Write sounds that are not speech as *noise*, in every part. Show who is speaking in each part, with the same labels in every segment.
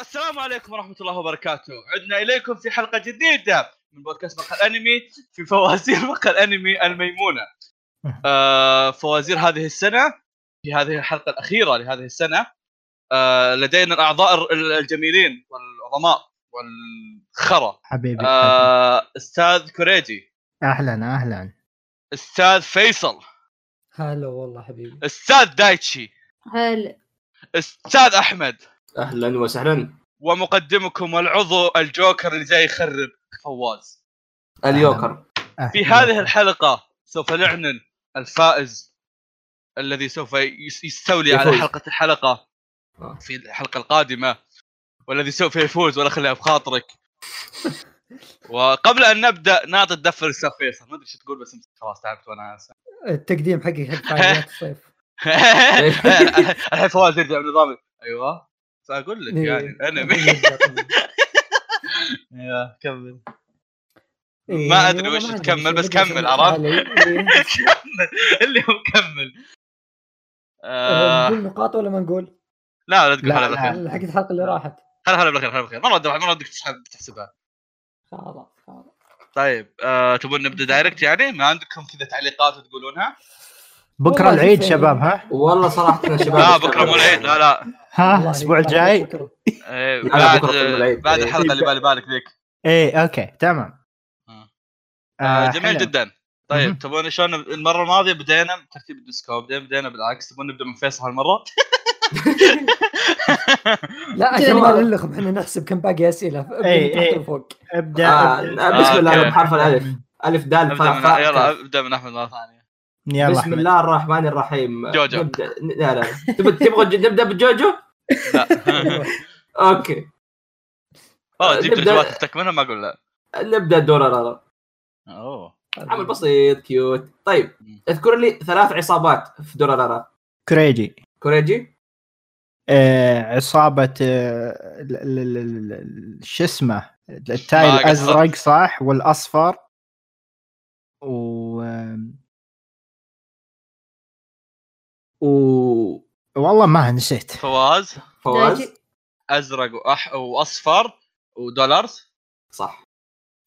Speaker 1: السلام عليكم ورحمة الله وبركاته، عدنا إليكم في حلقة جديدة من بودكاست مقهى الأنمي في فوازير *laughs* مقهى الأنمي الميمونة. آه فوازير هذه السنة في هذه الحلقة الأخيرة لهذه السنة آه لدينا الأعضاء ال- الجميلين والعظماء والخرى
Speaker 2: حبيبي آه
Speaker 1: آه أستاذ كوريجي،
Speaker 2: اهلا اهلا
Speaker 1: أستاذ فيصل،
Speaker 3: هلا والله حبيبي
Speaker 1: أستاذ دايتشي،
Speaker 4: هل
Speaker 1: أستاذ أحمد
Speaker 5: اهلا وسهلا
Speaker 1: ومقدمكم العضو الجوكر اللي جاي يخرب فواز.
Speaker 5: اليوكر
Speaker 1: في
Speaker 2: أهلاً.
Speaker 1: هذه الحلقة سوف نعلن الفائز الذي سوف يس- يستولي على
Speaker 5: يفوز.
Speaker 1: حلقة الحلقة
Speaker 5: آه.
Speaker 1: في الحلقة القادمة والذي سوف يفوز ولا خليها بخاطرك وقبل ان نبدا نعطي الدفة للاستاذ فيصل ما ادري شو تقول بس خلاص تعبت وانا *laughs* اسف
Speaker 3: التقديم حقي حق فعاليات
Speaker 1: *laughs*
Speaker 3: الصيف
Speaker 1: الحين فواز يرجع بنظام ايوه فاقول لك يعني
Speaker 3: *laughs*
Speaker 1: *laughs*
Speaker 3: إيه،
Speaker 1: انمي يا، كمل ما أدري وش تكمل، بس كمل، عرفت؟ *laughs* *laughs*
Speaker 3: إيه،
Speaker 1: اللي هو مكمل آه،
Speaker 3: نقول نقاط ولا ما نقول؟
Speaker 1: لا لا تقول
Speaker 2: لا،
Speaker 1: هلا
Speaker 2: لا.
Speaker 1: بالخير
Speaker 3: حق الحلقه اللي راحت
Speaker 1: هلا هلا بالخير هلا بالخير مره واحده مره ودك تسحب تحسبها
Speaker 3: خلاص خلاص
Speaker 1: طيب آه تبون نبدا دايركت يعني ما عندكم كذا تعليقات تقولونها
Speaker 2: بكره
Speaker 3: والله
Speaker 2: العيد
Speaker 3: في-
Speaker 2: شباب ها
Speaker 5: والله صراحه يا شباب
Speaker 1: *laughs* لا بكره مو آه، العيد لا لا
Speaker 2: ها
Speaker 3: والله
Speaker 2: الاسبوع
Speaker 3: بعد
Speaker 2: آه، الجاي
Speaker 3: بكرة.
Speaker 1: إيه،
Speaker 5: لا،
Speaker 1: بعد
Speaker 5: بكرة مو العيد.
Speaker 1: بعد الحلقه اللي بالي بالك ذيك
Speaker 2: ايه اوكي تمام
Speaker 1: آه.
Speaker 2: آه،
Speaker 1: جميل
Speaker 2: حلو.
Speaker 1: جدا طيب
Speaker 2: مهم.
Speaker 1: تبون شلون نب- المره الماضيه بدينا بترتيب الديسكو بدينا بدينا بالعكس تبون نبدا من فيصل هالمره
Speaker 3: لا عشان
Speaker 4: جميل.
Speaker 3: ما نلخم احنا نحسب كم باقي اسئله من
Speaker 2: إيه،
Speaker 3: تحت
Speaker 2: إيه.
Speaker 3: لفوق
Speaker 2: ابدا
Speaker 5: آه،
Speaker 2: ابدأ.
Speaker 1: بسم الله،
Speaker 2: أوكي.
Speaker 5: بحرف الألف. الف دال
Speaker 1: ابدا من
Speaker 5: فاء فاء
Speaker 1: يلا
Speaker 5: كاف.
Speaker 1: ابدا من احمد مره ثانيه
Speaker 2: يلا
Speaker 5: بسم
Speaker 2: أحمد.
Speaker 5: الله الرحمن الرحيم
Speaker 1: جوجو.
Speaker 5: نبدا لا لا تبغى تبغى ج- نبدا بجوجو؟ *laughs*
Speaker 1: لا
Speaker 5: اوكي
Speaker 1: والله جبت
Speaker 5: نبدأ-
Speaker 1: الاجابات افتك منها ما اقول لا
Speaker 5: نبدا دورارارا
Speaker 1: اوه
Speaker 5: عمل بسيط كيوت طيب اذكر لي ثلاث عصابات في دورارارا
Speaker 2: كريجي
Speaker 5: كوريجي
Speaker 2: آه، عصابة آه، ال- ال- ال- ال- ال- شو اسمه التايل
Speaker 1: ما قصرت.
Speaker 2: الازرق صح والاصفر و آم، و والله ما نسيت
Speaker 1: فواز
Speaker 5: فواز
Speaker 1: ازرق وأح... واصفر ودولارز
Speaker 5: صح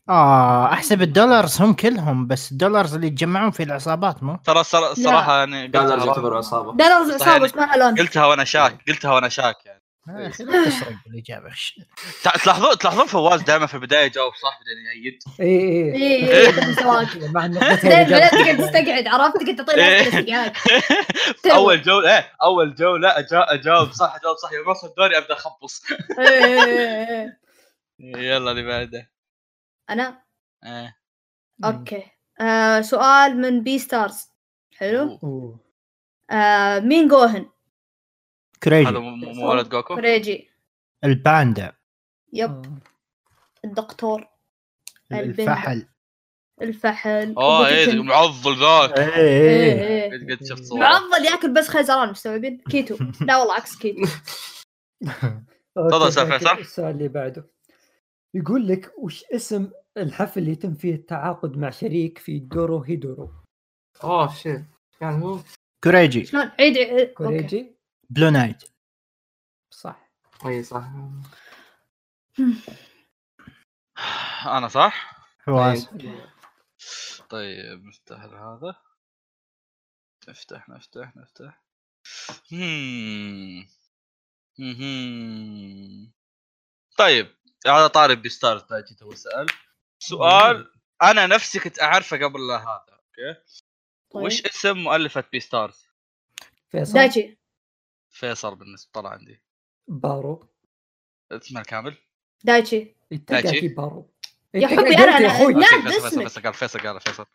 Speaker 2: اه احسب الدولارز هم كلهم بس الدولارز اللي يتجمعون في العصابات مو؟
Speaker 1: ترى الصرا- الصراحه يعني
Speaker 5: دولار
Speaker 1: قلتها
Speaker 5: يعتبر عصابه
Speaker 4: دلرز
Speaker 1: يعني-
Speaker 4: عصابه ايش مالها لون؟
Speaker 1: قلتها وانا شاك قلتها وانا شاك يعني
Speaker 2: آه، أخي لا تسرق الاجابه ش-
Speaker 1: تع- تلاحظون تلاحظون فواز دائما في البدايه يجاوب صح بعدين يأيد
Speaker 3: اي اي
Speaker 4: إيه، إيه، *laughs* سواق.
Speaker 3: مع النقطتين
Speaker 4: بعدين
Speaker 3: اللي
Speaker 4: بدأت
Speaker 3: جابت.
Speaker 4: تقعد تستقعد عرفت تقعد تعطي
Speaker 1: إيه.
Speaker 4: ناس تستقعد
Speaker 1: اول جوله ايه اول جوله أجا- اجاوب صح اجاوب صح يوم يوصل دوري ابدا اخبص
Speaker 4: إيه،
Speaker 1: يلا اللي بعده
Speaker 4: انا
Speaker 1: إيه.
Speaker 4: اوكي آه، سؤال من بي ستارز حلو
Speaker 3: أوه.
Speaker 4: آه، مين جوهن
Speaker 1: هذا
Speaker 2: كريجي
Speaker 1: مو- مو مو ولد جوكو
Speaker 4: فريجي
Speaker 2: الباندا
Speaker 4: يب الدكتور البنت.
Speaker 2: الفحل
Speaker 4: الفحل
Speaker 1: اه ايه
Speaker 4: بوكيتن.
Speaker 1: المعضل ذاك
Speaker 2: إيه، إيه.
Speaker 4: إيه، إيه.
Speaker 1: قد قد شفت صوره
Speaker 4: معضل ياكل بس خيزران مستوعبين كيتو لا والله عكس كيتو
Speaker 3: أوكي،
Speaker 1: تفضل أستاذ
Speaker 3: أوكي،
Speaker 1: فيصل.
Speaker 3: السؤال اللي بعده يقول لك وش اسم الحفل اللي يتم فيه التعاقد مع شريك في دورو هيدورو
Speaker 5: اوه شيت كان هو
Speaker 2: كريجي
Speaker 4: شلون عيد عيد أوكي.
Speaker 3: كوريجي
Speaker 2: بلو نايت
Speaker 3: صح
Speaker 5: اي طيب، صح
Speaker 1: انا صح
Speaker 2: فواز
Speaker 1: طيب نفتح هذا نفتح نفتح نفتح هم. مهم. طيب على طارب بيستارز تاجي تو سال سؤال انا نفسي كنت اعرفه قبل لا هذا اوكي
Speaker 4: طيب.
Speaker 1: وش اسم مؤلفه بيستارز
Speaker 3: فيصل
Speaker 4: دايتشي
Speaker 1: فيصل بالنسبه طلع عندي
Speaker 3: بارو
Speaker 1: اسمه الكامل
Speaker 4: دايتشي
Speaker 3: تاكاكي بارو
Speaker 4: يا
Speaker 3: إنت
Speaker 4: حبي،
Speaker 3: قلت
Speaker 4: أنا-
Speaker 3: يا
Speaker 4: أنا-
Speaker 3: أخوي.
Speaker 4: لا،
Speaker 1: أوكي، فيصل-
Speaker 4: باسمك.
Speaker 1: فيصل قال فيصل قال فيصل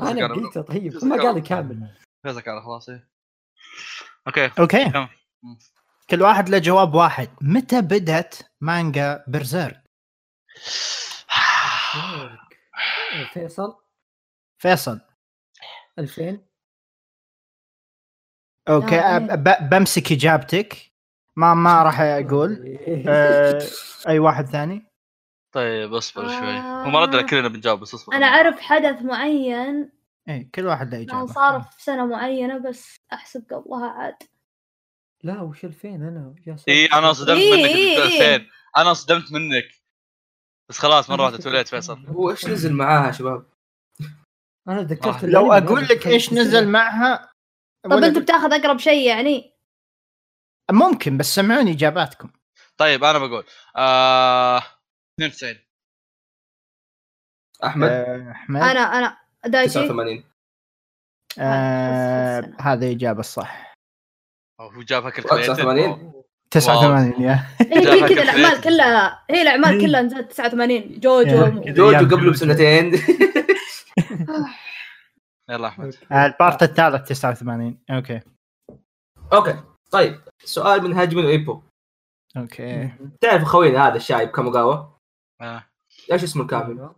Speaker 3: انا
Speaker 1: قال-
Speaker 3: قلته طيب ما قال كامل
Speaker 1: فيصل قال خلاص إيه. اوكي
Speaker 2: اوكي
Speaker 1: كم؟
Speaker 2: كل واحد له جواب واحد متى بدت مانجا برزيرك
Speaker 3: فيصل
Speaker 2: فيصل
Speaker 3: 2000
Speaker 2: اوكي
Speaker 4: آه،
Speaker 2: أب- ب- بمسك اجابتك ما ما راح *laughs* اقول
Speaker 3: *laughs*
Speaker 2: آه، اي واحد ثاني
Speaker 1: طيب اصبر شوي هو ما ردنا كلنا بنجاوب بس اصبر
Speaker 4: انا اعرف حدث معين
Speaker 2: اي إيه، كل واحد له
Speaker 4: كان
Speaker 2: اجابه
Speaker 4: صار في سنه معينه بس احسب قبلها عاد
Speaker 3: لا وش 2000 انا يا
Speaker 1: اي انا صدمت
Speaker 4: إيه،
Speaker 1: منك
Speaker 4: إيه،
Speaker 1: انت
Speaker 4: إيه.
Speaker 1: حسين انا انصدمت منك بس خلاص مره واحده توليت فيصل
Speaker 5: هو ايش نزل معاها يا شباب؟
Speaker 3: انا تذكرت
Speaker 1: آه.
Speaker 2: لو
Speaker 3: الأنمي
Speaker 2: اقول
Speaker 3: هذا
Speaker 2: لك ايش
Speaker 3: كان
Speaker 2: نزل معها
Speaker 4: طب
Speaker 2: ولا-
Speaker 4: انت بتاخذ اقرب شيء يعني
Speaker 2: ممكن بس سمعوني اجاباتكم
Speaker 1: طيب انا بقول آه 92
Speaker 5: احمد
Speaker 2: آه، احمد
Speaker 4: انا انا دايشي
Speaker 5: 89
Speaker 2: آه،
Speaker 4: بس- بس أنا.
Speaker 2: هذه الاجابه الصح
Speaker 1: أو هو جابها كالكوليتر
Speaker 5: 89.
Speaker 2: 89 يا
Speaker 4: هي
Speaker 1: جابها
Speaker 4: إيه، كذا
Speaker 1: كفريت.
Speaker 4: الاعمال كلها هي الاعمال كلها نزلت 89 جوجو
Speaker 2: يا. أيام
Speaker 5: جوجو قبله
Speaker 2: جوجو.
Speaker 5: بسنتين *laughs*
Speaker 1: يلا احمد
Speaker 2: آه، البارت الثالث 89 اوكي
Speaker 5: اوكي طيب سؤال من هاجمن وايبو
Speaker 2: اوكي
Speaker 5: تعرف خوينا هذا الشايب كاموغاوا
Speaker 1: آه،
Speaker 5: ايش اسمه الكامل؟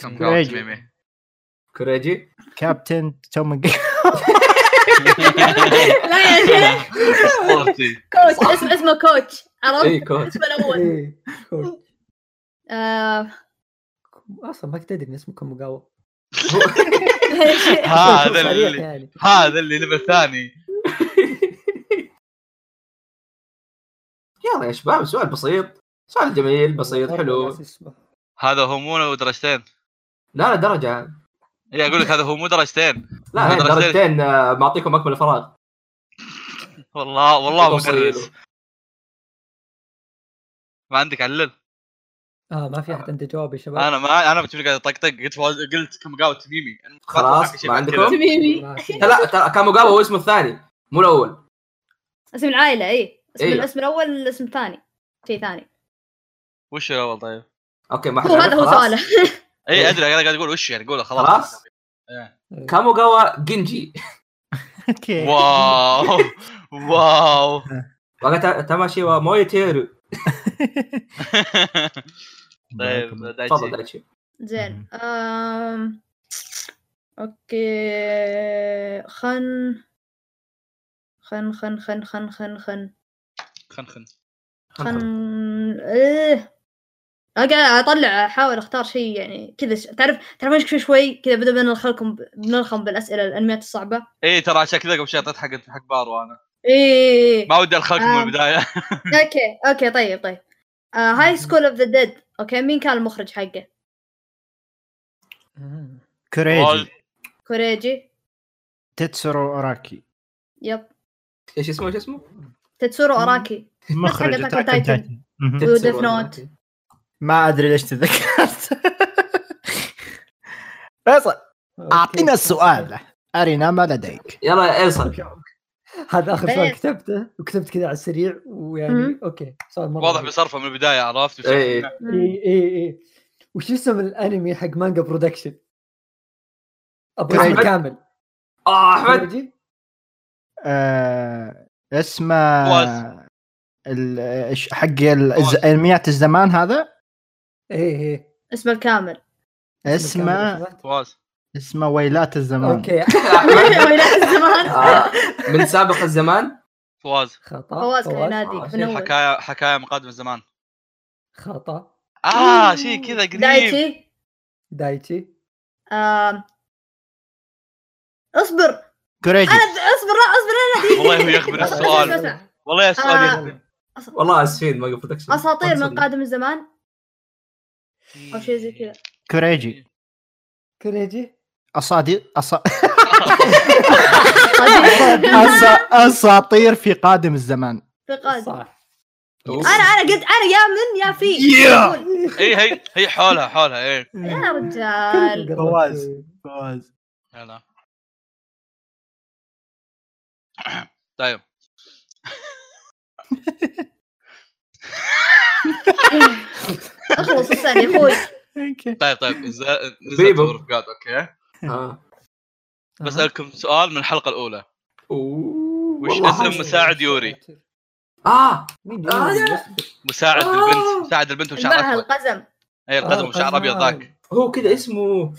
Speaker 1: كم قاعد
Speaker 2: كوريجي.
Speaker 1: ميمي
Speaker 5: كوريجي
Speaker 2: كابتن توم *laughs*
Speaker 4: لا
Speaker 1: *laughs*
Speaker 4: يا شيخ
Speaker 1: اسطورتي
Speaker 4: كوتش اسمه اسمه كوتش
Speaker 5: اي
Speaker 4: عرفت
Speaker 5: كوت
Speaker 4: اسمه الاول
Speaker 3: *laughs* إيه. كول.
Speaker 4: آه، *laughs*
Speaker 3: اصلا ما كنت ادري ان اسمه كوموغاوا
Speaker 4: يا شيخ.
Speaker 1: آه،
Speaker 3: *laughs*
Speaker 1: هذا
Speaker 3: صريح
Speaker 1: اللي
Speaker 3: يعني
Speaker 1: هذا اللي ليفل ثاني
Speaker 5: يلا يا شباب سؤال بسيط سؤال جميل بسيط
Speaker 3: طيب، *laughs*
Speaker 5: حلو
Speaker 3: ناس اسمه.
Speaker 1: هذا هو مو درجتين
Speaker 5: لا لا درجة
Speaker 1: اي اقول لك هذا هو مو درجتين
Speaker 5: لا هي
Speaker 1: درجتين.
Speaker 5: درجتين آه، معطيكم اكمل فراغ
Speaker 1: والله
Speaker 5: *laughs*
Speaker 1: والله مدرس
Speaker 5: بسيط.
Speaker 1: ما عندك علل
Speaker 3: اه ما في احد عنده جواب يا شباب *laughs*
Speaker 1: انا ما انا بتشوف قاعد اطقطق قلت فواز... قلت كم قاوت ميمي أنا ما
Speaker 5: خلاص،
Speaker 1: أتوقع شيء
Speaker 5: ما
Speaker 1: بعد كذا.
Speaker 5: عندكم؟
Speaker 4: حبيبي
Speaker 3: ما في.
Speaker 5: لا ترى كاموغاوا هو اسمه الثاني مو الاول
Speaker 4: اسم العائله اي اسم
Speaker 5: إيه.
Speaker 4: الاسم الاول الاسم الثاني شيء ثاني
Speaker 1: وش الاول طيب؟
Speaker 5: اوكي ما حد
Speaker 4: هو
Speaker 5: عرف،
Speaker 4: هذا هو
Speaker 5: خلاص.
Speaker 4: سؤاله
Speaker 1: اي ادري انا قاعد اقول وش يعني قوله خلاص
Speaker 5: إيه. خلاص؟ كاموغاوا جنجي
Speaker 2: اوكي
Speaker 1: واو واو
Speaker 5: وقت تماشي ومويتيرو
Speaker 1: *laughs* طيب
Speaker 5: تفضل
Speaker 1: دايتشي
Speaker 5: دايتشي
Speaker 4: زين أم... اوكي خن خن خن خن خن خن خن
Speaker 1: خن خن
Speaker 4: خن ايه أنا قاعد اطلع احاول اختار شيء يعني كذا ش- تعرف تعرف ايش شوي شوي كذا بدا بنلخلكم بنلخم بالاسئله الانميات الصعبه
Speaker 1: اي إيه، ترى عشان كذا قبل شوي اعطيت حق حق بارو انا *laughs*
Speaker 4: ايه
Speaker 1: ما ودي الخلق من
Speaker 4: آه.
Speaker 1: البدايه
Speaker 4: اوكي اوكي طيب طيب هاي سكول اوف ذا ديد اوكي مين كان المخرج حقه؟
Speaker 1: والله.
Speaker 3: مم.
Speaker 2: كوريجي
Speaker 4: كوريجي
Speaker 2: تتسرو اوراكي
Speaker 4: يب
Speaker 5: ايش اسمه ايش اسمه؟
Speaker 4: تتسورو اوراكي
Speaker 2: مخرج
Speaker 4: Attack on
Speaker 2: Attack on
Speaker 4: Titan.
Speaker 2: Titan. مهم.
Speaker 4: Death
Speaker 5: تتسر ولا-
Speaker 4: Note.
Speaker 2: ما ادري ليش تذكرت *laughs* فيصل
Speaker 3: أوكي.
Speaker 2: اعطينا السؤال ارنا ما لديك
Speaker 5: يلا ايصل
Speaker 3: هذا اخر
Speaker 4: إيه.
Speaker 3: سؤال كتبته وكتبت كذا على السريع ويعني
Speaker 4: مم.
Speaker 3: اوكي سؤال مره
Speaker 1: واضح
Speaker 3: مهم.
Speaker 1: بصرفه من البدايه عرفت
Speaker 5: اي
Speaker 3: اي اي اي وش اسم الانمي حق مانجا برودكشن؟ ابغى
Speaker 2: أحمد.
Speaker 3: اسم كامل
Speaker 5: اه
Speaker 4: *laughs*
Speaker 5: احمد
Speaker 3: تدري؟
Speaker 2: آه، اسمه
Speaker 1: فواز.
Speaker 2: ال- إيش- حق ال- الز- انميات الزمان هذا
Speaker 3: اي اي
Speaker 4: اسمه الكامل
Speaker 3: إيه،
Speaker 4: *laughs*
Speaker 3: اسم كامل
Speaker 2: اسمه
Speaker 3: أحمد.
Speaker 1: فواز
Speaker 2: اسمه ويلات الزمان
Speaker 3: اوكي
Speaker 4: ويلات
Speaker 5: *laughs*
Speaker 4: الزمان
Speaker 5: آه، من سابق الزمان
Speaker 1: فواز
Speaker 3: خطا
Speaker 4: فواز كان
Speaker 3: فواز
Speaker 4: يناديك
Speaker 5: آه،
Speaker 4: من اول
Speaker 1: حكايه حكايه مقادمه زمان
Speaker 3: خطا
Speaker 1: اه شيء كذا قريب
Speaker 4: دايتي
Speaker 3: دايتشي
Speaker 4: آم، اصبر
Speaker 2: كوريجي
Speaker 4: انا اصبر لا اصبر
Speaker 1: والله هو يخبر
Speaker 4: أنا-
Speaker 1: السؤال
Speaker 4: أسمع، أسمع.
Speaker 1: والله السؤال
Speaker 4: آه.
Speaker 1: يخبر
Speaker 5: والله اسفين ما قلت لك شيء.
Speaker 4: اساطير من
Speaker 5: أتصل.
Speaker 4: قادم الزمان او شيء زي كذا
Speaker 2: كوريجي
Speaker 3: كريجي
Speaker 2: اصادي أص-
Speaker 4: قديم.
Speaker 2: أص- اساطير في قادم الزمان
Speaker 4: في قادم
Speaker 3: صح
Speaker 5: أوه.
Speaker 4: انا انا قلت انا يا من يا في
Speaker 2: Yeah.
Speaker 4: أقول.
Speaker 3: *laughs*
Speaker 1: اي إيه، هي هي حولها حولها إيه. اي
Speaker 4: يا رجال
Speaker 2: فواز. فواز.
Speaker 1: *coughs* يلا طيب
Speaker 4: اخلص السنه يا اخوي
Speaker 2: اوكي
Speaker 1: طيب طيب نزل- نزلت
Speaker 5: بيبو.
Speaker 1: ورفقات اوكي
Speaker 5: آه.
Speaker 1: بسالكم سؤال من الحلقه الاولى
Speaker 5: أوه.
Speaker 1: وش
Speaker 5: والله
Speaker 1: اسم
Speaker 5: أحمد.
Speaker 1: مساعد يوري؟
Speaker 5: اه
Speaker 3: مين
Speaker 5: آه،
Speaker 3: يوري؟
Speaker 1: مساعد
Speaker 5: آه.
Speaker 1: البنت مساعد البنت وشعر
Speaker 4: معها
Speaker 1: اسود
Speaker 4: القزم
Speaker 1: اي
Speaker 3: آه،
Speaker 1: القزم وشعر ابيض ذاك
Speaker 5: هو كذا اسمه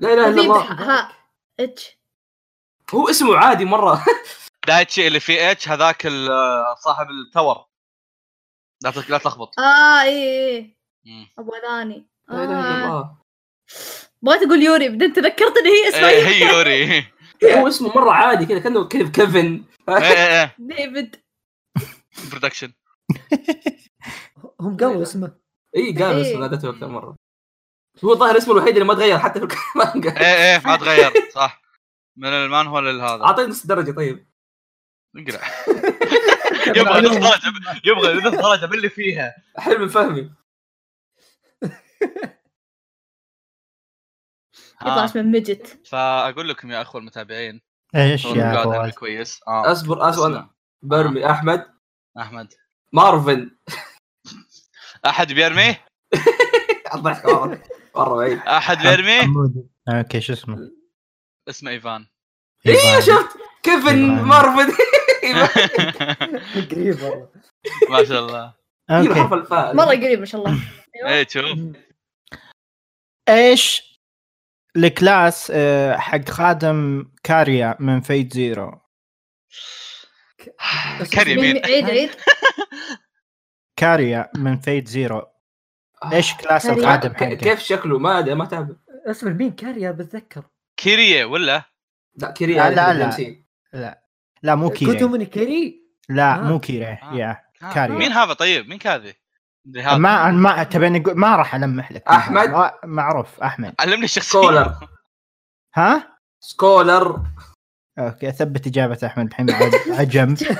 Speaker 5: لا اله الا
Speaker 4: خفيف
Speaker 5: الله
Speaker 4: ها اتش
Speaker 5: هو اسمه عادي مره
Speaker 1: دايتشي اللي في اتش هذاك ال- آه، صاحب التور لا تخ- لا تلخبط
Speaker 4: اه اي اي إي.
Speaker 1: مم.
Speaker 4: ابو اذاني
Speaker 5: *laughs* لا اله الا
Speaker 4: آه.
Speaker 5: الله
Speaker 4: بغيت اقول يوري بعدين تذكرت ان هي اسمها
Speaker 1: إيه،
Speaker 4: يوري.
Speaker 1: هي يوري
Speaker 5: هو اسمه
Speaker 1: إيه،
Speaker 5: مره عادي كذا كانه كذا كيفن
Speaker 1: ايه ايه
Speaker 4: ديفيد
Speaker 1: برودكشن
Speaker 3: هم قالوا اسمه
Speaker 5: اي قالوا
Speaker 4: إيه.
Speaker 5: اسمه نادته اكثر مره هو الظاهر اسمه الوحيد اللي ما تغير حتى في *laughs* المانجا
Speaker 1: ايه ايه ما تغير صح من المانهوا للهذا
Speaker 5: اعطيني نص درجه طيب
Speaker 1: انقلع *laughs* يبغى نص درجه يبغى نص درجه باللي فيها
Speaker 5: حلم فهمي
Speaker 4: يطلع
Speaker 1: آه.
Speaker 4: اسمه ميجت
Speaker 1: فاقول لكم يا اخوه المتابعين
Speaker 2: ايش
Speaker 1: هو
Speaker 2: يا
Speaker 1: قاعد أعمل
Speaker 2: فواز
Speaker 1: كويس اه
Speaker 5: اصبر اصبر أنا
Speaker 1: اسمع.
Speaker 5: برمي احمد
Speaker 1: احمد
Speaker 5: مارفن
Speaker 1: احد بيرميه
Speaker 5: الضحك مره مره بعيد
Speaker 1: احد بيرميه
Speaker 2: عمودي. اوكي شو اسمه؟
Speaker 1: اسمه ايفان
Speaker 5: ايوه شفت كيفن
Speaker 2: إبراهيم.
Speaker 5: مارفن
Speaker 3: *laughs*
Speaker 5: *laughs*
Speaker 3: قريب والله
Speaker 1: *laughs* ما شاء الله
Speaker 5: ايوه حرف
Speaker 2: اوكي
Speaker 5: الفاء
Speaker 4: مره قريب ما شاء الله
Speaker 1: ايه شوف
Speaker 2: ايش الكلاس آه، حق خادم كاريا من فيت زيرو
Speaker 1: كريم
Speaker 4: مين-
Speaker 1: مين
Speaker 4: عيد عيد
Speaker 2: كاريا من فيت زيرو ايش كلاس
Speaker 4: كاريا.
Speaker 2: الخادم
Speaker 5: ك-
Speaker 2: حقه؟
Speaker 5: كيف شكله ما ادري ما تابع
Speaker 3: اسم المين كاريا بتذكر
Speaker 1: كيريه ولا
Speaker 5: لا
Speaker 2: لا،
Speaker 5: كيريا
Speaker 2: لا،
Speaker 5: هذه
Speaker 2: لا.
Speaker 5: الجنسية.
Speaker 2: لا مو
Speaker 3: كنت
Speaker 2: كيري
Speaker 3: من كاري
Speaker 2: لا
Speaker 3: آه.
Speaker 2: مو كيري
Speaker 1: آه.
Speaker 2: يا
Speaker 1: ها،
Speaker 2: كاريا.
Speaker 1: مين هذا طيب مين كاذي مدري هذا.
Speaker 2: ما ما تبيني أقول- ما راح المح لك
Speaker 5: أحمد؟
Speaker 2: ما- معروف احمد
Speaker 1: علمني الشخصيه
Speaker 5: سكولر
Speaker 2: ها
Speaker 5: سكولر
Speaker 2: اوكي ثبت اجابه احمد الحين عج-
Speaker 5: *laughs*
Speaker 2: عجم
Speaker 4: سكول.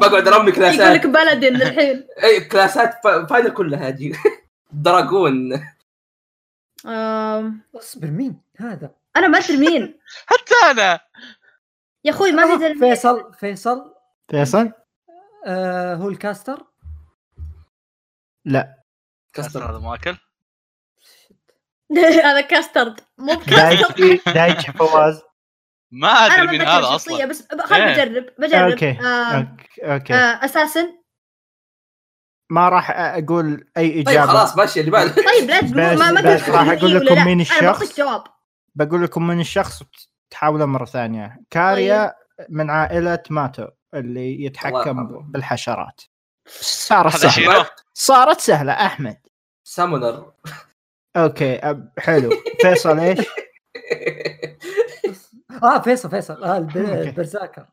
Speaker 5: بقعد ارمي
Speaker 4: يقول
Speaker 5: كلاسات
Speaker 4: لك بلدن الحين
Speaker 5: اي كلاسات فا- فاينل كلها اجي *laughs* دراجون
Speaker 4: آم،
Speaker 3: اصبر مين هذا
Speaker 4: انا ما ادري مين
Speaker 1: *laughs* حتى انا
Speaker 4: يا اخوي ما في تل-
Speaker 3: آه، فيصل فيصل
Speaker 5: *laughs*
Speaker 2: فيصل
Speaker 3: آه هو الكاستر
Speaker 1: كاستر هذا ماكل
Speaker 4: *laughs* هذا كاسترد
Speaker 2: *laughs*
Speaker 4: مو بكاسترد
Speaker 2: دايتشي دايتشي فواز
Speaker 1: ما
Speaker 4: انا
Speaker 1: ادري
Speaker 4: ما
Speaker 1: مين
Speaker 4: اتذكر
Speaker 1: هذا
Speaker 4: الشخصيه
Speaker 1: اصلا
Speaker 4: بس ب- خليني
Speaker 1: إيه.
Speaker 4: بجرب بجرب
Speaker 2: أوكي.
Speaker 4: آه،
Speaker 2: أوك- اوكي
Speaker 4: آه، اساسن
Speaker 2: ما راح اقول اي
Speaker 5: طيب
Speaker 2: اجابه
Speaker 5: خلاص ماشي اللي بالك
Speaker 4: طيب لا تقول ما ما
Speaker 2: بس- بس
Speaker 4: قلت
Speaker 2: راح
Speaker 4: إيه
Speaker 2: أقول
Speaker 4: ولا
Speaker 2: لكم
Speaker 4: لا.
Speaker 2: مين
Speaker 4: انا
Speaker 2: الشخص.
Speaker 4: بعطيك جواب
Speaker 2: بقول لكم من الشخص تحاوله مره ثانيه كاريا من عائله ماتو اللي
Speaker 5: طيب. الله
Speaker 2: يتحكم
Speaker 5: يرحمه.
Speaker 2: بالحشرات صارت
Speaker 1: هذا
Speaker 2: سهله
Speaker 1: شيء
Speaker 2: صارت سهله احمد *laughs*
Speaker 5: سامونر
Speaker 2: اوكي أب- حلو فيصل ايش؟
Speaker 3: اه فيصل فيصل آه الب-
Speaker 2: أوكي. *laughs*
Speaker 3: البرزاكر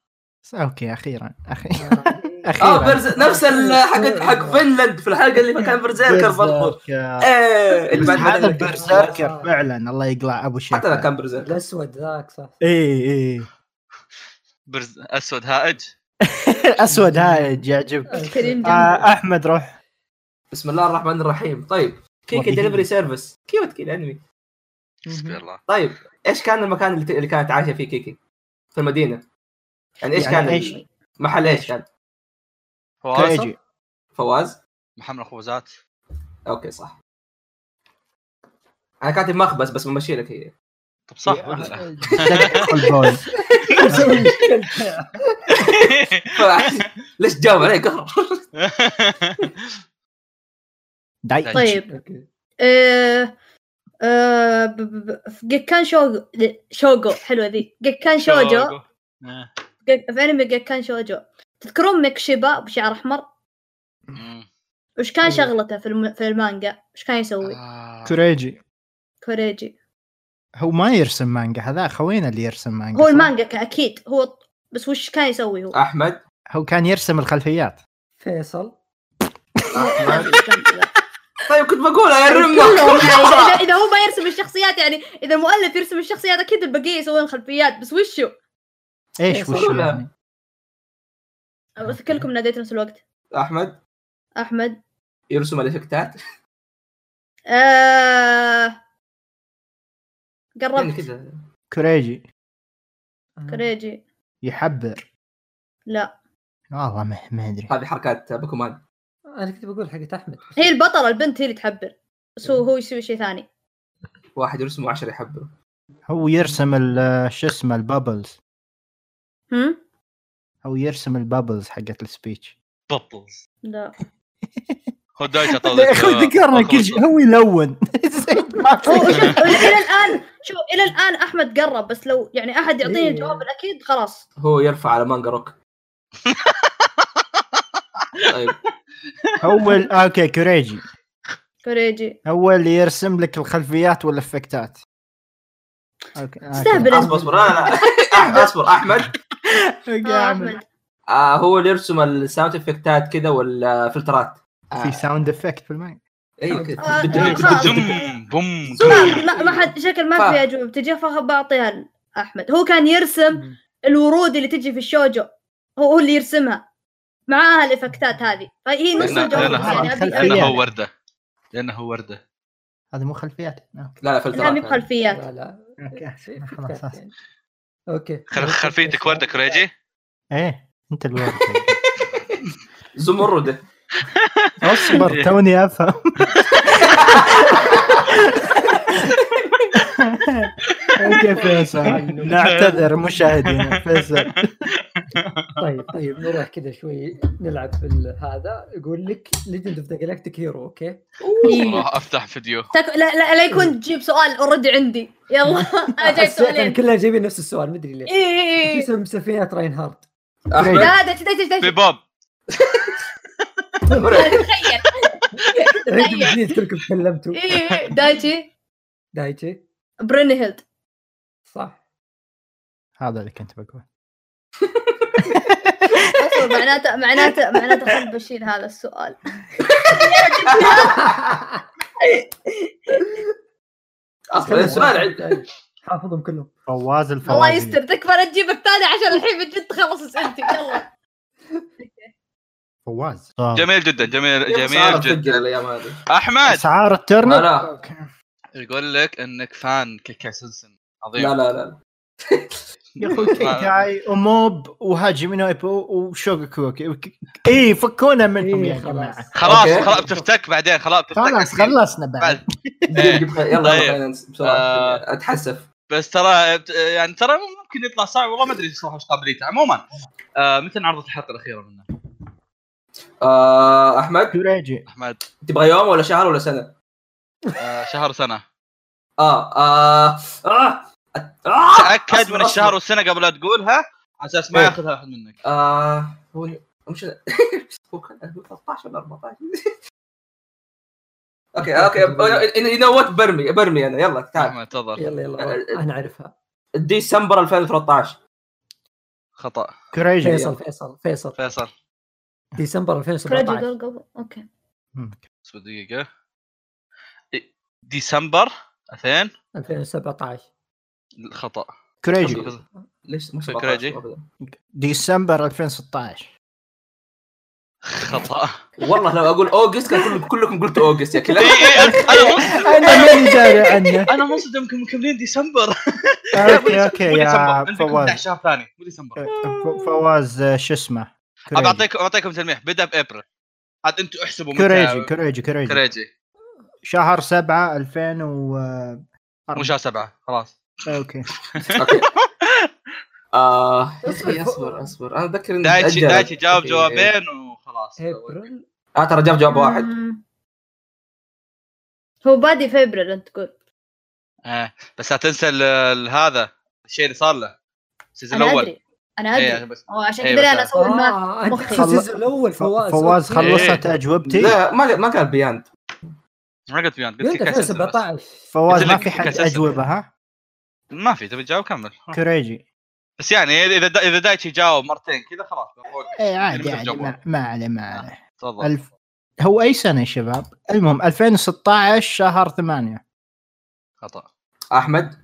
Speaker 2: اوكي اخيرا أخي...
Speaker 5: اه
Speaker 2: اخيرا
Speaker 5: برز... نفس
Speaker 2: *laughs*
Speaker 5: ال- حق حق فنلند في الحلقه اللي كان برزيركر برضو
Speaker 2: برزيركر.
Speaker 5: ايه اللي
Speaker 2: بس
Speaker 5: بعد
Speaker 2: هذا
Speaker 5: بدأ-
Speaker 2: برزيركر فعلا الله يقلع ابو شيخ
Speaker 5: حتى انا كان برزيركر
Speaker 3: الاسود ذاك صح
Speaker 2: اي *laughs* اي
Speaker 1: برز اسود هائج
Speaker 2: اسود هايج يعجبك
Speaker 4: كريم
Speaker 2: آه،
Speaker 4: جنبه.
Speaker 2: احمد روح
Speaker 5: بسم الله الرحمن الرحيم طيب كيكي
Speaker 2: والله.
Speaker 5: دليفري سيرفيس كيوت كي الانمي
Speaker 1: حسبي الله
Speaker 5: طيب ايش كان المكان اللي, اللي كانت عايشه فيه كيكي في المدينه يعني ايش
Speaker 2: يعني
Speaker 5: كان
Speaker 2: إيش؟
Speaker 5: ال- محل ايش كان
Speaker 1: فواز
Speaker 2: كريجي
Speaker 5: فواز
Speaker 1: محمد خوزات
Speaker 5: اوكي صح انا كاتب مخبز بس بمشي لك هي *laughs*
Speaker 1: طب صح ولا
Speaker 2: *laughs*
Speaker 1: لا؟ *laughs*
Speaker 2: دق البول. *laughs*
Speaker 5: ليش جاوب علي *laughs* قهر
Speaker 2: داي
Speaker 4: طيب
Speaker 3: اوكي
Speaker 4: آه، آه، ب- ب- ب- جيكان شوجو شوجو حلوه ذي جيكان شوجو
Speaker 1: آه.
Speaker 4: جيك- في انمي جيكان شوجو تذكرون ميك شيبا بشعر احمر
Speaker 1: مم.
Speaker 4: وش كان
Speaker 3: أيوه.
Speaker 4: شغلته في الم... في المانجا وش كان يسوي
Speaker 1: آه.
Speaker 2: كوريجي
Speaker 4: كوريجي
Speaker 2: هو ما يرسم مانجا هذا خوينا اللي يرسم مانجا
Speaker 4: هو
Speaker 2: صح؟
Speaker 4: المانجا اكيد هو بس وش كان يسوي
Speaker 1: آه،
Speaker 4: هو
Speaker 5: احمد
Speaker 2: هو كان يرسم الخلفيات
Speaker 3: فيصل
Speaker 4: *laughs*
Speaker 5: احمد طيب كنت بقولها يا
Speaker 4: كلهم يعني
Speaker 5: *laughs* رمه
Speaker 4: إذا- اذا هو ما يرسم الشخصيات يعني اذا المؤلف يرسم الشخصيات اكيد البقيه يسوون خلفيات بس وشو
Speaker 2: ايش
Speaker 3: فيصل
Speaker 2: وش
Speaker 5: ولا؟
Speaker 2: يعني؟
Speaker 4: بس كلكم ناديت نفس الوقت
Speaker 5: احمد
Speaker 4: احمد
Speaker 5: يرسم الافكتات
Speaker 4: آه...
Speaker 5: يعني
Speaker 4: قربت
Speaker 5: كذا
Speaker 2: كوريجي
Speaker 3: آه،
Speaker 4: كريجي
Speaker 2: يحبر
Speaker 4: لا
Speaker 2: والله ما ما ادري
Speaker 5: هذه حركات بوكيمون
Speaker 3: انا كنت بقول حقت احمد
Speaker 4: هي البطله البنت هي اللي تحبر بس هو هو يسوي شيء ثاني
Speaker 5: واحد يرسم وعشرة يحبه
Speaker 2: هو يرسم ال- شو اسمه البابلز
Speaker 4: هم
Speaker 2: هو يرسم البابلز حقت السبيتش
Speaker 1: بطلز
Speaker 4: لا
Speaker 1: خذ
Speaker 2: *laughs*
Speaker 1: دايجة طول
Speaker 2: يا اخوي ذكرنا
Speaker 1: *laughs*
Speaker 2: كل شيء هو يلون *laughs* ما
Speaker 4: هو
Speaker 2: في-
Speaker 4: شوف الى الان شوف الى الان احمد قرب بس لو يعني احد يعطيني
Speaker 3: إيه.
Speaker 4: الجواب الاكيد خلاص
Speaker 5: هو يرفع على مانجا روك طيب
Speaker 2: هو ال- اوكي كوريجي
Speaker 4: كوريجي
Speaker 2: هو اللي يرسم لك الخلفيات والافكتات اوكي أوكي.
Speaker 4: استهبل.
Speaker 5: *laughs* اصبر اصبر لا لا احمد اصبر احمد
Speaker 2: أوكي،
Speaker 4: آه
Speaker 2: أعمل.
Speaker 4: احمد
Speaker 5: آه هو اللي يرسم الساوند افكتات كذا والفلترات آه.
Speaker 2: في ساوند افكت بالماي
Speaker 5: ايوه كذا
Speaker 4: آه،
Speaker 5: بدو-
Speaker 4: آه،
Speaker 5: بدو-
Speaker 4: خلاص.
Speaker 5: بدو-
Speaker 1: بوم بوم
Speaker 2: *laughs*
Speaker 4: ما ما- ما حد شكل ما
Speaker 5: فاهم.
Speaker 4: في اجوبه بتجي فبعطيها لاحمد هو كان يرسم الورود اللي تجي في الشوجو هو هو اللي يرسمها معاها الافكتات هذه فهي نص
Speaker 1: لأنه-
Speaker 4: الجواب
Speaker 1: لأنه-
Speaker 4: يعني أبي- أبي-
Speaker 1: لانه
Speaker 2: خلفية.
Speaker 1: هو ورده لانه هو ورده
Speaker 2: هذا مو خلفيات نعم.
Speaker 5: لا لا
Speaker 4: لا مي
Speaker 5: فلترات
Speaker 4: بخلفيات
Speaker 3: لا لا
Speaker 2: اوكي
Speaker 3: *laughs* في- في
Speaker 2: خلاص
Speaker 3: كات
Speaker 2: أس-
Speaker 3: يعني. اوكي
Speaker 1: خل- خلفيتك ورده كوريجي
Speaker 2: ايه انت الورد
Speaker 5: زمرده
Speaker 2: اصبر توني افهم اوكي فيصل نعتذر مشاهدينا فيصل
Speaker 3: طيب طيب نروح كذا شوي نلعب في ال- هذا يقول لك ليجند اوف ذا جالكتيك هيرو اوكي
Speaker 5: إيه.
Speaker 1: والله افتح فيديو
Speaker 4: تك... لا لا لا يكون تجيب سؤال اوريدي عندي يلا انا جايب
Speaker 3: حسيت أنا
Speaker 4: سؤالين
Speaker 3: كلها جايبين نفس السؤال مدري ليه
Speaker 4: إي إي
Speaker 3: شو
Speaker 4: إي.
Speaker 3: اسم سفينه راين هارت
Speaker 5: احمد
Speaker 4: لا ده ده ده-
Speaker 1: في
Speaker 4: ده
Speaker 1: بوب
Speaker 4: تخيل إيه.
Speaker 3: عيد
Speaker 4: طيب.
Speaker 3: من جديد كلكم تكلمتوا
Speaker 4: إي إي. دايتشي
Speaker 3: دايتشي
Speaker 4: برينهيلد *laughs*
Speaker 3: صح
Speaker 2: هذا اللي كنت بقوله
Speaker 4: اصبر معناته معناته معناته خل بشيل هذا السؤال
Speaker 3: طيب.
Speaker 5: اصلا السؤال عند-
Speaker 3: حافظهم كلهم
Speaker 2: فواز الفواز
Speaker 4: الله يستر تكفى لا تجيب الثاني عشان الحين بجد تخلص اسئلتي يلا
Speaker 2: فواز
Speaker 1: جميل جدا جميل
Speaker 5: صار
Speaker 1: جميل جدا
Speaker 5: تسجل الايام هذه
Speaker 1: احمد
Speaker 2: اسعار الترنب
Speaker 5: لا.
Speaker 2: أوكي.
Speaker 1: يقول لك انك فان كيكا سنسن عظيم
Speaker 5: لا لا لا
Speaker 2: يا اخوي كيكاي وموب وهاجي من ايبو وشوغوكوكي اي فكونا منهم يا
Speaker 3: إيه،
Speaker 2: جماعه
Speaker 1: خلاص
Speaker 5: أوكي.
Speaker 1: خلاص بتفتك بعدين خلاص بتفتك
Speaker 2: خلاص
Speaker 1: أكيد.
Speaker 2: خلصنا بعد
Speaker 1: بعد إيه.
Speaker 5: جيب- جيب- يلا يلا
Speaker 1: طيب.
Speaker 5: خلينا نس- بسرعه
Speaker 1: آه.
Speaker 5: اتحسف
Speaker 1: بس ترى بت- يعني ترى ممكن يطلع صعب والله ما ادري صراحه ايش قابليته عموما آه متى انعرضت الحلقه الاخيره منه
Speaker 5: آه، احمد
Speaker 2: كوريجي
Speaker 1: احمد
Speaker 5: تبغى يوم ولا شهر ولا سنه؟
Speaker 1: آه شهر سنه
Speaker 5: اه اه اه آه،
Speaker 1: تاكد
Speaker 5: أصبر،
Speaker 1: من الشهر
Speaker 5: أصبر.
Speaker 1: والسنه قبل لا تقولها على اساس ما
Speaker 5: إيه.
Speaker 1: ياخذها احد منك
Speaker 5: آه، هو مش *laughs* هو كان 13 ولا
Speaker 1: *laughs*
Speaker 5: 14 اوكي اوكي يو نو وات برمي برمي انا يلا تعال
Speaker 1: احمد تفضل
Speaker 3: يلا يلا انا اعرفها
Speaker 5: ديسمبر 2013
Speaker 1: خطا
Speaker 2: كوريجي
Speaker 3: فيصل فيصل
Speaker 1: *laughs*
Speaker 3: فيصل
Speaker 1: فيصل
Speaker 3: ديسمبر
Speaker 4: كريجي
Speaker 3: 2017
Speaker 4: قول قبل اوكي
Speaker 1: بس دقيقه إيه، ديسمبر 2000
Speaker 3: 2017
Speaker 1: خطا
Speaker 2: كوريجي
Speaker 5: إيه. ليش
Speaker 1: في كريجي.
Speaker 2: ديسمبر 2016
Speaker 1: خطا
Speaker 5: والله لو اقول اوجست كان كلكم كلكم قلتوا اوجست يا
Speaker 1: اي *laughs*
Speaker 5: كلاب *laughs*
Speaker 1: اي
Speaker 2: *laughs*
Speaker 1: انا منصدم
Speaker 2: انا ماني داري *laughs* عنه
Speaker 1: انا منصدم انكم مكملين ديسمبر
Speaker 2: اوكي اوكي
Speaker 1: مو
Speaker 2: *laughs* يا
Speaker 1: ديسمبر عندكم
Speaker 2: فواز
Speaker 1: 11 شهر ثاني مو ديسمبر
Speaker 2: ف- فواز آه، شو اسمه كوريجي.
Speaker 1: ابى اعطيكم اعطيكم تلميح بدا بابريل عاد انتم احسبوا
Speaker 2: كوريجي
Speaker 1: متى
Speaker 2: كوريجي كوريجي
Speaker 1: كريجي
Speaker 2: شهر 7 2000 و آه،
Speaker 1: مو شهر سبعه خلاص
Speaker 2: اوكي
Speaker 5: اوكي
Speaker 4: *laughs*
Speaker 5: آه اصبر اصبر اصبر انا اتذكر اني
Speaker 1: دايتشي
Speaker 5: تأجلت.
Speaker 1: دايتشي إيه. جاوب
Speaker 5: أوكي.
Speaker 1: جوابين وخلاص
Speaker 3: ابريل
Speaker 5: اه ترى جاب جواب واحد
Speaker 4: مم. هو بادي في ابريل انت تقول
Speaker 1: آه، بس لا تنسى ال- ال- هذا الشيء اللي صار له السيزون
Speaker 4: انا
Speaker 1: الاول
Speaker 4: ادري انا
Speaker 1: إيه،
Speaker 4: ادري
Speaker 1: بس
Speaker 4: أو عشان
Speaker 1: إيه،
Speaker 4: كذا
Speaker 1: بس
Speaker 4: انا اسوي الماث
Speaker 3: آه، أنت
Speaker 4: مخي.
Speaker 3: السيزون الاول
Speaker 2: ف-
Speaker 3: فواز
Speaker 2: فواز
Speaker 3: أوكي.
Speaker 2: خلصت اجوبتي
Speaker 5: لا ما ما قال بياند
Speaker 1: ما قلت بيان
Speaker 3: يلا
Speaker 1: قلت كاكاسن بس.
Speaker 3: 2017
Speaker 2: فواز
Speaker 1: قلت
Speaker 2: ما
Speaker 1: لك
Speaker 2: في حد
Speaker 1: كسلسل.
Speaker 2: اجوبه ها
Speaker 1: ما في تبي تجاوب كمل
Speaker 2: كوريجي
Speaker 1: بس يعني اذا دا اذا دايتشي جاوب مرتين كذا خلاص
Speaker 2: اي
Speaker 1: يعني
Speaker 2: إيه، عادي
Speaker 1: مثل
Speaker 2: عادي ما-
Speaker 1: الجمهور.
Speaker 2: ما عليه ما
Speaker 1: آه،
Speaker 2: عليه
Speaker 1: تفضل
Speaker 2: الف... هو اي سنه يا شباب؟ المهم 2016 شهر 8
Speaker 1: خطا
Speaker 5: احمد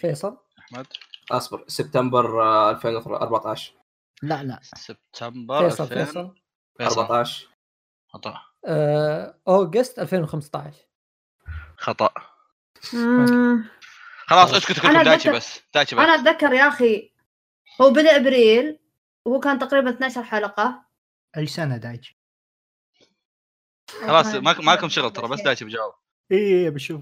Speaker 3: فيصل
Speaker 1: احمد
Speaker 5: اصبر سبتمبر آه، 2014
Speaker 2: لا لا
Speaker 1: سبتمبر
Speaker 3: فيصل
Speaker 1: 2000
Speaker 3: فيصل
Speaker 1: فيصل.
Speaker 5: 14
Speaker 1: خطا
Speaker 3: آه، اوغست 2015
Speaker 1: خطا
Speaker 4: مم.
Speaker 1: خلاص اسكت
Speaker 4: أنا
Speaker 1: كلكم دايتشي
Speaker 4: أتذكر-
Speaker 1: بس دايتشي بس
Speaker 4: انا اتذكر يا اخي هو بدا ابريل وهو كان تقريبا 12 حلقه
Speaker 2: اي سنه دايتشي؟
Speaker 1: خلاص ما ما لكم شغل ترى بس دايتشي بجاوب
Speaker 2: اي إيه، بشوف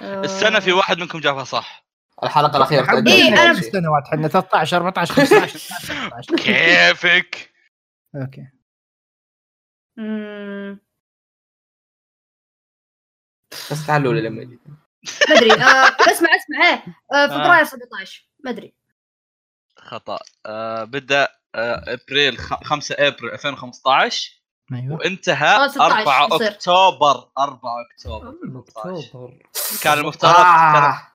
Speaker 4: آه.
Speaker 1: السنه في واحد منكم جابها صح
Speaker 5: الحلقه الاخيره تأجلت.
Speaker 4: إيه، أنا-
Speaker 2: خمس سنوات احنا 13 14 *laughs* 15 16
Speaker 1: كيفك
Speaker 2: اوكي
Speaker 4: مم.
Speaker 5: بس تعالوا لي لما يجي
Speaker 4: ما ادري آه، *laughs* اسمع اسمع ايه آه، فبراير 17 ما ادري
Speaker 1: خطا آه بدا آه ابريل خ- 5 ابريل 2015
Speaker 2: ايوه
Speaker 1: وانتهى
Speaker 4: آه، 16
Speaker 1: 4
Speaker 4: يصير.
Speaker 1: اكتوبر 4 اكتوبر 2015.
Speaker 3: اكتوبر
Speaker 1: كان المفترض كان-
Speaker 5: آه.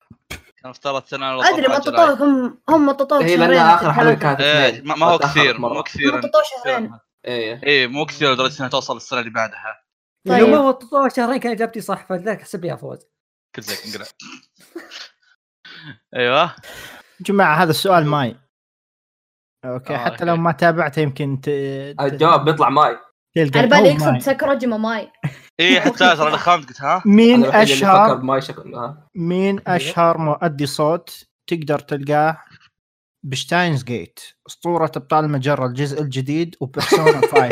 Speaker 1: كان افترض سنه على
Speaker 4: ادري
Speaker 1: 14 جولاي.
Speaker 4: مططوه هم هم مططوه
Speaker 5: هي
Speaker 4: شهرين
Speaker 5: لانها اخر حلقه كانت
Speaker 1: ايه
Speaker 5: اثنين
Speaker 1: ما ما هو
Speaker 5: وتأخرت
Speaker 1: كثير
Speaker 5: مرة.
Speaker 1: مو كثير
Speaker 4: مططوه شهرين
Speaker 5: ايه
Speaker 1: ايه مو كثير لدرجه انها توصل السنه اللي بعدها
Speaker 4: طيب.
Speaker 3: لو ما وططوها شهرين كان اجابتي صح فلذلك احسب لي يا فوز
Speaker 1: كل زي انقلع ايوه
Speaker 2: جماعه هذا
Speaker 5: آه.
Speaker 2: السؤال ماي اوكي
Speaker 1: آه،
Speaker 2: حتى
Speaker 1: أوكي.
Speaker 2: لو ما تابعته يمكن ت...
Speaker 5: آه، الجواب بيطلع ماي
Speaker 2: تلقى
Speaker 4: على
Speaker 2: هو
Speaker 4: بالي
Speaker 2: ماي.
Speaker 4: يقصد ساكوراجيما ماي
Speaker 1: ايه حتى ترى انا خامت قلت ها
Speaker 2: مين
Speaker 5: أنا الوحيد اللي فكر
Speaker 2: اشهر
Speaker 5: بماي شكل آه. ها.
Speaker 2: مين
Speaker 3: أيوه.
Speaker 2: اشهر مؤدي صوت تقدر تلقاه بشتاينز جيت اسطوره ابطال المجره الجزء الجديد وبيرسونا 5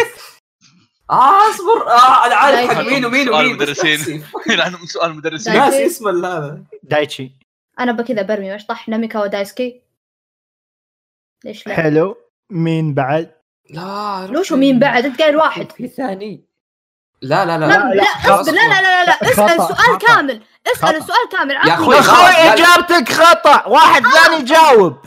Speaker 5: اه اصبر اه انا عارف حق
Speaker 4: دايتشي.
Speaker 5: مين ومين
Speaker 1: سؤال
Speaker 5: ومين بس
Speaker 1: المدرسين.
Speaker 5: ناسي.
Speaker 1: *laughs* لانه سؤال المدرسين
Speaker 4: دايتشي.
Speaker 5: ناسي اسم ال- هذا
Speaker 2: دايتشي
Speaker 4: انا بكذا برمي وش طح ناميكا ودايسكي ليش لا؟
Speaker 2: حلو مين بعد
Speaker 5: لا
Speaker 4: لو شو مين بعد انت قايل واحد
Speaker 3: في ثاني
Speaker 5: لا لا لا
Speaker 4: لا لا اصبر لا لا لا لا اسال
Speaker 2: خطأ،
Speaker 4: سؤال
Speaker 2: خطأ.
Speaker 4: كامل اسال
Speaker 2: خطأ.
Speaker 4: السؤال كامل
Speaker 5: يا
Speaker 4: عطني.
Speaker 5: أخوي،
Speaker 2: يا
Speaker 5: خلاص، آه!
Speaker 2: خوي
Speaker 5: لا، لا.
Speaker 2: اجابتك خطا واحد ثاني جاوب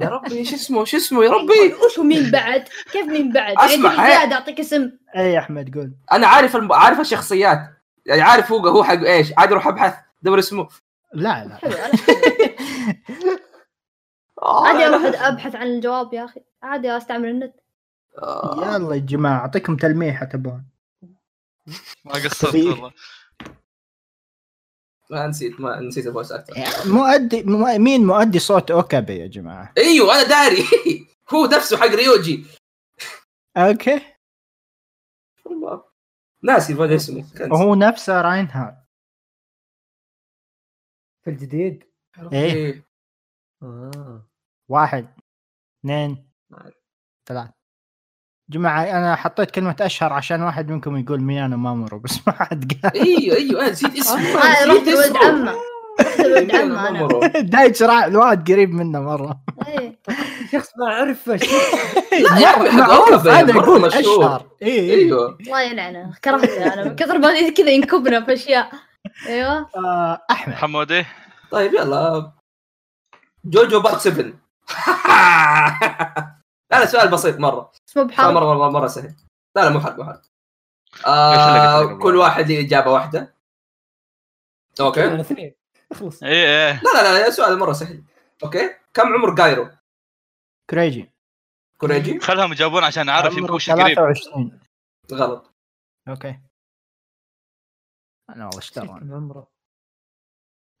Speaker 5: يا ربي شو اسمه شو اسمه يا ربي
Speaker 4: وش هو مين بعد؟ كيف مين بعد؟
Speaker 5: أسمع،
Speaker 4: يعني تبي
Speaker 5: هي-
Speaker 4: زياده اعطيك اسم
Speaker 2: اي احمد قول
Speaker 5: انا عارف الم... عارف الشخصيات يعني عارف هو هو حق ايش عاد اروح ابحث دور اسمه
Speaker 2: لا لا
Speaker 4: حلو أنا أحب.
Speaker 5: *laughs* آه،
Speaker 4: عادي
Speaker 5: لا، لا.
Speaker 4: اروح ابحث عن الجواب يا اخي عادي استعمل النت
Speaker 5: آه.
Speaker 2: يلا يا جماعه اعطيكم تلميحه تبون
Speaker 1: ما قصرت والله
Speaker 5: ما نسيت ما نسيت الفويس اكتر
Speaker 2: مؤدي مو- مين مؤدي صوت اوكابي يا جماعه
Speaker 5: ايوه انا داري *laughs* هو نفسه حق ريوجي
Speaker 2: اوكي
Speaker 5: والله. ناسي ما أدري اسمه كان
Speaker 2: وهو نفسه راينهارد
Speaker 3: في الجديد
Speaker 5: اسمه.
Speaker 2: إيه.
Speaker 5: إيه.
Speaker 3: اه
Speaker 2: واحد اثنين ثلاث جماعة أنا حطيت كلمة أشهر عشان واحد منكم يقول مين أنا مامورو بس ما حد قال *laughs*
Speaker 5: ايوه ايوه انا نسيت اسمه
Speaker 4: آه،
Speaker 5: أنا
Speaker 4: رحت لولد
Speaker 5: نسيت اسمه.
Speaker 4: عمه رحت لولد
Speaker 5: *laughs* إيه،
Speaker 4: عمه انا
Speaker 5: مره.
Speaker 2: دايتش راع الواحد قريب منه مرة
Speaker 4: إيه.
Speaker 3: شخص ما عرفه
Speaker 2: *laughs*
Speaker 5: لا يا أخي،
Speaker 2: معروف،
Speaker 5: أوكابي،
Speaker 2: أنا
Speaker 5: مرة
Speaker 2: أقول
Speaker 5: مشهور.
Speaker 2: أشهر إي إي
Speaker 5: ايوه
Speaker 4: الله يلعنه كرهته انا من كثر ما إذا كذا ينكبنا في اشياء ايوه
Speaker 2: آه، أحمد
Speaker 1: حمودي
Speaker 5: طيب يلا جوجو بارت *laughs* 7 هذا سؤال بسيط مره
Speaker 4: اسمه
Speaker 5: سؤال
Speaker 4: بحار
Speaker 5: مره مره مره سهل لا لا مو حرب مو حرب
Speaker 1: إيش اللي قلت لك
Speaker 5: آه
Speaker 1: قبل؟
Speaker 5: كل واحد لي اجابه واحده اوكي لا
Speaker 3: انا اثنين اخلص
Speaker 1: ايه ايه
Speaker 5: لا لا لا سؤال مره سهل اوكي كم عمر جايرو
Speaker 2: كريجي
Speaker 4: *laughs*
Speaker 5: كوريجي
Speaker 1: خلهم يجاوبون عشان نعرف يمكن
Speaker 2: عمره
Speaker 1: وش قريب
Speaker 2: 23
Speaker 5: غلط
Speaker 2: أوكي أنا والله اشترى
Speaker 3: كم عمره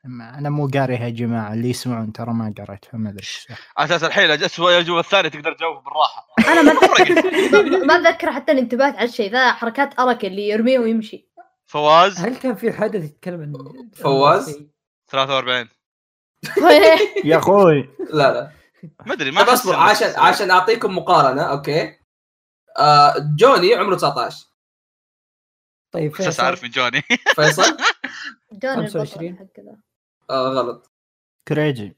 Speaker 2: أنا مو قاريها يا جماعة اللي يسمعون ترى ما قريتها ما أدري إيش
Speaker 5: *laughs*
Speaker 2: صح.
Speaker 1: على اساس الحين الاسوء الجواب الثاني تقدر تجاوب بالراحه
Speaker 4: انا ما ما- ما اتذكر حتى اني انتبهت على الشيء ذا حركات ارك اللي يرميه ويمشي
Speaker 1: *laughs*
Speaker 4: *laughs*
Speaker 1: فواز
Speaker 3: هل كان في حدث يتكلم عن
Speaker 5: فواز؟
Speaker 1: 43
Speaker 2: يا أخوي
Speaker 5: لا لا
Speaker 1: ما ادري ما
Speaker 5: طب
Speaker 1: أحس
Speaker 5: اصبر
Speaker 1: إنه-
Speaker 5: عشان عشان اعطيكم مقارنه اوكي آه جوني عمره 19
Speaker 3: طيب
Speaker 1: اساس
Speaker 3: فيصل
Speaker 1: عارف من جوني *laughs*
Speaker 5: فيصل
Speaker 4: جون
Speaker 3: 25.
Speaker 4: البطل حق ذا
Speaker 5: آه غلط
Speaker 2: كريجي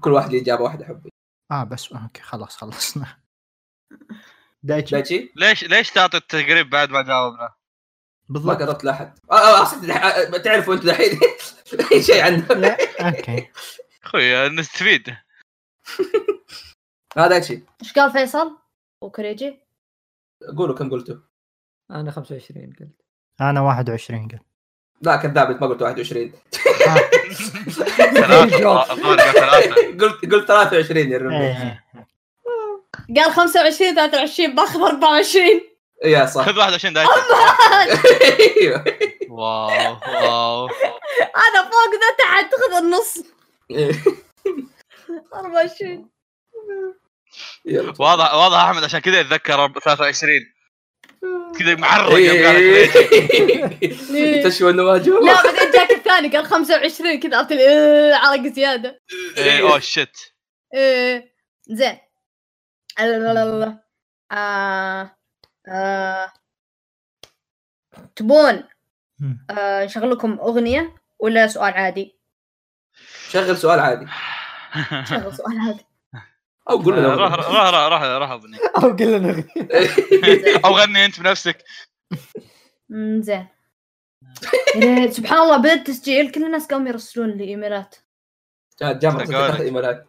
Speaker 5: كل واحد لي اجابه واحده حبي
Speaker 2: آه بس أوكي خلاص
Speaker 5: *laughs*
Speaker 2: خلصنا دايتشي
Speaker 5: دايتشي
Speaker 1: ليش ليش تعطي التقريب بعد ما جاوبنا؟
Speaker 5: ما
Speaker 2: بالضبط
Speaker 5: قربت لاحد آه، آه، أقصد دح- آه، تعرفوا انتم *laughs* الحين اي شيء عنه
Speaker 2: لا اوكي
Speaker 1: اخوي نستفيد
Speaker 5: هذا شيء
Speaker 4: ايش قال فيصل وكريجي
Speaker 5: قولوا كم قلتوا
Speaker 3: انا 25 قلت *laughs*
Speaker 2: انا 21 قلت
Speaker 5: لا كذاب أنت ما قلت 21
Speaker 2: آه،
Speaker 1: ثلاثة آه، الظاهر قال ثلاثة
Speaker 5: قلت قلت 23 يا رب.
Speaker 2: إيه.
Speaker 4: قال 25 23 باخذ 24 *laughs*
Speaker 5: إيه، يا صح
Speaker 1: *laughs* خذ 21 دايت
Speaker 5: ايوه
Speaker 1: واو واو
Speaker 4: انا فوق ذا تحت خذ النص
Speaker 5: إيه.
Speaker 4: 24
Speaker 5: يلا.
Speaker 1: واضح واضح احمد عشان كذا يتذكر 23 كذا معرق يوم قالت
Speaker 5: إيه.
Speaker 1: ليش.
Speaker 5: تشوى النواجه
Speaker 4: لا بعدين جاك الثاني قال 25 كذا عرفت ال- إيه، عرق زياده
Speaker 1: إيه، اوه شت
Speaker 4: إيه. زين لا لا لا لا. آه، آه. تبون
Speaker 2: مم.
Speaker 4: آه، نشغل لكم اغنيه ولا سؤال عادي؟
Speaker 5: شغل سؤال عادي
Speaker 4: شغل سؤال عادي
Speaker 5: او قول
Speaker 1: راح *laughs* آه، راح
Speaker 5: لنا
Speaker 1: راح راح راح اظني
Speaker 3: او قل لنا غير.
Speaker 1: *laughs* او غني انت بنفسك
Speaker 4: مم، زين إيه، سبحان الله بدأ التسجيل كل الناس قاموا يرسلون لي ايميلات
Speaker 5: جامعة
Speaker 1: تقالك.
Speaker 5: ايميلات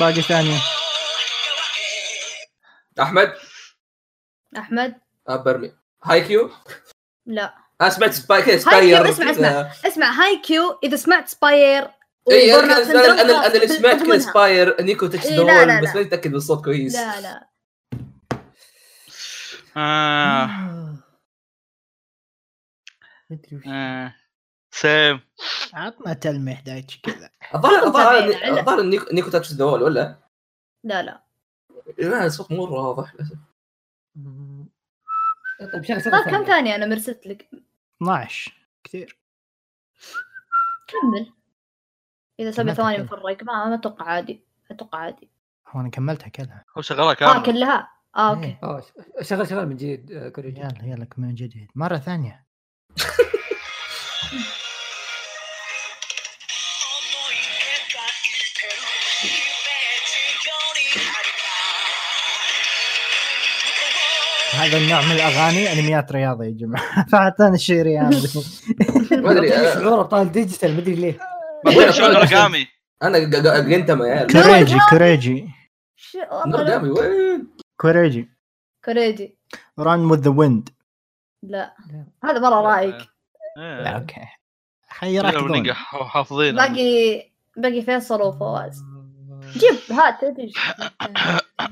Speaker 2: باقي ثانيه
Speaker 5: احمد
Speaker 4: احمد
Speaker 5: آه، برمي هاي كيو
Speaker 4: لا
Speaker 5: انا سمعت سباي كذا
Speaker 4: هاي
Speaker 5: سباير
Speaker 4: كيو اسمع اسمع اسمع هاي كيو اذا سمعت سباير
Speaker 5: اي انا
Speaker 4: وبرنامج
Speaker 5: كذا-
Speaker 4: سندروم
Speaker 5: يعني إيه، أنا- انا
Speaker 4: خلاص،
Speaker 5: انا اللي سمعت كذا
Speaker 4: تضمنها.
Speaker 5: سباير نيكو تكس
Speaker 4: إي،
Speaker 5: ذا
Speaker 4: لا، لا،
Speaker 5: وول بس
Speaker 4: لا.
Speaker 5: ماني متاكد من الصوت كويس
Speaker 4: لا لا
Speaker 1: آه.
Speaker 2: مدري وش.
Speaker 1: آه. سيم
Speaker 2: عطنا تلميح دايتش كذا
Speaker 5: الظاهر الظاهر
Speaker 4: طبيعي، لا.
Speaker 5: الظاهر نيكو- نيكو تاتش ذا وول ولا؟
Speaker 4: لا لا
Speaker 5: لا الصوت مو واضح
Speaker 3: طيب شغل شغل
Speaker 4: طيب كم
Speaker 3: ثانية.
Speaker 4: ثانية أنا مرسلت لك
Speaker 2: 12 كثير
Speaker 4: كمل إذا سبع
Speaker 2: كملت
Speaker 4: ثواني
Speaker 2: كذا.
Speaker 4: مفرق ما ما أتوقع عادي أتوقع عادي
Speaker 2: هو انا كملتها كلها
Speaker 1: هو شغلها
Speaker 4: آه
Speaker 1: كامل
Speaker 4: كلها آه أوكي
Speaker 2: إيه.
Speaker 3: آه، ش- شغل شغل من جديد آه، كوريجي
Speaker 2: يلا يلا كم من جديد مره ثانيه هذا النوع من الاغاني انميات رياضه يا *laughs* جماعه فاعطانا شيء *laughs* رياضي
Speaker 5: ما آه، ادري
Speaker 3: يعطيني
Speaker 5: أنا-
Speaker 3: شعور ابطال آه، ديجيتال مدري ليه
Speaker 1: بعدين شغل ارقامي
Speaker 5: انا ق- ق- جنتما يا عيال
Speaker 2: كوريجي كوريجي
Speaker 4: ش- والله لا.
Speaker 5: نورجامي وين؟
Speaker 2: كوريجي
Speaker 4: كوريجي
Speaker 2: ران وذ ذا ويند
Speaker 4: لا
Speaker 3: لا.
Speaker 4: هذا مرة رايك
Speaker 1: إيه.
Speaker 2: اوكي خي
Speaker 1: كلهم
Speaker 2: راكضون
Speaker 1: نقح حافظين
Speaker 4: باقي باقي فيصل وفواز جيب هات تدري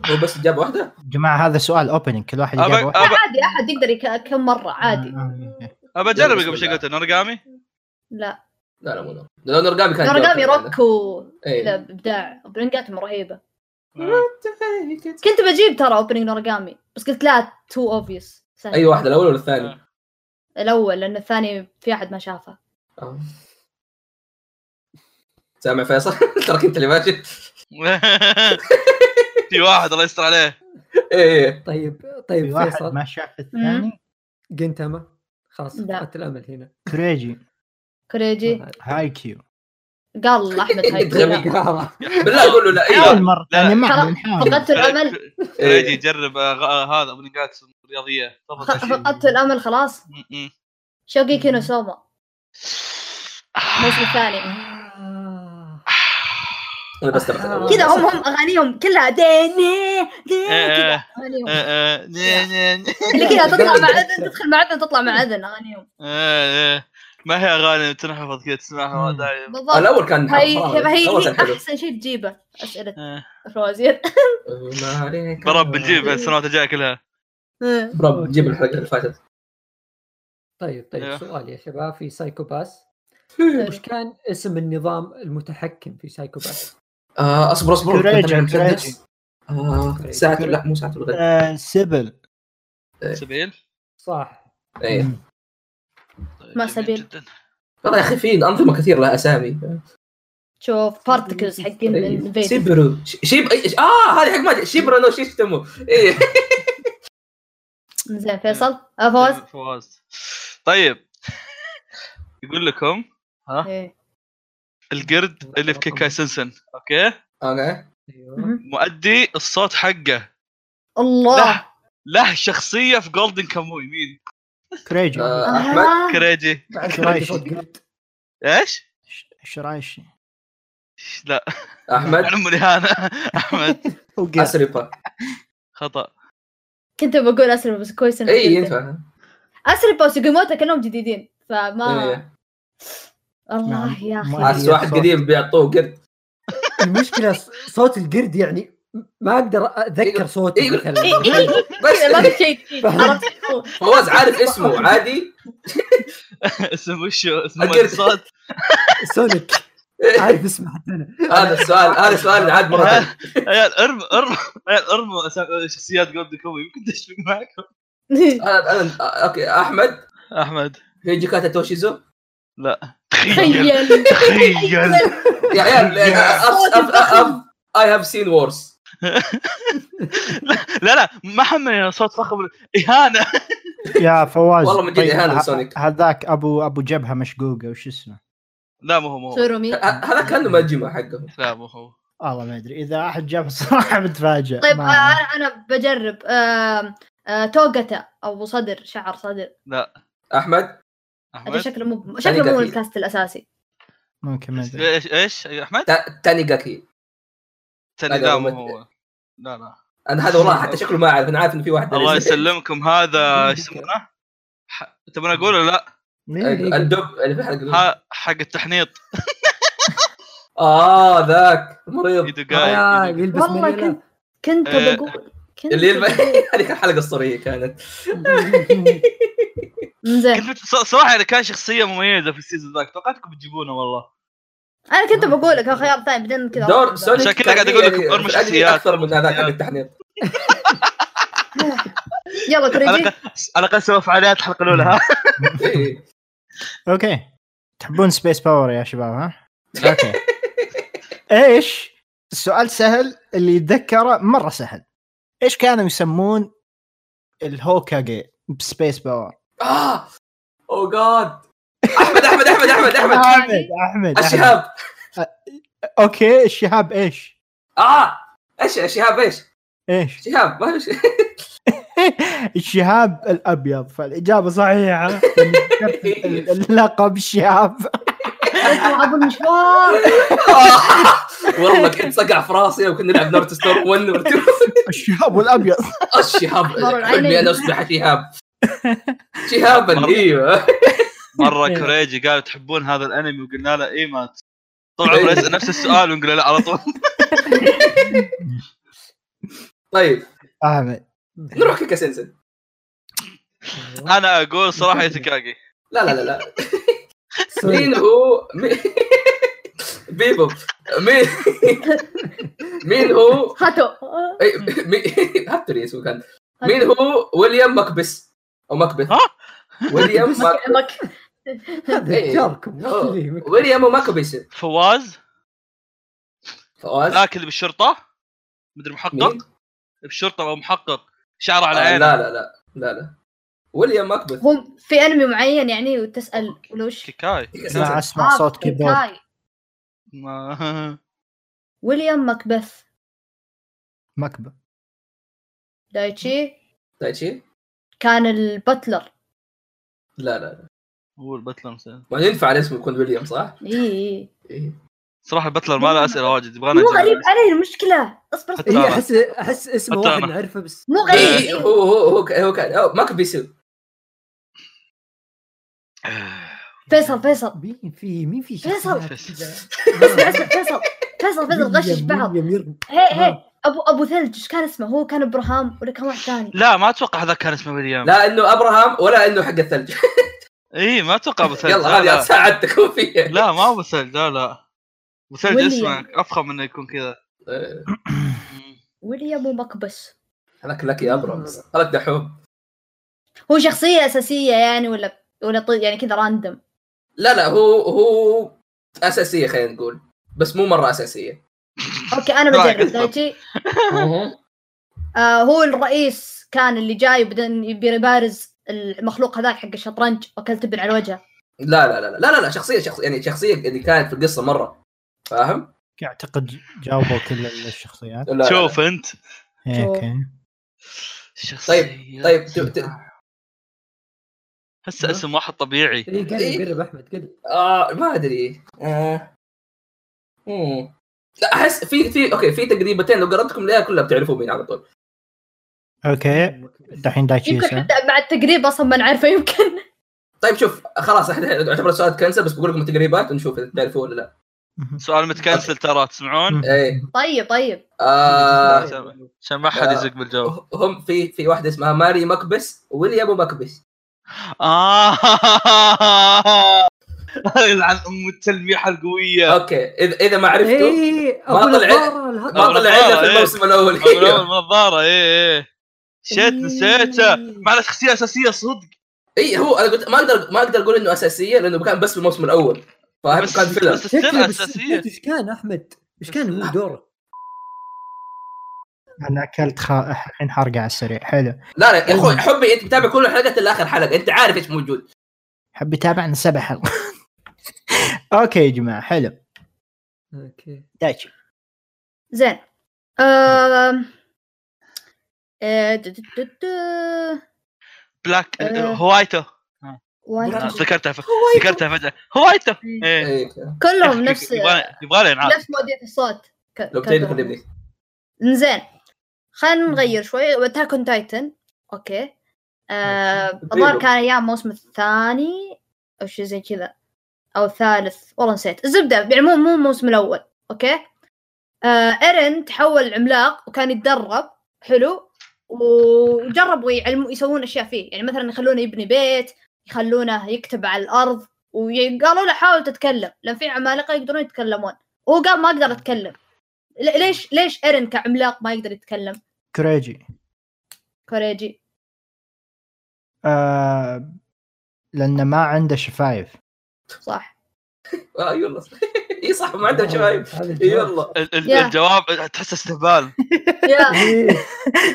Speaker 5: هو بس جاب واحده؟
Speaker 2: جماعه هذا سؤال اوبننج كل واحد يجاوب آه،
Speaker 1: أبا-
Speaker 2: واحد.
Speaker 1: أبا-
Speaker 4: عادي أحد يقدر يك- كم مرة عادي
Speaker 1: ابى اجرب
Speaker 5: بسم
Speaker 1: قبل شوي
Speaker 5: الله.
Speaker 1: قلت انورجامي
Speaker 4: لا
Speaker 5: لا لا مو نور. لو نورجامي كان
Speaker 4: أوريجامي
Speaker 5: جوكر
Speaker 4: روك و
Speaker 5: إيه.
Speaker 4: كذا ابداع اوبننجاتهم رهيبه
Speaker 1: آه. *laughs*
Speaker 4: كنت بجيب ترى اوبننج اوريجامي بس قلت لا تو اوبفيس
Speaker 5: اي واحده الاول ولا الثاني؟
Speaker 4: الاول لان الثاني في احد ما شافه
Speaker 5: آه. سامع فيصل *laughs* ترى انت اللي ماشي
Speaker 1: في واحد الله يستر عليه
Speaker 5: ايه
Speaker 3: طيب
Speaker 2: في
Speaker 3: طيب
Speaker 2: واحد
Speaker 3: فيصل
Speaker 2: ما شاف الثاني
Speaker 3: جنتاما خلاص
Speaker 4: لا.
Speaker 3: فقدت الامل هنا
Speaker 2: كوريجي
Speaker 4: كوريجي
Speaker 2: هاي كيو
Speaker 4: قال احمد هاي
Speaker 5: غبي.
Speaker 4: لا.
Speaker 3: *laughs* قهرة.
Speaker 5: بالله قول له لا
Speaker 2: حاول
Speaker 5: ايوه
Speaker 2: مره
Speaker 1: لا، لا.
Speaker 2: ثانيه يعني ما
Speaker 4: خلاص.
Speaker 2: عليه،
Speaker 1: *laughs*
Speaker 2: نحاول
Speaker 4: فقدت الامل
Speaker 5: إيه.
Speaker 1: ريجي جرب آه، غ- آه، هذا من جاكسون الرياضيه
Speaker 4: خ-
Speaker 1: تفضل شيء.
Speaker 4: فقدت الامل خلاص
Speaker 1: م- م.
Speaker 4: شوقي كينو سوما الموسم الثاني
Speaker 3: آه.
Speaker 5: انا بس تبعت
Speaker 4: كذا هم هم اغانيهم كلها دي ني دي كذا
Speaker 1: آه، آه،
Speaker 4: اغانيهم
Speaker 1: آه، ني- ني- ني.
Speaker 4: اللي كذا تطلع
Speaker 1: *laughs*
Speaker 4: مع اذن تدخل مع اذن تطلع مع اذن اغانيهم
Speaker 1: آه، آه. ما هي اغاني تنحفظ كذا تسمعها
Speaker 2: مم.
Speaker 1: دايم
Speaker 4: بالضبط
Speaker 5: الاول كان
Speaker 4: هاي
Speaker 5: حرام.
Speaker 4: هي
Speaker 5: الأول
Speaker 4: هي
Speaker 5: كان حلو.
Speaker 4: احسن شيء تجيبه *laughs* اسئله
Speaker 1: آه.
Speaker 4: فوازير
Speaker 5: ما عليك.
Speaker 1: برب بنجيب السنوات الجايه كلها
Speaker 5: برب جيب الحلقه اللي فاتت
Speaker 3: طيب
Speaker 1: أيوه.
Speaker 3: طيب سؤال يا شباب في سايكو باس
Speaker 4: إيه.
Speaker 3: وش كان اسم النظام المتحكم في سايكو باس؟
Speaker 5: آه، اصبر اصبر
Speaker 2: كوريجي،
Speaker 5: كنت أنا
Speaker 2: كوريجي.
Speaker 5: مسدس. آه، ساعة لا مو ساعة الغد
Speaker 2: آه، سبل
Speaker 1: سبيل
Speaker 3: صح
Speaker 5: ايه
Speaker 1: طيب،
Speaker 4: ما
Speaker 1: جميل
Speaker 4: سبيل.
Speaker 1: جدا
Speaker 5: والله يا اخي في انظمه كثير لها اسامي
Speaker 4: *laughs* شوف بارتكلز حقين
Speaker 5: إيه.
Speaker 4: الانفيدرز
Speaker 5: سيبرو ش- شيب إيه، اه هذه حق ماجد شيبرو نو شو اسمه *laughs* ايه
Speaker 4: زين فيصل آه، فواز
Speaker 1: فواز طيب يقول لكم
Speaker 4: إيه.
Speaker 1: القرد اللي في كيكاي سنسن اوكي
Speaker 5: اوكي
Speaker 3: ايوه
Speaker 4: مهم.
Speaker 1: مؤدي الصوت حقه
Speaker 4: الله
Speaker 1: له شخصيه في جولدن كاموي مين
Speaker 2: كوريجي
Speaker 5: آه، احمد
Speaker 4: آه.
Speaker 1: كريجي
Speaker 4: *laughs*
Speaker 3: بعد
Speaker 2: شو رأيك؟
Speaker 3: كده صوت قرد.
Speaker 1: ايش
Speaker 2: شرايشي
Speaker 1: لا
Speaker 5: احمد
Speaker 1: عمري انا احمد
Speaker 5: اسربا
Speaker 1: خطا
Speaker 4: كنت بقول اسرب بس كويس انك
Speaker 5: اي
Speaker 4: قلته.
Speaker 5: إيه، ينفع
Speaker 4: اسرب وسوجيموتا كانهم جديدين فما
Speaker 5: إيه.
Speaker 4: الله
Speaker 2: نعم.
Speaker 4: يا
Speaker 2: ما
Speaker 4: اخي
Speaker 5: احس واحد
Speaker 2: صوت.
Speaker 5: قديم بيعطوه قرد
Speaker 3: المشكله ص- صوت القرد يعني ما اقدر اتذكر صوته
Speaker 5: إيه.
Speaker 3: مثلا
Speaker 4: إيه، إيه، إيه، ما في
Speaker 5: بس
Speaker 4: شيء
Speaker 2: *laughs*
Speaker 4: جديد عرفت شو؟
Speaker 5: *laughs* فواز عارف اسمه عادي
Speaker 1: اسم وشو اسمه
Speaker 5: أقل.
Speaker 1: الصوت
Speaker 3: سونيك عارف اسمه
Speaker 4: *laughs*
Speaker 3: حتى انا
Speaker 5: هذا السؤال هذا السؤال اللي عاد مره ثانية.
Speaker 1: عيال ارم ارم عيال ارموا أسا- شخصيات جولدن كاموي يمكن تشبك معك
Speaker 5: انا انا اوكي احمد
Speaker 1: احمد
Speaker 5: هيجي كاتا توشيزو
Speaker 1: لا تخيل
Speaker 5: *laughs*
Speaker 4: تخيل
Speaker 1: تخيل
Speaker 5: يا عيال
Speaker 4: صوت فخم.
Speaker 5: اي هاف سين وورس
Speaker 1: لا لا ما حمل صوت فخم اهانه
Speaker 2: آه، يا فواز
Speaker 5: والله من جد
Speaker 2: طيب،
Speaker 5: إهانة
Speaker 2: ه-
Speaker 5: لسونيك.
Speaker 2: هذاك ابو ابو جبهه مشقوقه وش اسمه؟
Speaker 1: لا مو هو مو هو
Speaker 4: سورومي
Speaker 5: هذا كانه ماجيما حقه
Speaker 1: لا مو هو
Speaker 2: والله ما ادري اذا احد جاب *laughs* الصراحه بتفاجئ
Speaker 4: طيب آه،
Speaker 2: ما-
Speaker 4: انا انا بجرب آم، آه، توقتا او صدر شعر صدر
Speaker 5: احمد
Speaker 4: هذا
Speaker 1: احمد
Speaker 4: شكله مو شكله مو
Speaker 5: قتيل.
Speaker 4: الكاست الاساسي
Speaker 2: ممكن ما ادري
Speaker 1: ايش ايش أيوة، احمد
Speaker 5: تا- تانيغاكي
Speaker 1: تاني
Speaker 5: هذا
Speaker 1: لا
Speaker 5: هو
Speaker 1: مو
Speaker 5: مد-
Speaker 1: هو لا لا
Speaker 5: انا هذا والله حتى شكله ما اعرف انا عارف انه في واحد
Speaker 1: الله
Speaker 5: يسلمك
Speaker 1: يسلمك هذا ايش يسمونه؟ ح- تبون اقول ولا لا؟
Speaker 5: إيه،
Speaker 2: إيه،
Speaker 5: الدب اللي في الحلقه الأولى.
Speaker 1: ها- حق التحنيط
Speaker 5: اه ذاك المريض
Speaker 1: يدقاي
Speaker 3: آه، يلبس
Speaker 4: والله
Speaker 3: مليلة.
Speaker 4: كنت
Speaker 3: *laughs*
Speaker 4: *laughs* كنت
Speaker 1: آه،
Speaker 4: بقول كنت
Speaker 5: إيه. اللي يلبس
Speaker 4: بقول-
Speaker 5: *laughs* هذيك الحلقه الصوريه كانت
Speaker 4: زين
Speaker 1: كنت ص- صراحه يعني كان شخصيه مميزه في السيزون ذاك توقعتكم بتجيبونه والله
Speaker 4: انا كنت بقول لك خيار ثاني بعدين كذا
Speaker 5: دور سونيك
Speaker 1: عشان كذا
Speaker 5: كان
Speaker 1: قاعد
Speaker 5: فيه
Speaker 1: أقول لك
Speaker 5: يعني
Speaker 1: دور مش
Speaker 5: في الأنمي
Speaker 1: شخصيات.
Speaker 5: اكثر من هذاك اللي التحنيط
Speaker 4: يلا
Speaker 1: على
Speaker 4: كريجي
Speaker 1: الأقل- على الاقل سوى فعاليات الحلقه الاولى ها
Speaker 5: إيه.
Speaker 2: اوكي تحبون سبيس باور يا شباب ها؟ اوكي ايش؟ السؤال سهل اللي يتذكره مره سهل ايش كانوا يسمون الهوكاجي بسبيس باور؟
Speaker 5: اه او جاد احمد احمد احمد احمد
Speaker 2: *laughs*
Speaker 5: احمد
Speaker 2: احمد احمد أحمد.
Speaker 5: الشهاب
Speaker 2: اوكي الشهاب ايش؟
Speaker 5: اه ايش الشهاب ايش؟
Speaker 2: ايش؟
Speaker 5: شهاب ما في شيء
Speaker 2: *laughs* الشهاب الابيض فالاجابه صحيحه ذكرت ال- اللقب الشهاب
Speaker 4: ابو المشوار
Speaker 5: آه. والله كنت صقع في راسي لو كنا نلعب نورت ستور 1 نورت 2
Speaker 2: الشهاب والابيض
Speaker 5: الشهاب
Speaker 4: أحمر العينين.
Speaker 5: اني انا اصبح شهاب شهابا ايوه
Speaker 1: مره كوريجي قال تحبون هذا الانمي وقلنا له اي مات طول عمره يسال نفس السؤال ونقول له لا على طول
Speaker 5: طيب
Speaker 2: احمد
Speaker 5: نروح كيكا سنسن
Speaker 1: انا اقول صراحه يتكاكي
Speaker 5: لا لا لا لا مين هو مين- بيبو مين مين هو
Speaker 4: هاتو
Speaker 5: أي- مين- حتى لي اسمه كان مين
Speaker 4: طيب.
Speaker 5: هو ويليام مكبس او مكبث
Speaker 1: ها؟
Speaker 5: ويليام
Speaker 4: *laughs*
Speaker 5: مك-
Speaker 4: مك
Speaker 5: إيه.
Speaker 3: هذا جاركم
Speaker 5: أوه.
Speaker 3: وش ذي؟
Speaker 5: ويليام مكبس
Speaker 1: فواز
Speaker 5: فواز
Speaker 1: ذاك اللي بالشرطه مدري
Speaker 5: مين؟
Speaker 1: محقق بالشرطه او محقق شعره على
Speaker 5: آه،
Speaker 1: عينه
Speaker 5: لا لا لا لا لا ويليام مكبث
Speaker 4: هو في انمي معين يعني آه، وتسال ولوش
Speaker 1: كيكاي
Speaker 5: إيه،
Speaker 2: اسمع اسمع صوت كيبورد
Speaker 1: ما- *laughs*
Speaker 4: ويليام مكبث
Speaker 2: مكبه
Speaker 4: دايتشي
Speaker 5: تايتشي
Speaker 4: كان البتلر
Speaker 5: لا لا لا
Speaker 1: هو البتلر مثلا
Speaker 5: ما ينفع على اسمه يكون ويليام
Speaker 4: *laughs*
Speaker 5: صح؟
Speaker 4: اي اي
Speaker 5: إيه.
Speaker 1: صراحه البتلر ما له اسئله واجد يبغانا
Speaker 4: مو
Speaker 1: نجيب-
Speaker 4: غريب علي المشكله اصبر
Speaker 1: حتى
Speaker 4: اصبر
Speaker 3: هي
Speaker 1: أنا.
Speaker 3: احس احس إيه، اسمه
Speaker 1: حتى
Speaker 3: واحد
Speaker 1: أنا.
Speaker 3: نعرفه بس
Speaker 4: مو
Speaker 5: إيه،
Speaker 4: غريب
Speaker 5: *laughs* هو هو هو هو كان أو مكبس
Speaker 4: فيصل فيصل
Speaker 3: مين في مين في
Speaker 4: فيصل.
Speaker 3: شخصيات كذا؟
Speaker 4: اسمع اسمع فيصل فيصل فيصل غشش
Speaker 3: مين-
Speaker 4: بعض
Speaker 3: مين يرغب؟
Speaker 4: هي هي
Speaker 3: آه.
Speaker 4: ابو ابو ثلج ايش كان اسمه هو كان ابراهام ولا كان واحد ثاني
Speaker 1: لا ما اتوقع هذا كان اسمه ويليام
Speaker 5: لا انه ابراهام ولا انه حق الثلج
Speaker 1: اي ما اتوقع ابو ثلج *laughs*
Speaker 5: يلا
Speaker 1: لا,
Speaker 5: هذه
Speaker 1: لا.
Speaker 5: ساعدتكم فيها
Speaker 1: لا ما ابو ثلج لا لا ابو ثلج
Speaker 4: ويليام.
Speaker 1: اسمه افخم انه يكون كذا
Speaker 5: إيه،
Speaker 4: ويليام ومكبس
Speaker 5: هذاك لك يا ابرام هذاك دحوم
Speaker 4: هو شخصيه اساسيه يعني ولا ولا طي... يعني كذا راندم
Speaker 5: لا لا هو هو اساسيه خلينا نقول بس مو مره اساسيه
Speaker 4: اوكي انا
Speaker 1: لا،
Speaker 4: بجرب
Speaker 1: قصة.
Speaker 4: دايتشي آه هو الرئيس كان اللي جاي بعدين يبي يبارز المخلوق هذاك حق الشطرنج وكل تبن على وجهه
Speaker 5: لا لا لا لا لا لا شخصيه شخصيه يعني شخصيه اللي كانت في القصه مره فاهم؟
Speaker 2: اعتقد جاوبوا كل الشخصيات
Speaker 4: *laughs*
Speaker 5: لا، لا، لا.
Speaker 1: شوف انت
Speaker 2: إيه، اوكي
Speaker 1: شخصية
Speaker 5: طيب، ت- ت-
Speaker 1: هسه اسم واحد طبيعي
Speaker 3: إيه، قرب قرب احمد قرب
Speaker 5: آه ما ادري آه. مم. لا احس في في اوكي في تقريبتين لو قربتكم لها كلها بتعرفوا مين على طول
Speaker 2: اوكي دحين دايتشي
Speaker 4: يمكن
Speaker 2: يسأل.
Speaker 4: حتى مع التقريب اصلا ما نعرفه يمكن *laughs*
Speaker 5: طيب شوف خلاص احنا اعتبر السؤال كنسل بس بقول لكم تقريبات ونشوف اذا تعرفوا ولا لا
Speaker 1: سؤال متكنسل ترى تسمعون
Speaker 5: ايه
Speaker 4: طيب طيب
Speaker 5: آه
Speaker 1: عشان ما حد يزق بالجو
Speaker 5: هم في في واحده اسمها ماري مكبس وويليام
Speaker 1: *laughs*
Speaker 5: مكبس
Speaker 1: اه يلعن ام التلميحه القويه
Speaker 5: اوكي اذا اذا ما
Speaker 3: إيه،
Speaker 5: عرفتوا
Speaker 3: إيه،
Speaker 5: ما
Speaker 3: ابو
Speaker 5: طلع- آه، ما
Speaker 3: النظارة الهضبة.
Speaker 5: طلع الا في
Speaker 1: إيه.
Speaker 5: الموسم الاول
Speaker 1: من
Speaker 5: *laughs*
Speaker 1: اول نظاره اي اي إيه، شيت نسيته
Speaker 3: إيه.
Speaker 1: مع شخصيه اساسيه صدق
Speaker 5: اي إيه، هو انا قلت ما اقدر ما اقدر اقول انه اساسيه لانه كان بس في الموسم الاول فاهم
Speaker 1: بس
Speaker 5: كان فيلر
Speaker 1: بس
Speaker 3: شكله
Speaker 1: السر
Speaker 3: بس-
Speaker 1: اساسيه
Speaker 3: ايش كان احمد؟ ايش كان هو دوره؟
Speaker 2: انا اكلت خا الحين حرقه على السريع حلو
Speaker 5: لا لا يا اخوي حبي انت متابع كل الحلقات الا اخر حلقه انت عارف ايش موجود
Speaker 2: حب يتابعنا سبع حلقات *laughs* اوكي يا جماعه حلو
Speaker 3: اوكي
Speaker 2: دايتشي
Speaker 4: زين آم، آه، دو- دو- دو- دو.
Speaker 1: بلاك
Speaker 4: آه.
Speaker 1: هوايته
Speaker 4: وايد
Speaker 5: آه.
Speaker 1: ذكرتها ف-
Speaker 3: *laughs*
Speaker 1: ذكرتها فجاه هوايته إيه.
Speaker 5: إيه.
Speaker 4: كلهم نفس
Speaker 1: يبغى- يبغى له ينعاد
Speaker 4: نفس مؤدية الصوت ك-
Speaker 5: لو بتعرف
Speaker 4: كلهم.
Speaker 5: خليني
Speaker 4: زين خلينا نغير شوي واتاك اون تايتن اوكي آه، الظاهر كان ايام الموسم الثاني او شيء زي كذا او الثالث والله نسيت الزبده يعني مو مو الموسم الاول اوكي آه، ايرن تحول عملاق وكان يتدرب حلو وجربوا يعلموا يسوون اشياء فيه يعني مثلا يخلونه يبني بيت يخلونه يكتب على الارض وقالوا له حاول تتكلم لان في عمالقه يقدرون يتكلمون وهو قال ما اقدر اتكلم ل- ليش ليش ايرن كعملاق ما يقدر يتكلم
Speaker 2: كريجي
Speaker 4: كوريجي
Speaker 2: آه لانه ما عنده شفايف
Speaker 4: صح
Speaker 5: اي آه، أيوة والله *laughs* اي صح ما عندهم شباب
Speaker 3: هذا الجواب.
Speaker 5: اي والله
Speaker 1: ال- ال-
Speaker 4: يا.
Speaker 1: الجواب تحس استهبال
Speaker 4: *laughs* يا
Speaker 3: إيه.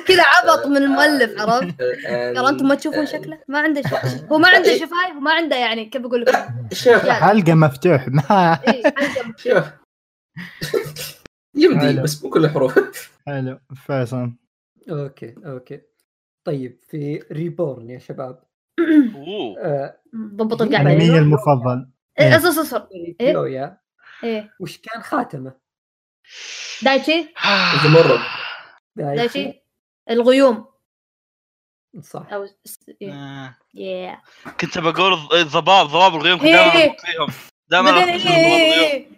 Speaker 4: كذا عبط من *laughs* المؤلف عرفت
Speaker 5: آه،
Speaker 4: ترى انتم ما *laughs* تشوفون شكله ما عنده شفايف هو ما *laughs* عنده شفايف وما عنده يعني كيف اقول لكم
Speaker 5: شوف
Speaker 4: يا. *laughs*
Speaker 2: حلقه مفتوح *laughs* ما
Speaker 4: إيه، عنده
Speaker 5: شوف يمدي
Speaker 2: حلو.
Speaker 5: بس مو كل الحروف
Speaker 2: حلو
Speaker 4: أيوه.
Speaker 2: فيصل
Speaker 3: اوكي اوكي طيب في ريبورن يا شباب
Speaker 1: اوه
Speaker 3: آه،
Speaker 4: *clears throat* ضبط القعده
Speaker 2: انمي
Speaker 4: أيوة. *laughs*
Speaker 2: المفضل
Speaker 4: إيه، اصبر اصبر اصبر. إيه؟
Speaker 3: كيويا
Speaker 4: ايه
Speaker 3: وش كان خاتمه؟
Speaker 4: دايتشي
Speaker 5: مره
Speaker 4: دايتشي الغيوم
Speaker 3: صح
Speaker 4: او س- إيه.
Speaker 1: آه.
Speaker 4: يا
Speaker 1: كنت بقول الض- الضباب ضباب الغيوم كنت
Speaker 4: إيه.
Speaker 1: دائما ألخبط فيهم دائما
Speaker 4: بعدين
Speaker 1: ألخبط
Speaker 4: إيه،
Speaker 1: فيهم ضباب
Speaker 4: إيه،
Speaker 1: الغيوم.
Speaker 4: إيه.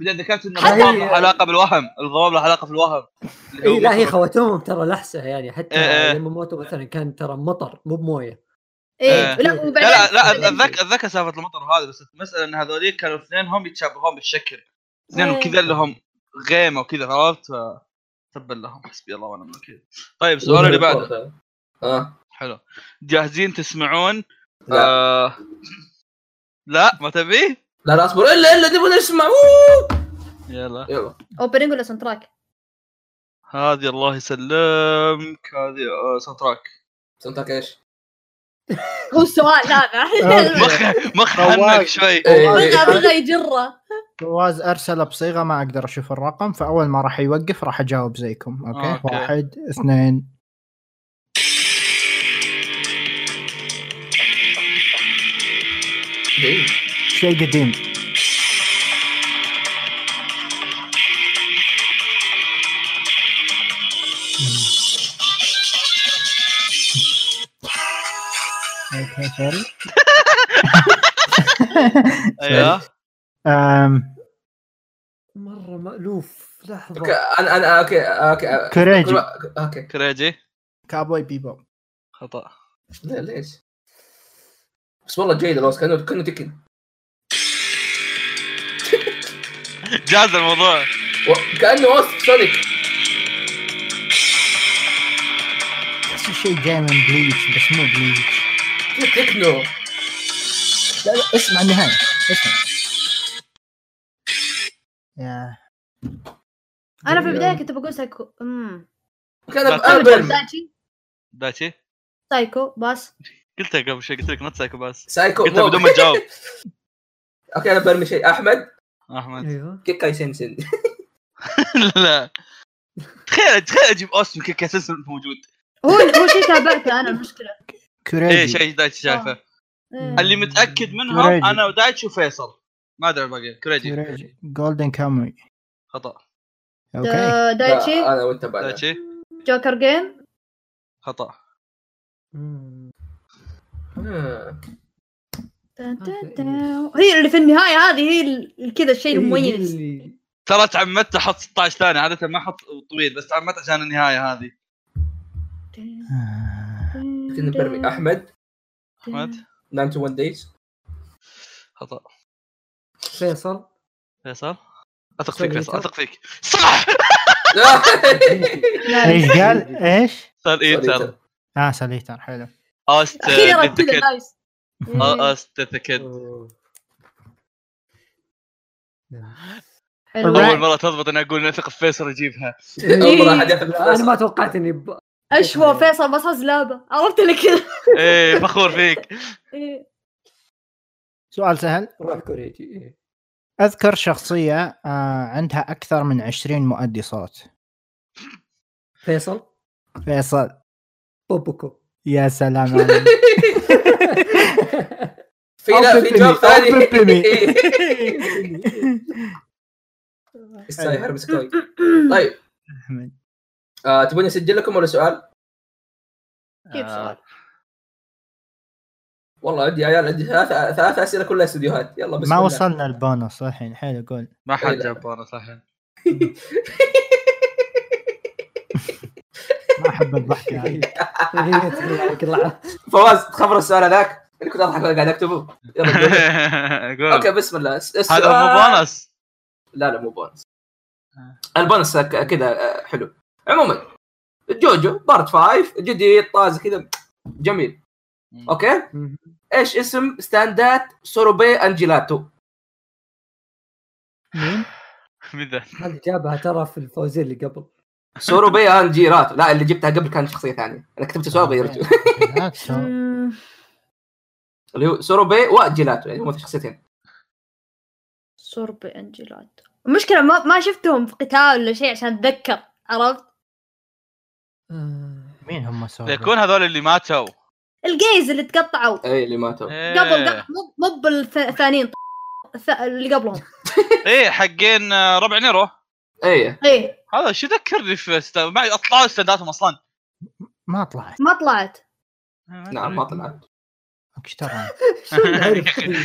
Speaker 1: بعدين ذكرت ان
Speaker 4: حتى-
Speaker 1: الضباب له علاقه بالوهم الضباب له علاقه في الوهم اللي هو
Speaker 3: اي إيه، لا هي
Speaker 1: مثلاً-
Speaker 3: خواتمهم ترى لحسه يعني حتى
Speaker 1: إيه، إيه.
Speaker 3: لما ماتوا مثلا كان ترى مطر مو بمويه
Speaker 4: ايه
Speaker 1: آه.
Speaker 4: لا
Speaker 1: لا لا لا
Speaker 4: وبعدين
Speaker 1: أت- اتذكر اتذكر سالفه المطر هذا بس المساله ان هذوليك كانوا اثنينهم يتشابهون بالشكل اثنينهم
Speaker 4: إيه.
Speaker 1: كذا لهم غيمه وكذا عرفت ف- تبا لهم حسبي الله ونعم الوكيل طيب السؤال اللي بعده
Speaker 5: اه
Speaker 1: حلو جاهزين تسمعون
Speaker 5: لا.
Speaker 1: آه... لا ما تبيه
Speaker 5: لا لا اصبر الا الا نبغى نسمع أوه.
Speaker 1: يلا
Speaker 5: يلا
Speaker 4: اوبننج ولا ساوند تراك؟
Speaker 1: هذه الله يسلمك هذه آه، سطراك
Speaker 5: سمتك ايش؟
Speaker 4: هو السؤال *laughs* هذا
Speaker 1: مخ مخ
Speaker 2: رواق.
Speaker 1: عنك شوي
Speaker 5: إيه،
Speaker 4: بغى
Speaker 1: إيه،
Speaker 4: بغى يجره
Speaker 2: فواز ارسل بصيغه ما اقدر اشوف الرقم فاول ما راح يوقف راح اجاوب زيكم اوكي,
Speaker 1: أوكي.
Speaker 2: واحد اثنين
Speaker 5: إيه.
Speaker 2: شيء قديم اوكي سوري
Speaker 1: ايوه
Speaker 2: أم،
Speaker 3: مره مالوف لحظه
Speaker 5: اوكي انا انا اوكي اوكي
Speaker 2: كوريجي
Speaker 5: اوكي
Speaker 1: كريجي
Speaker 2: كابوي بيبو
Speaker 1: خطا
Speaker 5: لا ليش؟ بس والله جيد الوصف كانه كانه تكن
Speaker 1: جاز الموضوع
Speaker 5: و- كانه وصف سونيك
Speaker 2: تحس شيء جاي من بليتش بس مو بليتش
Speaker 5: تكنو
Speaker 2: لا لا اسمع النهاية اسمع يا
Speaker 4: انا في البدايه كنت بقول سايكو امم
Speaker 5: كان
Speaker 1: لا،
Speaker 4: أنا بقول
Speaker 5: اربن
Speaker 4: دايتشي
Speaker 1: داتي
Speaker 4: سايكو بس
Speaker 1: قلتها قبل شوي قلت لك نوت سايكو
Speaker 5: *laughs*
Speaker 1: بس
Speaker 5: سايكو
Speaker 1: قلتها
Speaker 5: موب.
Speaker 1: بدون ما تجاوب
Speaker 5: اوكي انا برمي شيء احمد
Speaker 1: احمد
Speaker 3: ايوه
Speaker 5: كيكاي سنسن
Speaker 1: لا تخيل تخيل اجيب اوسم كيك اساسا موجود
Speaker 4: هو هو شيء تابعته انا المشكله
Speaker 1: ايه
Speaker 2: كوريجي
Speaker 1: شيء دايتشي شايفه
Speaker 4: إيه.
Speaker 1: اللي متاكد منهم
Speaker 2: كوريجي.
Speaker 1: انا ودايتشي وفيصل ما ادري الباقي كريجي
Speaker 2: كوريجي جولدن كاموي
Speaker 1: خطا
Speaker 2: اوكي
Speaker 4: دا-
Speaker 5: *laughs*
Speaker 4: دايتشي
Speaker 5: انا وانت آه، بعد
Speaker 1: دايتشي
Speaker 4: جوكر جيم
Speaker 1: خطا
Speaker 3: مم.
Speaker 5: آه.
Speaker 4: تن- تن- تن. هي اللي في النهايه هذه هي ال- كذا
Speaker 3: إيه،
Speaker 4: الشيء المميز
Speaker 3: اللي-
Speaker 1: ترى تعمدت احط 16 ثانيه عاده ما احط طويل بس تعمدت عشان النهايه هذه
Speaker 2: إيه. Uh,
Speaker 5: كنا برمي احمد
Speaker 1: احمد
Speaker 5: 91 دايز *laughs*
Speaker 1: خطا
Speaker 3: فيصل
Speaker 1: فيصل اثق
Speaker 3: سوري،
Speaker 1: فيك فيصل
Speaker 3: ترى-
Speaker 1: اثق فيك صح
Speaker 2: ايش قال ايش؟
Speaker 1: صار ايتر
Speaker 2: اه سليتر حلو
Speaker 1: اوست
Speaker 4: اخيرا كذا
Speaker 1: ذا
Speaker 4: نايس إيه،
Speaker 1: اوست ذا كيد
Speaker 3: إيه،
Speaker 4: حلو.
Speaker 1: اول مره تضبط اني اقول اني اثق في فيصل اجيبها
Speaker 5: اول مره حد ياخذ
Speaker 3: لا، انا إيه، ما توقعت اني ب...
Speaker 4: اشوى فيصل بس زلابه عرفت اللي كذا
Speaker 1: ايه فخور فيك
Speaker 4: إيه.
Speaker 2: سؤال سهل
Speaker 3: روح كوريجي إيه.
Speaker 2: اذكر شخصية آه، عندها اكثر من 20 مؤدي صوت
Speaker 3: فيصل
Speaker 2: فيصل
Speaker 3: بوبوكو *laughs*
Speaker 2: يا سلام عليك.
Speaker 5: في لا في جواب
Speaker 2: أو بيبيني.
Speaker 5: *laughs* ثاني إيه. يستاهل هرمس كوي طيب
Speaker 2: أحمد.
Speaker 5: آه تبوني اسجل لكم ولا سؤال؟
Speaker 4: كيف سؤال؟
Speaker 5: والله عندي عيال عندي ثلاثة ثلاثة اسئله كلها استديوهات يلا بس
Speaker 2: ما وصلنا البونص الحين حلو قول
Speaker 1: ما
Speaker 5: إيه
Speaker 1: حد
Speaker 5: لا.
Speaker 1: جاب بونص الحين
Speaker 2: ما احب الضحك
Speaker 3: *laughs*
Speaker 2: يعني.
Speaker 3: يطلع
Speaker 5: فواز تخبر السؤال هذاك اللي كنت اضحك وأنا قاعد اكتبه
Speaker 1: *laughs*
Speaker 5: يلا قول.
Speaker 1: *laughs* قول
Speaker 5: اوكي بسم الله الس- السؤال
Speaker 1: هذا مو بونص *laughs*
Speaker 5: لا لا مو بونس البونس ك- كذا آه، حلو عموما جوجو بارت 5 جديد طازه كذا جميل اوكي ايش اسم ستاندات سوروبي انجيلاتو
Speaker 3: مين؟
Speaker 1: مين ذا؟
Speaker 3: هذه جابها ترى في الفوزين اللي قبل
Speaker 5: سوروبي انجيلاتو لا اللي جبتها قبل كانت شخصيه ثانيه انا كتبت *laughs* سؤال غيرته
Speaker 2: هات
Speaker 4: *laughs*
Speaker 2: سؤال.
Speaker 4: مم،
Speaker 5: اللي هو سوروبي وانجيلاتو يعني هم في شخصيتين
Speaker 4: صربي انجيلات المشكلة ما ما شفتهم في قتال ولا شيء عشان اتذكر عرفت؟
Speaker 3: آه،
Speaker 2: مين هم
Speaker 5: آه.
Speaker 2: سوالف؟
Speaker 1: يكون هذول اللي ماتوا
Speaker 4: الجيز اللي تقطعوا
Speaker 5: اي إيه، اللي ماتوا
Speaker 1: إيه.
Speaker 4: قبل قبل- مو مو بالثانيين طيب، اللي قبلهم
Speaker 1: ايه حقين آه، ربع نيرو
Speaker 5: اي
Speaker 4: ايه
Speaker 1: هذا شو ذكرني في است... ما اطلعوا استنداتهم اصلا
Speaker 2: ما طلعت
Speaker 4: ما طلعت
Speaker 5: نعم ما طلعت
Speaker 2: اشترى
Speaker 1: *laughs*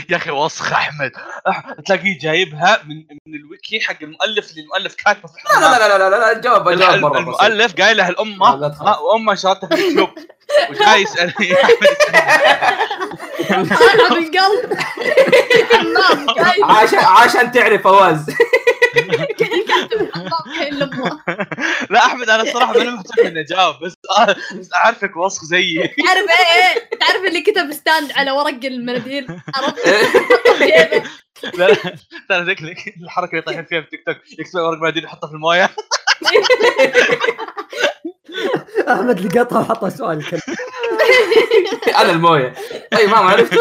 Speaker 1: يا اخي وسخ احمد أح- تلاقيه جايبها من من الويكي حق المؤلف اللي المؤلف كاتبه في
Speaker 5: لا لا لا لا لا لا الجواب الجواب
Speaker 1: الحمام.
Speaker 5: مره
Speaker 1: الم-
Speaker 5: بسيط
Speaker 1: المؤلف قايله
Speaker 5: لا،
Speaker 1: الامه
Speaker 5: لا تخاف.
Speaker 1: وامه شارتها في اليوتيوب
Speaker 5: *laughs*
Speaker 1: وجاي يسالني *laughs* يا أحمد يسألني.
Speaker 4: انا بالقلب حمام جاي
Speaker 5: عشان عشان تعرف فواز *laughs*
Speaker 4: كاتب حمام كاين لبه
Speaker 1: لا احمد انا الصراحه ماني مهتم اني اجاوب بس بس اعرفك وسخ زيي
Speaker 4: تعرف ايه ايه تعرف اللي كتب ستاند على ورق المناديل عرفت
Speaker 1: لا لا ترى ذيك ال- الحركه اللي طايحين فيها في تيك توك يكسر ورق بعدين يحطها في المويه
Speaker 3: احمد لقطها وحطها
Speaker 1: *laughs*
Speaker 3: سؤال الكل.
Speaker 5: *laughs* انا المويه اي ما ما عرفته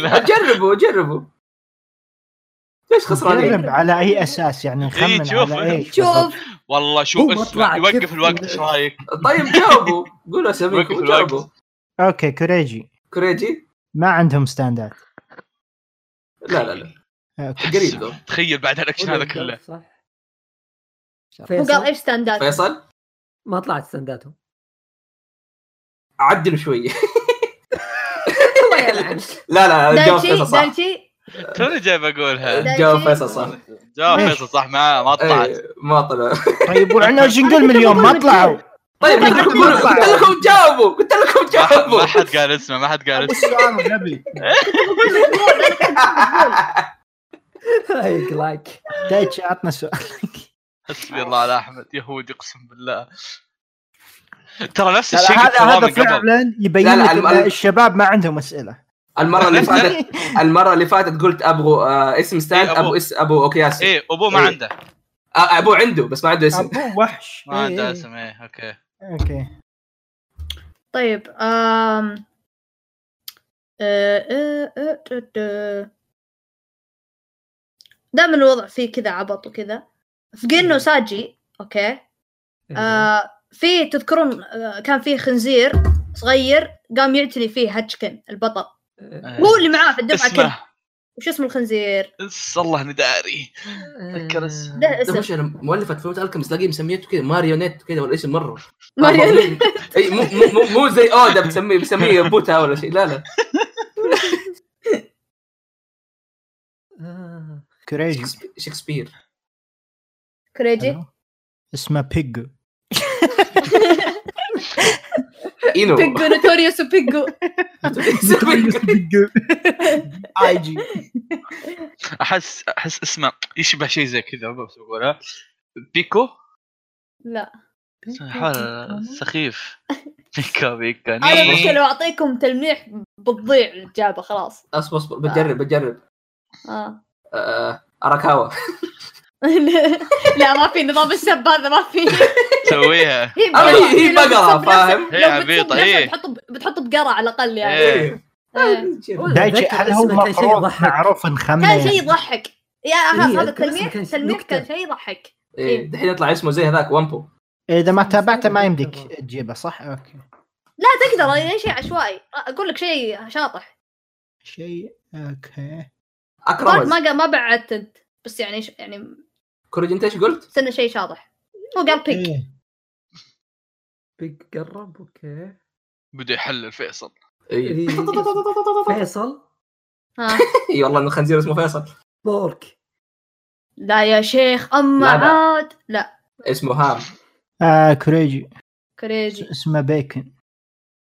Speaker 2: لا
Speaker 5: جربوا جربوا ليش *laughs* خسرانين؟
Speaker 2: جرب على اي اساس يعني
Speaker 1: إيه،
Speaker 2: نخمن
Speaker 1: شوف.
Speaker 2: على ايش بالضبط.
Speaker 4: شوف
Speaker 1: *laughs* والله
Speaker 3: هو
Speaker 1: شوف
Speaker 3: ما
Speaker 1: اسمع
Speaker 3: طلع
Speaker 1: يوقف
Speaker 3: كيف-
Speaker 1: الوقت ايش رايك؟
Speaker 5: طيب جاوبوا قولوا اساميكم
Speaker 1: وقف الوقت.
Speaker 5: جاوبوا
Speaker 2: اوكي كوريجي
Speaker 5: كريجي
Speaker 2: ما عندهم ستاندات
Speaker 5: لا لا لا
Speaker 2: اوكي
Speaker 5: قريب ذو.
Speaker 1: تخيل بعد الاكشن هذا كله
Speaker 3: صح
Speaker 4: هو قال إيه؟
Speaker 3: فيصل
Speaker 4: ايش ستاندات
Speaker 5: فيصل
Speaker 3: ما طلعت *laughs* سنداتهم
Speaker 5: عدلوا شوي *laughs*
Speaker 4: الله يلعن
Speaker 5: لا لا لا
Speaker 4: طيب،
Speaker 5: جاوب
Speaker 4: دايتشي
Speaker 5: فيصل صح
Speaker 4: دايتشي
Speaker 1: توني جاي بقولها
Speaker 5: جاوب فيصل صح
Speaker 1: طيب. جواب
Speaker 2: ليش؟
Speaker 1: فيصل صح ما ما طلعت
Speaker 5: إيه، ما طلع
Speaker 2: طيب وعنا جنجل مليون ما طلعوا
Speaker 5: طيب قلت لكم قولوا- قلت لكم جاوبوا قلت لكم
Speaker 1: ما حد-
Speaker 5: جاوبوا
Speaker 1: ما حد قال اسمه ما حد قال اسمه
Speaker 2: السؤال غبي
Speaker 3: هاي لايك
Speaker 2: دايتش عطنا سؤال
Speaker 1: حسبي الله على احمد يهودي اقسم بالله ترى نفس
Speaker 2: ترى
Speaker 1: الشيء قلت
Speaker 2: هذا
Speaker 1: له
Speaker 2: هذا
Speaker 1: من قبل
Speaker 2: فعلا يبين
Speaker 5: لا، لا،
Speaker 2: لك
Speaker 5: الم-
Speaker 2: إن
Speaker 5: الم-
Speaker 2: الشباب ما عندهم اسئله
Speaker 5: المره اللي
Speaker 4: إيه،
Speaker 5: فاتت المره اللي فاتت قلت ابغى آه، اسم ستاند
Speaker 1: إيه، أبو.
Speaker 5: ابو اس ابو اوكياسو
Speaker 1: ايه ابوه ما
Speaker 5: إيه.
Speaker 1: عنده
Speaker 5: آه، ابوه عنده بس ما عنده اسم
Speaker 2: أبوه *laughs* وحش
Speaker 1: ما عنده اسم ايه اوكي
Speaker 2: اوكي
Speaker 4: طيب آم... آه، آه، آه، آه، آه. دائما الوضع فيه كذا عبط وكذا في جن ساجي اوكي آه في تذكرون آه كان في خنزير صغير قام يعتني فيه هاتشكن البطل
Speaker 3: آه،
Speaker 4: هو اللي معاه في الدفعه كله
Speaker 1: إيه. اسمه
Speaker 4: وش اسم الخنزير؟
Speaker 1: اس الله نداري تذكر اسمه.
Speaker 4: ده
Speaker 5: ده
Speaker 4: اسم
Speaker 5: مش انا مؤلفه فيلم الكمس تلاقيه مسميته كذا ماريونيت كذا ولا اسم مره
Speaker 4: آه، ماريونيت
Speaker 5: *laughs* اي إيه، مو مو مو- مو زي اودا بسميه بسميه بوتا ولا شيء لا لا
Speaker 4: *laughs*
Speaker 3: آه،
Speaker 2: كوريجي
Speaker 5: شكسبي- شكسبير
Speaker 2: *laughs*
Speaker 4: كريجي
Speaker 2: اسمه *laughs* بيجو
Speaker 4: *laughs*
Speaker 5: اينو *laughs*
Speaker 4: بيجو نوتوريوس وبيجو
Speaker 2: اي جي
Speaker 1: احس احس اسمه يشبه شيء زي كذا ما بس بقولها بيكو
Speaker 4: لا
Speaker 1: حول سخيف بيكا بيكا
Speaker 4: انا مشكله لو اعطيكم تلميح بتضيع الاجابه خلاص
Speaker 5: اصبر اصبر بجرب بجرب
Speaker 4: آه. *laughs*
Speaker 5: آه، اراكاوا
Speaker 4: لا ما في نظام السب هذا ما في
Speaker 1: سويها
Speaker 4: هي
Speaker 5: آه،
Speaker 4: بقرة.
Speaker 5: هي- هي
Speaker 4: لو بتسب
Speaker 5: بقرة،
Speaker 4: نفسها-
Speaker 5: فاهم؟
Speaker 1: هي
Speaker 4: لو بتسب
Speaker 1: عبيطة،
Speaker 4: نفسها
Speaker 1: هي.
Speaker 4: بتحط بتحط بقره على الاقل يعني
Speaker 1: إيه.
Speaker 4: إيه.
Speaker 2: دايتش هل هو
Speaker 3: اسمه كان شيء
Speaker 2: مفروض
Speaker 3: يضحك.
Speaker 2: معروف نخمن
Speaker 4: كان شيء
Speaker 2: يعني؟
Speaker 4: يضحك يا
Speaker 3: إيه،
Speaker 4: ه- هذا
Speaker 3: أذكر
Speaker 4: التلميح
Speaker 3: اسمه كان
Speaker 4: تلميح
Speaker 3: نكتة.
Speaker 4: كان شيء يضحك
Speaker 5: إيه، دحين يطلع اسمه زي هذاك وامبو
Speaker 2: اذا ما تابعته ما يمديك تجيبه صح اوكي
Speaker 4: لا تقدر أي شيء عشوائي اقول لك شيء شاطح
Speaker 2: شيء اوكي
Speaker 4: طارق
Speaker 5: اكرمز
Speaker 4: ما قال- ما بعت انت بس يعني ش... يعني
Speaker 5: كوريج انت ايش قلت؟
Speaker 4: استنى شيء شاطح هو قال بيك
Speaker 2: إيه.
Speaker 3: بيج قرب اوكي
Speaker 1: بدا يحلل فيصل
Speaker 5: اي *laughs*
Speaker 3: إيه. فيصل
Speaker 4: ها
Speaker 5: إي إيه، والله انه خنزير اسمه فيصل
Speaker 4: *laughs*
Speaker 3: بورك
Speaker 4: لا يا شيخ اما
Speaker 5: لا، لا.
Speaker 4: عاد لا
Speaker 5: اسمه هام
Speaker 2: آه كوريجي
Speaker 4: كريجي *laughs*
Speaker 2: اسمه بيكن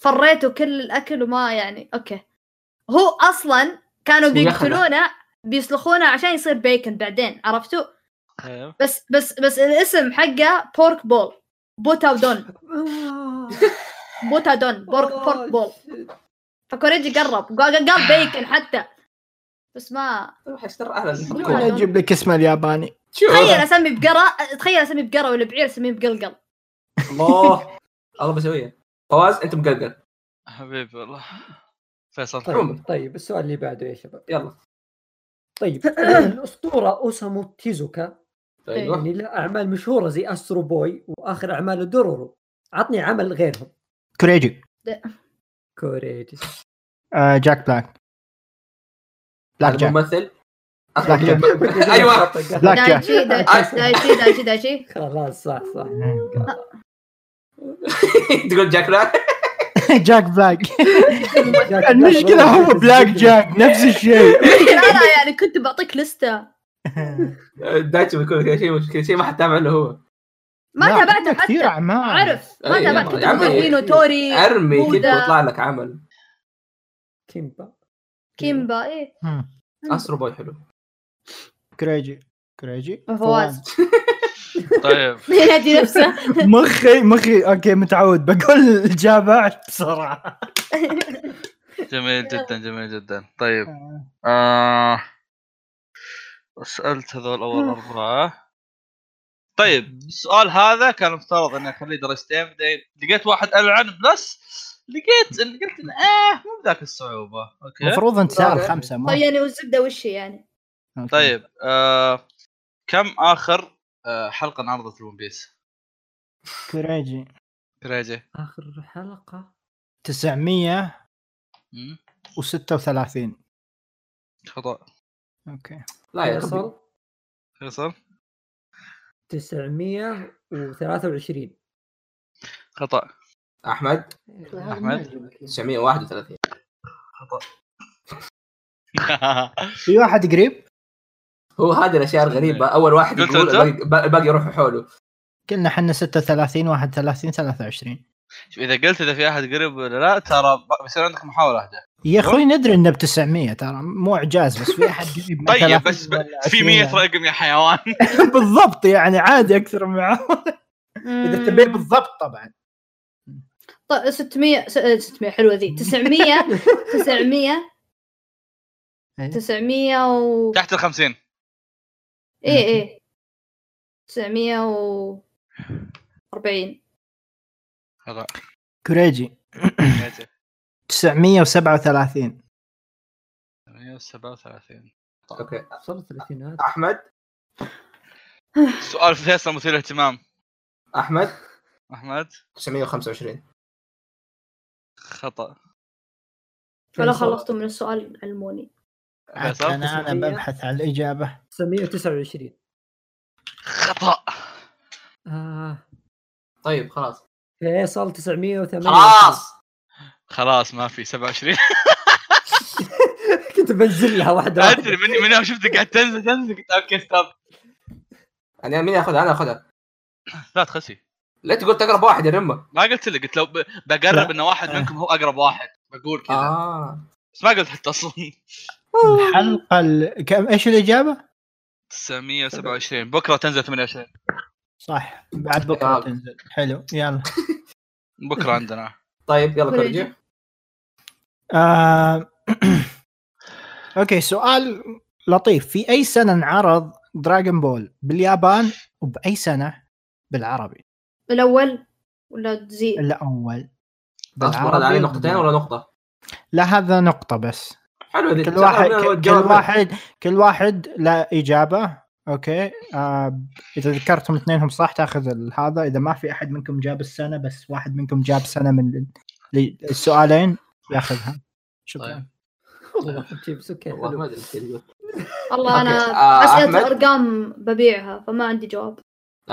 Speaker 4: فريتوا كل الاكل وما يعني اوكي هو اصلا كانوا
Speaker 5: اسمه يخنة.
Speaker 4: بيقتلونه بيسلخونه عشان يصير بيكن بعدين عرفتوا
Speaker 1: طيب.
Speaker 4: بس بس بس الاسم حقه بورك بول بوتادون
Speaker 3: *laughs*
Speaker 4: بوتادون *laughs* بورك
Speaker 3: آه،
Speaker 4: بورك بول فكوريجي قرب قال
Speaker 5: *laughs*
Speaker 4: قال بيكن حتى بس ما
Speaker 5: روح اشتر اهلا
Speaker 4: كنا
Speaker 2: كنا
Speaker 4: أجيب
Speaker 2: اجيب لك اسمه الياباني
Speaker 5: شوف *laughs*
Speaker 4: تخيل اسمي بقره تخيل اسمي بقره ولا بعير اسميه بقلقل
Speaker 5: الله الله بسويها فواز انت مقلقل
Speaker 1: حبيبي والله فيصل
Speaker 5: عموماً.
Speaker 3: طيب طيب السؤال اللي بعده يا شباب
Speaker 5: يلا
Speaker 4: *coughs*
Speaker 3: طيب الاسطوره اوسامو تيزوكا
Speaker 5: ايوه
Speaker 3: يعني له اعمال مشهوره زي استرو بوي واخر اعماله دورورو عطني عمل غيرهم
Speaker 2: كوريجي
Speaker 3: كوريجي
Speaker 2: آه جاك بلاك بلاك *laughs* جاك
Speaker 5: الممثل
Speaker 2: بلاك
Speaker 3: *laughs*
Speaker 2: جاك
Speaker 5: ايوه
Speaker 2: بلاك جاك
Speaker 4: دايتشي دايتشي دايتشي دايتشي دايتشي
Speaker 3: خلاص صح صح
Speaker 5: *laughs* تقول جاك لا
Speaker 2: جاك بلاك المشكله هو بلاك جاك نفس الشيء
Speaker 4: المشكلة
Speaker 5: *laughs*
Speaker 4: انا يعني كنت بعطيك لستة *laughs*
Speaker 5: دايتشي بيكون كذا شيء مشكله شيء ما حد تابع الا هو
Speaker 4: ما
Speaker 2: لا،
Speaker 4: تابعته
Speaker 2: عندنا كثير
Speaker 4: حتى
Speaker 2: اعمال
Speaker 4: عارف ما
Speaker 5: أي،
Speaker 4: تابعته
Speaker 5: إيه، يا عمي.
Speaker 4: تقول مينو
Speaker 5: إيه،
Speaker 4: توري
Speaker 5: ارمي كذا
Speaker 4: بودا.
Speaker 5: ويطلع لك عمل
Speaker 3: كيمبا إيه.
Speaker 4: كيمبا
Speaker 2: *laughs*
Speaker 4: ايه
Speaker 2: مم.
Speaker 5: اسرو بوي حلو
Speaker 2: كوريجي كوريجي
Speaker 4: *laughs* فواز
Speaker 1: طيب
Speaker 4: ينادي نفسه
Speaker 2: مخي مخي اوكي متعود بقول الاجابه بسرعه
Speaker 1: جميل جدا جميل جدا طيب آه سألت هذول أول أربعة طيب السؤال هذا كان مفترض اني اخليه درجتين بعدين إيه، لقيت واحد قال عن بلس لقيت إن قلت إن اه مو بذاك الصعوبه اوكي
Speaker 2: المفروض انت سال خمسه
Speaker 4: *laughs* طيب
Speaker 2: ما
Speaker 4: يعني والزبدة وش هي يعني؟
Speaker 2: أوكي.
Speaker 1: طيب آه كم اخر آه حلقه انعرضت لون بيس؟
Speaker 2: كوريجي
Speaker 1: كريجي
Speaker 3: اخر حلقه
Speaker 2: 936
Speaker 1: مم، خطا
Speaker 2: *laughs* اوكي
Speaker 5: لا آه، يا غبي
Speaker 3: فيصل
Speaker 1: فيصل
Speaker 3: 923
Speaker 1: خطا
Speaker 5: احمد
Speaker 1: أحمد.
Speaker 5: 931
Speaker 2: في واحد قريب
Speaker 5: هو هذه الاشياء الغريبه اول واحد
Speaker 1: إيه. قلت
Speaker 5: يقول
Speaker 1: أنت؟
Speaker 5: الباقي- الباقي يروحوا حوله
Speaker 2: قلنا احنا 36 31 23
Speaker 1: *laughs* شوف، اذا قلت اذا في احد قريب ولا لا ترى ب- بيصير عندك محاوله واحده
Speaker 2: *laughs* يا اخوي ندري انه ب 900 ترى مو اعجاز بس في احد
Speaker 1: *laughs*
Speaker 2: قريب من
Speaker 1: طيب
Speaker 2: 30
Speaker 1: بس
Speaker 2: ولا
Speaker 1: في طيب.
Speaker 2: 20
Speaker 1: 100
Speaker 2: يعني.
Speaker 1: رقم يا حيوان *laughs*
Speaker 2: *laughs* بالضبط يعني عادي اكثر معاه اذا تبي بالضبط طبعا
Speaker 4: طيب 600 س- آه، 600 حلوة ذي 900 900
Speaker 2: إيه.
Speaker 4: 900 و إيه،
Speaker 1: تحت ال 50
Speaker 4: ايه ايه 940
Speaker 2: *laughs*
Speaker 1: خطا
Speaker 2: كوريجي 937
Speaker 1: 137
Speaker 5: اوكي
Speaker 3: وصلت الثلاثينات
Speaker 5: احمد
Speaker 1: سؤال فيصل مثير اهتمام
Speaker 5: احمد
Speaker 1: احمد
Speaker 5: 925
Speaker 1: خطا
Speaker 4: ولا
Speaker 3: فيصل.
Speaker 4: خلصتوا من السؤال علموني
Speaker 1: فيصل؟
Speaker 2: انا انا ببحث عن الاجابه
Speaker 3: 929
Speaker 1: خطا
Speaker 3: آه. إيه،
Speaker 5: طيب خلاص
Speaker 3: فيصل 908
Speaker 5: خلاص
Speaker 1: خلاص ما في
Speaker 2: *laughs*
Speaker 1: 27
Speaker 3: *laughs* كنت بنزل لها واحده
Speaker 1: ادري
Speaker 3: واحده
Speaker 1: من من يوم شفتك قاعد تنزل تنزل قلت اوكي ستوب
Speaker 5: انا مين اخذها انا اخذها
Speaker 1: لا تخسي
Speaker 5: لا تقول تقرب واحد يا رمه
Speaker 1: ما قلت لك قلت لو ب- بقرب
Speaker 2: لا.
Speaker 1: ان واحد منكم هو اقرب واحد بقول كذا
Speaker 5: اه
Speaker 1: بس ما قلت حتى اصلا
Speaker 2: الحلقه ال... كم ايش الاجابه؟
Speaker 1: 927 بكره تنزل 28
Speaker 2: صح بعد بكره
Speaker 5: آه.
Speaker 2: تنزل حلو يلا
Speaker 1: بكره عندنا
Speaker 5: طيب يلا كوريجي
Speaker 2: آه... *clears throat* اوكي سؤال لطيف في اي سنه انعرض دراغون بول باليابان وباي سنه بالعربي
Speaker 4: الاول ولا تزيد
Speaker 2: الاول
Speaker 5: اصبر هذا عليه نقطتين ولا نقطه
Speaker 2: لا هذا نقطه بس
Speaker 5: حلو ذي
Speaker 2: كل واحد
Speaker 5: سحبنا
Speaker 2: كل
Speaker 5: والجواب.
Speaker 2: واحد كل واحد له اجابه اوكي آه اذا ذكرتم اثنينهم صح تاخذ ال- هذا اذا ما في احد منكم جاب السنه بس واحد منكم جاب سنه من ال- ال- السؤالين ياخذها شكرا
Speaker 1: طيب.
Speaker 3: والله حجيب اوكي
Speaker 5: والله ما
Speaker 3: حلو
Speaker 5: ادري إيش اللي قلت.
Speaker 4: والله انا
Speaker 5: أوكي. آه،
Speaker 4: اسئله
Speaker 5: أحمد؟
Speaker 4: الارقام ببيعها فما عندي جواب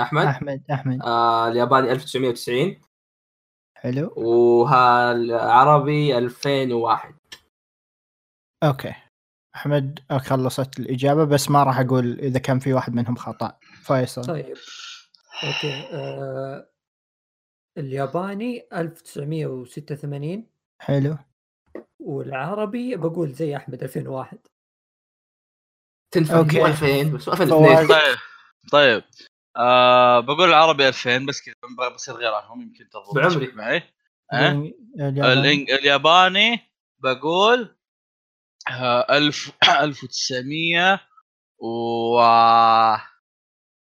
Speaker 5: احمد
Speaker 2: احمد احمد
Speaker 5: آه الياباني 1990
Speaker 2: حلو
Speaker 5: وهالعربي 2001
Speaker 2: اوكي احمد خلصت الاجابه بس ما راح اقول اذا كان في واحد منهم خطا فيصل
Speaker 3: طيب اوكي آه... الياباني 1986
Speaker 2: حلو
Speaker 3: والعربي بقول زي احمد 2001
Speaker 5: تنفع
Speaker 2: أوكي.
Speaker 5: مو 2000 بس
Speaker 2: فواز.
Speaker 1: *laughs*
Speaker 5: 2002
Speaker 1: طيب طيب آه بقول العربي 2000 بس كذا ب- بصير غير عنهم يمكن تضبط
Speaker 5: بعمري.
Speaker 1: شوي معي أه؟
Speaker 2: الياباني.
Speaker 1: الإنج... الياباني بقول آه، ألف... *clears throat* 1900 و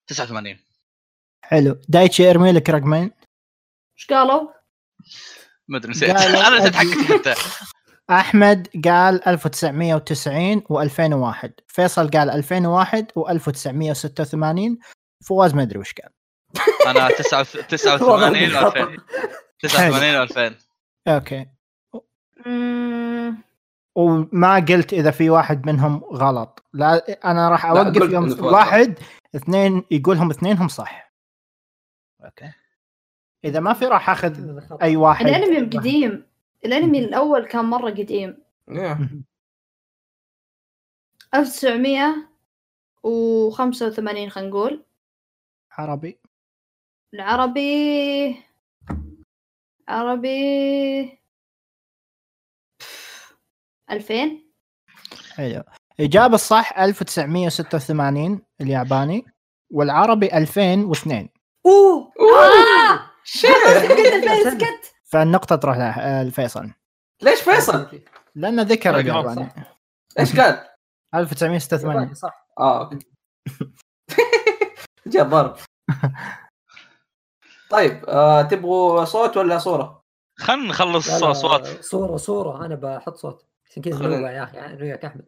Speaker 1: 89
Speaker 2: حلو دايتشي ارمي لك رقمين
Speaker 4: ايش قالوا؟
Speaker 1: ما ادري نسيت *laughs*
Speaker 2: قالوا
Speaker 1: انا نسيت
Speaker 2: أبي.
Speaker 1: حقك انت
Speaker 2: احمد قال 1990 و2001 فيصل قال 2001 و1986 فواز ما ادري وش قال
Speaker 1: انا 89
Speaker 3: والله
Speaker 1: و2000 89 و2000
Speaker 2: اوكي
Speaker 4: أمم،
Speaker 2: وما قلت اذا في واحد منهم غلط لا انا راح
Speaker 5: لا،
Speaker 2: اوقف
Speaker 5: قلت إن
Speaker 2: يوم
Speaker 5: فواز
Speaker 2: واحد اثنين يقولهم اثنينهم صح اوكي اذا ما في راح اخذ
Speaker 5: أيوة.
Speaker 2: اي واحد
Speaker 4: الانمي القديم الانمي الاول كان مره قديم
Speaker 5: Yeah.
Speaker 4: 1985 خلينا نقول
Speaker 2: *laughs* عربي
Speaker 4: العربي عربي 2000
Speaker 2: حلو الاجابه الصح 1986 الياباني والعربي 2002
Speaker 4: اوه آه!
Speaker 5: شيت.
Speaker 4: اسكت اسكت
Speaker 2: فالنقطة تروح لها- آه، لفيصل
Speaker 5: ليش فيصل؟
Speaker 2: لأنه ذكر يعني
Speaker 1: رقم
Speaker 2: الياباني
Speaker 5: ايش قال؟
Speaker 2: 1986
Speaker 3: صح
Speaker 5: اه *laughs* اوكي جاء
Speaker 2: *laughs*
Speaker 5: ضرب طيب آه تبغوا صوت ولا صوره؟
Speaker 1: خلينا نخلص
Speaker 3: لا، لا،
Speaker 1: اصوات
Speaker 3: صوره صوره انا بحط صوت عشان كذا
Speaker 5: خلينا.
Speaker 3: نوع يا اخي انا وياك احمد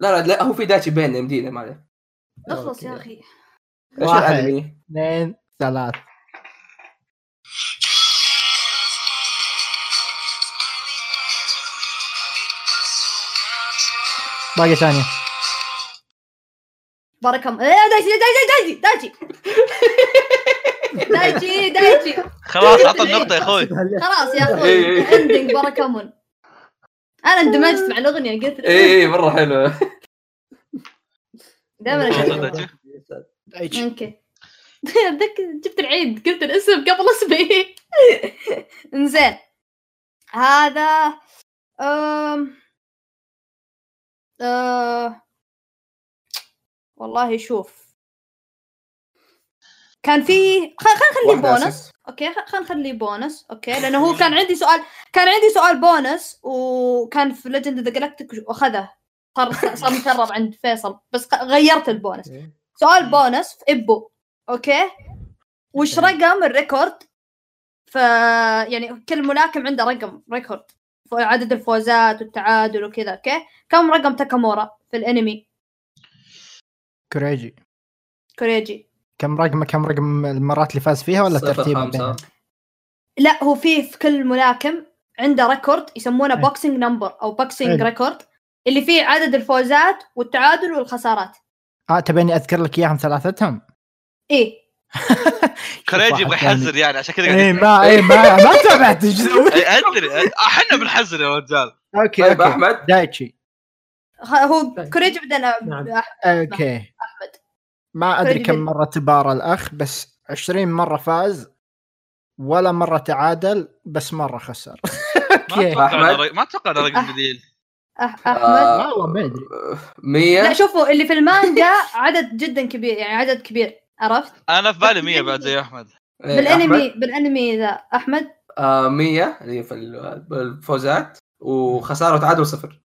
Speaker 5: لا لا, لا هو في داتشي بيننا مدينه ما عليه
Speaker 4: اخلص يا اخي
Speaker 5: ايش
Speaker 2: واحد.
Speaker 5: الانمي؟
Speaker 2: اثنين ثلاث باقي ثانية
Speaker 4: بارك الله إيه، دايجي دايجي دايجي دايجي دايجي دايجي
Speaker 1: خلاص عطى النقطة يا اخوي
Speaker 4: خلاص يا
Speaker 5: إيه،
Speaker 4: اخوي
Speaker 5: إيه.
Speaker 4: اندنج بارك امون انا اندمجت مع الاغنيه قلت
Speaker 5: اي اي مره حلو
Speaker 4: دائما
Speaker 1: خلاص.
Speaker 4: أشوف. *laughs* اوكي اتذكر جبت العيد قلت الاسم قبل اسمي *laughs* انزين هذا أم... أه... والله شوف كان في خل خل نخليه
Speaker 5: واحدة
Speaker 4: بونس
Speaker 5: أساس.
Speaker 4: اوكي خل خل نخليه بونس اوكي لانه هو كان عندي سؤال كان عندي سؤال بونس وكان في ليجند ذا جلاكتيك واخذه صار صار مكرر عند فيصل بس خ- غيرت البونس سؤال بونس في ابو اوكي وش رقم الريكورد ف يعني كل ملاكم عنده رقم ريكورد ف- عدد الفوزات والتعادل وكذا اوكي كم رقم تاكامورا في الانمي
Speaker 2: كوريجي
Speaker 4: كوريجي
Speaker 2: كم رقم كم رقم المرات اللي فاز فيها ولا
Speaker 5: صفر
Speaker 2: ترتيب
Speaker 5: خمسة.
Speaker 2: بينهم؟
Speaker 4: لا هو فيه في كل ملاكم عنده ريكورد يسمونه
Speaker 3: إيه.
Speaker 2: حلو.
Speaker 4: بوكسينج نمبر او بوكسينج
Speaker 2: حلو.
Speaker 4: ريكورد اللي فيه عدد الفوزات والتعادل والخسارات
Speaker 2: اه تبيني اذكر لك اياهم ثلاثتهم؟
Speaker 4: ايه
Speaker 1: كريجي يبغى
Speaker 2: واحد ثاني.
Speaker 1: يحزر يعني عشان كذا قاعد
Speaker 2: اي
Speaker 1: يسوي.
Speaker 2: ما اي ما ما تابعت ايش سويت؟
Speaker 1: إيه، ادري احنا بنحزر يا رجال
Speaker 2: اوكي
Speaker 5: طيب
Speaker 2: اوكي
Speaker 5: احمد
Speaker 2: دايتشي
Speaker 4: خ- هو
Speaker 3: طيب.
Speaker 4: كوريجي بدنا
Speaker 3: نعم.
Speaker 2: اوكي ما ادري
Speaker 4: كوريجي
Speaker 2: كم
Speaker 4: بدأ.
Speaker 2: مره تبارى الاخ بس 20 مره فاز ولا مره تعادل بس مره خسر *laughs*
Speaker 1: ما
Speaker 2: اوكي
Speaker 1: اتوقع إنه
Speaker 5: أحمد.
Speaker 1: رق- ما اتوقع انه رقم بديل
Speaker 4: أح- احمد
Speaker 5: آه،
Speaker 2: والله ما ادري
Speaker 4: لا
Speaker 5: 100
Speaker 4: شوفوا اللي في المانجا عدد جدا كبير يعني عدد كبير عرفت؟
Speaker 1: انا في بالي 100 بعد زي احمد
Speaker 5: إيه،
Speaker 4: بالانمي
Speaker 5: أحمد.
Speaker 4: بالانمي ذا احمد
Speaker 5: آه، 100 اللي هي في ال- الفوزات وخساره وتعادل صفر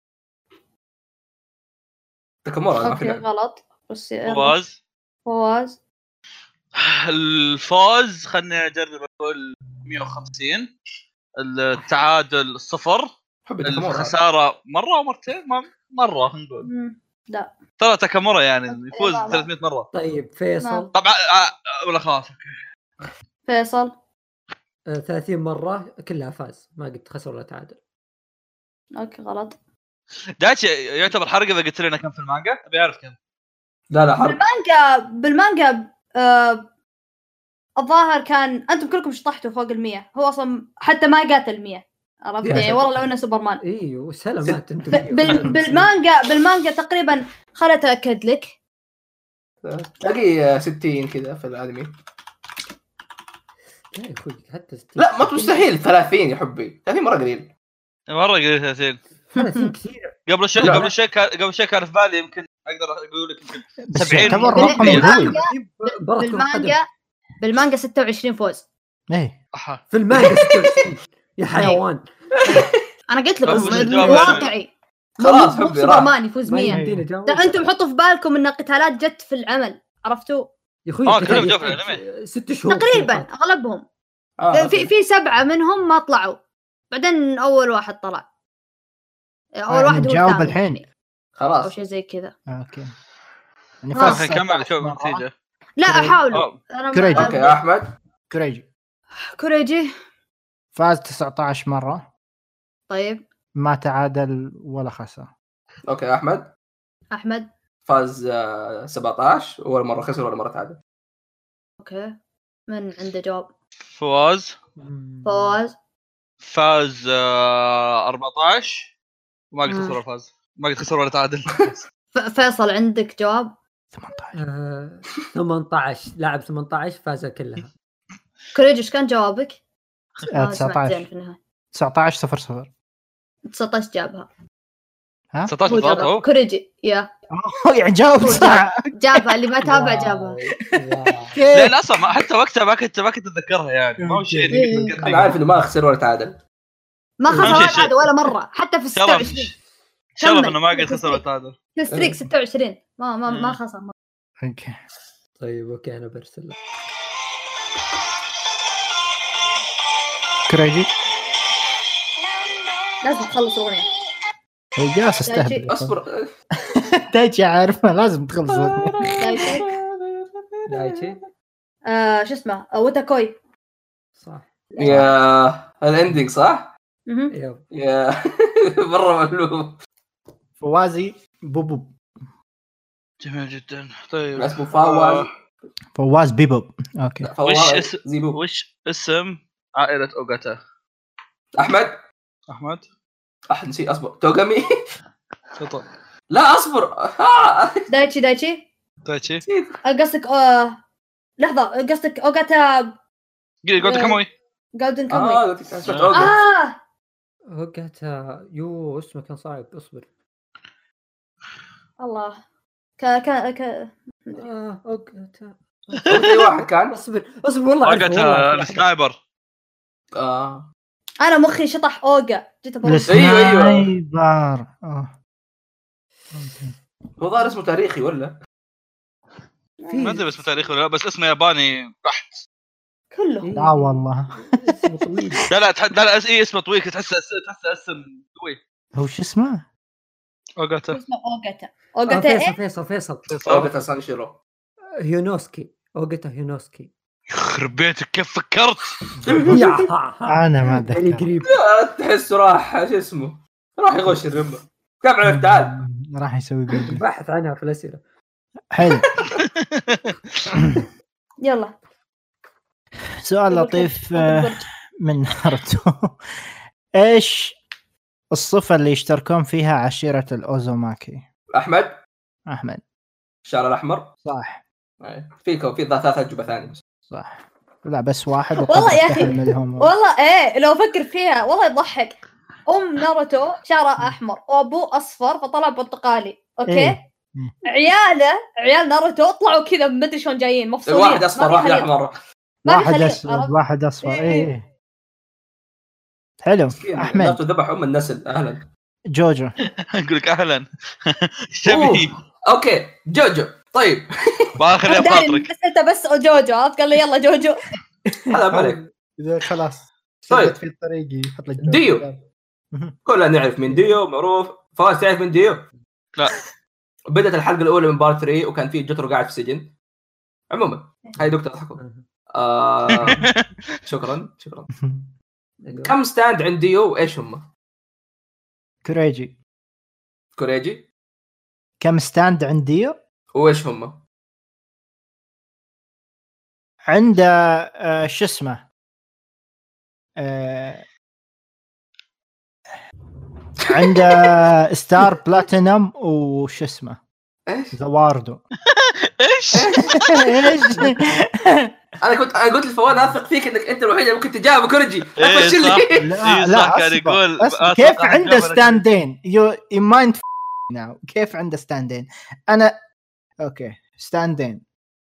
Speaker 5: تكامورا ما
Speaker 4: اوكي
Speaker 5: في لعب.
Speaker 4: غلط بس يعني
Speaker 1: فواز
Speaker 4: فواز
Speaker 1: الفوز خلني اجرب اقول 150 التعادل صفر
Speaker 5: حب الخسارة
Speaker 1: الخساره مره او مرتين ما مره نقول
Speaker 4: مم.
Speaker 1: ترى تاكامورا يعني يفوز
Speaker 4: لا، لا.
Speaker 1: 300 مره
Speaker 3: طيب فيصل
Speaker 4: نعم.
Speaker 1: طبعا آه، آه، ولا خلاص
Speaker 4: فيصل
Speaker 3: آه، 30 مره كلها فاز ما قد خسر ولا تعادل
Speaker 4: اوكي غلط
Speaker 1: دايتشي يعتبر حرق اذا قلت لنا كم في المانجا ابي اعرف كم
Speaker 5: لا لا حرب
Speaker 4: بالمانجا بالمانجا آه الظاهر كان انتم كلكم شطحتوا فوق المية هو اصلا حتى ما قاتل المية عرفت
Speaker 5: يا
Speaker 4: يعني
Speaker 5: ساتر.
Speaker 4: والله لو انه سوبرمان
Speaker 3: ايوه سلامات انتم
Speaker 4: ب-
Speaker 5: *laughs*
Speaker 4: بال- بالمانجا بالمانجا تقريبا خلت اكد لك
Speaker 5: تلاقي 60 كذا في الانمي
Speaker 3: لا يا اخوي حتى ستين.
Speaker 5: لا ما
Speaker 3: *laughs*
Speaker 5: مستحيل 30 يا حبي 30 مره قليل
Speaker 1: مره قلت 30
Speaker 3: 30 كثير
Speaker 1: قبل شيء
Speaker 5: لا.
Speaker 1: قبل شيء كان- قبل شيء كان في بالي يمكن اقدر اقول لك يمكن
Speaker 2: بس
Speaker 1: 70
Speaker 2: يعتبر
Speaker 1: مرة.
Speaker 2: رقم
Speaker 4: بالمانجا-
Speaker 2: قوي
Speaker 3: بركة وقدر.
Speaker 4: بالمانجا بالمانجا 26 فوز
Speaker 2: ايه
Speaker 1: أحا.
Speaker 3: في المانجا 96 يا حيوان
Speaker 4: انا قلت لكم
Speaker 1: بس الجواب
Speaker 4: واقعي
Speaker 5: خلاص
Speaker 4: مو- مو
Speaker 5: حبي، راح.
Speaker 4: سوبرمان يفوز
Speaker 3: ما
Speaker 4: 100
Speaker 3: يمدينا جاوب
Speaker 4: ده انتم حطوا في بالكم ان قتالات جت في العمل عرفتوا؟
Speaker 3: يا اخوي
Speaker 1: آه،
Speaker 3: تخيل
Speaker 1: كلهم جاوا في
Speaker 3: يحتاج ست شهور
Speaker 4: تقريبا اغلبهم
Speaker 5: آه،
Speaker 4: في
Speaker 5: أوكي.
Speaker 4: في سبعه منهم ما طلعوا بعدين اول واحد طلع اول
Speaker 2: آه،
Speaker 4: واحد هو
Speaker 2: نجاوب
Speaker 4: الثاني
Speaker 2: الحين.
Speaker 4: يعني، او
Speaker 5: خلاص
Speaker 4: شيء زي كذا
Speaker 2: اوكي يعني
Speaker 4: آه.
Speaker 2: فاز
Speaker 1: خلينا نكمل شوف
Speaker 2: مرة.
Speaker 1: النتيجه
Speaker 4: لا
Speaker 2: كوريجي.
Speaker 4: احاولوا
Speaker 1: أوه،
Speaker 4: انا
Speaker 2: كوريجي.
Speaker 5: اوكي يا احمد
Speaker 2: كوريجي
Speaker 1: آه.
Speaker 4: كوريجي
Speaker 2: فاز 19 مره
Speaker 4: طيب
Speaker 2: ما تعادل ولا خسر
Speaker 5: اوكي يا احمد
Speaker 4: احمد
Speaker 5: فاز آه، 17 ولا مره خسر ولا مره تعادل
Speaker 4: اوكي من عنده جواب
Speaker 1: فواز
Speaker 4: فواز
Speaker 1: فاز آه، 14 وما قد
Speaker 4: مم.
Speaker 1: خسر ولا فاز ما قد خسر ولا تعادل
Speaker 4: ف- فيصل عندك جواب
Speaker 2: 18
Speaker 3: آه، 18 لاعب 18 فازها كلها
Speaker 4: كوريجي ايش كان جوابك؟
Speaker 2: آه،
Speaker 4: ما سمعت
Speaker 2: 19
Speaker 4: زين في النهاية
Speaker 2: 19 0 *laughs* 0
Speaker 4: 19 جابها
Speaker 1: 19
Speaker 4: هو
Speaker 1: بالضبط
Speaker 4: جابها
Speaker 1: هو
Speaker 4: كوريجي يا
Speaker 2: يعني جاوبت صح
Speaker 4: جابها اللي ما
Speaker 2: *laughs*
Speaker 4: تابع جابها
Speaker 3: جابها
Speaker 1: لا لا اصلا ما- حتى وقتها ما كنت ما كنت اتذكرها يعني ما هو شيء إني كنت متأكد.
Speaker 5: انا عارف انه ما خسر ولا تعادل
Speaker 4: ما
Speaker 1: أهم
Speaker 4: خسر
Speaker 1: شيء
Speaker 4: ولا
Speaker 1: شيء.
Speaker 4: تعادل ولا مره حتى في
Speaker 1: شرف
Speaker 4: 26
Speaker 1: شرف
Speaker 4: كمل.
Speaker 1: انه ما قد خسر ولا تعادل
Speaker 2: *laughs*
Speaker 4: ستريك 26 ما ما ما خسر ما.
Speaker 2: اوكي
Speaker 3: طيب اوكي انا برسل لك
Speaker 2: كريجي
Speaker 4: لازم تخلص الاغنيه
Speaker 2: هي جالسه استهبل
Speaker 5: اصبر آه،
Speaker 2: دايتشي عارفها لازم تخلص
Speaker 4: دايتشي.
Speaker 3: دايتشي
Speaker 4: آه، شو اسمه آه، وتاكوي
Speaker 3: صح
Speaker 5: يا الاندنج صح؟
Speaker 4: مهم.
Speaker 3: يب
Speaker 5: يا *laughs* مره مقلوب
Speaker 2: فوازي بوبوب
Speaker 1: جميل جدا طيب
Speaker 5: اسمه فواز
Speaker 2: فواز بيبوب اوكي
Speaker 5: لا، فواز
Speaker 1: وش اسم-
Speaker 5: زيبو
Speaker 1: وش اسم عائله اوغاتا
Speaker 5: احمد
Speaker 1: احمد
Speaker 5: احمد نسيت اصبر توغامي *laughs*
Speaker 1: تفضل
Speaker 5: لا اصبر *laughs* آه،
Speaker 4: دايتشي دايتشي
Speaker 1: تايتشي
Speaker 5: نسيت
Speaker 4: آه، قصدك آه، لحظه آه، قصدك اوغاتا
Speaker 1: قلت قلت كموي
Speaker 4: جولدن كاموي
Speaker 5: اه سمعت أوغامي.
Speaker 4: اه
Speaker 3: وقتها يو آه، اسمه كان صعب اصبر
Speaker 4: الله ك ك ك
Speaker 3: اه وقتها
Speaker 5: أول في واحد كان
Speaker 3: اصبر اصبر والله عارفه، والله
Speaker 1: اوغاتا
Speaker 3: عارفه.
Speaker 1: السنايبر
Speaker 5: اه
Speaker 4: انا مخي شطح اوغا جيت أبغى-
Speaker 5: أيوة، أيوة.
Speaker 2: السنايبر آه. أوكي.
Speaker 5: هو ظاهر اسمه تاريخي ولا؟
Speaker 1: ما
Speaker 3: في
Speaker 1: ادري اسمه تاريخي ولا لا، بس اسمه ياباني بحت
Speaker 4: كله
Speaker 2: لا والله
Speaker 3: اسمه طويل
Speaker 1: لا لا تح- لا لا اس- إيه اسمه طويل تحس تحس اسم قوي
Speaker 2: هو Oh, شو اسمه؟
Speaker 1: اوغاتا
Speaker 4: اسمه اوغاتا
Speaker 3: آه،
Speaker 4: اوغاتا
Speaker 3: فيصل
Speaker 4: ايه
Speaker 3: فيصل فيصل
Speaker 1: آه.
Speaker 5: اوغاتا سانشيرو
Speaker 3: هيونوسكي اوقتها هيونوسكي
Speaker 1: يخرب بيتك كيف فكرت *laughs*
Speaker 3: يا ها- ها.
Speaker 2: انا ما
Speaker 3: اللي
Speaker 2: اتذكر
Speaker 3: قريب
Speaker 5: آه، تحسه راح شو اسمه راح يغش الرمه كم عمرك تعال
Speaker 2: راح يسوي جوجل
Speaker 3: بحث عنها في الاسئله
Speaker 2: حلو
Speaker 4: يلا
Speaker 2: سؤال لطيف آه، من ناروتو ايش الصفة اللي يشتركون فيها عشيرة الأوزوماكي
Speaker 5: احمد
Speaker 2: أحمد
Speaker 5: الشعر الاحمر
Speaker 2: صح
Speaker 4: إيه.
Speaker 5: أي. في كو- في ذا- ثلاث اجوبه ثانيه بس
Speaker 2: صح لا بس واحد وقد
Speaker 4: والله يا أخي.
Speaker 2: استحل منهم
Speaker 4: والله ايه لو افكر فيها والله يضحك ام ناروتو شعره احمر وابوه اصفر فطلع برتقالي اوكي
Speaker 2: إيه.
Speaker 4: عياله عيال ناروتو طلعوا كذا ما ادري شلون جايين مفصولين
Speaker 5: واحد
Speaker 4: ما
Speaker 5: اصفر
Speaker 4: في
Speaker 5: واحد
Speaker 4: خليط.
Speaker 5: احمر
Speaker 4: ما في
Speaker 2: واحد
Speaker 4: خليط،
Speaker 2: أسود
Speaker 4: عرفت؟
Speaker 2: واحد أصفر
Speaker 4: إيه.
Speaker 2: إيه إيه. حلو
Speaker 5: ناروتو
Speaker 2: أحمد
Speaker 5: ذبح ام النسل اهلا
Speaker 2: جوجو
Speaker 1: اقول لك اهلا *laughs* شبهي
Speaker 5: أوه. اوكي جوجو طيب
Speaker 1: ما خليها
Speaker 4: دايم
Speaker 1: بخاطرك
Speaker 4: بس انت بس جوجو عرفت قال لي يلا جوجو
Speaker 5: هلا عليك
Speaker 2: اذا خلاص
Speaker 5: طيب.
Speaker 2: في طريقي يحط لك
Speaker 5: ديو. كلنا نعرف من ديو معروف فواز تعرف من ديو
Speaker 1: لا.
Speaker 5: بدات الحلقه الاولى من بارت 3 وكان في جترو قاعد في سجن عموما هاي دكتور تحكم
Speaker 1: *laughs*
Speaker 5: آه شكرا شكرا كم ستاند عند ديو وايش هم؟
Speaker 2: *laughs* كوريجي
Speaker 5: كوريجي
Speaker 2: كم ستاند عند ديو؟
Speaker 5: وايش هم؟
Speaker 2: عنده آه، شو اسمه آه، عنده آه، ستار بلاتينم وش اسمه
Speaker 5: ايش؟
Speaker 2: ذا واردو *laughs*
Speaker 1: ايش؟
Speaker 5: إيه.
Speaker 2: ايش
Speaker 5: انا كنت انا قلت لفواز انا اثق فيك انك انت الوحيد اللي ممكن تجاوب كوريجي
Speaker 1: إيه،
Speaker 5: أفشل لي.
Speaker 1: صح.
Speaker 2: لا
Speaker 1: إيه،
Speaker 2: لا
Speaker 1: صح، كان
Speaker 2: أصبر،
Speaker 1: يقول-
Speaker 2: أصبر.
Speaker 1: أتوقع
Speaker 2: كيف
Speaker 1: إنه
Speaker 2: عنده
Speaker 1: جابها لك.
Speaker 2: ستاندين يو مايند ناو كيف عنده ستاندين انا اوكي ستاندين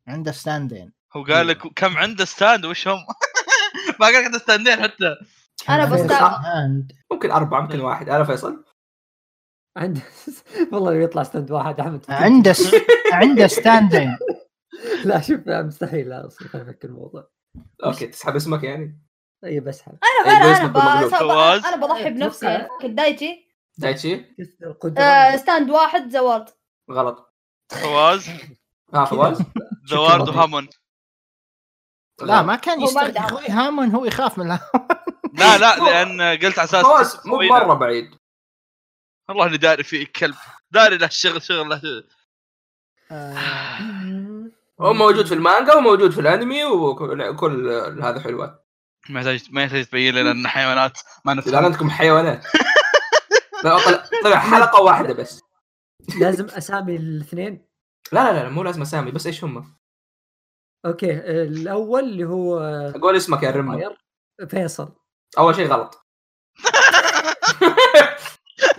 Speaker 2: عنده ستاندين
Speaker 1: هو قال لك كم عنده ستاند وش هم؟ *laughs* ما قال لك عنده ستاندين حتى
Speaker 4: أنا بستعرض.
Speaker 2: ستاند.
Speaker 5: *laughs* ممكن اربعه ممكن واحد انا فيصل
Speaker 3: عند *laughs* والله لو يطلع ستند واحد احمد
Speaker 2: عنده س... عنده ستاندين
Speaker 1: *laughs*
Speaker 3: لا شوف مستحيل لا اصلا خلينا نفكر الموضوع
Speaker 5: اوكي تسحب اسمك يعني
Speaker 3: اي بسحب
Speaker 5: إيه،
Speaker 4: انا
Speaker 5: باسمك
Speaker 4: انا ب-
Speaker 5: المغلوب.
Speaker 1: فواز.
Speaker 4: أصلاً انا بضحي بنفسي يعني كنت دايتشي
Speaker 5: دايتشي
Speaker 3: كسر القدره
Speaker 4: آه، ستاند واحد زوارد
Speaker 5: غلط
Speaker 1: فواز
Speaker 5: ها فواز
Speaker 1: دوارد وهامون
Speaker 2: لا ما كان
Speaker 4: هو ما
Speaker 2: يستخدم
Speaker 4: عنده عقل.
Speaker 2: اخوي هامون هو يخاف من الهامون.
Speaker 1: لا لا لان قلت على اساس
Speaker 5: فواز مو مره بعيد
Speaker 1: والله اني داري فيك كلب داري له الشغل شغل له
Speaker 2: آه،
Speaker 5: هو موجود في المانجا وموجود في الانمي وكل كل هذا حلوات
Speaker 1: ما يحتاج ما يحتاج تبين لنا ان حيوانات ما
Speaker 5: اذا
Speaker 1: نفهم
Speaker 5: عندكم حيوانات لا، طلع- طلع حلقه واحده بس
Speaker 3: لازم اسامي الاثنين
Speaker 5: لا لا لا مو لازم اسامي بس ايش هم
Speaker 3: اوكي الاول اللي هو
Speaker 5: اقول اسمك يا رمه
Speaker 3: فاير فيصل
Speaker 5: اول شيء غلط *laughs*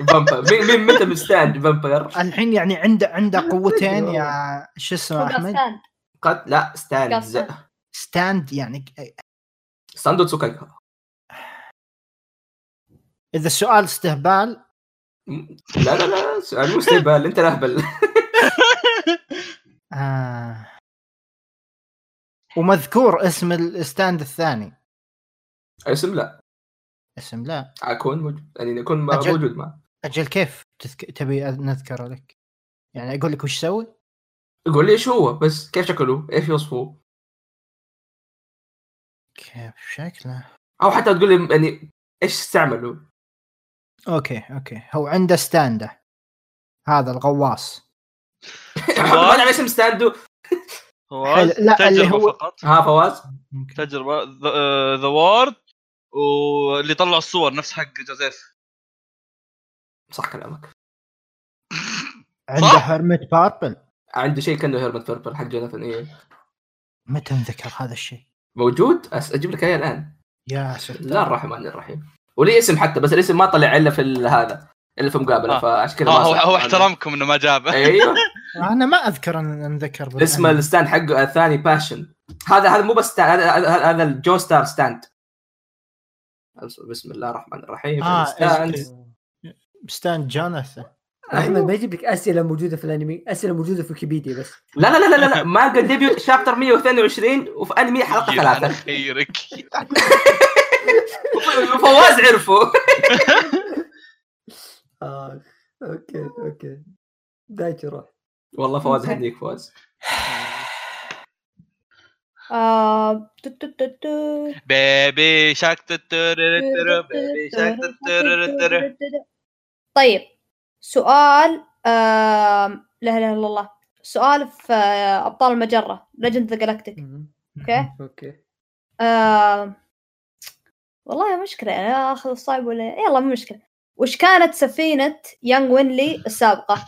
Speaker 5: فامباير مين مين متى مستاند فامباير
Speaker 2: الحين يعني عنده عنده قوتين يا شو اسمه احمد
Speaker 4: ستاند
Speaker 5: قد لا ستاند
Speaker 4: قصد.
Speaker 2: ستاند يعني ك-
Speaker 5: ستاند تسوكاي
Speaker 2: اذا السؤال استهبال
Speaker 5: لا لا لا سؤال مو استهبال انت الاهبل
Speaker 2: آه ومذكور اسم الستاند الثاني
Speaker 5: اسم لا
Speaker 2: اسم لا
Speaker 5: اكون موجود يعني اكون ما-
Speaker 2: أجل.
Speaker 5: موجود معه
Speaker 2: اجل كيف تذك... تبي نذكره لك يعني اقول لك وش سوي
Speaker 5: يقول لي ايش هو بس كيف شكله ايش وصفه
Speaker 2: كيف شكله
Speaker 5: او حتى تقول لي يعني ايش استعملوا
Speaker 2: اوكي اوكي هو عنده ستانده هذا الغواص
Speaker 5: ما على اسم ستاندو
Speaker 1: فواز
Speaker 2: حلو. لا، اللي
Speaker 1: تجربه
Speaker 2: هو- آه.
Speaker 1: فقط
Speaker 5: ها فواز
Speaker 1: تجربه ذا وورد واللي طلع الصور نفس حق جوزيف
Speaker 5: صح كلامك
Speaker 2: عنده هرمت باربل
Speaker 5: عنده شيء كانه هيرمت بيربل حق جوناثان ايه
Speaker 2: متى انذكر هذا الشيء
Speaker 5: موجود أس- اجيب لك اياه الان
Speaker 2: يا ساتر
Speaker 5: لا الرحمن الرحيم ولي اسم حتى بس الاسم ما طلع الا في ال- هذا الا في مقابله
Speaker 1: آه.
Speaker 5: فعشان كذا
Speaker 1: هو,
Speaker 5: ما
Speaker 1: هو,
Speaker 5: صح.
Speaker 1: هو احترمكم انه ما جابه
Speaker 5: ايوه
Speaker 2: انا ما اذكر ان انذكر بالأنمي.
Speaker 5: *laughs* اسم الستاند حقه الثاني باشن هذا هذا مو بس ستاند هذا- هذا هذا الجو ستار ستاند بسم الله الرحمن الرحيم
Speaker 2: آه،
Speaker 5: ستاند
Speaker 2: إيه. ستاند جوناثان
Speaker 3: احمد ما يجيب لك اسئله موجوده في الانمي اسئله موجوده في ويكيبيديا بس
Speaker 5: لا لا لا لا لا مانجا ديبيو شابتر 122 وفي انمي حلقه
Speaker 1: يا على
Speaker 5: ثلاثه
Speaker 1: خيرك
Speaker 5: *laughs* فواز عرفه
Speaker 3: آه. اوكي اوكي دايتش روح
Speaker 5: والله فواز هديك فواز
Speaker 4: آه، تو- تو- تو- تو-
Speaker 1: بيبي شاك تترتر بيبي شاك تترتر
Speaker 4: طيب سؤال آم، لا اله الا الله سؤال في آه، ابطال المجره ليجند ذا جلاكتيك اوكي
Speaker 3: اوكي
Speaker 4: آم، آه، والله مشكله انا اخذ الصعب ولا إيه؟ يلا مو مشكله وش كانت سفينه يانغ وينلي السابقه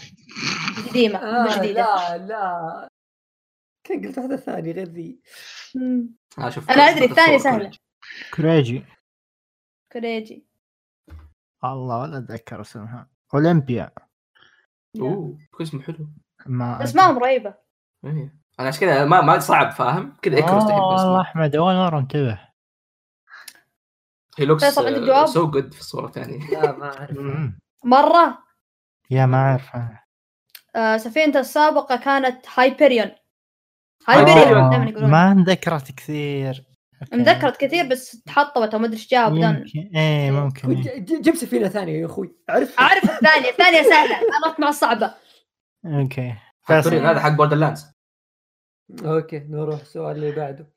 Speaker 4: القديمه مو
Speaker 3: آه
Speaker 4: جديده
Speaker 3: لا لا كان قلت واحده ثانيه غير ذي
Speaker 4: مم،
Speaker 5: ها، شوف
Speaker 4: أنا أدري، الثانية سهلة.
Speaker 2: كريجي
Speaker 4: كوريجي
Speaker 2: الله ولا اتذكر اسمها اولمبيا
Speaker 5: اوه كل اسمه حلو
Speaker 2: ما
Speaker 4: اسمائهم رهيبه
Speaker 5: إيه. انا عشان كذا ما ما صعب فاهم كذا اكروس
Speaker 4: آه.
Speaker 5: تحب
Speaker 2: والله
Speaker 5: اسمه
Speaker 2: احمد اول مره انتبه
Speaker 5: هي لوكس
Speaker 4: فيصل، عندك جواب؟
Speaker 5: سو جود uh, في الصوره الثانيه
Speaker 3: لا ما اعرف
Speaker 4: مره
Speaker 2: يا ما اعرف أنا.
Speaker 4: آه، سفينته السابقة كانت هايبريون
Speaker 5: هايبريون.
Speaker 4: هايبريون دائما
Speaker 2: آه،
Speaker 4: يقولون
Speaker 2: ما انذكرت كثير
Speaker 4: مذكرت كثير بس تحطمت او ما ادري ايش جابوا بدون
Speaker 2: يمكن ايه ممكن إيه.
Speaker 3: ج- ج- جيب سفينه ثانيه يا اخوي اعرف
Speaker 4: اعرف الثانيه الثانيه سهله عرفت مع
Speaker 3: *laughs*
Speaker 4: الصعبه
Speaker 2: اوكي
Speaker 5: حاطين هذا حق بوردر لاندز
Speaker 3: اوكي نروح السؤال اللي بعده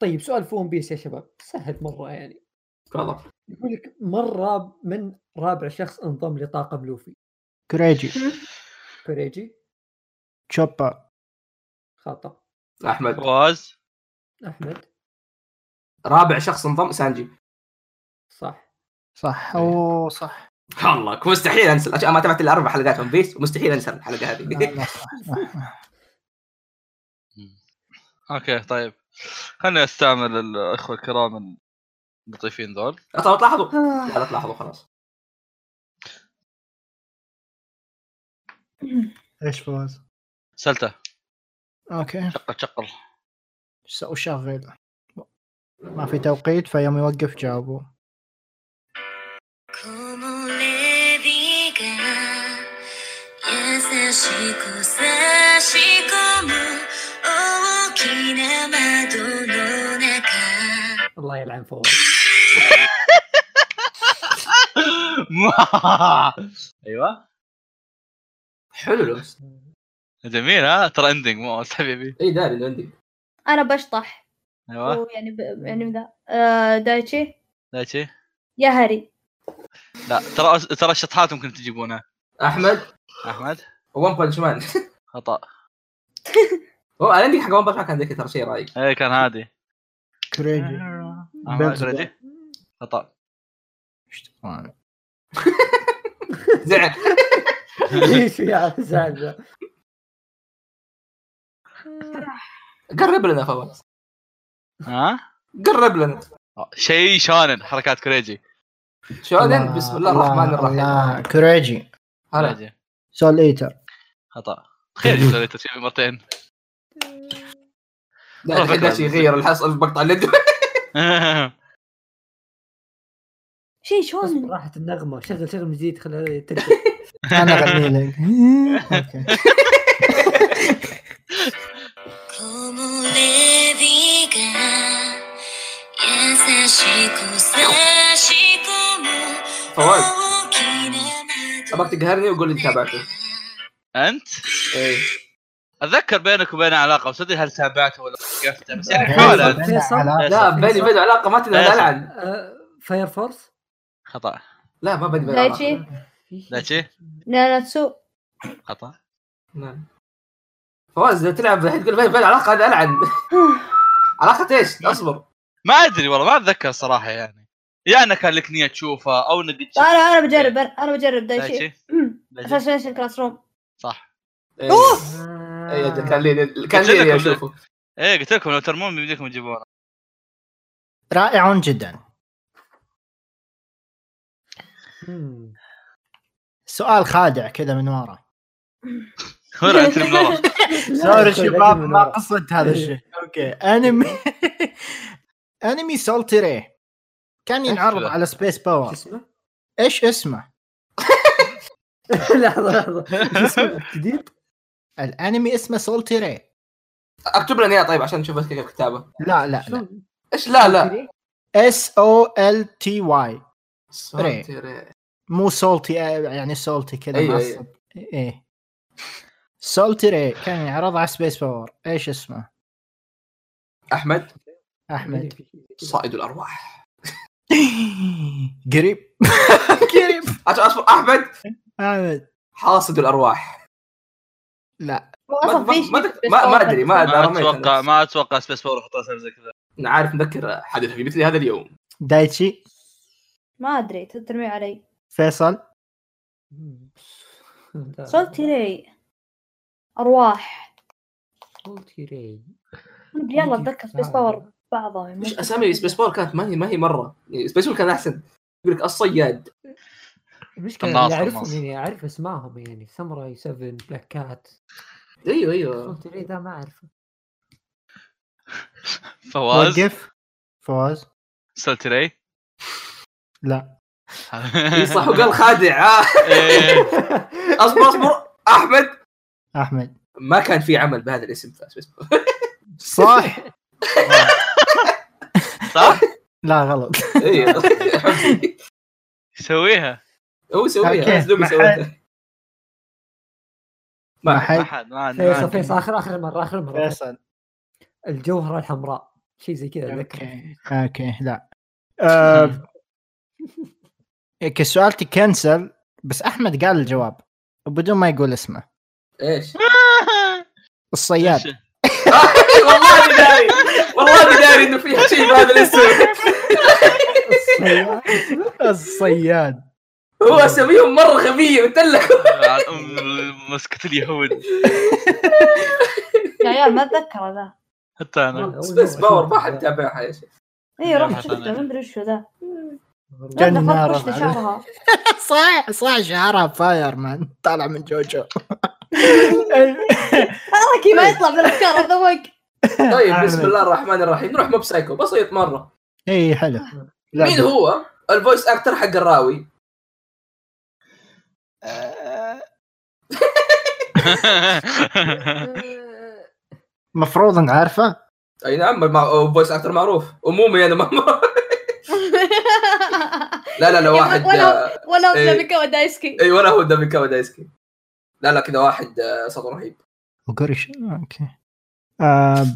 Speaker 3: طيب سؤال في ون بيس يا شباب سهل مره يعني
Speaker 5: تفضل
Speaker 3: يقول لك من راب من رابع شخص انضم لطاقم لوفي
Speaker 2: كوريجي
Speaker 3: كوريجي
Speaker 2: تشوبا
Speaker 3: خطا
Speaker 5: احمد
Speaker 1: فواز
Speaker 3: احمد
Speaker 5: رابع شخص انضم سانجي
Speaker 3: صح
Speaker 2: صح
Speaker 5: إيه.
Speaker 2: اوه صح
Speaker 5: والله مستحيل انسى الاشياء ما تابعت الا اربع حلقات ون بيس ومستحيل انسى الحلقه
Speaker 2: لا،
Speaker 4: آه.
Speaker 5: *laughs* هذه
Speaker 2: لا، صح، صح.
Speaker 1: اوكي طيب خليني استعمل الاخوه الكرام اللطيفين ذول
Speaker 5: لا طب تلاحظوا
Speaker 3: آه.
Speaker 5: لا لا تلاحظوا خلاص
Speaker 2: ايش فوز؟
Speaker 1: سلته
Speaker 2: اوكي
Speaker 1: شقل شقل
Speaker 2: سو شغل ما في توقيت فيوم يوقف جاوبوا
Speaker 6: このレディが優しく差し込む大きな窓の中
Speaker 3: الله يلعن فوق
Speaker 1: ايوه
Speaker 5: حلو الامس
Speaker 1: جميل ها ترى اندنج مو أمس حبيبي
Speaker 5: اي إيه، داري انه عندي
Speaker 4: انا بشطح
Speaker 1: ايوه
Speaker 4: هو يعني ب... يعني ذا آه دايتشي
Speaker 1: لا شيء
Speaker 4: يا هري
Speaker 1: لا ترى ترى الشطحات ممكن تجيبونها
Speaker 5: احمد
Speaker 1: احمد
Speaker 5: ون بانش مان *laughs*
Speaker 1: خطا
Speaker 5: هو انا عندي حق ون بانش مان كان ذكي ترى شيء رايق
Speaker 1: ايه كان هادي
Speaker 2: كوريجي
Speaker 1: أحمد كوريجي؟ خطا
Speaker 2: إيش تبغى؟
Speaker 5: زعل
Speaker 3: ليش يا زعل ذا؟
Speaker 5: قرب لنا فواز
Speaker 1: ها
Speaker 5: قرب لنا
Speaker 1: شيء آه، شانن حركات كوريجي
Speaker 5: شونن بسم الله الرحمن الرحيم
Speaker 2: الله، كوريجي
Speaker 5: هلا
Speaker 1: كوريجي.
Speaker 2: سول ايتر
Speaker 1: خطا خير جبت لي تشوفي مرتين *laughs*
Speaker 5: لا الحين داشي يغير الحص المقطع اللي عنده.
Speaker 4: شيء
Speaker 5: طيب.
Speaker 4: شون
Speaker 3: راحت النغمه شغل شغل مزيد خليها
Speaker 5: *laughs*
Speaker 3: ترجع
Speaker 2: انا اغني لك اوكي
Speaker 6: como le diga 優しく差し込む
Speaker 5: *laughs* فواز
Speaker 6: 大きな窓
Speaker 5: ابغاك تقهرني وقول لي انت تابعته
Speaker 1: انت
Speaker 5: إيه.
Speaker 1: اتذكر بينك وبين علاقه بس ادري هل تابعته ولا وقفته بس *laughs* يعني
Speaker 3: فعلا.
Speaker 1: حولها
Speaker 2: بيننا علاقة.
Speaker 5: لا بيني وبينه علاقه ما تنال
Speaker 1: لا،
Speaker 5: العن
Speaker 3: أه، فاير فورس
Speaker 1: خطا
Speaker 5: لا ما بيني وبينه علاقه
Speaker 4: دايتشي
Speaker 1: لا شيء
Speaker 4: ناناتسو
Speaker 1: خطا
Speaker 5: نعم. فواز لو تلعب الحين تقول بيني وبينه علاقه هذا العن علاقه ايش؟ اصبر
Speaker 1: ما ادري والله ما اتذكر صراحه يعني يا انا كان لك نيه تشوفها او انك
Speaker 4: انا انا بجرب
Speaker 5: إيه.
Speaker 4: انا أنا بجرب دايتشي
Speaker 1: دايتشي
Speaker 4: أمم.
Speaker 1: دايتشي.
Speaker 4: اساسين كلاس روم
Speaker 1: صح
Speaker 5: إيه.
Speaker 4: اوف
Speaker 2: إيه،
Speaker 5: اي أجل، كان لي كان لي
Speaker 1: قلت لكم.
Speaker 5: اشوفه
Speaker 1: ايه قلت لكم لو ترمون بيمديكم *laughs* تجيبونه
Speaker 2: رائع جدا
Speaker 3: مم.
Speaker 2: سؤال خادع كذا من ورا
Speaker 1: هنا انت من ورا.
Speaker 2: *laughs* سوري شباب
Speaker 3: لكن من
Speaker 2: ما
Speaker 3: ورا.
Speaker 2: قصدت هذا الشيء اوكي انمي *laughs* انمي سولتيري كان ينعرض
Speaker 1: أشبه.
Speaker 2: على سبيس
Speaker 3: شو
Speaker 2: باور
Speaker 3: اسمه؟ *laughs*
Speaker 2: ايش اسمه؟
Speaker 3: لحظه لحظه شو اسمه جديد؟
Speaker 2: الانمي اسمه سولتيري
Speaker 5: اكتب لنا اياه طيب عشان نشوف إيش كيف الكتابه
Speaker 2: لا لا لا
Speaker 3: شو؟
Speaker 5: ايش لا لا
Speaker 2: اس او ال تي واي
Speaker 5: صوتي ري.
Speaker 2: مو سولتي يعني سولتي كذا
Speaker 5: أيوة،
Speaker 2: معصب ايه سولتيري كان ينعرض على سبيس باور ايش اسمه؟
Speaker 5: احمد
Speaker 2: احمد
Speaker 5: صائد الارواح
Speaker 2: قريب *laughs* قريب *laughs*
Speaker 5: عشان اصبر احمد
Speaker 2: احمد
Speaker 5: حاصد الارواح
Speaker 2: لا
Speaker 5: ما
Speaker 4: اصلا
Speaker 5: ما-
Speaker 4: في شيء
Speaker 5: ما-
Speaker 4: في
Speaker 5: ما- ما
Speaker 4: Space
Speaker 5: ادري
Speaker 4: Forward.
Speaker 1: ما
Speaker 5: ما أدري، رميت
Speaker 1: اتوقع
Speaker 5: أنا.
Speaker 1: ما اتوقع سبيس باور يحطون سبب زي كذا
Speaker 5: انا عارف متذكر حدث في مثل هذا اليوم
Speaker 2: دايتشي
Speaker 4: ما ادري ترمي علي
Speaker 2: فيصل
Speaker 5: آه.
Speaker 4: صلت لي ارواح
Speaker 3: صوتي ري
Speaker 4: يلا اتذكر سبيس باور بعضها
Speaker 5: مش
Speaker 4: *laughs*
Speaker 5: اسامي سبيس بول كانت ما هي ما هي مره سبيس بول كان احسن يقول لك الصياد
Speaker 3: المشكله
Speaker 1: قناص،
Speaker 3: اللي
Speaker 1: قناص.
Speaker 3: اعرفهم يعني اعرف اسمائهم يعني ساموراي 7 بلاك كات
Speaker 5: ايوه
Speaker 2: أه.
Speaker 3: *laughs*
Speaker 5: ايوه
Speaker 3: صوتي ري ذا ما اعرفه
Speaker 1: فواز
Speaker 2: وقف فواز
Speaker 1: سلتري
Speaker 2: لا
Speaker 5: إي
Speaker 1: *laughs*
Speaker 5: صح وقال خادع آه. *laughs*
Speaker 1: إيه،
Speaker 5: اصبر اصبر احمد
Speaker 2: احمد
Speaker 5: ما *laughs* كان في عمل بهذا الاسم في سبيس بول
Speaker 2: صح
Speaker 1: صح؟
Speaker 2: *laughs* لا غلط
Speaker 5: اي
Speaker 1: سويها
Speaker 5: *laughs* هو
Speaker 2: أوكي.
Speaker 5: سويها اسلوبه
Speaker 2: ما حد-
Speaker 5: سويها ما
Speaker 2: ما
Speaker 5: حد.
Speaker 1: ما
Speaker 2: حد
Speaker 1: حد ما عندي- ما
Speaker 3: فيصل
Speaker 1: عندي.
Speaker 3: فيصل اخر اخر مره اخر مره
Speaker 2: فيصل
Speaker 3: الجوهره الحمراء شيء زي كذا *laughs* اتذكر
Speaker 2: اوكي اوكي لا *laughs* آه، كسؤال تكنسل بس احمد قال الجواب بدون ما يقول اسمه
Speaker 5: *laughs* ايش؟ *laughs*
Speaker 2: الصياد
Speaker 5: والله إني داري والله إني داري انه فيها شيء بهذا الاسم
Speaker 3: الصياد.
Speaker 2: الصياد
Speaker 5: هو اساميهم مره غبيه قلت لك
Speaker 1: على أم مسكة اليهود
Speaker 4: يا عيال ما اتذكر ذا
Speaker 1: حتى *laughs* انا
Speaker 5: سبيس باور ما حد تابعها يا شيخ
Speaker 4: اي إيه،
Speaker 5: نعم.
Speaker 4: رحت
Speaker 1: حسنا.
Speaker 4: شفته ما ادري وش ذا
Speaker 3: والله.
Speaker 4: جد
Speaker 2: نار
Speaker 4: دخلت
Speaker 2: عليه.
Speaker 4: كشت شعرها
Speaker 2: *laughs* صح صح شعرها فاير مان طالع من جوجو
Speaker 4: حركي ما يطلع من الافكار هذا وق
Speaker 5: طيب بسم الله الرحمن الرحيم نروح موب سايكو بسيط مره
Speaker 2: اي حلو
Speaker 5: مين هو الفويس اكتر حق الراوي؟
Speaker 2: مفروض نعرفه
Speaker 5: اي نعم مع فويس اكتر معروف امومي انا ما *laughs* لا لا لا واحد
Speaker 4: ولا-
Speaker 5: آه،
Speaker 4: ولا هو
Speaker 5: إيه.
Speaker 4: نابيكا ودايسكي
Speaker 5: اي ولا هو داميكاوا دايسكي لا لا كذا واحد آه، صوته رهيب
Speaker 2: وقرش اوكي
Speaker 5: *laughs*
Speaker 2: آه،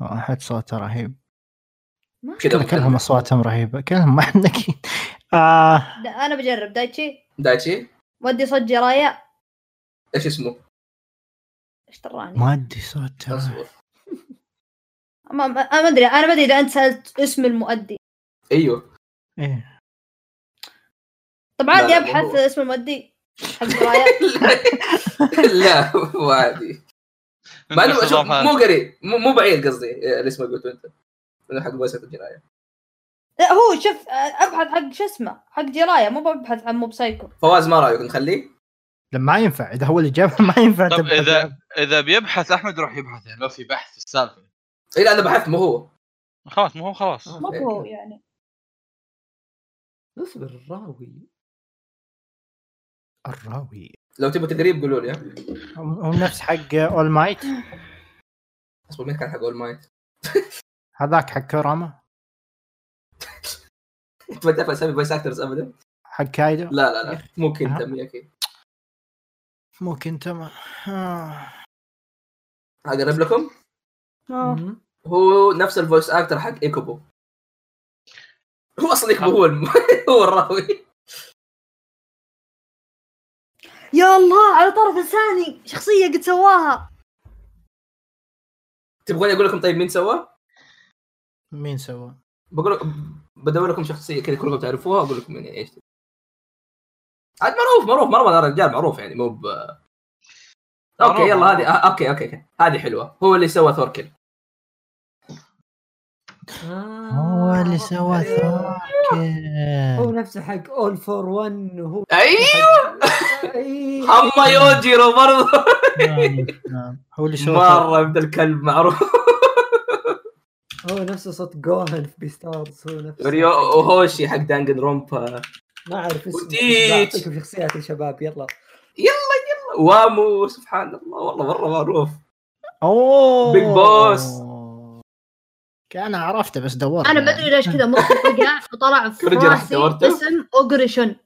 Speaker 2: واحد صوته رهيب
Speaker 4: ما-
Speaker 5: كذا
Speaker 2: كلهم اصواتهم رهيبه كلهم ما عندك آه
Speaker 4: لا، انا بجرب دايتشي
Speaker 5: دايتشي
Speaker 4: ودي صوت جرايا
Speaker 5: ايش اسمه؟
Speaker 4: ايش تراني
Speaker 2: ما ادري صوته
Speaker 5: أصبر.
Speaker 4: ما ما- انا ما ادري انا ما ادري اذا انت سالت اسم المؤدي
Speaker 5: ايوه
Speaker 2: إيه.
Speaker 4: طب
Speaker 5: لا،
Speaker 4: عادي
Speaker 5: لا،
Speaker 4: ابحث
Speaker 5: هو-
Speaker 4: اسم المؤدي حق جرايا
Speaker 5: *laughs* لا مو عادي مع انه شوف مو قريب مو مو بعيد قصدي آه، اللي اسمه قلته انت إنه حق فويس اكتر جنايه
Speaker 4: *laughs* لا هو شوف ابحث حق شو اسمه حق جرايا مو ببحث عن موب سايكو
Speaker 5: فواز ما رايك نخليه؟
Speaker 2: لما ما ينفع اذا هو اللي جابها *laughs* ما ينفع
Speaker 1: طب
Speaker 2: تبقى
Speaker 1: إذا-
Speaker 2: جاب.
Speaker 1: اذا بيبحث احمد روح يبحث يعني لو في بحث في السالفه
Speaker 5: اي لا انا إيه، بحثت مو هو
Speaker 1: خلاص مو هو خلاص
Speaker 3: آه،
Speaker 4: مو هو يعني
Speaker 3: اصبر الراوي
Speaker 2: الراوي
Speaker 5: لو تبغوا تقريب قولوا لي
Speaker 2: هو هو نفس حق اول مايت
Speaker 5: اصبر مين كان حق اول *laughs* مايت؟
Speaker 2: هذاك حق كوراما
Speaker 5: انت ما تعرف اسامي فويس اكترز ابدا
Speaker 2: حق كايدو
Speaker 5: لا لا لا ممكن
Speaker 2: ها؟
Speaker 5: تمي اكيد
Speaker 2: ممكن تمام آه.
Speaker 5: اقرب لكم
Speaker 4: آه.
Speaker 3: مم.
Speaker 5: هو نفس الفويس اكتر حق ايكوبو هو اصلا ايكوبو هو الم... *laughs* هو الراوي
Speaker 4: يا الله على طرف لساني شخصيه قد سواها
Speaker 5: تبغوني اقول لكم طيب مين سواه؟
Speaker 2: مين سوى؟
Speaker 5: بقول لكم بدور لكم شخصيه كذا كلكم تعرفوها اقول لكم يعني ايش عاد معروف معروف مره رجال معروف يعني مو ب اوكي
Speaker 1: معروف،
Speaker 5: يلا
Speaker 1: معروف.
Speaker 5: هذه آه، اوكي اوكي أوكي. هذه حلوه هو اللي سوى ثوركل
Speaker 3: آه،
Speaker 2: هو اللي سوى
Speaker 3: عرفت. هو
Speaker 2: ثوركل
Speaker 3: نفسه حق اول فور 1 وهو
Speaker 5: ايوه
Speaker 3: أي.
Speaker 5: اما يوجيرو برضه
Speaker 2: نعم، نعم. هو اللي سوى ثوركل.
Speaker 5: مره ابن الكلب معروف
Speaker 3: هو نفسه صوت جوهن في بيستارز هو نفسه
Speaker 5: وريو وهوشي حق دانجن رومبا
Speaker 3: ما اعرف اسمه
Speaker 5: وتيتش.
Speaker 3: بعطيكم شخصيات يا شباب يلا
Speaker 5: وامو سبحان الله والله مره معروف
Speaker 2: اوه
Speaker 5: بيج بوس.
Speaker 2: كان عرفته بس دورت
Speaker 4: انا ما ادري ليش كذا مخي وقع وطلع في
Speaker 5: كل جرح
Speaker 4: راسي
Speaker 5: دورته؟
Speaker 4: اسم اوغريشن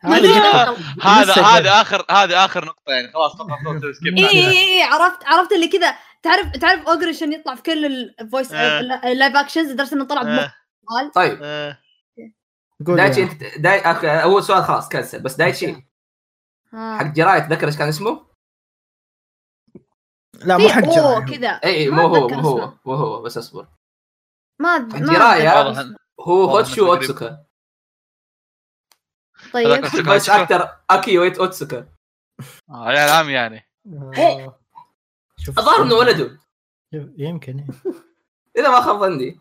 Speaker 1: هذا
Speaker 2: لسه
Speaker 1: هذا اخر هذا اخر نقطه يعني خلاص فقط نقطة سكيب.
Speaker 4: اي اي اي إيه، عرفت عرفت اللي كذا تعرف تعرف اوغريشن يطلع في كل الفويس
Speaker 1: آه.
Speaker 4: اللايف اكشنز لدرجه انه طلع بمخ
Speaker 1: آه،
Speaker 4: سؤال
Speaker 5: طيب
Speaker 1: آه.
Speaker 2: قول
Speaker 5: دايتشي
Speaker 2: يا.
Speaker 5: انت داي... أخ- اول سؤال خلاص كنسل بس دايتشي
Speaker 4: آه.
Speaker 5: حق جراية تذكر ايش كان اسمه؟
Speaker 2: لا مو
Speaker 4: في
Speaker 2: حق
Speaker 4: اوه
Speaker 2: جرايم.
Speaker 4: كذا
Speaker 5: اي
Speaker 4: ما
Speaker 5: إيه، مو هو
Speaker 4: أتذكر
Speaker 5: مو هو
Speaker 4: اسمه.
Speaker 5: مو هو بس اصبر
Speaker 4: ما
Speaker 5: حق
Speaker 4: ما
Speaker 5: جراية.
Speaker 4: أتذكر
Speaker 1: واضح.
Speaker 4: اسمه.
Speaker 5: هو
Speaker 1: والله
Speaker 5: هوتشو
Speaker 1: متقرب.
Speaker 5: اوتسوكا
Speaker 4: طيب
Speaker 1: أتذكر.
Speaker 5: بس اكثر اكي ويت اوتسوكا
Speaker 1: آه، يا العام يعني
Speaker 3: آه.
Speaker 2: شوف.
Speaker 5: الظاهر انه ولده
Speaker 2: يمكن إيه.
Speaker 5: اذا ما خاب ظني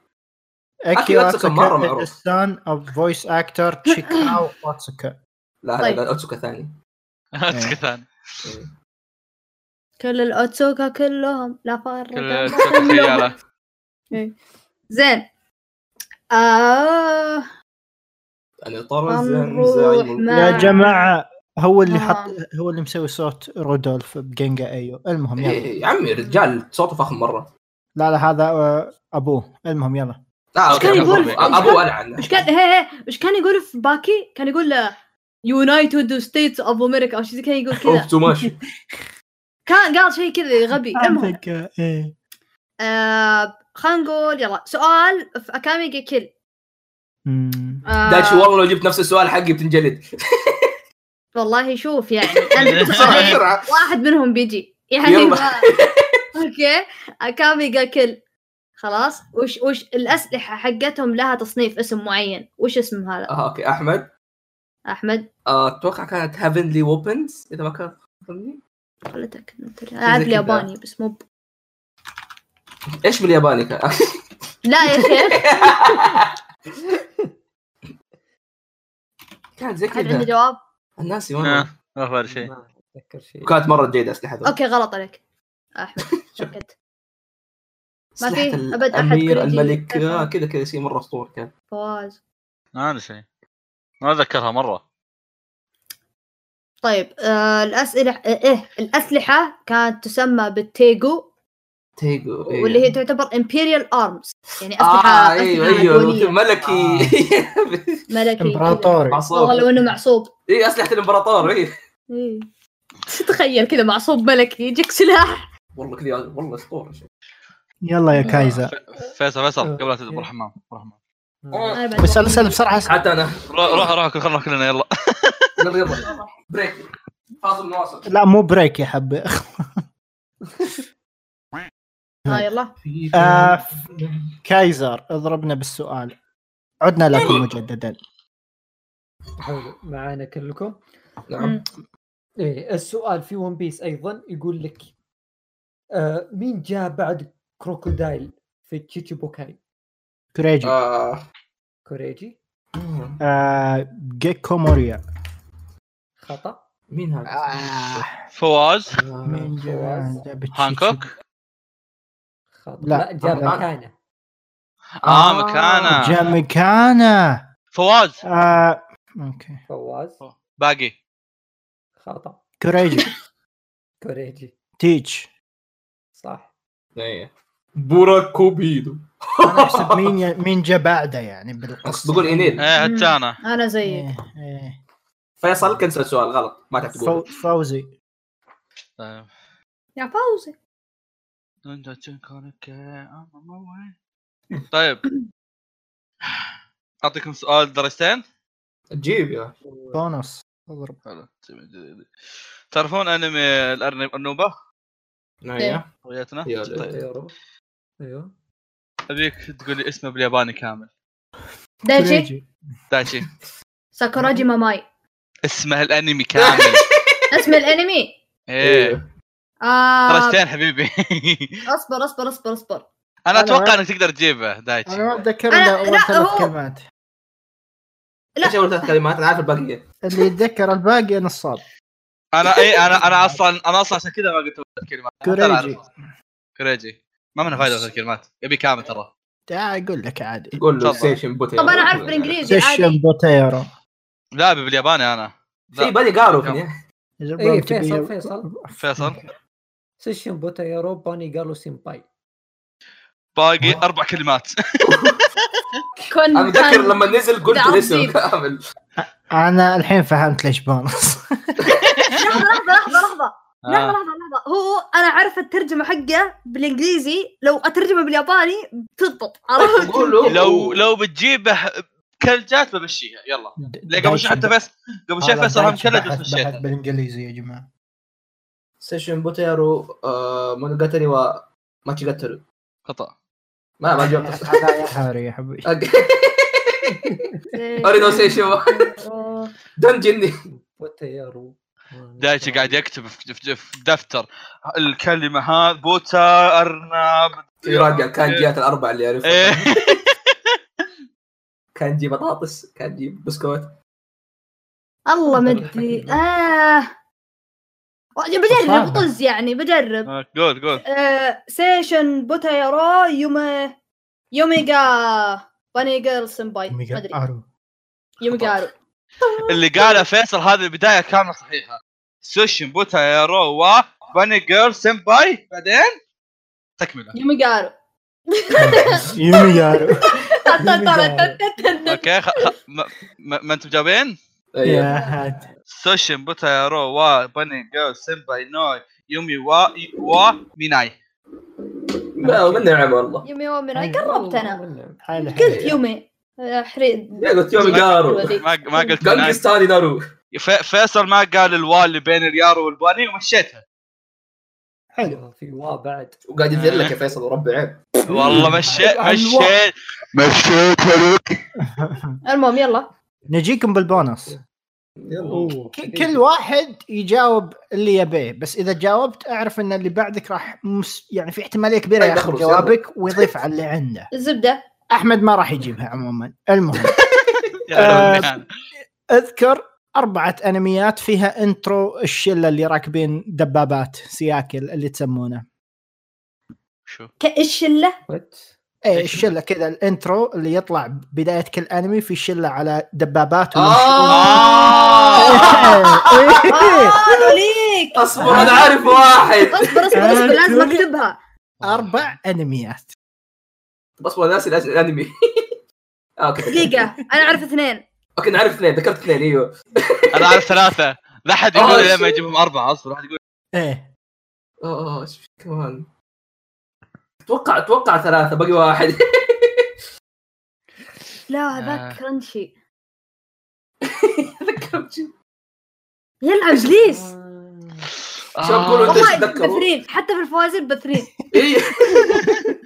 Speaker 5: أكي
Speaker 2: اكي
Speaker 5: واتسوكا مرة
Speaker 2: واتسوكا
Speaker 5: معروف.
Speaker 2: السان اوف فويس اكتر
Speaker 5: *laughs*
Speaker 2: تشيكاو واتسوكا
Speaker 5: لا لا
Speaker 4: طيب.
Speaker 5: لا اوتسوكا ثاني
Speaker 1: أتذكر ثاني
Speaker 4: كل الاوتسوكا كلهم لا فرق
Speaker 1: كل
Speaker 4: بينهم.
Speaker 1: أتذكر خيالة.
Speaker 4: زين آه
Speaker 5: انا طار
Speaker 4: هنروح مع
Speaker 2: يا جماعه هو اللي
Speaker 4: آه.
Speaker 2: حط هو
Speaker 5: إيه،
Speaker 2: اللي مسوي صوت رودولف بجينجا ايو أيوه. المهم يلا
Speaker 5: يا عمي رجال صوته فخم مره
Speaker 2: لا لا هذا آه، ابوه المهم يلا
Speaker 5: لا
Speaker 4: إيش
Speaker 5: اوكي
Speaker 4: كان
Speaker 5: أنا
Speaker 4: يقول؟
Speaker 5: أبوه-
Speaker 4: إيش كان-
Speaker 5: ابوه العن
Speaker 4: ايش كان هي هي ايش كان يقول في باكي؟ كان يقول آه، يونايتد ستيتس اوف امريكا او شيء زي كذا يقول
Speaker 5: اوف
Speaker 4: كذا
Speaker 5: تو ماتش
Speaker 4: آه. كان قال شيء كذا غبي المهم
Speaker 2: ايه
Speaker 4: آه خلينا نقول يلا سؤال في اكامي جي كيل
Speaker 5: إيه.
Speaker 4: آه
Speaker 5: دايتشي والله لو جبت نفس السؤال حقي بتنجلد
Speaker 4: والله شوف يعني انا
Speaker 5: *laughs*
Speaker 4: جبت *laughs*
Speaker 5: بسرعه
Speaker 4: سؤالين،
Speaker 5: بسرعه
Speaker 4: واحد منهم بيجي يعني
Speaker 5: يلا. *laughs*
Speaker 4: ما- اوكي اكامي جا كيل خلاس وش وش الاسلحه حقتهم لها تصنيف اسم معين وش اسم هذا
Speaker 5: آه، اوكي احمد
Speaker 4: احمد
Speaker 5: آه، اتوقع كانت هافنلي ووبنز اذا ما كان ظني
Speaker 4: ولا تاكد أنت. أنا عارف
Speaker 5: كذا.
Speaker 4: الياباني بس مو ب-
Speaker 5: ايش بالياباني كان *laughs*
Speaker 4: لا يا شيخ
Speaker 5: كان زي
Speaker 4: هل عندي
Speaker 5: كذا طيب.
Speaker 4: جواب
Speaker 5: الناس
Speaker 1: آه،
Speaker 5: والله
Speaker 1: ما فرق شيء
Speaker 3: ما اتذكر شيء
Speaker 5: وكانت مره جيده اسلحه
Speaker 4: اوكي غلط عليك احمد
Speaker 5: *laughs*
Speaker 4: شكت ما في
Speaker 5: أسلحة
Speaker 4: أبد أحد
Speaker 5: الامير
Speaker 4: كوريجي
Speaker 5: الملك
Speaker 4: يتكلم.
Speaker 5: آه، كذا كذا شيء مره اسطوري كان
Speaker 4: فواز
Speaker 1: ما ادري شيء ما اتذكرها مره
Speaker 4: طيب آه الاسلحه آه، ايه الاسلحه كانت تسمى بالتيجو
Speaker 5: تيجو إيه.
Speaker 4: واللي هي تعتبر امبيريال ارمز يعني اسلحه
Speaker 5: اه
Speaker 4: أسلحة
Speaker 5: ايوه ايوه
Speaker 4: دولية،
Speaker 5: ملكي *laughs*
Speaker 4: ملكي كذا.
Speaker 2: امبراطوري
Speaker 4: والله لو
Speaker 5: عصور
Speaker 4: انه معصوب
Speaker 5: اي اسلحه الامبراطور اي
Speaker 4: إيه. تتخيل كذا معصوب ملكي يجيك سلاح
Speaker 5: والله كذا والله اسطوره
Speaker 2: يلا يا كايزا
Speaker 1: فيصل فيصل
Speaker 3: آه.
Speaker 1: قبل لا تدخل الحمام روح الحمام
Speaker 4: أنا بعد
Speaker 2: بس
Speaker 4: وقت.
Speaker 2: اسال بسرعه اسأل.
Speaker 5: آه، حتى انا
Speaker 1: روح روح روح كل- خلنا نروح كلنا يلا *laughs*
Speaker 5: يلا يلا بريك فاصل نواصل
Speaker 2: لا مو بريك يا حبي
Speaker 4: اه يلا
Speaker 2: آه، كايزر اضربنا بالسؤال عدنا لكم مجددا
Speaker 3: حلو معانا كلكم
Speaker 5: نعم
Speaker 3: ايه السؤال في ون بيس ايضا يقول لك آه مين جاء بعد كروكودايل في تشيتشيبوكاي
Speaker 2: كوريجي
Speaker 5: آه.
Speaker 3: كوريجي
Speaker 2: آه، جيكو موريا
Speaker 3: خطا
Speaker 5: مين هذا؟
Speaker 2: آه،
Speaker 1: فواز
Speaker 2: مين جا- جا بتشيتشي؟
Speaker 1: هانكوك
Speaker 3: خطا
Speaker 2: لا.
Speaker 3: لا, جاء
Speaker 5: آه.
Speaker 3: مكانه
Speaker 1: اه مكانه
Speaker 2: جا مكانه
Speaker 1: فواز
Speaker 2: آه، اوكي
Speaker 3: فواز
Speaker 1: باقي
Speaker 2: إيه،
Speaker 3: خطا
Speaker 2: كوريجي
Speaker 3: كوريجي
Speaker 2: تيتش
Speaker 3: صح
Speaker 5: إيه. بوراكوبيدو
Speaker 2: انا احسب مين ي- مين جا بعده يعني بالقصه
Speaker 5: بقول انيل
Speaker 1: ايه حتى انا
Speaker 4: انا زيك
Speaker 2: إيه، إيه.
Speaker 5: فيصل كنسل السؤال غلط ما تعرف
Speaker 2: فو-
Speaker 5: تقول
Speaker 2: فوزي
Speaker 1: طيب.
Speaker 4: يا فوزي
Speaker 1: آه، طيب اعطيكم سؤال درجتين
Speaker 5: جيب يا
Speaker 2: بونص اضرب
Speaker 1: تعرفون انمي الارنب النوبه
Speaker 5: نايا
Speaker 4: إيه.
Speaker 1: هويتنا
Speaker 5: يا
Speaker 1: طيب.
Speaker 5: ليل.
Speaker 3: ايوه
Speaker 1: ابيك تقول لي اسمه بالياباني كامل
Speaker 4: دايتشي
Speaker 1: دايشي
Speaker 4: ساكوراجي ماماي
Speaker 1: اسمه الانمي كامل
Speaker 4: اسم الانمي
Speaker 5: إيه.
Speaker 1: ايه
Speaker 4: آه
Speaker 1: درجتين حبيبي *laughs*
Speaker 4: اصبر اصبر اصبر اصبر
Speaker 1: انا
Speaker 2: أنا
Speaker 1: اتوقع
Speaker 2: ما-
Speaker 1: انك تقدر تجيبه دايتشي
Speaker 2: انا ما اتذكر
Speaker 4: أنا-
Speaker 2: الا اول
Speaker 4: لا،
Speaker 2: ثلاث
Speaker 4: هو-
Speaker 2: كلمات
Speaker 4: لا.
Speaker 5: ايش اول ثلاث كلمات انا عارف الباقيه
Speaker 2: اللي يتذكر الباقي نصاب
Speaker 1: انا اي انا انا اصلا انا اصلا عشان كذا ما قلت أول ثلاث كلمات حتى أنا
Speaker 2: كوريجي.
Speaker 1: أعرف. كوريجي ما منها فائده أول ثلاث كلمات يبي كامل ترى
Speaker 2: تعال اقول لك عادي
Speaker 5: قول له
Speaker 1: تفضل.
Speaker 5: سيشن بوتي
Speaker 4: طب انا اعرف بالانجليزي
Speaker 2: سيشن
Speaker 4: عادي
Speaker 2: بوتيرو
Speaker 1: لا أبي بالياباني انا
Speaker 5: في
Speaker 1: لا
Speaker 5: بالي قالوا فيني
Speaker 3: ايه فيصل فيصل
Speaker 1: فيصل
Speaker 3: سيشن بوتا يا روب باني قالوا سيمباي
Speaker 1: باقي اربع كلمات
Speaker 4: كون
Speaker 5: انا اتذكر لما نزل قلت
Speaker 4: ده
Speaker 5: الاسم
Speaker 4: عظيم.
Speaker 5: كامل
Speaker 2: انا الحين فهمت ليش بونص
Speaker 4: لحظه لحظه لحظه لحظه لحظه
Speaker 1: آه.
Speaker 4: لحظه لحظه هو انا عارفه الترجمه حقه بالانجليزي لو اترجمه بالياباني بتضبط عرفت
Speaker 5: *laughs*
Speaker 4: *laughs*
Speaker 5: قول له
Speaker 1: لو لو بتجيبه كلجات بمشيها يلا لا قبل شوي حتى بس قبل
Speaker 2: آه،
Speaker 1: شوي فيصل هم كلج وتمشيتها
Speaker 2: بالانجليزي يا جماعه
Speaker 5: سيشن بوتيرو آه، مونوجاتري و ماتشيجاترو
Speaker 1: خطا
Speaker 5: ما ما جاوبت صح.
Speaker 2: هذا يا هاري يا حبيبي
Speaker 5: أوكي. أريد أوصي شو. دم جني
Speaker 3: بوتا يا روب
Speaker 1: دايتشي قاعد يكتب في في- في دفتر الكلمه هذا بوتا ارنب
Speaker 5: يراجع كان جيات الاربع اللي يعرفها
Speaker 1: إيه.
Speaker 5: كان جي بطاطس كان جي بسكوت
Speaker 4: الله مدري اه بجرب
Speaker 2: صعبة.
Speaker 4: طز يعني بجرب
Speaker 1: آه، قول قول
Speaker 4: آه، سيشن بوتايرو يومي يوميغا بانيغل سمباي ما ادري
Speaker 2: أرو.
Speaker 4: يوميغارو
Speaker 1: اللي قاله فيصل هذه البدايه كانت صحيحه سوشن بوتا يارو و باني جيرل سمباي بعدين تكمله
Speaker 4: يوميغارو
Speaker 5: *laughs*
Speaker 2: يوميارو
Speaker 1: اوكي خ... خ... ما... ما... ما انتم جاوبين؟
Speaker 4: إيه.
Speaker 5: أيوه.
Speaker 2: يا هاد
Speaker 1: سوشن بوتا رو وا بني جو سمباي نو يومي وا وا ميناي
Speaker 5: لا من نعم والله
Speaker 4: *laughs* يومي وميناي قربت انا
Speaker 2: حلو
Speaker 4: قلت يومي آه، حريد
Speaker 5: يا قلت يومي قارو
Speaker 1: ما ما قلت ميناي
Speaker 5: قنقستاني نارو
Speaker 1: ف- فيصل ما قال الوا اللي بين اليارو والباني ومشيتها
Speaker 2: حلو
Speaker 3: آه، في وا بعد
Speaker 5: وقاعد يذلك
Speaker 1: نعم.
Speaker 5: يا فيصل ورب عين
Speaker 1: والله مشيت
Speaker 3: الوا.
Speaker 1: مشيت مشيت لك
Speaker 4: المهم يلا
Speaker 2: *laughs* نجيكم بالبونص
Speaker 5: يلا
Speaker 3: أوه.
Speaker 2: ك- كل واحد يجاوب اللي يبيه بس اذا جاوبت اعرف ان اللي بعدك راح مس... يعني في احتماليه كبيره
Speaker 5: طيب،
Speaker 2: ياخذ
Speaker 5: أخلص، يلا.
Speaker 2: جوابك ويضيف على اللي عنده
Speaker 4: الزبده
Speaker 2: احمد ما راح يجيبها عموما المهم آه.
Speaker 1: يا
Speaker 2: اذكر أربعة أنميات فيها انترو الشلة اللي راكبين دبابات سياكل اللي تسمونه
Speaker 1: شو
Speaker 4: كالشله
Speaker 3: *laughs* وات؟
Speaker 2: ايه الشلة كذا الانترو اللي يطلع بداية كل انمي في شلة على دبابات
Speaker 5: آه.
Speaker 4: آه، عليك
Speaker 5: اصبر انا عارف واحد
Speaker 4: اصبر اصبر اصبر لازم اكتبها
Speaker 2: *laughs* أربع أنميات
Speaker 5: اصبر ناسي الأس- الانمي *laughs* آه، اوكي
Speaker 4: دقيقه انا اعرف اثنين
Speaker 5: اوكي نعرف اثنين ذكرت اثنين ايوه
Speaker 1: انا اعرف ثلاثه لا احد
Speaker 5: آه،
Speaker 1: يقول لي
Speaker 5: شو.
Speaker 1: لما يجيبهم اربعه اصبر لا احد يقول
Speaker 2: ايه
Speaker 5: اه آه، شوف كمان اتوقع اتوقع ثلاثة باقي واحد *laughs*
Speaker 4: لا هذاك
Speaker 1: آه.
Speaker 4: كرنشي
Speaker 5: ذكرت شيء.
Speaker 4: يلعب جليس
Speaker 5: شو
Speaker 1: Ah,
Speaker 5: أقول وأنت-
Speaker 4: والله
Speaker 5: تتذكروا؟
Speaker 4: بثرين حتى في الفوازير بثرين
Speaker 5: اي إيه.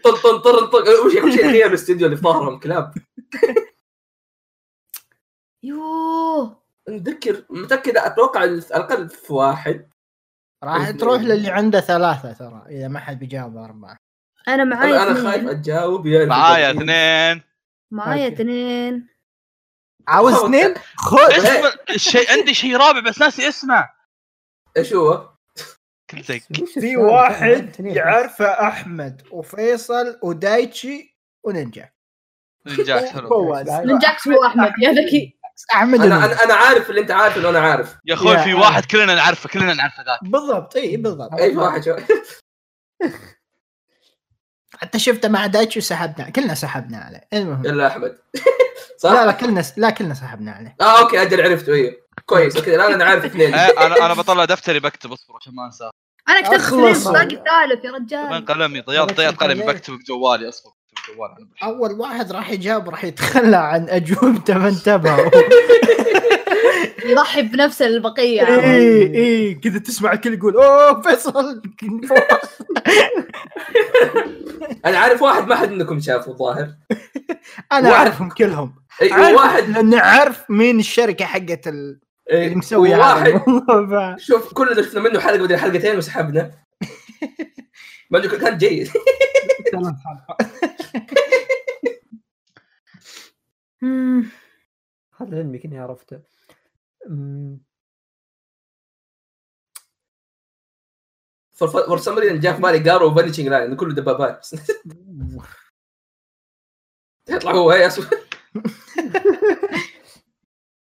Speaker 5: طن طن طن طن وش وش تخيل الاستوديو اللي في ظهرهم كلاب
Speaker 4: يوه
Speaker 5: نذكر متاكد اتوقع على الاقل في واحد
Speaker 2: راح
Speaker 5: اثنين.
Speaker 2: تروح للي عنده ثلاثة ترى إذا ما حد بيجاوب أربعة
Speaker 4: انا معايا
Speaker 5: انا طيب، خايف
Speaker 4: اثنين
Speaker 5: اجاوب يا
Speaker 1: معايا اثنين
Speaker 4: معايا
Speaker 2: أوكي.
Speaker 4: اثنين
Speaker 2: عاوز اثنين خذ
Speaker 1: اصبر الشيء عندي شيء رابع بس ناسي اسمه
Speaker 5: ايش هو؟
Speaker 1: كل زي
Speaker 3: وش
Speaker 2: في
Speaker 3: السالفة؟
Speaker 2: واحد
Speaker 3: اثنين بس.
Speaker 2: يعرفه أحمد وفيصل ودايتشي ونينجا Oh,
Speaker 1: نجاح حلو
Speaker 2: وفواز.
Speaker 3: أيوة.
Speaker 4: من جاكس هو احمد يا ذكي
Speaker 2: أحمد
Speaker 5: انا
Speaker 2: ونينجا.
Speaker 5: انا انا عارف اللي انت عارف اللي انا عارف
Speaker 1: يا اخوي
Speaker 2: يا
Speaker 1: في
Speaker 2: عم.
Speaker 1: واحد كلنا نعرفه كلنا نعرفه ذاك
Speaker 2: بالضبط اي بالضبط
Speaker 5: اي واحد شو
Speaker 2: حتى شفته مع دايتشي سحبنا كلنا سحبنا عليه المهم
Speaker 5: الا احمد *laughs* صح؟
Speaker 2: لا لا كلنا لا كلنا سحبنا عليه
Speaker 5: اه اوكي اجل عرفته ايوه كويس اوكي الان انا عارف اثنين
Speaker 2: آه.
Speaker 1: إيه، انا انا بطلع دفتري بكتب اصبر عشان ما انساه
Speaker 4: انا كتبت
Speaker 2: أخلص.
Speaker 4: اثنين باقي الثالث يا
Speaker 1: كمان
Speaker 4: رجال
Speaker 1: قلمي ضيعت ضيعت قلمي
Speaker 3: أوكي.
Speaker 1: بكتب بجوالي اصبر بكتب بجوالي
Speaker 2: اول واحد راح يجاوب راح يتخلى عن *laughs* اجوبته ما انتبهوا
Speaker 4: يضحي بنفسه للبقيه
Speaker 2: اي اي إيه، كذا تسمع الكل يقول اوه *laughs* فيصل
Speaker 5: انا عارف واحد ما حد منكم شافه الظاهر
Speaker 2: انا اعرفهم كلهم
Speaker 5: اي
Speaker 2: عارف
Speaker 5: واحد إيه،
Speaker 2: لان عارف مين الشركه حقت ال- اللي مسويه هذا *laughs*
Speaker 5: واحد
Speaker 2: الموضوع.
Speaker 5: شوف كلنا شفنا منه حلقه بدل
Speaker 2: *laughs*
Speaker 5: حلقتين وسحبنا ما ادري كان جيد
Speaker 4: مم.
Speaker 3: هذا علمي كني عرفته أمم،
Speaker 5: فور سم ريزن جاء في بالي جارو وبنشنج لاين كله دبابات *laughs* بس يطلع هو هي اسود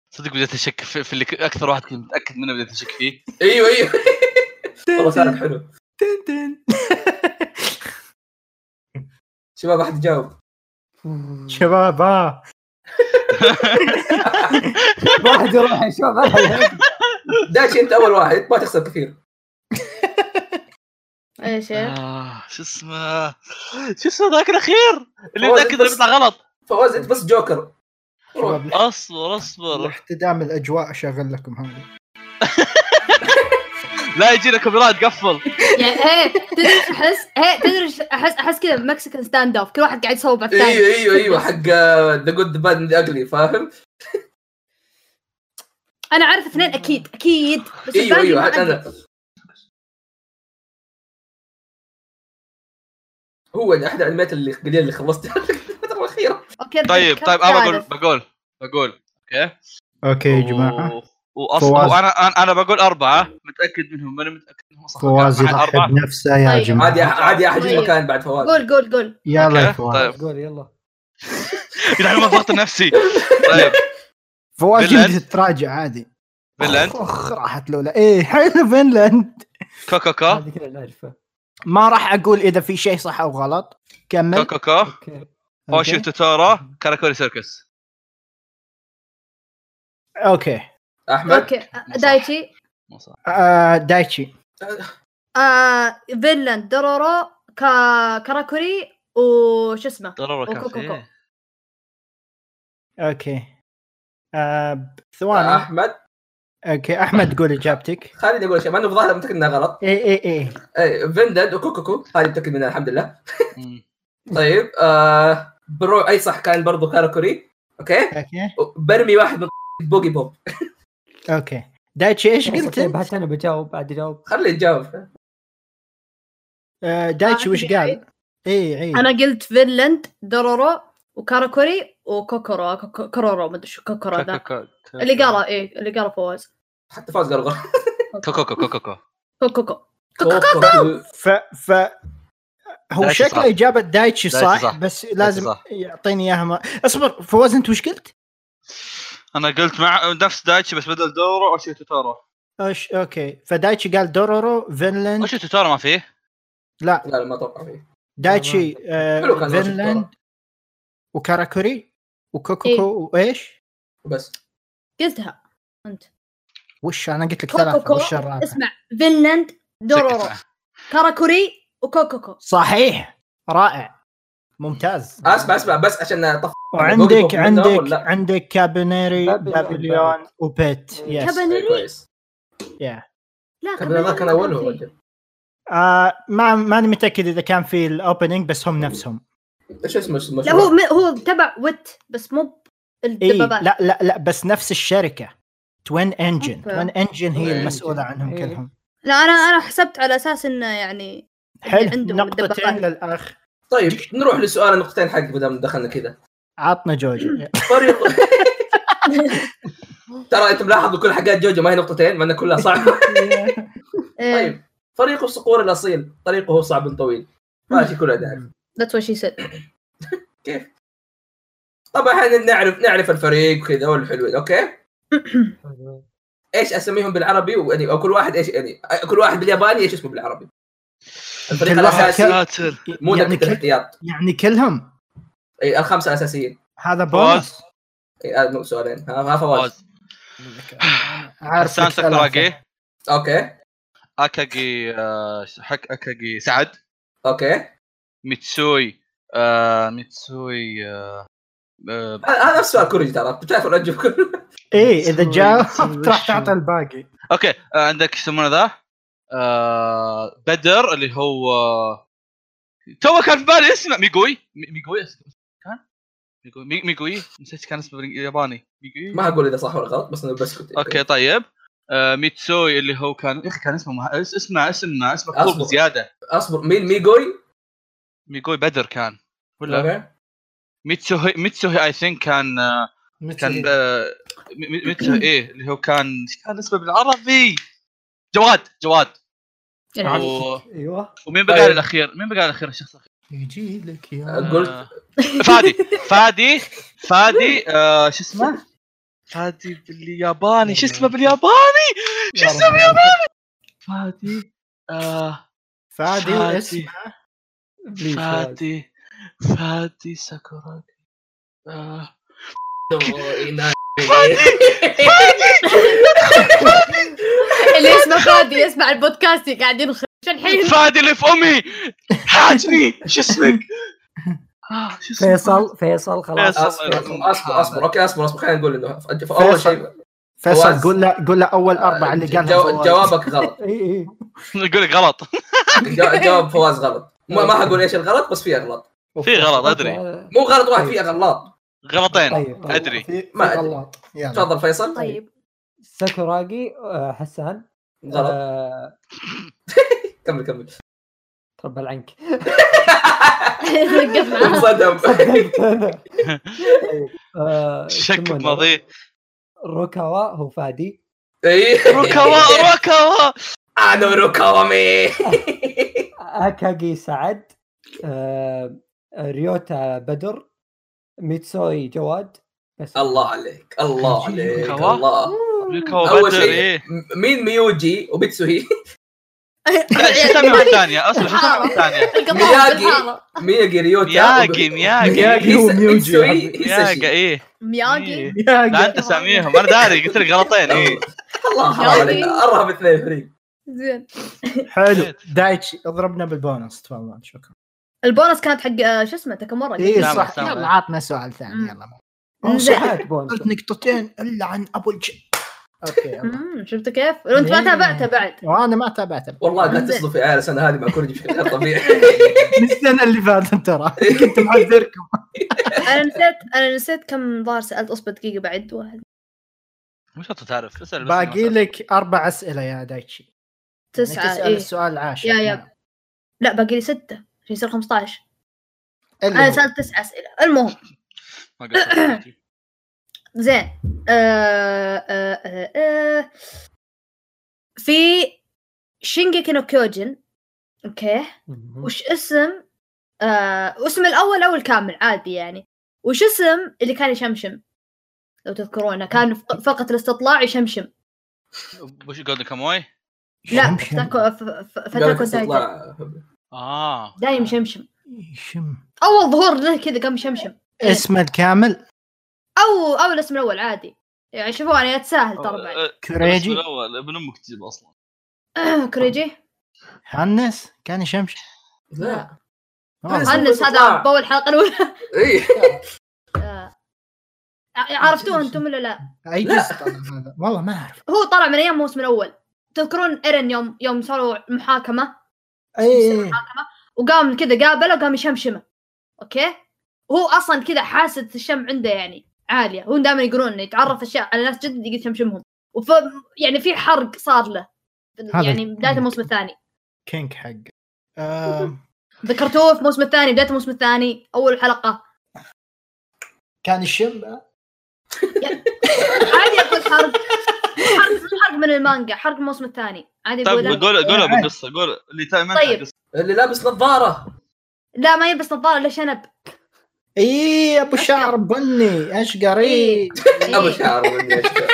Speaker 1: صدق بديت اشك في, في اللي ك- اكثر واحد كنت متاكد منه بديت اشك فيه
Speaker 5: ايوه ايوه والله سالك حلو
Speaker 2: تن- تن.
Speaker 5: شباب احد يجاوب
Speaker 2: شباب آه. ها
Speaker 3: واحد يروح يشوف أحد.
Speaker 5: داشي انت اول واحد ما تخسر كثير
Speaker 4: ايش إيه؟
Speaker 1: آه، شو اسمه شو اسمه ذاك الاخير اللي
Speaker 5: هو
Speaker 1: متاكد انه
Speaker 5: بس-
Speaker 1: بيطلع غلط
Speaker 5: فواز انت بس جوكر
Speaker 2: شباب لح-
Speaker 1: اصبر اصبر
Speaker 2: لاحتدام الاجواء اشغل لكم هذا
Speaker 1: لا يجينا كوبيرايت قفل
Speaker 4: يعني هي تدري إيش احس هي تدري إيش احس احس كذا مكسيكان ستاند اوف كل واحد قاعد يصوب على الثاني
Speaker 5: ايوه ايوه ايوه حق ذا جود باد اجلي فاهم
Speaker 4: انا عارف اثنين اكيد اكيد بس
Speaker 5: ايوه
Speaker 4: الباقي
Speaker 5: ايوه
Speaker 4: ما
Speaker 5: حتى
Speaker 4: أدري.
Speaker 5: انا هو اللي احد الانميات اللي قليل اللي *laughs* خلصتها الفتره الاخيره
Speaker 4: اوكي أنا
Speaker 1: طيب
Speaker 4: بذكر
Speaker 1: طيب انا بقول
Speaker 4: الثالث.
Speaker 1: بقول بقول اوكي
Speaker 2: اوكي يا جماعه
Speaker 1: و- واصلا
Speaker 2: فواز.
Speaker 1: وانا انا انا بقول اربعه متاكد منهم انا متاكد منهم أصلاً.
Speaker 2: فواز
Speaker 1: أحد
Speaker 2: يضحي
Speaker 1: أربعة؟
Speaker 2: بنفسه يا
Speaker 4: طيب.
Speaker 2: جماعه
Speaker 5: عادي عادي احد يجي
Speaker 4: طيب.
Speaker 5: مكان بعد فواز
Speaker 4: قول قول قول
Speaker 2: يلا يا
Speaker 1: أوكي،
Speaker 2: فواز
Speaker 1: طيب.
Speaker 3: قول يلا
Speaker 1: يا جدعان ما الضغط النفسي طيب
Speaker 2: فواز
Speaker 1: فنلند.
Speaker 2: جلدت تراجع عادي
Speaker 1: فنلند
Speaker 2: *laughs* إيه، اخ راحت لولا ايه حلو فنلند
Speaker 1: كوكوكو
Speaker 3: هذه كذا نعرفه
Speaker 2: ما راح اقول اذا في شيء صح او غلط كمل
Speaker 1: كوكو كو
Speaker 3: اوكي
Speaker 1: اوشي توتورا كاراكوري سيركس
Speaker 2: اوكي
Speaker 5: احمد
Speaker 4: اوكي دايتشي
Speaker 1: مو صح
Speaker 2: آه دايتشي
Speaker 4: آه فيلن دورورو كا... كاراكوري وش اسمه
Speaker 1: ضرورة كان
Speaker 4: كوكو كوكو.
Speaker 1: فيه.
Speaker 2: اوكي آه ب- ثواني
Speaker 5: احمد
Speaker 2: اوكي احمد قول إيه، اجابتك
Speaker 5: خالد يقول شيء مع انه في ظاهره متاكد انها غلط إيه،
Speaker 2: اي اي اي
Speaker 5: اي فيندد وكوكوكو هذه متاكد منها الحمد لله
Speaker 1: مم.
Speaker 5: طيب آه برو اي صح كان برضو كاراكوري اوكي
Speaker 2: اوكي
Speaker 5: برمي واحد من *laughs* بوجي بوب
Speaker 2: اوكي دايتشي ايش قلت
Speaker 3: اوكي
Speaker 2: انت؟
Speaker 3: بعد انا بجاوب بعد اجاوب
Speaker 5: خليه يجاوب
Speaker 2: آه دايتشي
Speaker 4: آه،
Speaker 2: وش
Speaker 4: عندي
Speaker 2: قال؟ إيه، اي عيد
Speaker 4: انا قلت فينلاند دورورو وكاراكوري وكوكورو كوكو- كورورو ما ادري شو كوكورو ذا
Speaker 1: كوكو كو.
Speaker 4: اللي قاله ايه اللي قاله فواز
Speaker 5: حتى فاز قال غلط
Speaker 1: كوكو كوكو كوكو
Speaker 4: كوكوكو
Speaker 5: كوكوكو.
Speaker 2: ف ف هو
Speaker 1: دايتشي صح.
Speaker 2: شكله اجابه دايتشي
Speaker 1: دايتشي
Speaker 2: صح,
Speaker 1: صح.
Speaker 2: بس لازم
Speaker 1: صح.
Speaker 2: يعطيني اياها ما... اصبر فواز انت وش قلت؟
Speaker 1: انا قلت مع نفس دايتشي بس بدل دورو اوشي توتورا
Speaker 2: أش... اوكي فدايتشي قال دورورو فينلاند
Speaker 1: اوشي توتورا ما فيه
Speaker 2: لا
Speaker 5: لا لا ما اتوقع فيه
Speaker 2: دايتشي
Speaker 5: حلو
Speaker 2: آه
Speaker 5: كان وش
Speaker 2: فينلاند
Speaker 5: الدورة.
Speaker 2: وكاراكوري
Speaker 4: إيه.
Speaker 2: وكوكوكو وايش؟
Speaker 5: بس
Speaker 4: قلتها انت
Speaker 2: وش انا قلت لك ثلاثه
Speaker 4: كوكوكو
Speaker 2: وش الرابع؟
Speaker 4: اسمع فينلاند دورورو
Speaker 1: سكت.
Speaker 4: كاراكوري وكوكوكو
Speaker 2: صحيح رائع ممتاز
Speaker 5: اسمع اسمع بس عشان اطفي بوجي بوب
Speaker 2: وعندك
Speaker 5: منه
Speaker 2: عندك
Speaker 5: ولا؟
Speaker 2: عندك كابينيري
Speaker 3: بابليون.
Speaker 5: آه.
Speaker 2: بابليون وبيت يس
Speaker 4: كابن-
Speaker 5: إيه، كويس
Speaker 4: لا
Speaker 5: كابل هذا طيب، كان اولهم أنت.
Speaker 2: آه ما ماني متاكد اذا كان في الاوبننج بس
Speaker 5: إيه.
Speaker 2: هم نفسهم
Speaker 5: ايش اسمه اسمه
Speaker 4: لا هو هو تبع ويت بس مو
Speaker 2: اي
Speaker 4: الدبابات
Speaker 2: لا لا لا بس نفس الشركه توين انجن
Speaker 4: أوكي.
Speaker 2: توين انجن
Speaker 5: Twin
Speaker 2: هي المسؤوله
Speaker 5: Engine.
Speaker 2: عنهم
Speaker 3: إيه.
Speaker 2: كلهم
Speaker 4: لا انا انا حسبت على اساس انه يعني
Speaker 2: حلو
Speaker 4: عندهم
Speaker 2: نقطتين
Speaker 4: الدبابات.
Speaker 2: للاخ
Speaker 5: طيب نروح لسؤال نقطتين حق بدل دخلنا كذا
Speaker 2: عطنا
Speaker 5: *laughs*
Speaker 2: جوجو يعني
Speaker 5: فريق ترى انت ملاحظ كل حاجات جوجو ما هي نقطتين مع ان كلها صعبه
Speaker 4: *laughs* طيب
Speaker 5: طيب فريق الصقور الاصيل طريقه صعب طويل ماشي كل هذا
Speaker 4: ذاتس وات شي سيد
Speaker 5: طبعا احنا نعرف نعرف الفريق وكذا والحلوين اوكي ايش اسميهم بالعربي ويعني او كل واحد ايش يعني كل واحد بالياباني ايش اسمه بالعربي الفريق
Speaker 2: كل واحد
Speaker 5: الاساسي
Speaker 1: ساتر
Speaker 5: مو
Speaker 2: يعني,
Speaker 5: نكته
Speaker 2: كل...
Speaker 5: الاحتياط
Speaker 2: يعني كلهم
Speaker 5: إيه، الخمسه الاساسيين
Speaker 2: هذا
Speaker 1: فواز.
Speaker 2: بونس
Speaker 5: إيه، هذا مو سؤالين ها ها فواز
Speaker 1: فواز
Speaker 2: عارف
Speaker 1: حسان
Speaker 2: لك ثلاثة.
Speaker 1: ساكوراجي
Speaker 5: اوكي
Speaker 1: اكاجي آه، حك اكاجي سعد
Speaker 5: اوكي
Speaker 1: ميتسوي آه، ميتسوي آه، آه،
Speaker 5: هذا هذا نفس سؤال كوريجي ترى بتعرف الرجل كله
Speaker 2: ايه اذا
Speaker 1: سوري،
Speaker 2: جاوب
Speaker 1: سوري،
Speaker 2: *laughs* راح
Speaker 1: شو.
Speaker 2: تعطي الباقي
Speaker 1: اوكي آه، عندك يسمونه ذا آه، بدر اللي هو تو كان في بالي اسمه ميغوي مي- ميغوي اسمه كان ميغوي مي- ميغوي نسيت كان اسمه بالياباني ميغوي
Speaker 5: *laughs* ما اقول اذا صح ولا غلط بس انا بسكت
Speaker 1: اوكي طيب آه، ميتسوي اللي هو كان يا اخي كان اسمه مه... اس- اسمه اسمه اسمه
Speaker 5: أصبر.
Speaker 1: مكتوب زياده
Speaker 5: اصبر مين ميجوي
Speaker 1: ميغوي بدر كان ولا
Speaker 5: اوكي
Speaker 1: ميتسوي ميتسوي اي ثينك كان آه، كان آه، م- م- ميتسوي ايه اللي هو كان إيش كان اسمه بالعربي جواد جواد
Speaker 4: إيه،
Speaker 1: و...
Speaker 3: ايوه
Speaker 1: ومين بقى
Speaker 5: طيب.
Speaker 1: الاخير مين بقى الاخير الشخص الأخير؟
Speaker 2: يجي لك يا
Speaker 5: قلت.
Speaker 1: آه، فادي فادي فادي آه، شو اسمه فادي بالياباني شو اسمه بالياباني شو اسمه بالياباني فادي آه،
Speaker 2: فادي
Speaker 1: فادي
Speaker 2: واسم
Speaker 3: بليز فهد.
Speaker 1: فادي فادي ساكوراكي آه،
Speaker 4: *laughs*
Speaker 1: *laughs*
Speaker 4: اللي اسمه فادي يسمع البودكاست قاعدين نخرج الحين
Speaker 1: فادي اللي في امي حاجني شو اسمك
Speaker 3: *laughs*
Speaker 1: آه، شو اسمه؟
Speaker 3: فيصل فيصل خلاص
Speaker 1: فيصل.
Speaker 5: اصبر اصبر اصبر اوكي اصبر اصبر خلينا نقول انه ف- اول
Speaker 2: فيصل.
Speaker 5: شيء
Speaker 2: فيصل
Speaker 5: فواز.
Speaker 2: قول له قول له اول اربعه اللي قالها
Speaker 5: جو-
Speaker 2: فواز.
Speaker 5: جوابك
Speaker 2: *laughs*
Speaker 5: غلط
Speaker 3: اي اي
Speaker 1: يقول لك غلط
Speaker 5: جو- جواب فواز غلط ما ما هقول ايش الغلط بس فيه غلط
Speaker 1: في غلط ادري
Speaker 5: مو غلط واحد فيه غلط
Speaker 1: غلطين
Speaker 3: طيب
Speaker 1: ادري
Speaker 2: في-
Speaker 5: ما
Speaker 2: في
Speaker 5: أدري.
Speaker 2: غلط *laughs* يلا
Speaker 5: تفضل فيصل
Speaker 4: طيب
Speaker 3: ساكوراجي آه، حسان
Speaker 5: غلط
Speaker 3: آه،
Speaker 5: كمل كمل
Speaker 3: تربى العنك *laughs*
Speaker 4: *laughs* وقف معاها
Speaker 5: انصدم *laughs*
Speaker 3: صدقت انا طيب، آه،
Speaker 1: شك
Speaker 3: يسمونه *laughs*
Speaker 1: بماضيه
Speaker 3: روكاوا هو فادي
Speaker 5: اي
Speaker 1: روكاوا روكاوا
Speaker 5: انا روكاوامي
Speaker 3: اكاجي سعد آه، ريوتا بدر ميتسوي جواد بس
Speaker 5: الله عليك الله عليك
Speaker 1: روكاوا؟
Speaker 5: الله
Speaker 1: روكاوا
Speaker 5: اول
Speaker 1: بدر
Speaker 5: شيء
Speaker 1: ايه
Speaker 5: م- مين ميوجي وبيتسوهي *laughs*
Speaker 4: إيه،
Speaker 1: لا شتمها ثانيه اصلا شتمها
Speaker 4: بالحارة. *laughs*
Speaker 1: ثانيه
Speaker 4: القطار
Speaker 5: مياجي.
Speaker 4: بالحارة.
Speaker 5: مياجي ريوتا
Speaker 1: مياجي مياجي
Speaker 5: مياجي
Speaker 3: هو
Speaker 5: هيسا-
Speaker 3: ميوجي.
Speaker 5: هيسوي-
Speaker 1: مياجا
Speaker 5: هيساشي.
Speaker 1: ايه
Speaker 4: مياجي
Speaker 1: لا انت ساميهم انا داري قلت لك غلطين ايه
Speaker 5: الله حرام عليك ارهب اثنين فريق
Speaker 4: زين
Speaker 2: حلو دايتشي اضربنا بالبونص تفضل شكرا
Speaker 4: البونص كانت حق آه، شو اسمه تاكامورا
Speaker 2: اي
Speaker 1: سامع،
Speaker 2: إيه، صح
Speaker 1: سامع.
Speaker 2: يلا عطنا سؤال
Speaker 4: مم.
Speaker 2: ثاني يلا
Speaker 3: *laughs* أوه،
Speaker 4: زين.
Speaker 3: صحيح، بونس.
Speaker 2: قلت نقطتين الا عن ابو الج اوكي يلا.
Speaker 4: مم، شفت كيف؟ وانت ما
Speaker 2: إيه.
Speaker 4: تابعته بعد
Speaker 2: وانا ما *laughs* تابعته
Speaker 5: والله لا تصدف يا عيال السنه هذه مع كوريجي بشكل غير طبيعي
Speaker 2: من السنه اللي فاتت ترى كنت محذركم
Speaker 4: انا نسيت انا نسيت كم ظهر سالت اصبر دقيقه بعد واحد
Speaker 1: مو شرط تعرف اسال بس
Speaker 2: باقي
Speaker 1: المسألة.
Speaker 2: لك اربع اسئله يا دايتشي يعني
Speaker 4: تسعه
Speaker 2: تسال
Speaker 4: إيه.
Speaker 2: السؤال العاشر نعم.
Speaker 4: يا- يا. لا باقي لي سته عشان يصير 15
Speaker 2: اللي
Speaker 4: انا
Speaker 2: هو-
Speaker 4: سالت تسع اسئله المهم
Speaker 1: ما قصرت.
Speaker 3: *laughs*
Speaker 4: زين آه آه آه آه. في شينجيكي نو كيوجن اوكي
Speaker 3: مهم.
Speaker 4: وش اسم آه واسم الاول او الكامل عادي يعني وش اسم اللي كان يشمشم لو تذكرونه كان في فقره الاستطلاع يشمشم
Speaker 1: وش جولدن كاموي؟
Speaker 4: لا
Speaker 2: شمشم.
Speaker 4: فتاكو ف- ف- فتاكو سايتن
Speaker 5: تطلع
Speaker 1: اه
Speaker 4: دايم شمشم
Speaker 2: إيه، شم
Speaker 4: اول ظهور له كذا قام شمشم
Speaker 2: اسمه الكامل
Speaker 4: او او الاسم الاول عادي يعني شوفوا انا يتساهل ترى بعد
Speaker 1: آه، الاسم
Speaker 2: كريجي
Speaker 1: الاول ابن امك تجيب اصلا
Speaker 4: *clears throat* كريجي
Speaker 2: هانس كان يشمش
Speaker 5: لا
Speaker 2: والله.
Speaker 4: هنس هذا
Speaker 5: الاستطلاع.
Speaker 4: باول حلقه الاولى
Speaker 5: اي
Speaker 4: آه. ع- عرفتوه انتم ولا لا؟
Speaker 2: اي
Speaker 5: لا.
Speaker 2: جزء طلع هذا والله ما اعرف
Speaker 4: هو طلع من ايام الموسم الاول تذكرون ايرن يوم يوم صاروا محاكمه
Speaker 3: *laughs*
Speaker 2: اي
Speaker 4: وقام كذا قابله وقام يشمشمه اوكي؟ وهو اصلا كذا حاسه الشم عنده يعني عاليه هو دائما يقولون إنه يتعرف اشياء على ناس جد يقدر يشمشمهم وف يعني في حرق صار له
Speaker 2: هذا
Speaker 4: يعني بدايه الموسم الثاني
Speaker 2: كينج حق آم،
Speaker 4: ذكرتوه في الموسم الثاني بدايه الموسم الثاني اول حلقه
Speaker 2: كان يشم
Speaker 4: عادي اقول حرق حرق- حرق من المانجا حرق الموسم الثاني عادي
Speaker 1: طيب
Speaker 4: اقول
Speaker 1: قول قولها بالقصه قول اللي تا- ما
Speaker 4: طيب.
Speaker 1: قصة.
Speaker 5: اللي لابس نظاره
Speaker 4: لا ما يلبس نظاره الا شنب
Speaker 2: اي ابو إيه، شعر بني اشقر اي
Speaker 4: إيه.
Speaker 5: ابو شعر مني أشكر.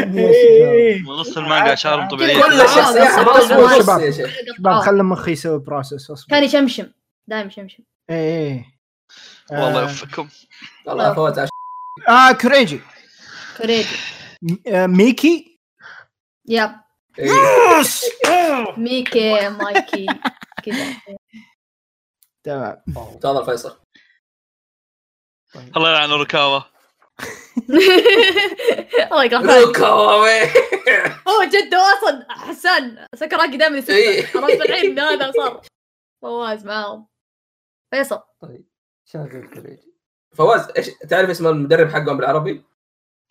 Speaker 2: إيه.
Speaker 1: نص
Speaker 4: آه.
Speaker 1: المانجا شعرهم طبيعيه
Speaker 5: كل شخص يا
Speaker 4: أصبر،
Speaker 5: حبايب
Speaker 4: أصبر،
Speaker 5: ونص
Speaker 2: شباب.
Speaker 5: يا شيخ
Speaker 2: شباب خلي مخي يسوي بروسس اصبر
Speaker 4: آه. كان يشمشم دائما يشمشم
Speaker 2: اي اي
Speaker 1: والله
Speaker 2: إيه. آه،
Speaker 1: يوفقكم
Speaker 5: والله فوز عش-
Speaker 2: اه كريجي
Speaker 4: كوريجي
Speaker 2: م- آه، ميكي
Speaker 4: يب
Speaker 5: إي.
Speaker 4: ميكي مايكي كذا
Speaker 2: تمام
Speaker 5: تفضل فيصل
Speaker 3: طيب.
Speaker 1: الله يلعن ركاوه
Speaker 4: *laughs* الله يقهر
Speaker 5: روكا وامي.
Speaker 4: هو جده اصلا حسان سكراكي دائما
Speaker 5: إيه.
Speaker 4: يسكر خلاص الحين هذا صار فواز معاهم فيصل
Speaker 3: شغل كريجي
Speaker 5: فواز ايش تعرف اسم المدرب حقهم بالعربي؟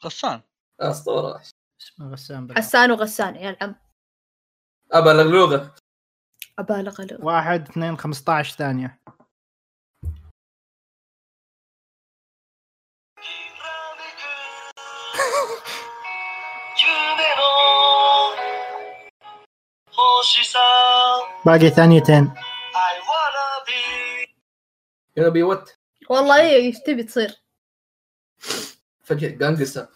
Speaker 1: غسان
Speaker 5: اسطوره
Speaker 2: اسمه غسان بالله.
Speaker 4: حسان وغسان يا العم
Speaker 5: ابا لغلوغه
Speaker 4: ابالغ لو.
Speaker 2: واحد اثنين 15 ثانية باقي ثانيتين
Speaker 5: هنا بيوت
Speaker 4: والله ايه ايش تبي تصير
Speaker 5: فجاه جانجستا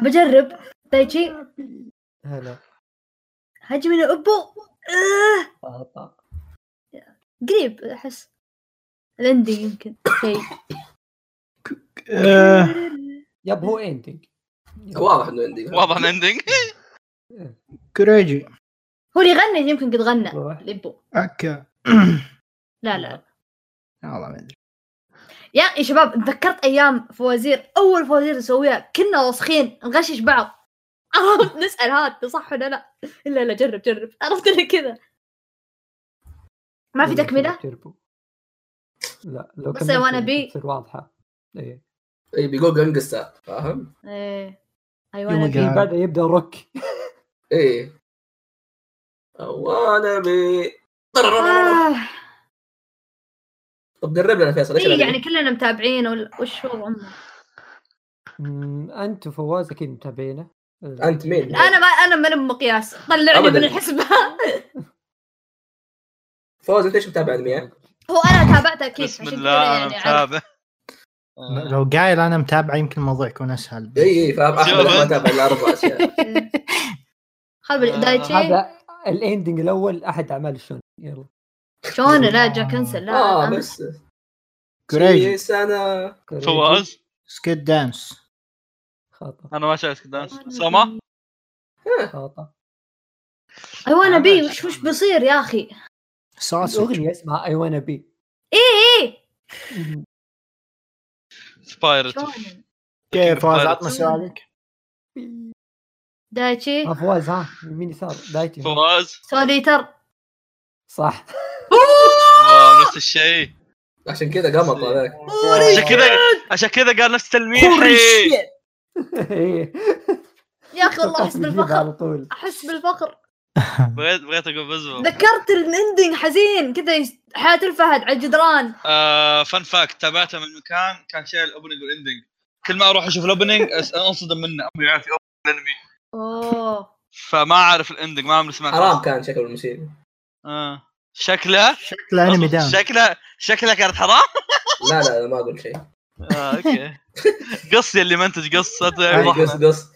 Speaker 4: بجرب تايتشي
Speaker 3: هلا
Speaker 4: هجمي من ابو آه،
Speaker 3: طه طه.
Speaker 4: قريب احس الاندي يمكن شيء
Speaker 2: آه،
Speaker 3: يب طيب، هو اندنج
Speaker 5: واضح انه عندي
Speaker 1: واضح انه اندنج
Speaker 2: كريجي
Speaker 4: هو اللي غنى يمكن قد غنى لبو
Speaker 2: اكا
Speaker 4: لا لا
Speaker 2: والله ما ادري
Speaker 4: يا يا شباب تذكرت ايام فوازير اول فوازير نسويها كنا وسخين نغشش بعض عرفت نسال هذا صح ولا لا الا لا جرب جرب عرفت انا كذا ما في تكمله
Speaker 3: جربوا. لا لو
Speaker 4: بس لو أنا
Speaker 3: كملت
Speaker 4: بي-
Speaker 3: بتصير واضحه ايه
Speaker 5: اي إيه، بيقول جانجستا فاهم؟
Speaker 4: ايه
Speaker 2: يو
Speaker 4: ايوه
Speaker 2: ماي
Speaker 4: أنا
Speaker 2: آه.
Speaker 3: بعدها يبدا روك
Speaker 5: اي إيه. وانا بي
Speaker 4: آه.
Speaker 5: طب قرب لنا فيصل ايش
Speaker 4: إيه،
Speaker 5: الأنمي؟
Speaker 4: يعني كلنا متابعين ولا وش هو عمره
Speaker 3: مم، انت وفواز اكيد متابعينه
Speaker 5: انت مين؟
Speaker 3: إيه.
Speaker 4: انا ما انا من مقياس طلعني
Speaker 5: أبداً.
Speaker 4: من الحسبه
Speaker 5: فوز انت ايش متابع إيه، انمي؟
Speaker 4: *laughs* هو انا تابعته اكيد
Speaker 1: بسم
Speaker 4: عشان كذا
Speaker 1: الله انا
Speaker 4: يعني عارف.
Speaker 1: متابع آه. إيه،
Speaker 2: لو قايل انا متابعه يمكن الموضوع يكون اسهل
Speaker 5: اي اي إيه، فاهم احمد
Speaker 1: شوف
Speaker 5: ما
Speaker 1: أنت.
Speaker 5: تابع الا اربع اشياء
Speaker 4: خبر
Speaker 1: آه،
Speaker 4: إيه. دايتشي
Speaker 3: هذا الاندنج الاول احد اعمال الشون يلا
Speaker 4: شلون لا جا كنسل *laughs* لا
Speaker 5: اه
Speaker 4: أمس.
Speaker 5: بس
Speaker 1: إيه.
Speaker 2: كوريجي
Speaker 5: انا
Speaker 1: فواز
Speaker 2: سكيت دانس
Speaker 3: خطا
Speaker 1: انا ما شايف دانس
Speaker 4: آه.
Speaker 1: سما
Speaker 4: أه.
Speaker 3: خطا
Speaker 4: اي وانا بي وش وش بيصير يا اخي
Speaker 2: ساسج
Speaker 3: الاغنيه اسمها اي وانا بي
Speaker 4: ايه
Speaker 1: سبايرت
Speaker 4: شلون
Speaker 2: كيف فواز
Speaker 1: آه.
Speaker 2: عطنا سؤالك
Speaker 4: دايتشي
Speaker 2: أه.
Speaker 3: فواز ها مين يسار دايتي
Speaker 1: فواز
Speaker 4: سوليتر
Speaker 3: صح *laughs*
Speaker 1: واو، نفس الشيء
Speaker 5: عشان كذا قمط هذاك
Speaker 1: عشان كذا عشان كذا قال نفس تلميحي
Speaker 3: إيه.
Speaker 4: يا اخي والله احس
Speaker 3: توقعت بتجيبها
Speaker 4: بالفخر
Speaker 3: على طول
Speaker 4: احس بالفخر
Speaker 1: بغيت بغيت اقول بزبط
Speaker 4: ذكرت الاندنج حزين كذا يس- حياه الفهد على الجدران
Speaker 1: آه فان فاكت تابعته من مكان كان شايل الاوبننج والاندنج كل ما اروح اشوف الاوبننج أس- انصدم منه امي يعني في opening الانمي
Speaker 4: اوه
Speaker 1: فما اعرف الاندنج ما عمري سمعت
Speaker 5: حرام كان شكل الموسيقى
Speaker 1: آه. شكله
Speaker 2: شكله انمي
Speaker 1: آه.
Speaker 2: دام
Speaker 1: شكله شكله كانت حرام
Speaker 5: لا لا لا ما اقول شيء
Speaker 1: آه اوكي قص اللي منتج قص لا
Speaker 5: هاي قص
Speaker 1: توضحنا.
Speaker 5: قص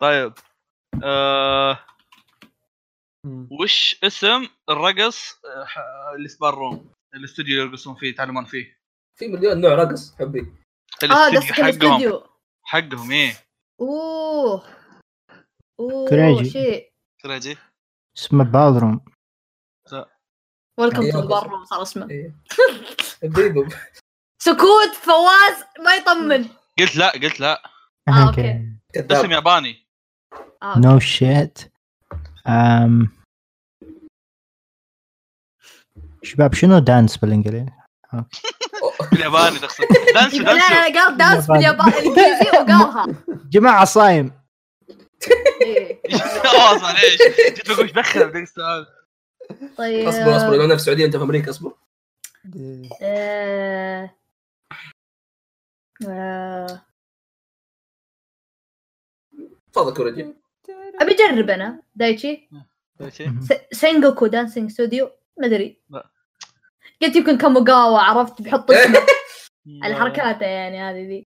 Speaker 1: طيب آه
Speaker 3: مم.
Speaker 1: وش اسم الرقص آه، ح- اللي في باروم الاستوديو اللي يرقصون فيه يتعلمون فيه
Speaker 5: في مليون نوع رقص حبي
Speaker 4: اه
Speaker 1: الاستوديو
Speaker 4: قصدك
Speaker 1: حقهم
Speaker 4: الاستوديو
Speaker 1: حقهم ايه
Speaker 4: اوه اوه
Speaker 2: كريجي.
Speaker 4: شيء
Speaker 1: تراجي
Speaker 2: اسمه باذروم
Speaker 4: ويلكم تو
Speaker 2: أيوه،
Speaker 5: أيوة.
Speaker 4: البر صار اسمه
Speaker 5: بيبو
Speaker 4: سكوت فواز ما يطمن
Speaker 1: قلت لا قلت لا
Speaker 4: آه، أوكي.
Speaker 1: اسم
Speaker 5: كذاب
Speaker 1: ياباني
Speaker 4: آه،
Speaker 2: نو شيت ام شباب شنو دانس بالانجليزي؟
Speaker 1: بالياباني تقصد دانسو
Speaker 4: يبقى لا
Speaker 1: دانسو
Speaker 4: لا قال دانس بالياباني الانجليزي وقالها
Speaker 2: *laughs* جماعة صايم
Speaker 4: إيه.
Speaker 1: *laughs* خلاص معليش آه، جيت بقول ايش دخل بدك السؤال
Speaker 4: طيب
Speaker 5: اصبر اصبر لو انا في السعوديه انت في امريكا اصبر
Speaker 4: آه، آه،
Speaker 5: تفضل كوريجي
Speaker 4: ابي اجرب انا دايتشي س- سينجوكو دانسينج ستوديو ما ادري
Speaker 1: لا.
Speaker 4: قلت يمكن كاموغاوا عرفت بيحط اسمه على حركاته يعني هذه ذي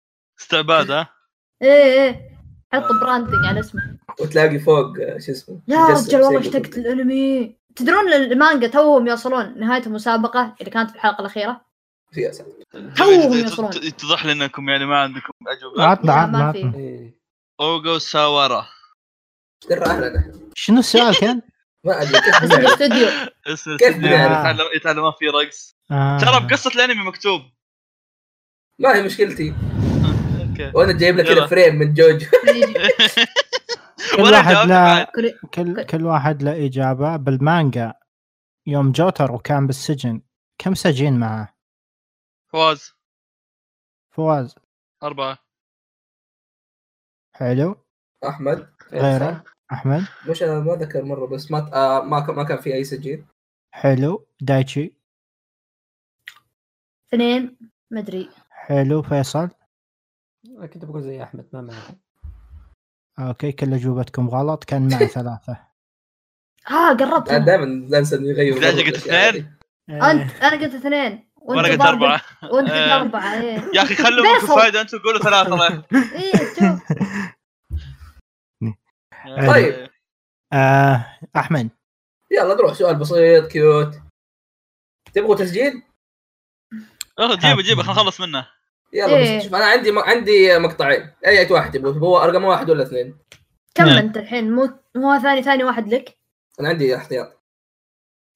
Speaker 1: استعباد ها
Speaker 4: ايه ايه حط براندنج على اسمه
Speaker 5: وتلاقي فوق آه، شو اسمه
Speaker 4: يا
Speaker 5: مجسم
Speaker 4: رجال والله
Speaker 5: زي
Speaker 4: اشتقت
Speaker 5: كده.
Speaker 4: للانمي تدرون المانجا توهم يوصلون نهايه المسابقه اللي كانت في الحلقه الاخيره
Speaker 5: يا ساتر.
Speaker 4: توهم يوصلون.
Speaker 1: يتضح لي انكم يعني ما عندكم اجوبه
Speaker 2: عطنا
Speaker 4: لا، ما
Speaker 2: عطنا
Speaker 4: في.
Speaker 2: عطنا
Speaker 3: إيه.
Speaker 1: اوغو ساورا
Speaker 5: درى اهلا نحن
Speaker 2: شنو السؤال كان؟
Speaker 5: ما ادري
Speaker 1: *laughs*
Speaker 5: كيف
Speaker 4: *laughs* اسم
Speaker 5: بنعرف.
Speaker 4: الاستوديو
Speaker 1: اسم
Speaker 5: كيف
Speaker 1: الاستديو
Speaker 5: بنعرف؟
Speaker 1: يتعلم- يتعلمون فيه رقص
Speaker 2: آه.
Speaker 1: ترى بقصه الانمي مكتوب
Speaker 5: ما هي مشكلتي
Speaker 1: اوكي
Speaker 5: وانا جايب لك
Speaker 1: يلا.
Speaker 5: كذا فريم من *laughs* جوجو
Speaker 4: كوريجي.
Speaker 2: كل
Speaker 1: ولا
Speaker 2: واحد
Speaker 1: جاوبت
Speaker 2: له
Speaker 1: بعد.
Speaker 4: كوري-
Speaker 2: كل كل واحد له اجابه بالمانجا يوم جوتر كان بالسجن كم سجين معه؟
Speaker 1: فواز
Speaker 2: فواز
Speaker 1: اربعه
Speaker 2: حلو
Speaker 5: احمد
Speaker 2: غيره احمد
Speaker 5: مش انا ما ذكر مره بس ما آه ما كان- ما كان في اي سجين
Speaker 2: حلو دايتشي
Speaker 4: اثنين ما ادري
Speaker 2: حلو فيصل
Speaker 3: كنت بقول زي احمد ما معي
Speaker 2: اوكي كل اجوبتكم غلط كان
Speaker 4: *laughs*
Speaker 2: معي ثلاثه
Speaker 4: اه قربت
Speaker 5: انا
Speaker 4: أنا.
Speaker 5: دائما انسى اني اغير
Speaker 1: لا، قلت
Speaker 5: يعني
Speaker 1: اثنين.
Speaker 4: انت انا قلت اثنين وأنت
Speaker 1: وانا قلت
Speaker 4: الظاهر
Speaker 1: اربعه
Speaker 4: قلت- وانت قلت
Speaker 1: آه.
Speaker 4: اربعه ايه
Speaker 1: يا اخي خلوا
Speaker 4: فيصل.
Speaker 1: منكم فايده انتم قولوا طيب. ثلاثه الله
Speaker 2: طيب.
Speaker 1: يحفظك.
Speaker 4: ايه شوف
Speaker 5: طيب.
Speaker 2: آه احمد
Speaker 5: يلا نروح سؤال بسيط كيوت تبغوا تسجيل؟
Speaker 1: يلا جيبه جيبه خلينا نخلص منه
Speaker 5: يلا
Speaker 4: إيه.
Speaker 5: بس شوف انا عندي عندي مقطعين اي أي واحد تبغوا هو رقم واحد ولا اثنين؟
Speaker 4: كم
Speaker 1: نعم.
Speaker 4: انت الحين مو مو ثاني ثاني واحد لك
Speaker 5: انا عندي احتياط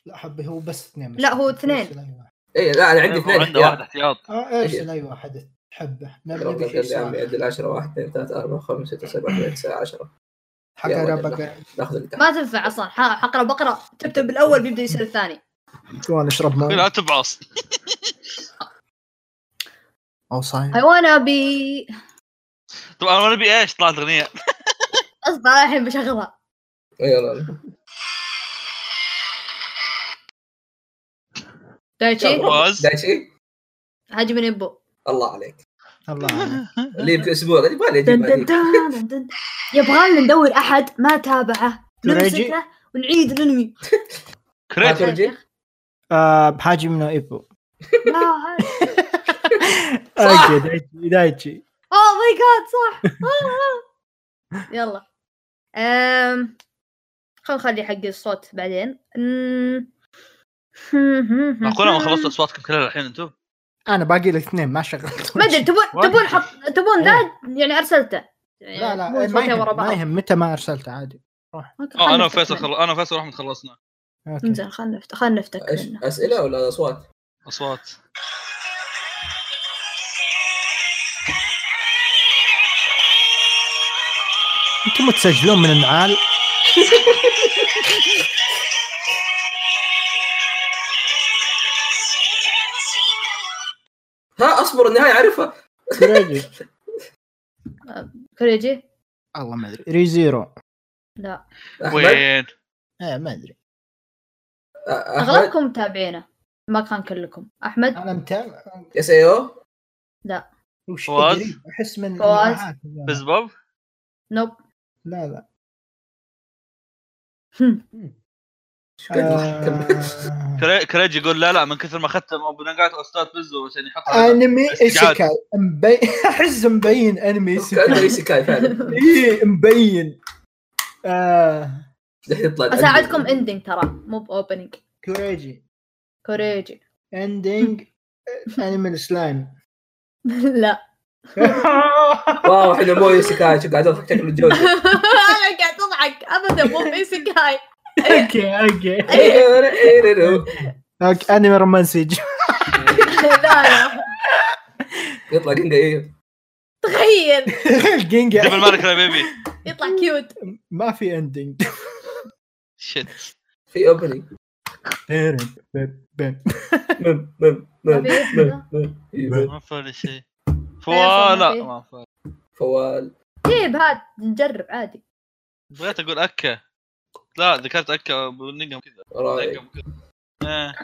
Speaker 2: لا حبي هو بس اثنين
Speaker 4: لا، هو اثنين.
Speaker 5: اي إيه، لا انا عندي اثنين
Speaker 1: عنده واحد
Speaker 5: احتياط
Speaker 1: احتياط
Speaker 5: ارسل
Speaker 2: اي واحد تحبه
Speaker 5: أيوة. يلا عندي عمي عندي العشرة واحد اثنين ثلاثة أربعة خمسة ستة سبعة ثمانية تسعة عشرة يلا، ربك. ناخذ اللي تحت
Speaker 4: ما تنفع اصلا ح- حقره بقره تبدا بالاول بيبدا يصير الثاني
Speaker 2: وانا اشرب
Speaker 1: لا
Speaker 5: طيب.
Speaker 2: ماي
Speaker 1: تبعص
Speaker 2: او صايم
Speaker 4: حيوان ابي
Speaker 1: طبعا انا ابي ايش طلعت اغنيه
Speaker 4: اصبر أنا الحين بشغلها
Speaker 5: يلا
Speaker 4: دايتشي
Speaker 1: فواز.
Speaker 5: دايتشي
Speaker 4: هاجي من يبو
Speaker 5: الله عليك
Speaker 2: الله عليك.
Speaker 5: لي يمكن اسبوع قاعد يبغى لي
Speaker 4: دن
Speaker 5: اجيب
Speaker 4: دن
Speaker 5: هذيك.
Speaker 4: دن دن دن. يبغى لنا ندور احد ما تابعه
Speaker 2: تريجي؟
Speaker 4: نمسكه ونعيد الانمي
Speaker 5: ما
Speaker 1: كريت
Speaker 5: ترجي
Speaker 2: آه بحاجي منه ايبو
Speaker 4: لا هذا
Speaker 2: اوكي دايتشي دايتشي
Speaker 4: اوه *laughs* ماي جاد صح آه، آه. يلا أم... خلينا نخلي حق الصوت بعدين *laughs*
Speaker 1: معقوله ما خلصتوا اصواتكم كلها الحين انتم؟
Speaker 2: انا باقي لي اثنين ما شغلت
Speaker 4: ما ادري تبون تبون حط تبون ذا يعني ارسلته يعني
Speaker 2: لا لا ما
Speaker 4: تبون صوتين ورا
Speaker 2: يهم, ما
Speaker 4: بعض
Speaker 2: يهم متى ما ارسلته عادي
Speaker 4: أوكي،
Speaker 1: اه
Speaker 4: خلنا
Speaker 1: انا
Speaker 4: نفتح
Speaker 1: وفيصل
Speaker 4: منه.
Speaker 1: خل... انا وفيصل واحمد خلصنا
Speaker 2: أوكي.
Speaker 4: انزين خلنا نفتح خلنا نفتكر
Speaker 5: إيش؟
Speaker 4: منه.
Speaker 5: اسئله ولا اصوات؟
Speaker 1: اصوات
Speaker 2: انتم تسجلون من النعال
Speaker 5: ها اصبر النهايه عارفها
Speaker 4: كوريجي
Speaker 2: الله ما ادري ريزيرو
Speaker 4: لا
Speaker 5: احمد
Speaker 1: وين؟
Speaker 2: ايه ما ادري
Speaker 5: اغلبكم
Speaker 4: اغلبكم متابعينه ما كان كلكم احمد
Speaker 2: انا متابع
Speaker 5: اس اي او
Speaker 2: وش
Speaker 1: فواز؟
Speaker 2: أدري؟ احس من
Speaker 4: فواز؟
Speaker 2: النعال.
Speaker 1: بس بوب
Speaker 4: نوب
Speaker 2: *laughs* لا لا آه،
Speaker 1: كري- كريج يقول لا لا من كثر ما اخذت ابو نقات استاذ بزو عشان يحط
Speaker 2: آه، انمي
Speaker 1: استقعاد.
Speaker 2: ايسيكاي مبين *laughs* احس مبين *laughs* انمي
Speaker 5: كانه
Speaker 2: ايسيكاي
Speaker 5: ايسيكاي فعلا
Speaker 2: ايه مبين آه
Speaker 5: دحين
Speaker 4: *laughs*
Speaker 5: يطلع الأندينج.
Speaker 4: اساعدكم اندنج ترى مو باوبننج
Speaker 2: كوريجي
Speaker 4: كوريجي
Speaker 2: اندينج انمي سلايم
Speaker 4: *laughs*
Speaker 2: *laughs*
Speaker 4: لا *laughs*
Speaker 5: واو احنا مو ايسيكاي شو قاعد اضحك شكله جوجو
Speaker 4: انا قاعد اضحك ابدا مو بيسكاي
Speaker 2: اوكي اوكي اوكي انمي رومانسي
Speaker 4: *laughs*
Speaker 2: *laughs*
Speaker 4: لا لا
Speaker 5: يطلع جنجا ايه
Speaker 4: تخيل
Speaker 2: جينجا
Speaker 1: قبل مالك يا بيبي
Speaker 4: يطلع كيوت
Speaker 2: *laughs* ما في اندينج
Speaker 1: شت
Speaker 5: في اوبننج مم مم
Speaker 4: ما
Speaker 5: مم
Speaker 4: في
Speaker 5: مم
Speaker 4: إحدى.
Speaker 5: مم. إيه.
Speaker 1: ما فعل شيء فوا
Speaker 4: ما
Speaker 1: لا
Speaker 4: فيه.
Speaker 1: ما فعل
Speaker 5: فوال
Speaker 4: جيب هات إيه، نجرب عادي
Speaker 1: بغيت اقول اكا لا ذكرت اكا بالنقم كذا
Speaker 5: رايق
Speaker 1: نقم كذا آه.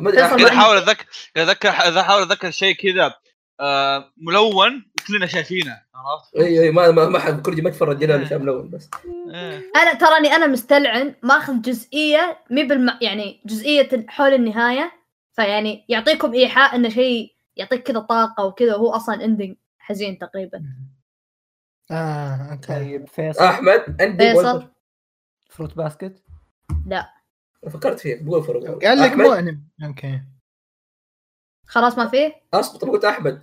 Speaker 5: ما ادري
Speaker 1: قاعد
Speaker 5: أحمد-
Speaker 1: احاول اتذكر قاعد اتذكر قاعد احاول اتذكر شيء كذا آه، ملون كلنا شايفينه عرفت؟
Speaker 5: اي اي إيه، ما ما ما حد كل ما تفرج
Speaker 4: آه.
Speaker 5: الا شام الاول بس
Speaker 1: إيه.
Speaker 4: انا تراني انا مستلعن ماخذ جزئيه مي بالم... يعني جزئيه حول النهايه فيعني يعطيكم ايحاء انه شيء يعطيك كذا طاقه وكذا وهو اصلا اندنج حزين تقريبا
Speaker 2: اه اوكي
Speaker 3: طيب فيصل
Speaker 5: احمد عندي
Speaker 4: فيصل
Speaker 3: فروت باسكت
Speaker 5: فكرت فيك بقول فرق
Speaker 2: قال لك
Speaker 5: أحمد؟
Speaker 2: مو انمي اوكي
Speaker 4: خلاص ما فيه
Speaker 5: اصبر طب قلت احمد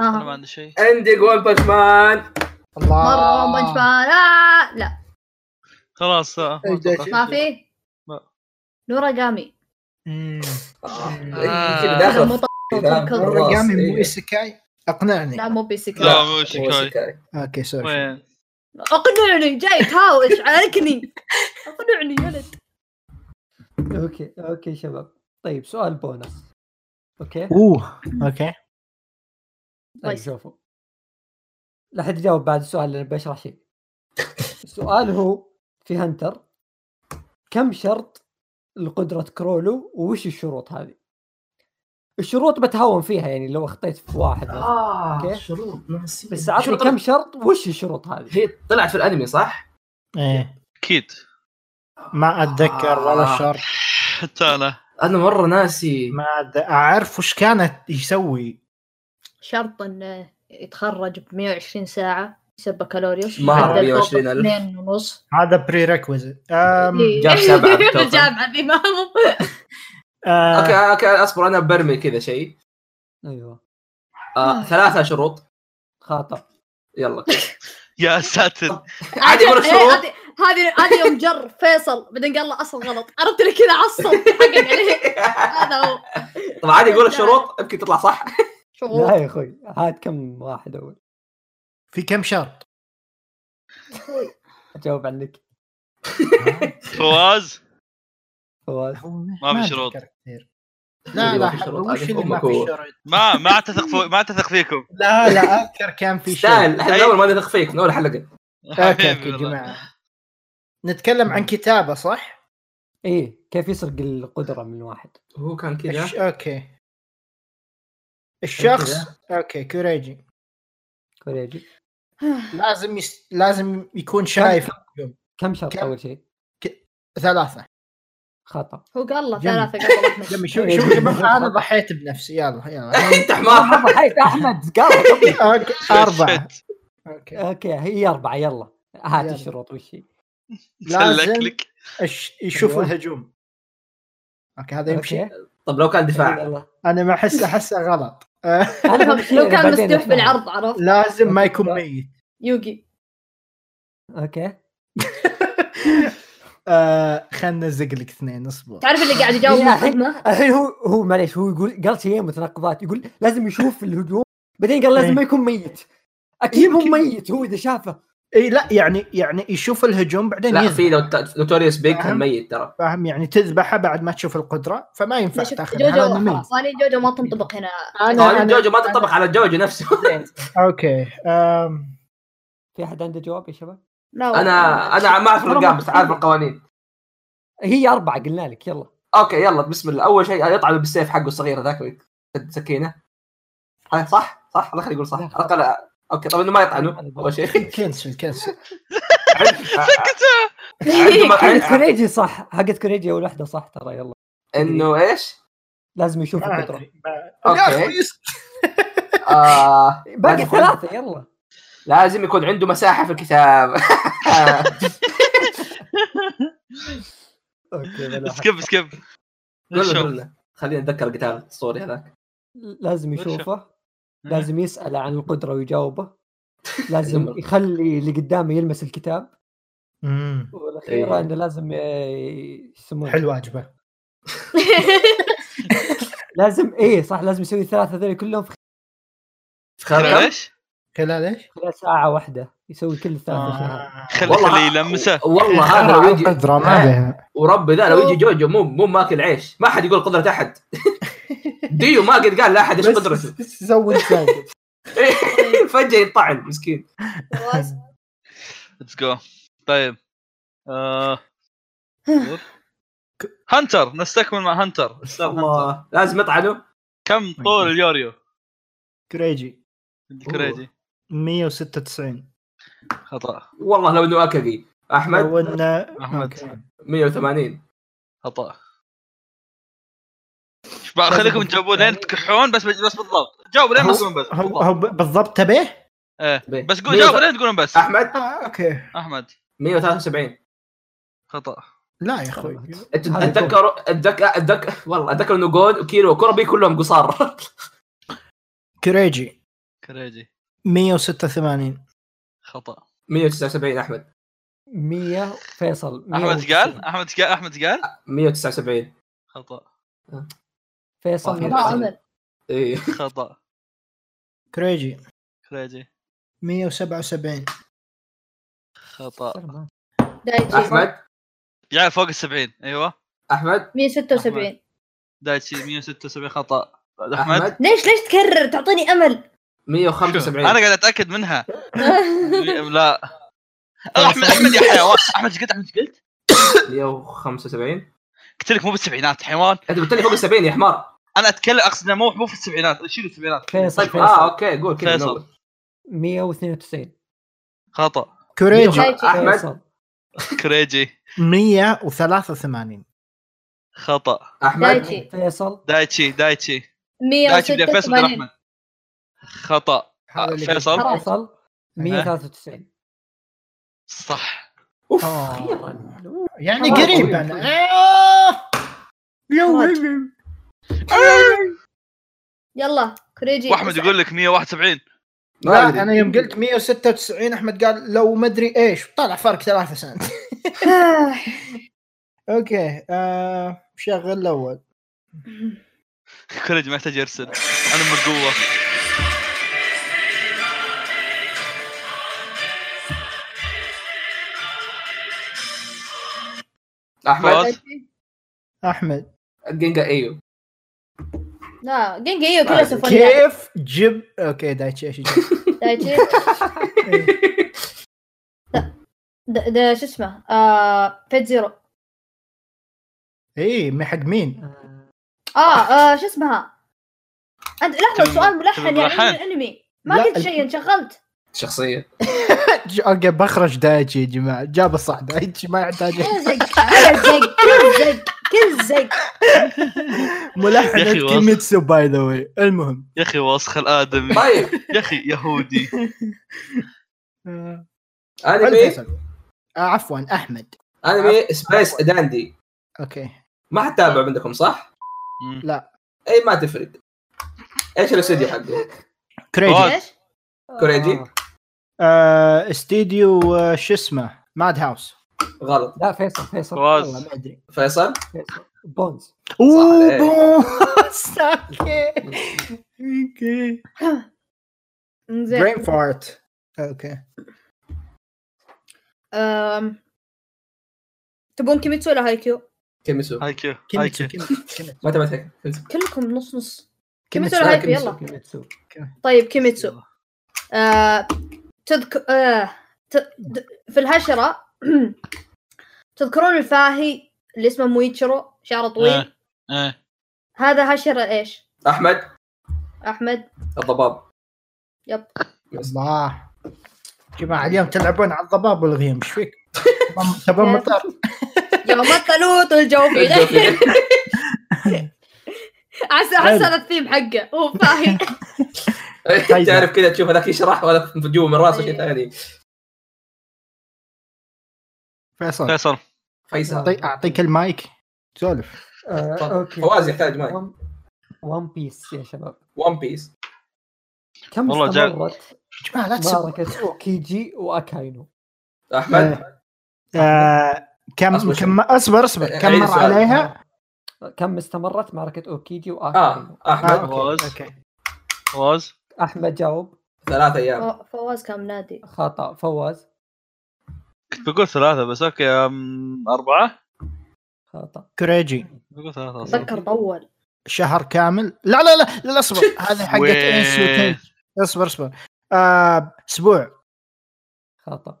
Speaker 4: ها
Speaker 1: انا ما
Speaker 4: ها
Speaker 1: عندي شيء
Speaker 5: عندي جوال بانش مان
Speaker 2: الله
Speaker 4: مره ون بنش مان آه لا
Speaker 1: خلاص آه، ما أتوقع.
Speaker 4: ما فيه
Speaker 1: ما.
Speaker 4: نورا قامي
Speaker 2: مم.
Speaker 5: آه،
Speaker 1: آه.
Speaker 5: كذا
Speaker 4: هذا مو
Speaker 5: داخل
Speaker 4: طاقة
Speaker 5: كلام.
Speaker 4: كل-
Speaker 5: مرة. خلاص،
Speaker 2: اوريجامي مو
Speaker 5: إيه.
Speaker 2: ايسيكاي اقنعني
Speaker 4: لا مو بيسكاي
Speaker 1: لا مو شيكاي
Speaker 5: شيكاي
Speaker 2: اوكي سوري
Speaker 1: وين؟
Speaker 4: اقنعني جاي تهاوش عاركني اقنعني يا ولد
Speaker 3: اوكي اوكي شباب طيب سؤال بونس اوكي
Speaker 2: اوه اوكي
Speaker 3: طيب
Speaker 4: كويس.
Speaker 3: شوفوا لا حد يجاوب بعد السؤال لان بشرح شيء السؤال هو في هنتر كم شرط لقدرة كرولو وش الشروط هذه؟ الشروط بتهاون فيها يعني لو اخطيت في واحد مثلاً.
Speaker 5: اه
Speaker 3: أوكي.
Speaker 5: شروط ناسي
Speaker 3: بس عطني كم شرط وش الشروط هذه؟
Speaker 5: هي طلعت في الانمي صح؟
Speaker 2: ايه
Speaker 1: *laughs* اكيد
Speaker 2: ما اتذكر ولا شر
Speaker 1: حتى انا
Speaker 5: انا مره ناسي
Speaker 2: ما أد- اعرف وش كانت يسوي
Speaker 4: شرط انه يتخرج ب 120 ساعه يصير بكالوريوس
Speaker 5: مهر
Speaker 4: عنده
Speaker 5: 120,000.
Speaker 4: توقف اثنين ونص إيه.
Speaker 2: هذا بري ريكويزيت
Speaker 5: جاب
Speaker 4: *laughs*
Speaker 5: سبعة بالتوقف.
Speaker 4: جاب عبي ما هو
Speaker 2: آه.
Speaker 5: اوكي اوكي اصبر انا برمي كذا شيء
Speaker 3: ايوه
Speaker 5: آه، ثلاثه شروط
Speaker 3: خاطر
Speaker 5: يلا
Speaker 1: يا ساتر
Speaker 5: عادي مرة
Speaker 4: إيه،
Speaker 5: شروط.
Speaker 4: هذه- هذه هذه يوم جر فيصل بعدين قال له اصل غلط عرفت اللي كذا عصب حقق عليه هذا هو
Speaker 5: طب عادي يقول الشروط يمكن تطلع صح
Speaker 4: شغل
Speaker 3: لا يا اخوي هات كم واحد اول
Speaker 2: في كم شرط؟
Speaker 3: اجاوب عنك
Speaker 1: فواز
Speaker 3: فواز
Speaker 1: ما في شروط.
Speaker 2: أتذكر كثير. لا
Speaker 5: ما
Speaker 2: لا
Speaker 5: في
Speaker 2: حب-
Speaker 5: شروط،
Speaker 2: وش
Speaker 5: عارف
Speaker 2: اللي ما
Speaker 5: أمك
Speaker 2: في
Speaker 5: هو.
Speaker 2: شروط؟
Speaker 1: ما ما اتثق فو... ما اتثق فيكم
Speaker 2: لا لا اذكر كان في شيء
Speaker 5: تستاهل احنا من اول ما نثق فيك من اول حلقه
Speaker 2: اوكي
Speaker 1: حبيبي
Speaker 2: اوكي يا
Speaker 1: والله. *laughs*
Speaker 2: جماعه نتكلم عن كتابه صح؟
Speaker 3: ايه كيف يسرق القدره من واحد
Speaker 5: هو كان *laughs* كذا
Speaker 2: الش... اوكي الشخص اوكي كوريجي
Speaker 3: كوريجي
Speaker 2: لازم يس... لازم يكون شايف
Speaker 3: كم شرط
Speaker 2: كم؟
Speaker 3: اول شيء
Speaker 2: ثلاثه
Speaker 3: خطا
Speaker 4: هو قال له
Speaker 2: جنب.
Speaker 4: ثلاثه قبل أحمد.
Speaker 2: دمي شوف شوف شوف انا ضحيت بنفسي يلا *laughs* يلا
Speaker 5: انت
Speaker 3: آه، *laughs*
Speaker 5: حمار
Speaker 3: حيت *laughs* احمد
Speaker 2: *laughs*
Speaker 3: قال
Speaker 2: اوكي
Speaker 1: شت،
Speaker 2: اربعه
Speaker 1: شت.
Speaker 2: اوكي
Speaker 3: اوكي هي اربعه يلا هات
Speaker 2: يلا.
Speaker 3: الشروط وش هي
Speaker 1: سلك
Speaker 2: لازم
Speaker 1: لك
Speaker 2: إيش- يشوفوا
Speaker 3: أيوة.
Speaker 2: الهجوم اوكي هذا يمشي
Speaker 3: أوكي.
Speaker 5: طب لو كان دفاع
Speaker 3: *laughs* يلا.
Speaker 2: انا ما احس احسه غلط
Speaker 3: أنا
Speaker 4: لو
Speaker 3: بمشي،
Speaker 4: لو كان
Speaker 3: بعدين
Speaker 4: مستوح
Speaker 3: أفهم.
Speaker 4: بالعرض عرفت
Speaker 2: لازم ما يكون ميت
Speaker 4: يوغي
Speaker 3: اوكي
Speaker 2: آه خلنا نزق لك اثنين اصبر
Speaker 4: تعرف اللي قاعد يجاوب
Speaker 3: يا
Speaker 4: من
Speaker 3: أخي.
Speaker 4: خدمه
Speaker 3: الحين *laughs* هو هو معليش هو يقول قال شيئين متناقضات يقول لازم يشوف الهجوم بعدين قال لازم ما يكون ميت اكيد مو
Speaker 2: يمكن.
Speaker 3: ميت هو اذا شافه
Speaker 2: اي لا يعني يعني يشوف الهجوم بعدين
Speaker 5: لا في
Speaker 2: يذبح
Speaker 5: لو نوتوريوس بيك كان
Speaker 2: فاهم؟
Speaker 5: ميت ترى
Speaker 2: فاهم يعني تذبحه بعد ما تشوف القدره فما ينفع
Speaker 4: شفت
Speaker 2: تاخذها هذا
Speaker 4: جوجو
Speaker 2: ميت
Speaker 4: خلاص انا جوجو ما تنطبق هنا
Speaker 5: قوانين جوجو ما تنطبق على جوجو نفسه *laughs*
Speaker 2: اوكي آم،
Speaker 3: في احد عنده جواب يا شباب
Speaker 4: لا والله.
Speaker 5: انا انا ما اعرف الارقام بس عارف القوانين
Speaker 3: هي اربعه قلنا لك يلا
Speaker 5: اوكي يلا بسم الله اول شيء يطعن بالسيف حقه الصغير ذاك سكينه هاي صح صح الله يخليه يقول صح اقل اوكي طب انه طيب، ما يطعنه اول شيء *laughs*
Speaker 2: كنسل كنسل
Speaker 4: *laughs*
Speaker 5: عندهم-
Speaker 3: حقت
Speaker 5: عندهم-
Speaker 3: كوريجي صح حقت كوريجي اول واحده صح ترى يلا
Speaker 5: انه ايش؟
Speaker 3: لازم
Speaker 4: آه.
Speaker 3: يشوف
Speaker 2: ما
Speaker 3: القدره
Speaker 2: أدري، ما-
Speaker 5: أوكي.
Speaker 2: يا أخي، يس-
Speaker 5: آه
Speaker 3: باقي
Speaker 5: لازم يكون-
Speaker 3: ثلاثه يلا
Speaker 5: لازم يكون عنده مساحه في الكتاب *laughs*
Speaker 3: اوكي بلا حق.
Speaker 1: سكيب سكيب
Speaker 5: قلنا قلنا خلينا نتذكر قتال الصوري هذاك
Speaker 3: لازم
Speaker 1: وش-
Speaker 3: يشوفه لازم يسال عن القدره ويجاوبه
Speaker 5: لازم-
Speaker 3: لازم يخلي اللي قدامه يلمس الكتاب
Speaker 2: مم،
Speaker 3: والاخيره
Speaker 5: إيه.
Speaker 3: انه لازم ي- يسمونه
Speaker 2: حلو واجبه
Speaker 3: لازم ايه صح لازم يسوي الثلاثه هذول كلهم في
Speaker 5: خلنا-
Speaker 1: ليش؟
Speaker 2: خلال ايش؟
Speaker 3: خلال ساعه واحده يسوي كل الثلاثه آه. شهر
Speaker 2: آه.
Speaker 1: خلي
Speaker 5: والله-
Speaker 1: خليه يلمسه
Speaker 5: والله هذا لو يجي آه،
Speaker 2: القدره آه، ما عليها
Speaker 5: وربي ذا لو يجي جوجو مو مو ماكل عيش ما حد يقول قدره احد ديو ما قد قال لاحد ايش
Speaker 2: بس
Speaker 5: قدرته *laughs*
Speaker 2: زود زايد
Speaker 5: فجاه ينطعن مسكين
Speaker 4: خلاص.
Speaker 1: ليتس جو طيب آه، اصبر. هانتر نستكمل مع هانتر ستار هانتر.
Speaker 5: الله لازم يطعنه
Speaker 1: كم طول اليوريو
Speaker 2: *laughs* كريجي
Speaker 1: الكريجي
Speaker 2: 196
Speaker 1: خطا
Speaker 5: والله لو انه اكاغي
Speaker 2: لو
Speaker 5: احمد
Speaker 2: انه
Speaker 1: أحمد.
Speaker 2: أوكي.
Speaker 5: 180
Speaker 1: خطا ايش بقى خليكم تجاوبون لين تكحون بس بس بالضبط جاوبوا لين بس تقولون بس
Speaker 2: هو هو ب- بالضبط تبيه؟
Speaker 1: إيه.
Speaker 5: بيه.
Speaker 1: بس قول
Speaker 5: مية
Speaker 1: جاوبوا
Speaker 5: وت-
Speaker 1: لين تقولون بس
Speaker 5: احمد
Speaker 2: آه، اوكي
Speaker 1: احمد
Speaker 5: 173
Speaker 1: خطا
Speaker 2: لا يا اخوي
Speaker 5: أت-
Speaker 3: هذا
Speaker 5: اتذكر اتذكر اتذكر والله اتذكر انه جود وكيلو وكوربي كلهم قصار *laughs*
Speaker 2: كريجي
Speaker 1: كريجي
Speaker 2: 186
Speaker 1: خطا
Speaker 5: 179 احمد
Speaker 3: 100 فيصل 100
Speaker 1: احمد قال احمد قال احمد قال
Speaker 5: 179
Speaker 1: خطا
Speaker 3: فيصل
Speaker 4: *laughs* ما عمل
Speaker 5: اي
Speaker 1: خطا
Speaker 2: كريجي
Speaker 1: كريجي
Speaker 2: 177
Speaker 1: خطا
Speaker 4: دايتشي
Speaker 5: احمد
Speaker 1: يعني فوق ال 70 ايوه
Speaker 5: احمد
Speaker 4: 176
Speaker 1: دايتشي 176 خطا احمد
Speaker 5: احمد
Speaker 4: ليش ليش تكرر تعطيني امل
Speaker 5: 175
Speaker 1: انا قاعد اتاكد منها لا احمد احمد يا حيوان احمد ايش قلت احمد ايش قلت؟
Speaker 5: 175
Speaker 1: قلت لك مو بالسبعينات حيوان
Speaker 5: انت قلت لي فوق ال 70 يا حمار
Speaker 1: انا اتكلم اقصد إنه مو مو في السبعينات شيلوا السبعينات
Speaker 3: فيصل
Speaker 5: طيب اه
Speaker 3: فيصل
Speaker 5: اوكي قول كذا من
Speaker 1: فيصل.
Speaker 5: أول.
Speaker 3: 192
Speaker 1: خطا
Speaker 2: كريجي
Speaker 4: دايتشي.
Speaker 5: احمد
Speaker 3: فيصل
Speaker 1: كريجي
Speaker 2: 183
Speaker 1: خطا
Speaker 5: احمد
Speaker 4: دايتشي
Speaker 3: فيصل
Speaker 1: دايتشي دايتشي دايتشي بلا فيصل بلا
Speaker 4: 186
Speaker 1: احمد خطا
Speaker 5: آه،
Speaker 2: هذا اللي
Speaker 1: فيصل
Speaker 4: خلاص.
Speaker 3: فيصل 193
Speaker 1: صح
Speaker 5: اوف
Speaker 2: آه.
Speaker 5: أخيراً.
Speaker 2: يعني
Speaker 3: آه،
Speaker 2: قريب طيب.
Speaker 5: طويل،
Speaker 2: انا
Speaker 5: طويل.
Speaker 2: آه. يا
Speaker 4: إخراج.
Speaker 2: ويلي.
Speaker 4: يلا كريجي
Speaker 1: واحمد يقول لك 171
Speaker 5: ما
Speaker 2: لا
Speaker 5: أدري.
Speaker 2: انا يوم قلت 196 احمد قال لو ما ادري ايش طلع فرق ثلاثة سنت *laughs*
Speaker 4: آه،
Speaker 2: اوكي آه شغل الاول
Speaker 1: كريجي ما يحتاج يرسل انا من القوه
Speaker 5: احمد
Speaker 2: احمد
Speaker 5: جينجا ايو
Speaker 4: لا جينجي ايوه كذا سفنيات
Speaker 2: كيف *laughs* جب اوكي دايتشي ايش يجيب؟ *laughs*
Speaker 4: دايتشي
Speaker 2: إيه.
Speaker 4: د- د- شو اسمه آه، فيت زيرو
Speaker 2: ايه ما حق مين؟ *laughs*
Speaker 3: آه،
Speaker 4: اه آه، شو اسمها انت لحظه السؤال ملحن
Speaker 1: تبي
Speaker 4: يعني
Speaker 1: ملحن؟
Speaker 4: من الانمي ما
Speaker 2: لا،
Speaker 4: قلت شيء انشغلت
Speaker 5: شخصيه
Speaker 2: ج- اوكي بخرج دايتشي يا جماعه جاب الصح دايتشي ما يحتاج *laughs*
Speaker 4: كل زق كل زق كل زق كل زق
Speaker 1: *laughs* يا أخي
Speaker 2: ملحن
Speaker 1: واصل.
Speaker 2: كيميتسو باي ذا واي المهم
Speaker 1: يا اخي وسخ
Speaker 5: *laughs*
Speaker 1: الادمي
Speaker 5: طيب
Speaker 1: يا اخي يهودي
Speaker 2: آه، حلو
Speaker 5: انمي
Speaker 2: فيصل آه عفوا احمد
Speaker 5: انمي سبيس داندي
Speaker 2: اوكي
Speaker 5: ما حتابع عندكم صح؟
Speaker 1: مم.
Speaker 5: اي ما تفرق ايش الاستوديو حقه؟
Speaker 2: كريجي
Speaker 1: أوه.
Speaker 4: ايش؟
Speaker 5: كوريجي
Speaker 3: آه.
Speaker 2: آه، استديو آه، شو اسمه ماد هاوس
Speaker 5: غلط
Speaker 3: لا فيصل فيصل
Speaker 1: فواز.
Speaker 3: والله ما ادري
Speaker 5: فيصل
Speaker 3: فيصل. بونز
Speaker 2: اوه
Speaker 5: عليك.
Speaker 2: *laughs* بوس اوكي اوكي برين
Speaker 4: زين
Speaker 2: فارت اوكي
Speaker 4: أم، تبون كيميتسو ولا هايكيو؟
Speaker 5: كيميسو
Speaker 1: هاي كيو هاي
Speaker 2: كيميتسو
Speaker 1: كيو
Speaker 2: كيميتسو
Speaker 5: ما تبعت هيك كيميسو.
Speaker 4: كلكم نص نص كيميتسو
Speaker 2: كيميتسو
Speaker 4: ولا هايكيو
Speaker 5: كيميتسو.
Speaker 4: يلا
Speaker 3: كيميتسو
Speaker 4: طيب كيميتسو آه، تذك... آه، ت... د... في الهشرة *clears throat* تذكرون الفاهي اللي اسمه مويتشرو شعره طويل
Speaker 1: آه. إيه.
Speaker 4: هذا هشرة ايش
Speaker 5: احمد
Speaker 4: احمد
Speaker 2: *laughs*
Speaker 5: الضباب
Speaker 4: يب
Speaker 2: الله جماعة اليوم تلعبون على الضباب والغيم ايش فيك؟ تبون- تبون مطر
Speaker 4: يوم الثلوث والجو
Speaker 5: *laughs*
Speaker 4: في غير عسى عسى هذا الثيم حقه هو فاهي
Speaker 5: إيه، تعرف كذا تشوف هذاك يشرح وهذاك جوا من راسه شيء ثاني
Speaker 2: فيصل
Speaker 1: فيصل
Speaker 5: فيصل
Speaker 2: أعطي- اعطيك المايك سولف
Speaker 3: آه، اوكي
Speaker 5: فواز يحتاج ماي
Speaker 3: ون- ون بيس يا شباب
Speaker 5: ون بيس
Speaker 3: كم
Speaker 1: والله جا-
Speaker 3: استمرت
Speaker 2: يا جماعة لا تسب
Speaker 3: معركة اوكيجي واكاينو
Speaker 2: إيه.
Speaker 5: احمد
Speaker 2: آه، كم
Speaker 5: أصبر شوي.
Speaker 2: كم اصبر اصبر كم
Speaker 5: عيد
Speaker 2: مر
Speaker 5: السؤال.
Speaker 2: عليها؟
Speaker 3: آه، كم استمرت معركة اوكيجي واكاينو
Speaker 5: اه
Speaker 2: آه،
Speaker 5: احمد
Speaker 2: أوكي، اوكي
Speaker 1: فواز
Speaker 3: احمد جاوب
Speaker 2: آه.
Speaker 5: ثلاث ايام
Speaker 4: فو- فواز كان نادي
Speaker 3: خطا فواز
Speaker 1: كنت بقول ثلاثة بس اوكي أم، أربعة
Speaker 3: خطا
Speaker 2: كريجي
Speaker 1: كنت بقول ثلاثة أصلا
Speaker 4: تذكر طول
Speaker 2: شهر كامل لا لا لا لا
Speaker 5: *laughs*
Speaker 2: اصبر هذه حقت
Speaker 1: وين؟
Speaker 2: انس وتيج اصبر اصبر آه، اسبوع
Speaker 3: خطا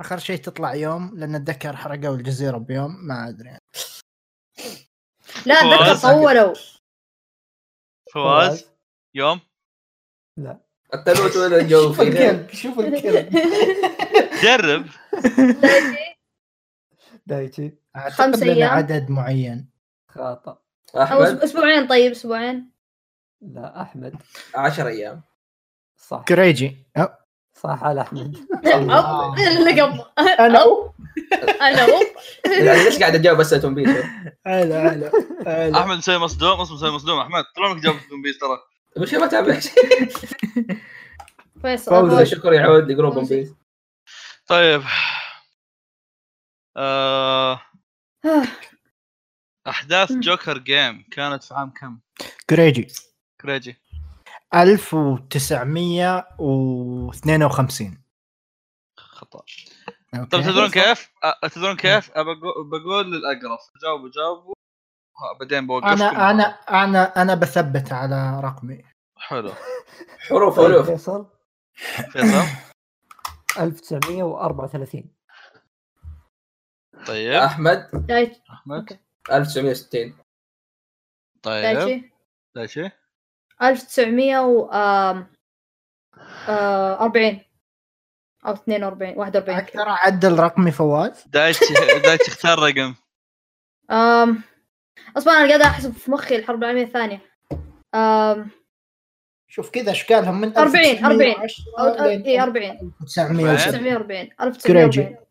Speaker 2: اخر شيء تطلع يوم لان اتذكر حرقوا الجزيره بيوم ما ادري
Speaker 4: لا
Speaker 1: فواز.
Speaker 4: اتذكر طولوا
Speaker 1: فواز يوم
Speaker 5: التلوت ولا
Speaker 2: *laughs*
Speaker 5: الجو
Speaker 3: شوف
Speaker 5: فيه
Speaker 3: الكلب شوف
Speaker 1: *laughs*
Speaker 3: الكلب
Speaker 1: جرب
Speaker 3: دايتشي
Speaker 2: اعتقد
Speaker 4: خمس
Speaker 2: لنا
Speaker 4: أيام.
Speaker 2: عدد معين
Speaker 3: خطا
Speaker 4: او
Speaker 5: احمد
Speaker 4: أسب- اسبوعين طيب اسبوعين
Speaker 3: لا احمد
Speaker 5: 10 ايام
Speaker 3: صح
Speaker 2: كريجي أه.
Speaker 3: صح على
Speaker 1: *laughs*
Speaker 3: احمد
Speaker 4: أب- اللي قبل
Speaker 2: انا
Speaker 4: انا أب.
Speaker 5: يعني ليش قاعد اجاوب اسئله ون بيس
Speaker 2: هلا هلا هلا.
Speaker 1: احمد مسوي مصدوم اسمه مسوي مصدوم احمد طول عمرك جاوبت ون بيس ترى
Speaker 5: مش ما تابعت
Speaker 4: فيصل
Speaker 5: *laughs*
Speaker 2: فوزي.
Speaker 4: أبوي.
Speaker 5: شكر يعود لجروب ون بيس
Speaker 1: طيب آه، احداث جوكر جيم كانت في عام كم؟
Speaker 2: كريجي
Speaker 1: كريجي
Speaker 2: 1952
Speaker 1: خطا
Speaker 2: أوكي.
Speaker 1: طيب تدرون كيف؟ أ- تدرون كيف؟ أبى أقو- بقول للاقرف جاوبوا جاوبوا ها، بعدين بوقفكم
Speaker 2: انا انا انا انا بثبت على رقمي
Speaker 1: حلو
Speaker 5: حروف حروف
Speaker 3: فيصل
Speaker 1: فيصل
Speaker 3: 1934
Speaker 1: طيب
Speaker 5: احمد
Speaker 4: دايتشي
Speaker 1: احمد
Speaker 5: 1960
Speaker 1: طيب
Speaker 4: دايتشي
Speaker 1: دايتشي
Speaker 4: 1940 آه، او 42 41
Speaker 2: ترى عدل رقمي فواز
Speaker 1: دايتشي *laughs* دايتشي اختار رقم
Speaker 4: أم... اصلا انا قاعد احسب في مخي الحرب العالميه الثانيه أم...
Speaker 2: شوف كذا اشكالهم من
Speaker 4: 40 40 أو... إيه، اي
Speaker 2: 40
Speaker 4: 40
Speaker 2: 1970
Speaker 4: 1940
Speaker 2: كريجي.
Speaker 4: 1940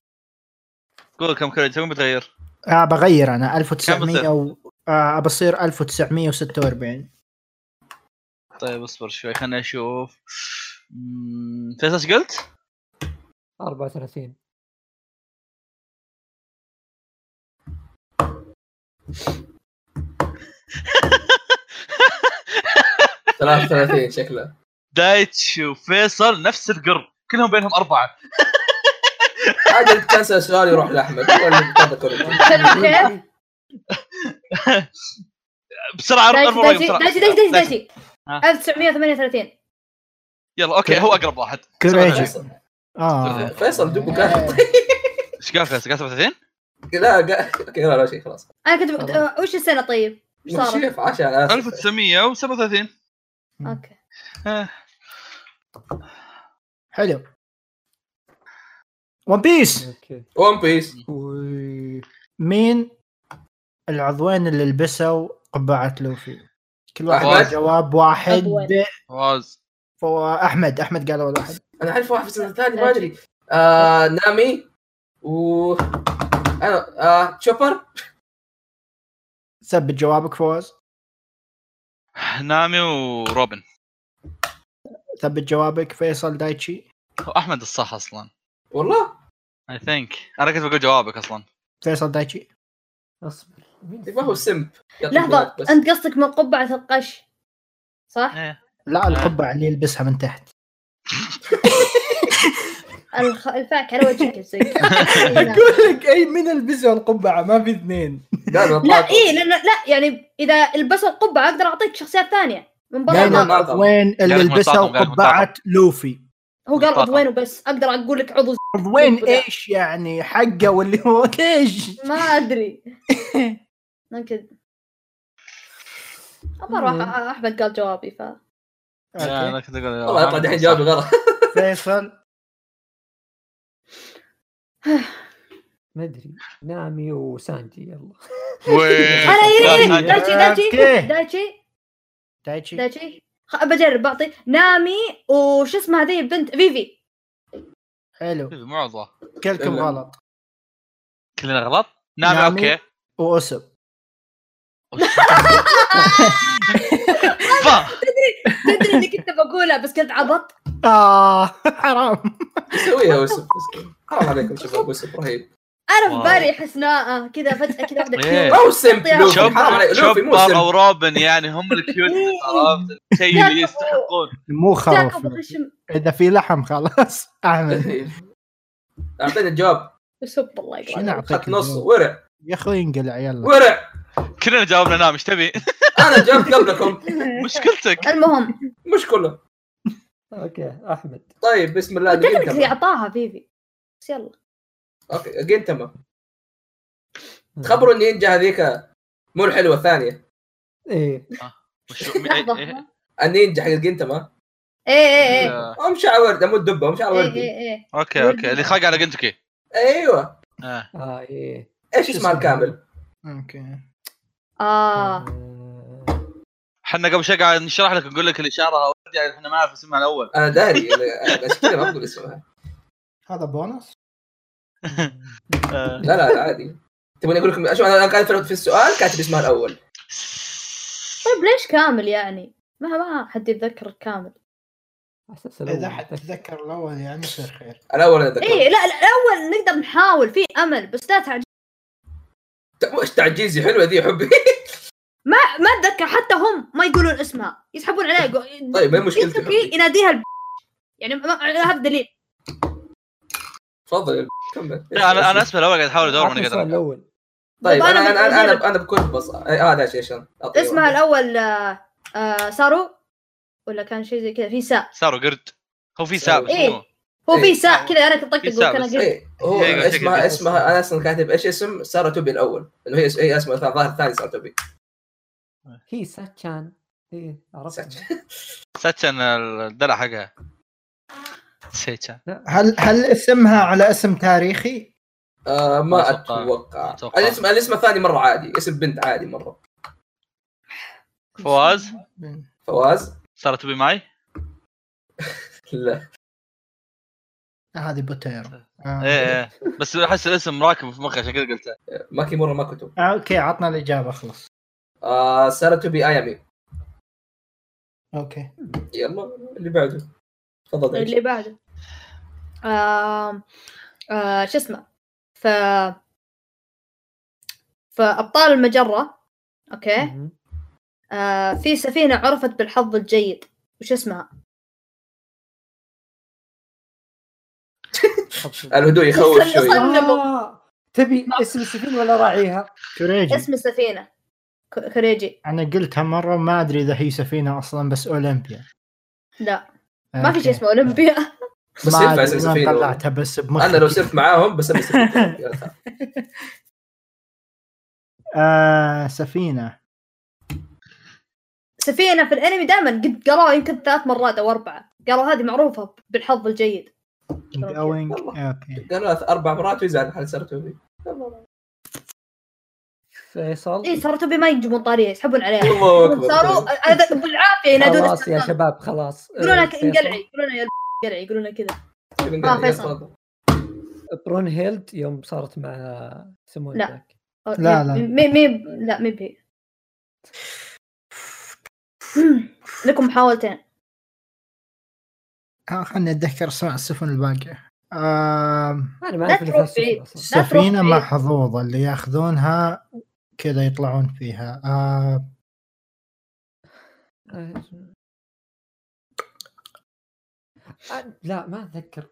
Speaker 1: قول كم كريجي تبون بتغير
Speaker 2: آه بغير انا
Speaker 1: كم
Speaker 2: 1900
Speaker 1: بتصير؟
Speaker 2: و... آه بصير 1946
Speaker 1: طيب اصبر شوي خليني اشوف مم، فيصل ايش قلت؟
Speaker 3: 34
Speaker 5: 33 شكله
Speaker 1: دايتشي وفيصل نفس القرب كلهم بينهم اربعه
Speaker 5: عاد كنسل سؤال يروح لاحمد هو اللي بتاخذ كل-
Speaker 4: كيف؟
Speaker 1: بسرعه
Speaker 4: دايتشي-
Speaker 1: أربع- أربع رقم،
Speaker 4: دايتشي
Speaker 1: بسرعة.
Speaker 4: دايتشي دايتشي دايتشي
Speaker 1: ها.
Speaker 4: 1938
Speaker 1: يلا اوكي هو اقرب واحد
Speaker 2: كريجي
Speaker 5: فيصل.
Speaker 2: اه
Speaker 5: فيصل دوبه قاعد
Speaker 1: ايش قال فيصل؟ قال 37
Speaker 5: لا قاعد- اوكي لا لا شيء خلاص
Speaker 4: انا كنت بكت... أه، وش السنه طيب؟ ايش صارت؟
Speaker 5: شوف عشان أنا آسف.
Speaker 1: 1937
Speaker 4: اوكي
Speaker 1: آه،
Speaker 2: حلو ون بيس
Speaker 3: اوكي
Speaker 5: ون بيس
Speaker 2: مين العضوين اللي لبسوا قبعه لوفي؟ كل واحد
Speaker 1: أحمد.
Speaker 2: له جواب واحد
Speaker 4: عضوين.
Speaker 1: فواز
Speaker 2: فو- احمد احمد قال اول واحد
Speaker 5: انا اعرف واحد في السنه الثانيه ما ادري آه نامي و انا آه تشوبر
Speaker 2: ثبت جوابك فوز
Speaker 1: نامي وروبن
Speaker 2: ثبت جوابك فيصل دايتشي
Speaker 1: هو احمد الصح اصلا
Speaker 5: والله
Speaker 1: اي ثينك انا كنت بقول جوابك اصلا
Speaker 2: فيصل دايتشي
Speaker 3: اصبر مين
Speaker 5: يبغى هو سمب يعطيك
Speaker 4: لحظه
Speaker 5: بس.
Speaker 4: انت قصدك من قبعه القش صح؟
Speaker 1: ايه
Speaker 2: لا القبعه اللي يلبسها من تحت
Speaker 4: الخ... الفاك على وجهك يا سيد.
Speaker 2: *laughs* اقول لك اي من البسوا القبعه ما في اثنين
Speaker 5: قالوا
Speaker 4: لا إيه.
Speaker 5: طاقة.
Speaker 4: اي لان لا يعني اذا البسوا القبعه اقدر اعطيك شخصيات ثانيه من برا
Speaker 5: لا،
Speaker 2: دائما
Speaker 5: لا،
Speaker 4: النار.
Speaker 5: لا.
Speaker 2: أعرف وين اللي
Speaker 1: قالك
Speaker 2: يلبسوا
Speaker 1: منطقة، قالك
Speaker 2: قبعه لوفي
Speaker 4: هو قال
Speaker 1: بالطاقة.
Speaker 4: عضوين وبس اقدر اقول لك عضو
Speaker 2: وين ايش يعني حقه واللي هو *laughs* ايش
Speaker 4: ما
Speaker 1: *laughs*
Speaker 4: ادري ممكن ابى اروح احمد قال جوابي ف
Speaker 1: لا، انا كنت اقول
Speaker 5: والله يطلع دحين
Speaker 1: *laughs*
Speaker 5: جوابي غلط *laughs*
Speaker 2: *laughs* فيصل
Speaker 3: ما ادري نامي وسانجي يلا
Speaker 1: وين؟
Speaker 4: انا يريد
Speaker 1: لا،
Speaker 4: دايتشي دايتشي
Speaker 2: أوكي.
Speaker 4: دايتشي
Speaker 2: دايتشي
Speaker 4: دايتشي خ- بجرب بعطي نامي وش اسمها هذه البنت فيفي
Speaker 2: حلو
Speaker 1: مو عضوة
Speaker 2: كلكم
Speaker 5: إلا.
Speaker 2: غلط
Speaker 1: كلنا غلط نعم، نامي
Speaker 2: نامي.
Speaker 1: اوكي
Speaker 2: واسب
Speaker 1: فا.
Speaker 4: تدري اني كنت بقولها بس كنت عبط
Speaker 2: اه *laughs* حرام
Speaker 5: يسويها وسب مسكين حرام عليكم شباب وسب رهيب
Speaker 4: انا في
Speaker 1: واو.
Speaker 4: بالي حسناء كذا فجاه كذا واحده
Speaker 1: إيه.
Speaker 4: كيوت
Speaker 5: ما هو سمب لوفي
Speaker 4: شوف-
Speaker 5: حرام عليك لوفي مو
Speaker 1: شوبر او
Speaker 5: سمب
Speaker 1: روبن يعني هم الكيوت عرفت الشيء اللي يستحقون
Speaker 2: مو
Speaker 4: ذاك
Speaker 2: خروف
Speaker 4: ابو خشم
Speaker 2: اذا في لحم خلاص *laughs* اعمل
Speaker 5: اعطيني الجواب
Speaker 4: يسب الله
Speaker 2: شنو
Speaker 4: يقعد
Speaker 2: اعطيك
Speaker 5: اخذت نص
Speaker 2: اليوم؟
Speaker 5: ورع
Speaker 2: يا اخوي انقلع يلا
Speaker 5: ورع
Speaker 1: كلنا جاوبنا نام ايش تبي؟
Speaker 5: انا جاوبت قبلكم
Speaker 1: مشكلتك *laughs*
Speaker 4: المهم
Speaker 5: مش كله
Speaker 3: اوكي
Speaker 5: *laughs*
Speaker 3: احمد
Speaker 5: طيب بسم الله
Speaker 4: تكنيكلي
Speaker 5: جنتما
Speaker 4: اعطاها فيفي بس يلا
Speaker 5: اوكي جنتما تخبروا ان نينجا هذيك مو الحلوه الثانيه
Speaker 3: ايه
Speaker 1: وش-
Speaker 4: لحظه
Speaker 1: إيه- إيه-
Speaker 5: النينجا حق جنتما
Speaker 4: ايه ايه ايه
Speaker 5: ام شعر ورد مو الدبه ام شعر
Speaker 4: ايه
Speaker 5: وردي
Speaker 4: ايه ايه
Speaker 1: اوكي اوكي اللي خاق على جنتوكي
Speaker 4: إيه.
Speaker 5: ايوه
Speaker 1: آه.
Speaker 3: اه ايه
Speaker 5: ايش اسمها الكامل؟
Speaker 2: اوكي
Speaker 3: آه،
Speaker 4: اه
Speaker 1: احنا قبل شوي قاعد نشرح لك نقول لك الاشاره وردي، يعني احنا ما نعرف اسمها الاول
Speaker 5: انا
Speaker 4: *laughs*
Speaker 5: داري أنا- عشان كذا ما اقول اسمها
Speaker 2: هذا بونص
Speaker 1: آه.
Speaker 5: لا لا عادي تبغوني اقول لكم شوف انا أنا كاتب في السؤال كاتب اسمها الاول
Speaker 4: طيب ليش كامل يعني؟ ما ما حد يتذكر كامل
Speaker 3: اساس
Speaker 2: اذا حد تذكر الاول يعني يصير خير
Speaker 5: الاول انا ذكرت
Speaker 4: اي إيه، لا لا الاول نقدر نحاول في امل بس لا تعجب
Speaker 5: مو ايش تعجيزي حلوه ذي حبي *laughs*
Speaker 4: ما ما اتذكر حتى هم ما يقولون اسمها يسحبون عليها يقو-
Speaker 5: طيب، ما هي مشكلتي
Speaker 4: يتركي
Speaker 5: حبي.
Speaker 4: يناديها الب... يعني ما ما- هذا دليل
Speaker 5: أيوة، تفضل يا الب- كمل
Speaker 1: لا انا انا اسمها الاول قاعد احاول ادور ما
Speaker 3: السؤال
Speaker 1: قدرت
Speaker 3: الاول
Speaker 5: طيب
Speaker 4: طب
Speaker 5: انا
Speaker 4: أنا
Speaker 5: انا انا
Speaker 4: بقول
Speaker 5: انا, أنا بكل إيه، آه، بساطه هذا شيء عشان أعطيه
Speaker 4: اسمها
Speaker 5: واحدة.
Speaker 4: الاول آه، آه، سارو ولا كان شيء زي كذا في ساء
Speaker 1: صاروا قرد هو في ساب
Speaker 4: إيه.
Speaker 1: اسمه
Speaker 4: هو
Speaker 5: إيه.
Speaker 4: في ساء كذا انا كنت
Speaker 1: في
Speaker 4: طقطق
Speaker 1: ساء
Speaker 4: قلت انا
Speaker 1: بس.
Speaker 4: قلت
Speaker 5: إيه، هو
Speaker 1: إيه، قاعد
Speaker 5: اسمها
Speaker 1: شكل
Speaker 5: اسمها انا اصلا كاتب ايش اسم ساره توبي الاول انه هي هي اسمها الظاهر الثاني ساره توبي
Speaker 3: هي ساتشان ايه عرفت
Speaker 5: ساتشان.
Speaker 1: ساتشن الدلع حقها سيتشان
Speaker 2: هل هل اسمها على اسم تاريخي؟
Speaker 5: آه
Speaker 1: ما
Speaker 5: ما
Speaker 1: أتوقع. ما
Speaker 5: اتوقع
Speaker 1: أتوقع.
Speaker 5: الاسم الاسم الثاني مره عادي اسم بنت عادي مره
Speaker 1: فواز
Speaker 5: فواز
Speaker 1: صارت بي معي
Speaker 5: لا
Speaker 2: هذه بوتيرو آه.
Speaker 1: ايه إيه. بس احس الاسم راكب في مخي عشان كذا قلته
Speaker 5: ماكي مره ما كتب
Speaker 2: آه، اوكي عطنا الاجابه خلص
Speaker 5: آه ساره توبي ايامي
Speaker 2: اوكي
Speaker 5: يلا اللي بعده تفضل دايش.
Speaker 3: طيب.
Speaker 4: اللي بعده آم، آه، شو اسمه ف فابطال المجره اوكي
Speaker 3: *laughs* مهم.
Speaker 4: آه، في سفينه عرفت بالحظ الجيد وش اسمها
Speaker 3: تفضل.
Speaker 5: الهدوء يخوف
Speaker 4: صلي-
Speaker 5: شوي
Speaker 4: صلي. صنبوا.
Speaker 3: آه، تبي اسم السفينه ولا راعيها؟
Speaker 2: كوريجي
Speaker 4: اسم السفينه ك- كوريجي
Speaker 2: انا قلتها مره ما ادري اذا هي سفينه اصلا بس اولمبيا
Speaker 4: لا ما في شيء
Speaker 2: أوكي.
Speaker 4: اسمه *laughs* اولمبيا
Speaker 5: بس
Speaker 2: ما
Speaker 5: ينفع
Speaker 2: أدري
Speaker 5: اسم
Speaker 2: وين
Speaker 5: سفينه والله.
Speaker 2: طلعتها بس بمخي
Speaker 5: انا لو صرت معاهم بس أنا سفينة. يلا تعال.
Speaker 2: آه سفينه
Speaker 4: سفينه في الانمي دائما قد قالوها يمكن ثلاث مرات او اربعه قالوا هذه معروفه بالحظ الجيد
Speaker 2: going اوكي
Speaker 5: قالوا اربع مرات ويزعل حال ساره توبي
Speaker 3: فيصل
Speaker 4: اي إيه، صاروا تبي ما يجيبون طاريه يسحبون عليها *laughs*
Speaker 5: الله اكبر
Speaker 4: صاروا هذا بالعافيه ينادون
Speaker 3: خلاص يا
Speaker 4: استقلال.
Speaker 3: شباب خلاص
Speaker 4: يقولون
Speaker 3: آه،
Speaker 4: لك
Speaker 3: فيصل.
Speaker 4: انقلعي يقولون يا الب- انقلعي يقولون كذا
Speaker 5: تبي
Speaker 4: آه،
Speaker 5: نقلع؟
Speaker 4: فيصل.
Speaker 5: تفضل.
Speaker 3: برون هيلد يوم صارت مع يسمونه
Speaker 4: لا.
Speaker 3: ذاك.
Speaker 4: أو-
Speaker 2: لا، لا.
Speaker 4: مي مي لا مي بهي لكم محاولتين
Speaker 2: آه خلني اتذكر صنع السفن الباقيه آم،
Speaker 3: انا ما
Speaker 4: لا
Speaker 3: اعرف اللي
Speaker 4: تروح
Speaker 3: فيها
Speaker 4: بعيد.
Speaker 3: السفن أصلاً.
Speaker 4: لا تروح
Speaker 2: سفينه
Speaker 4: بعيد.
Speaker 2: محظوظه اللي ياخذونها كذا يطلعون فيها آه
Speaker 3: آه، لا ما اتذكر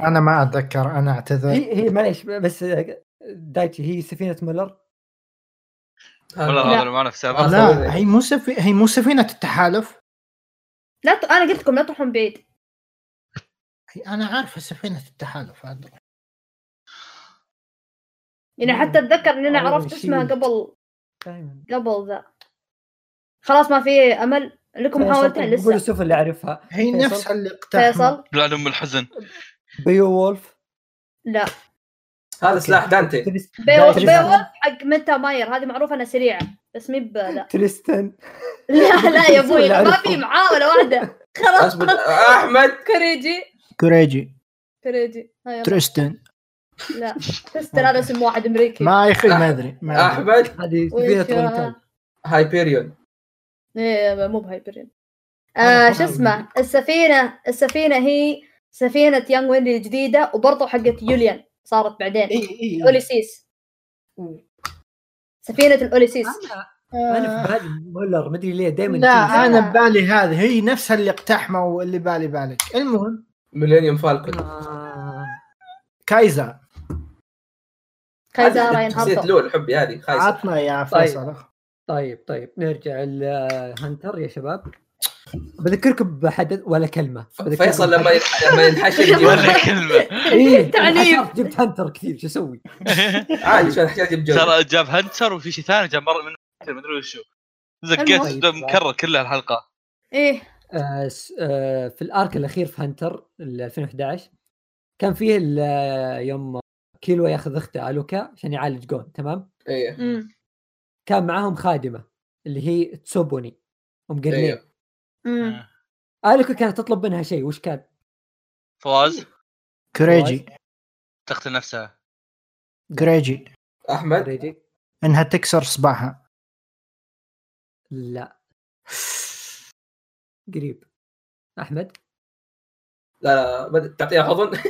Speaker 2: انا ما اتذكر انا اعتذر
Speaker 3: هي هي معليش بس دايتشي هي سفينه مولر
Speaker 1: ولا
Speaker 4: لا.
Speaker 1: هذا اللي معنا في سابق
Speaker 5: أصلاً
Speaker 2: لا هي مو سفي... هي مو سفينه التحالف
Speaker 4: لا ت... انا قلت لكم لا تروحون بعيد
Speaker 2: هي انا عارفه سفينه التحالف هذا
Speaker 4: يعني حتى اتذكر ان انا
Speaker 3: أوه،
Speaker 4: عرفت اسمها
Speaker 3: شيلد.
Speaker 4: قبل
Speaker 3: دائما
Speaker 4: قبل ذا خلاص ما في امل لكم محاولتين
Speaker 3: بقول
Speaker 4: لسه
Speaker 3: السفن اللي اعرفها
Speaker 2: هي
Speaker 3: فيصل؟
Speaker 2: نفسها اللي اقتحمت
Speaker 4: فيصل
Speaker 1: لا ام الحزن
Speaker 3: بيو وولف
Speaker 4: لا
Speaker 5: هذا سلاح دانتي
Speaker 3: تريس-
Speaker 4: بيوف
Speaker 3: دايتشي.
Speaker 4: بيوف حق متى ماير هذه معروفه انها سريعه بس مي ب-
Speaker 3: *laughs*
Speaker 4: لا
Speaker 3: تريستن
Speaker 4: لا لا يا ابوي
Speaker 3: لا
Speaker 4: ما
Speaker 3: أعرفهم.
Speaker 4: في محاوله واحده خلاص
Speaker 5: اصبر احمد
Speaker 4: كوريجي
Speaker 2: كوريجي
Speaker 4: كوريجي ها يلا.
Speaker 2: تريستن
Speaker 4: لا تستر هذا اسم واحد امريكي
Speaker 2: ما يخي ما ادري ما
Speaker 1: *laughs*
Speaker 2: أدري.
Speaker 5: احمد
Speaker 3: هذه
Speaker 4: ويش-
Speaker 3: سفينه تورنتال
Speaker 5: هايبيريون
Speaker 4: إيه، مو بهايبرين
Speaker 3: أنا
Speaker 4: آه
Speaker 3: أفهم.
Speaker 4: شو اسمه السفينه السفينه هي سفينه يانغ ويندي الجديده وبرضه حقت يوليان صارت بعدين
Speaker 2: اي اي إي.
Speaker 4: اوليسيس سفينه الاوليسيس آه،
Speaker 3: انا في بالي مولر ما ادري ليه دائما
Speaker 2: لا
Speaker 4: تنزل.
Speaker 2: انا ببالي هذه هي نفسها اللي اقتحموا اللي بالي بالك المهم
Speaker 5: ميلينيوم فالكون
Speaker 3: آه،
Speaker 2: كايزا
Speaker 4: كايزارا
Speaker 5: *laughs* نسيت
Speaker 4: ينهار
Speaker 5: لول حبي هذه خايسه
Speaker 2: عطنا يا
Speaker 3: طيب.
Speaker 2: فيصل
Speaker 3: طيب طيب نرجع لهنتر يا شباب بذكركم بحدث ولا كلمه بذكركم
Speaker 5: فيصل لما
Speaker 3: بحدث.
Speaker 5: ينح- لما
Speaker 4: *laughs*
Speaker 5: ينحشر يجيب-
Speaker 1: ولا كلمه
Speaker 3: إيه،
Speaker 4: تعنيف.
Speaker 3: حشرت، جبت هنتر كثير شو اسوي؟
Speaker 5: *laughs* عادي شو الحكايه تجيب جوجو
Speaker 1: ترى جاب هنتر وفي شيء ثاني جاب مره من ما ادري وشو زقيت
Speaker 4: المهم.
Speaker 1: أسلوب مكرر كلها الحلقه
Speaker 4: ايه
Speaker 3: آه، س- آه، في الارك الاخير في هنتر ال 2011 كان فيه ال- آه، يوم كيلو ياخذ اخته الوكا عشان يعالج جون تمام؟
Speaker 5: ايه
Speaker 4: أمم.
Speaker 3: كان معاهم خادمه اللي هي تسوبوني ام قرنين
Speaker 5: ايوه
Speaker 1: آه.
Speaker 4: أمم.
Speaker 1: إيه.
Speaker 3: الوكا كانت تطلب منها شيء وش كان؟
Speaker 1: فواز
Speaker 2: كوريجي
Speaker 1: تقتل
Speaker 4: *laughs*
Speaker 1: نفسها
Speaker 2: كوريجي
Speaker 5: احمد
Speaker 3: ريجي؟
Speaker 2: انها تكسر صباعها
Speaker 3: لا قريب احمد
Speaker 5: لا لا بد- تعطيها
Speaker 2: *laughs*
Speaker 5: حضن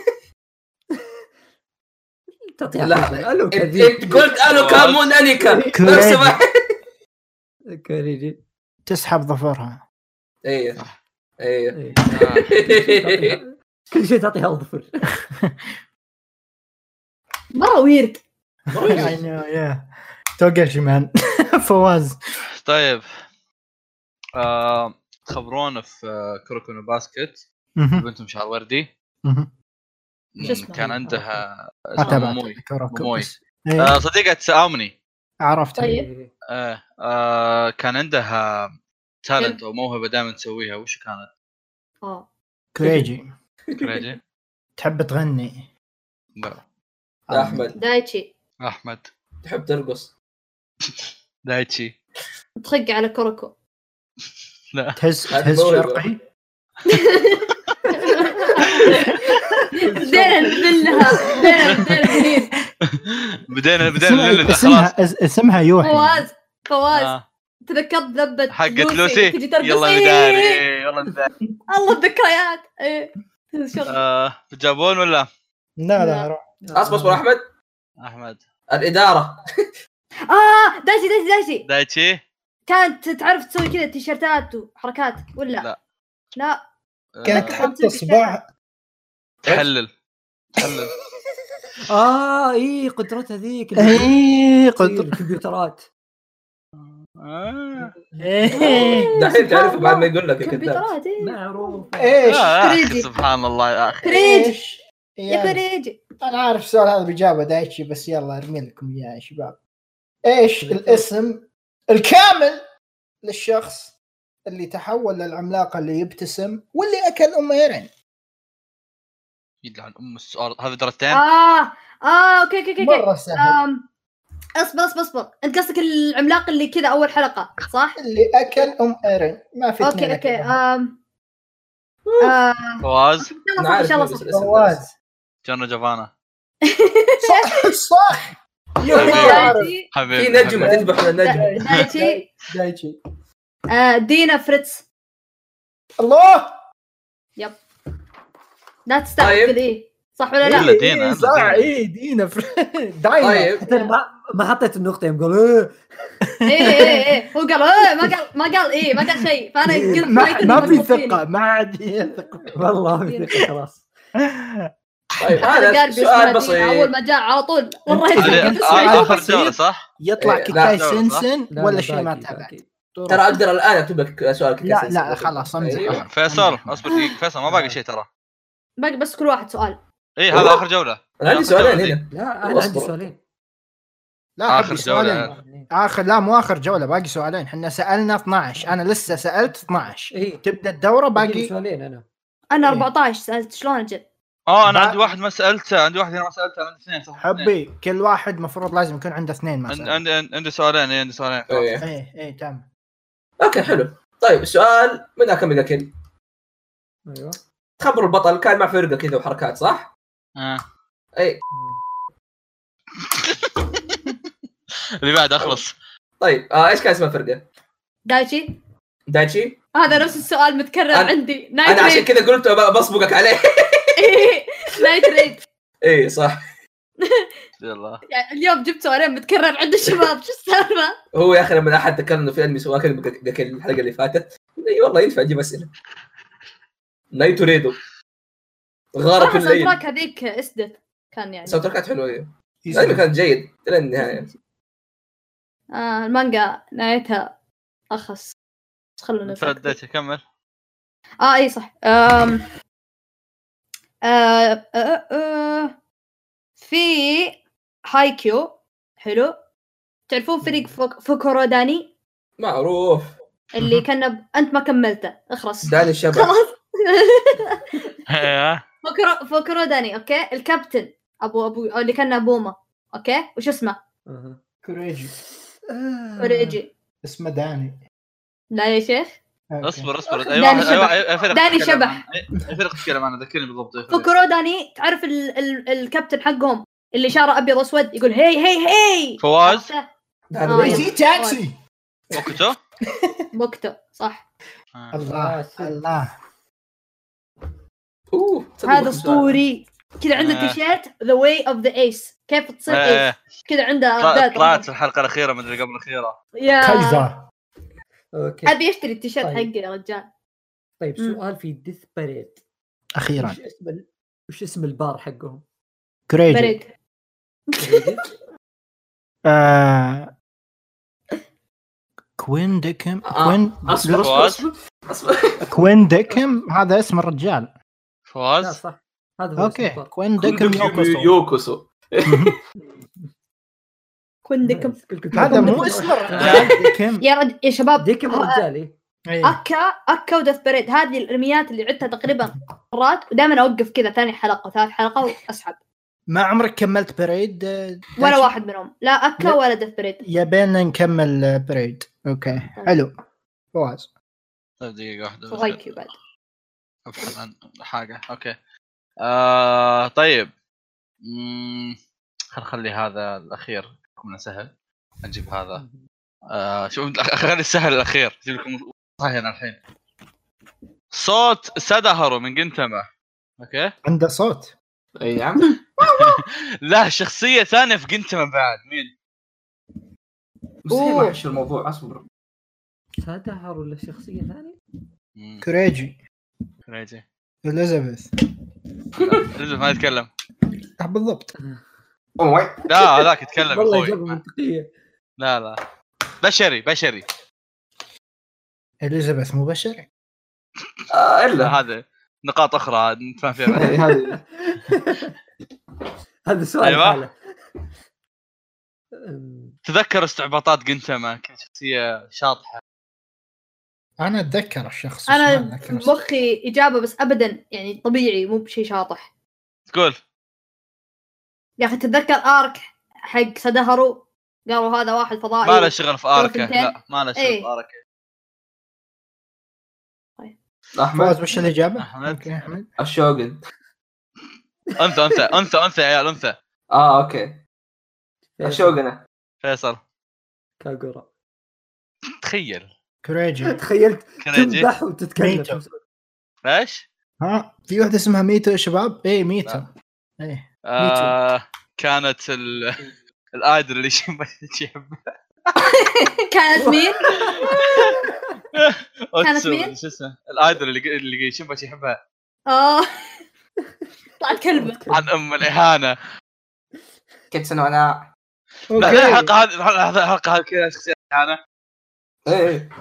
Speaker 3: تعطيها
Speaker 5: لا.
Speaker 3: خادمة. الوكا
Speaker 5: انت
Speaker 3: ذي.
Speaker 5: أنت قلت الو كامون انيكا لو
Speaker 2: كوريجي *laughs*
Speaker 5: سمحت
Speaker 3: كوريجي
Speaker 2: تسحب ظفرها
Speaker 5: ايه *laughs* ايه
Speaker 3: إيه. تعطيها- كل شيء تعطيها اظفر
Speaker 4: مره ويرد
Speaker 2: I know, yeah. يعني، توقع شي مان *laughs* فواز
Speaker 1: طيب آه خبرونا في آه، كروكونو باسكت
Speaker 2: مهم.
Speaker 1: بنتهم شعر وردي
Speaker 2: مهم.
Speaker 4: شو اسمها؟
Speaker 1: كان عندها اسمها
Speaker 2: أتابعك.
Speaker 1: موموي
Speaker 2: كوروكو.
Speaker 1: موموي.
Speaker 2: إيه،
Speaker 1: آه، صديقة آمني
Speaker 2: عرفت
Speaker 4: طيب.
Speaker 1: آه، آه، كان عندها تالنت او موهبه دائما تسويها وش كانت؟
Speaker 4: اه
Speaker 2: كوريجي
Speaker 1: كريجي؟
Speaker 2: تحب تغني
Speaker 1: لا
Speaker 5: احمد
Speaker 4: دايتشي
Speaker 1: احمد
Speaker 5: تحب ترقص
Speaker 1: دايتشي
Speaker 4: تخق على كوركو
Speaker 1: لا
Speaker 2: تهز
Speaker 5: هذه
Speaker 2: تهز
Speaker 5: موهبة.
Speaker 2: شرقي
Speaker 4: بدينا نذلها بدينا
Speaker 1: بدينا
Speaker 2: *laughs*
Speaker 4: بدينا
Speaker 1: بدينا
Speaker 2: اسمها- إيه؟
Speaker 1: نلد خلاص
Speaker 2: اسمها اس- اسمها يوحي
Speaker 4: فواز فواز
Speaker 1: آه،
Speaker 4: تذكرت ذبة
Speaker 1: حقت لوسي
Speaker 4: تجي ترقص
Speaker 1: يلا
Speaker 4: إيه.
Speaker 1: نداري إيه،
Speaker 4: *laughs*
Speaker 1: يلا نداري
Speaker 4: الله الذكريات ايه شغل.
Speaker 1: آه، جابون ولا
Speaker 2: لا
Speaker 4: لا.
Speaker 2: لا روح
Speaker 5: اصبر اصبر احمد
Speaker 1: احمد
Speaker 5: الاداره
Speaker 4: اه داشي داشي داشي
Speaker 1: دايتشي
Speaker 4: كانت تعرف تسوي كذا تيشرتات وحركات ولا لا
Speaker 1: لا.
Speaker 4: لا
Speaker 1: آه،
Speaker 2: كانت
Speaker 4: تحب
Speaker 2: تحط
Speaker 4: تسوي
Speaker 2: صباع
Speaker 1: تحلل
Speaker 4: *laughs*
Speaker 1: تحلل
Speaker 3: اه اي قدرتها ذيك اللي
Speaker 2: اي
Speaker 3: تصير
Speaker 2: إيه، قدر
Speaker 3: الكمبيوترات
Speaker 1: آه،
Speaker 2: إيه.
Speaker 5: دحين تعرفه بعد ما يقول لك يا كذاب
Speaker 4: كمبيوترات إيه.
Speaker 3: معروف
Speaker 2: ايش
Speaker 1: آه، أخي،
Speaker 4: كريجي.
Speaker 1: سبحان الله يا اخي
Speaker 4: كريجي
Speaker 2: ايش
Speaker 4: يا
Speaker 2: يا
Speaker 4: كريجي
Speaker 2: انا عارف السؤال هذا بجابه دايتشي بس يلا ارمي لكم اياه يا شباب ايش الاسم الكامل للشخص اللي تحول للعملاق اللي يبتسم واللي اكل امه يرعن
Speaker 1: يلعن ام السؤال هذا درجتين
Speaker 4: اه اه اوكي اوكي اوكي أوكي. آه.
Speaker 2: مره سهل
Speaker 4: آم، اصبر اصبر اصبر انت قصدك العملاق اللي كذا اول حلقه صح؟
Speaker 2: اللي اكل ام ايرين ما في اثنين
Speaker 4: اوكي اوكي
Speaker 2: أكلهم.
Speaker 4: آم، آم،
Speaker 1: فواز
Speaker 5: *laughs*
Speaker 4: ان شاء الله صح ان شاء الله صح
Speaker 2: فواز
Speaker 1: جونو جافانا
Speaker 2: صح صح يا عارف.
Speaker 4: دايتي
Speaker 5: في
Speaker 1: حبيبي
Speaker 5: نجمه
Speaker 1: حبيبي.
Speaker 5: تذبح
Speaker 4: إيه.
Speaker 5: النجمه
Speaker 4: دايتي
Speaker 5: *laughs*
Speaker 3: دايتشي
Speaker 4: آه، دينا فريتز
Speaker 2: الله
Speaker 1: إيه،
Speaker 4: لا
Speaker 5: طيب.
Speaker 4: تستعجل ايه صح ولا لا؟
Speaker 1: إلا دينا، إلا
Speaker 2: إيه، صح
Speaker 1: دينا.
Speaker 2: اي دينا *laughs* دايما
Speaker 5: طيب
Speaker 3: حتى أنا ما ما حطيت النقطه يوم قالوا إيه،
Speaker 4: ايه ايه ايه هو قال إيه، ما قال ما قال ايه ما قال شيء فانا قلت
Speaker 2: ما,
Speaker 4: قلت
Speaker 2: ما
Speaker 4: إنه
Speaker 2: في
Speaker 4: مخوف فيني.
Speaker 2: ثقه ما عاد يثق
Speaker 3: "إيه، والله *laughs* ما في ثقة، خلاص
Speaker 5: طيب
Speaker 4: هذا
Speaker 5: هذا
Speaker 4: قلبي اسمه
Speaker 5: سؤال
Speaker 4: بسيط اول
Speaker 5: بسيط
Speaker 4: ما جاء على طول والله
Speaker 2: هذا-
Speaker 1: هذه
Speaker 4: يسعدك، بس
Speaker 2: هذا-
Speaker 4: ما
Speaker 2: آه، آه.
Speaker 1: اخر جوله صح؟
Speaker 2: يطلع
Speaker 5: إيه،
Speaker 2: كيتاي
Speaker 1: لا،
Speaker 2: سنسن
Speaker 3: لا،
Speaker 2: ولا
Speaker 3: لا،
Speaker 2: شيء ما
Speaker 3: باقي،
Speaker 2: تابع
Speaker 3: باقي.
Speaker 5: ترى اقدر الان اكتب لك سؤال كيكا
Speaker 2: لا
Speaker 5: سنسن.
Speaker 2: لا خلاص امزح
Speaker 5: أيوه.
Speaker 2: أمزح.
Speaker 1: فيصل
Speaker 2: أمزح.
Speaker 1: اصبر دقيقه فيصل ما باقي شيء ترى
Speaker 4: باقي بس كل واحد سؤال
Speaker 1: اي هذا
Speaker 5: والله؟
Speaker 1: اخر جوله
Speaker 5: انا عندي سؤالين هنا
Speaker 3: لا انا عندي
Speaker 5: أصبر.
Speaker 3: سؤالين
Speaker 2: لا
Speaker 1: آخر
Speaker 2: آخر
Speaker 1: جولة.
Speaker 2: سؤالين اخر لا مو اخر جوله باقي سؤالين احنا سالنا 12 انا لسه سالت 12
Speaker 3: اي
Speaker 2: تبدا الدوره
Speaker 3: إيه، باقي
Speaker 2: باقي
Speaker 3: سؤالين انا
Speaker 4: انا
Speaker 2: إيه.
Speaker 4: 14 سالت شلون اجيب
Speaker 1: اه انا
Speaker 2: ما-
Speaker 1: عندي واحد ما سالته عندي واحد هنا ما سالته أنا عندي اثنين صح اثنين.
Speaker 2: حبي كل واحد مفروض لازم يكون عنده اثنين ما
Speaker 1: عندي-
Speaker 2: سأل.
Speaker 1: عندي عندي- عندي سؤالين إي، عندي سؤالين
Speaker 5: أوكي.
Speaker 2: ايه ايه تمام
Speaker 5: اوكي حلو طيب السؤال من اكمل كيل
Speaker 3: ايوه
Speaker 5: خبروا البطل كان مع فرقه كذا وحركات صح؟
Speaker 1: آه.
Speaker 5: اي
Speaker 1: اللي بعد اخلص
Speaker 5: طيب آه ايش كان اسم الفرقه؟
Speaker 4: دايتشي
Speaker 5: دايتشي؟
Speaker 4: هذا نفس السؤال متكرر
Speaker 5: أنا-
Speaker 4: عندي نايت
Speaker 5: انا عشان
Speaker 4: ريد
Speaker 5: كذا قلت ب- بسبقك عليه
Speaker 4: *laughs*
Speaker 5: *laughs*
Speaker 4: إيه، نايت ريد
Speaker 5: اي صح
Speaker 1: يلا
Speaker 4: يعني اليوم جبت سؤالين متكرر عند الشباب شو السالفه؟
Speaker 5: هو يا اخي لما احد ذكر انه في انمي سواه كذا ذاك الحلقه اللي فاتت اي والله ينفع اجيب اسئله نايتو ريدو غاره
Speaker 4: صراحه
Speaker 5: كل ليل
Speaker 4: الساوند هذيك اسدت كان يعني
Speaker 5: ساوند تراكات حلوه إيه. الانمي كان جيد الى النهايه
Speaker 4: آه المانجا نهايتها اخس بس خلونا نفكر.
Speaker 1: ترديت كمل
Speaker 4: اه اي صح أم... آه... آه... آه... في هايكيو حلو تعرفون فريق فوك... فوكوروداني
Speaker 5: معروف
Speaker 4: اللي كان ب... انت ما كملته اخرس
Speaker 5: داني الشبح
Speaker 4: *laughs* خلاص
Speaker 1: إيه.
Speaker 4: فوكورو... فوكوروداني اوكي الكابتن ابو ابو أو اللي كان بوما اوكي وش اسمه
Speaker 3: أها.
Speaker 2: كوريجي
Speaker 4: اوريجي
Speaker 2: اسمه داني
Speaker 4: لا يا شيخ
Speaker 2: أوكي.
Speaker 1: اصبر
Speaker 4: داني
Speaker 1: اصبر اي واحد اي
Speaker 4: شبح.
Speaker 1: واحد- أي فرق
Speaker 4: داني
Speaker 1: أيوة، تتكلم
Speaker 4: شبح.
Speaker 1: عن- أي- اي فرق تتكلم عنه ذكرني بالضبط أي فرق.
Speaker 4: فوكوروداني تعرف ال... ال... الكابتن حقهم اللي شعره ابيض اسود يقول هي هي هي
Speaker 1: فواز
Speaker 4: عرفته؟
Speaker 5: داني
Speaker 4: آه.
Speaker 5: الريدو.
Speaker 2: ريزي تاكسي
Speaker 1: آه. وقته
Speaker 4: *laughs* بوكتو صح
Speaker 2: الله الله
Speaker 5: اوه تصدق
Speaker 4: هذا
Speaker 5: بخمس
Speaker 4: اسطوري كذا عنده
Speaker 1: آه.
Speaker 4: تيشيرت ذا واي اوف ذا ايس كيف تصير
Speaker 1: إيه.
Speaker 4: ايس كذا عنده
Speaker 1: طلعت
Speaker 4: أعداد.
Speaker 1: طلعت في الحلقه الاخيره مدري قبل الاخيره
Speaker 4: يا
Speaker 2: كايزر
Speaker 3: اوكي
Speaker 4: ابي اشتري التيشيرت
Speaker 3: طيب.
Speaker 4: حقي يا رجال
Speaker 3: طيب
Speaker 4: مم.
Speaker 3: سؤال في ديث باريد
Speaker 2: اخيرا
Speaker 3: وش اسم ال- وش اسم البار حقهم؟
Speaker 2: كوريجي
Speaker 4: بريد
Speaker 2: آه... كوين ديكم
Speaker 5: آه،
Speaker 2: كوين
Speaker 5: اصبر اصبر اصبر اصبر
Speaker 2: كوين ديكم هذا اسم الرجال
Speaker 3: لا
Speaker 1: فواز
Speaker 3: صح هذا هو اسم
Speaker 2: اوكي
Speaker 3: البار.
Speaker 2: كوين ديكم يوكوسو.
Speaker 5: يوكوسو
Speaker 4: كندكم
Speaker 3: كل- كل- كل-
Speaker 2: هذا
Speaker 3: كل-
Speaker 2: مو
Speaker 3: كل-
Speaker 2: اسم الرجال ديكم
Speaker 4: *laughs* يا رد يا شباب
Speaker 3: ديكم الرجال إيه.
Speaker 2: إيه.
Speaker 4: اكا اكا ودث بريد هذه الرميات اللي عدتها تقريبا مرات ودائما اوقف كذا ثاني حلقه وثالث حلقه واسحب
Speaker 2: ما عمرك كملت بريد آه،
Speaker 4: ولا
Speaker 2: دايتشي؟
Speaker 4: واحد منهم لا اكا
Speaker 2: لا.
Speaker 4: ولا دث بريد
Speaker 2: يبينا نكمل آه، بريد اوكي
Speaker 4: آه.
Speaker 2: حلو فواز
Speaker 1: طيب دقيقه واحده بس.
Speaker 4: وغايكيو بعد
Speaker 1: ابحث عن حاجه اوكي آه طيب مم، خل خلي هذا الاخير يكون سهل نجيب هذا آه شوف *laughs* الأخ- خلي السهل الاخير اجيب لكم صحيح أنا الحين صوت سادهارو من جنتما اوكي
Speaker 2: عنده صوت
Speaker 5: اي نعم
Speaker 1: لا شخصيه ثانيه في جنتما بعد مين
Speaker 5: مستحيل ما
Speaker 4: أوه.
Speaker 5: احشر الموضوع اصبر
Speaker 3: سادهر ولا شخصيه ثانيه؟
Speaker 1: مم،
Speaker 2: كوريجي
Speaker 1: كريجي
Speaker 2: اليزابيث
Speaker 1: لازم ما يتكلم
Speaker 2: آه، بالضبط
Speaker 5: أوه، وي.
Speaker 1: لا هذاك يتكلم يا
Speaker 3: والله
Speaker 1: اخوي
Speaker 3: اجابه منطقيه
Speaker 1: لا لا بشري بشري
Speaker 2: اليزابيث مو بشري
Speaker 5: آه، الا
Speaker 1: هذا نقاط اخرى عاد نتفاهم فيها بعدين.
Speaker 5: إيه،
Speaker 3: *laughs*
Speaker 5: هذه
Speaker 3: هذا سؤال
Speaker 1: أيوة.
Speaker 3: حاله. أم،
Speaker 1: تذكر استعباطات جنتما كانت شخصيه شاطحه
Speaker 2: انا اتذكر الشخص بس ما
Speaker 4: انا
Speaker 2: أتذكر اسمه.
Speaker 4: مخي اجابه بس ابدا يعني طبيعي مو بشيء شاطح
Speaker 1: تقول
Speaker 4: يا اخي تتذكر ارك حق سدهرو قالوا هذا واحد فضائي
Speaker 1: ما له شغل في اركه
Speaker 4: ثنتين؟
Speaker 1: لا ما له شغل
Speaker 4: طيب، إيه.
Speaker 1: في اركه
Speaker 5: احمد
Speaker 2: فواز وش الاجابه؟
Speaker 1: أحمد.
Speaker 2: اوكي احمد
Speaker 5: الشوغن
Speaker 1: انثى انثى انثى انثى يا عيال انثى
Speaker 5: اه اوكي شوقنا
Speaker 1: فيصل
Speaker 3: كاغورا
Speaker 1: تخيل
Speaker 2: كوريجي
Speaker 3: *laughs* تخيلت
Speaker 1: كريجي
Speaker 3: تمدح وتتكلم
Speaker 2: ميتو.
Speaker 1: ايش؟
Speaker 2: ها في واحده اسمها ميتو يا شباب اي ميتو إيه. اي
Speaker 1: آه كانت ال... الايدل اللي يحب
Speaker 4: كانت مين؟ مين؟
Speaker 1: شو اسمه الايدل اللي اللي شنبش يحبها
Speaker 4: اه *laughs* طلعت كلبه
Speaker 1: عن ام الاهانه
Speaker 5: كيتسنو انا
Speaker 1: لا، لا، الحلقه هذه الحلقه الحلقة هذه كذا شخصيه الاهانه
Speaker 5: إيه، إيه.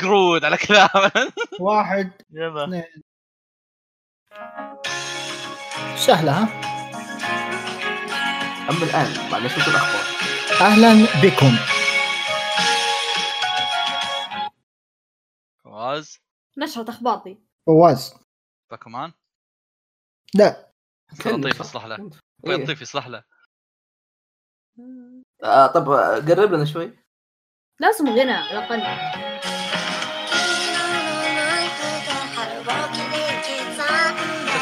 Speaker 1: قرود على كلام
Speaker 2: واحد
Speaker 1: *laughs* يلا
Speaker 2: سهله ها
Speaker 5: اما الان بعد ما شفت الاخبار
Speaker 2: اهلا بكم
Speaker 1: فواز
Speaker 4: نشرة اخبار ذي
Speaker 2: فواز
Speaker 1: باكمان
Speaker 2: لا.
Speaker 1: لطيف يصلح له
Speaker 5: إيه.
Speaker 1: لطيف يصلح له
Speaker 5: آه طب آه، قرب لنا شوي
Speaker 4: لازم غنى على الاقل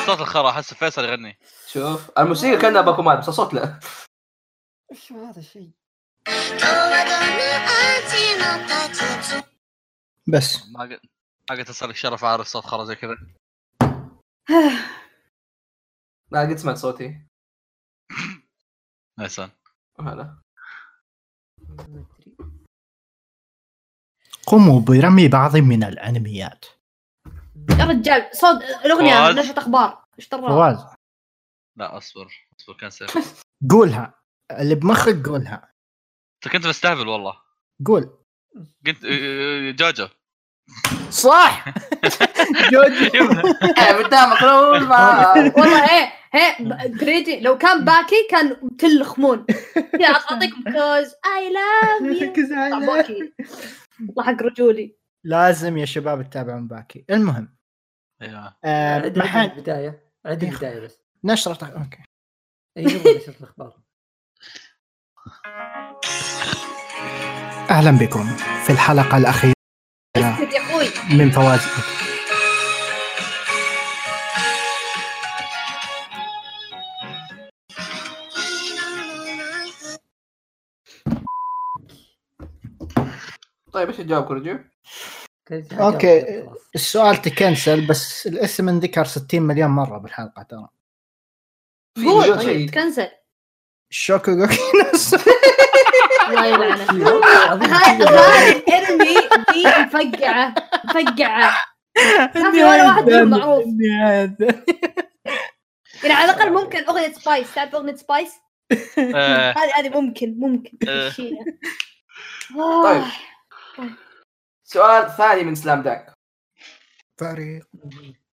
Speaker 1: الصوت الخرا احس فيصل يغني
Speaker 5: شوف الموسيقى كانها باكومان بس الصوت لا
Speaker 3: ايش هذا الشيء؟
Speaker 2: بس
Speaker 1: ما قد ما قد تصل لك شرف عارف صوت خرا زي كذا
Speaker 5: لا قد سمعت صوتي
Speaker 1: احسن
Speaker 5: هلا
Speaker 2: قوموا برمي بعض من الانميات
Speaker 4: يا رجال صوت الاغنية
Speaker 1: فواز.
Speaker 4: نشرة اخبار ايش ترى؟
Speaker 2: فواز
Speaker 1: لا اصبر اصبر
Speaker 2: *laughs*
Speaker 1: كنسل
Speaker 2: قولها اللي بمخك قولها
Speaker 1: انت كنت مستهبل والله
Speaker 2: قول
Speaker 1: قلت آه، جوجو *laughs*
Speaker 2: صح جوجو
Speaker 1: يمنى.
Speaker 5: قدامك لول ما-
Speaker 4: والله ايه ايه جريدي لو كان باكي كان تلخمون يا اعطيكم كوز اي لاف يو
Speaker 3: كزعلان
Speaker 4: باكي يطلع حق رجولي
Speaker 2: *laughs* لازم يا شباب تتابعون باكي المهم *laughs*
Speaker 1: أيوة.
Speaker 2: آه
Speaker 3: عندي
Speaker 2: محل
Speaker 3: البداية عندي البداية بس إيه،
Speaker 2: نشرة اوكي
Speaker 3: اي نبغى نشرة الاخبار
Speaker 2: اهلا بكم في الحلقة الأخيرة
Speaker 4: اسكت يا اخوي
Speaker 2: من فواز
Speaker 5: *laughs* طيب ايش الجواب كورجو؟
Speaker 3: كنت
Speaker 2: أوكي.
Speaker 3: خلاص.
Speaker 2: السؤال تكنسل بس الاسم انذكر 60 مليون مرة بالحلقة ترى
Speaker 4: قول
Speaker 5: مليون
Speaker 4: طيب
Speaker 5: شيء.
Speaker 4: تكنسل
Speaker 2: شوكوغوكي نفسه
Speaker 4: الله يلعنه
Speaker 3: شيء والله
Speaker 4: *laughs*
Speaker 3: العظيم شيء والله.
Speaker 4: هاي الانمي دي مفقعه مفقعه ما في ولا واحد فيهم معروف يعني على الاقل ممكن اغنيه سبايس تعرف اغنيه سبايس؟
Speaker 1: آه،
Speaker 4: هذه هذه ممكن ممكن
Speaker 1: آه.
Speaker 4: تمشيها.
Speaker 5: طيب
Speaker 4: آه،
Speaker 5: سؤال ثاني من سلام دانك
Speaker 2: فريق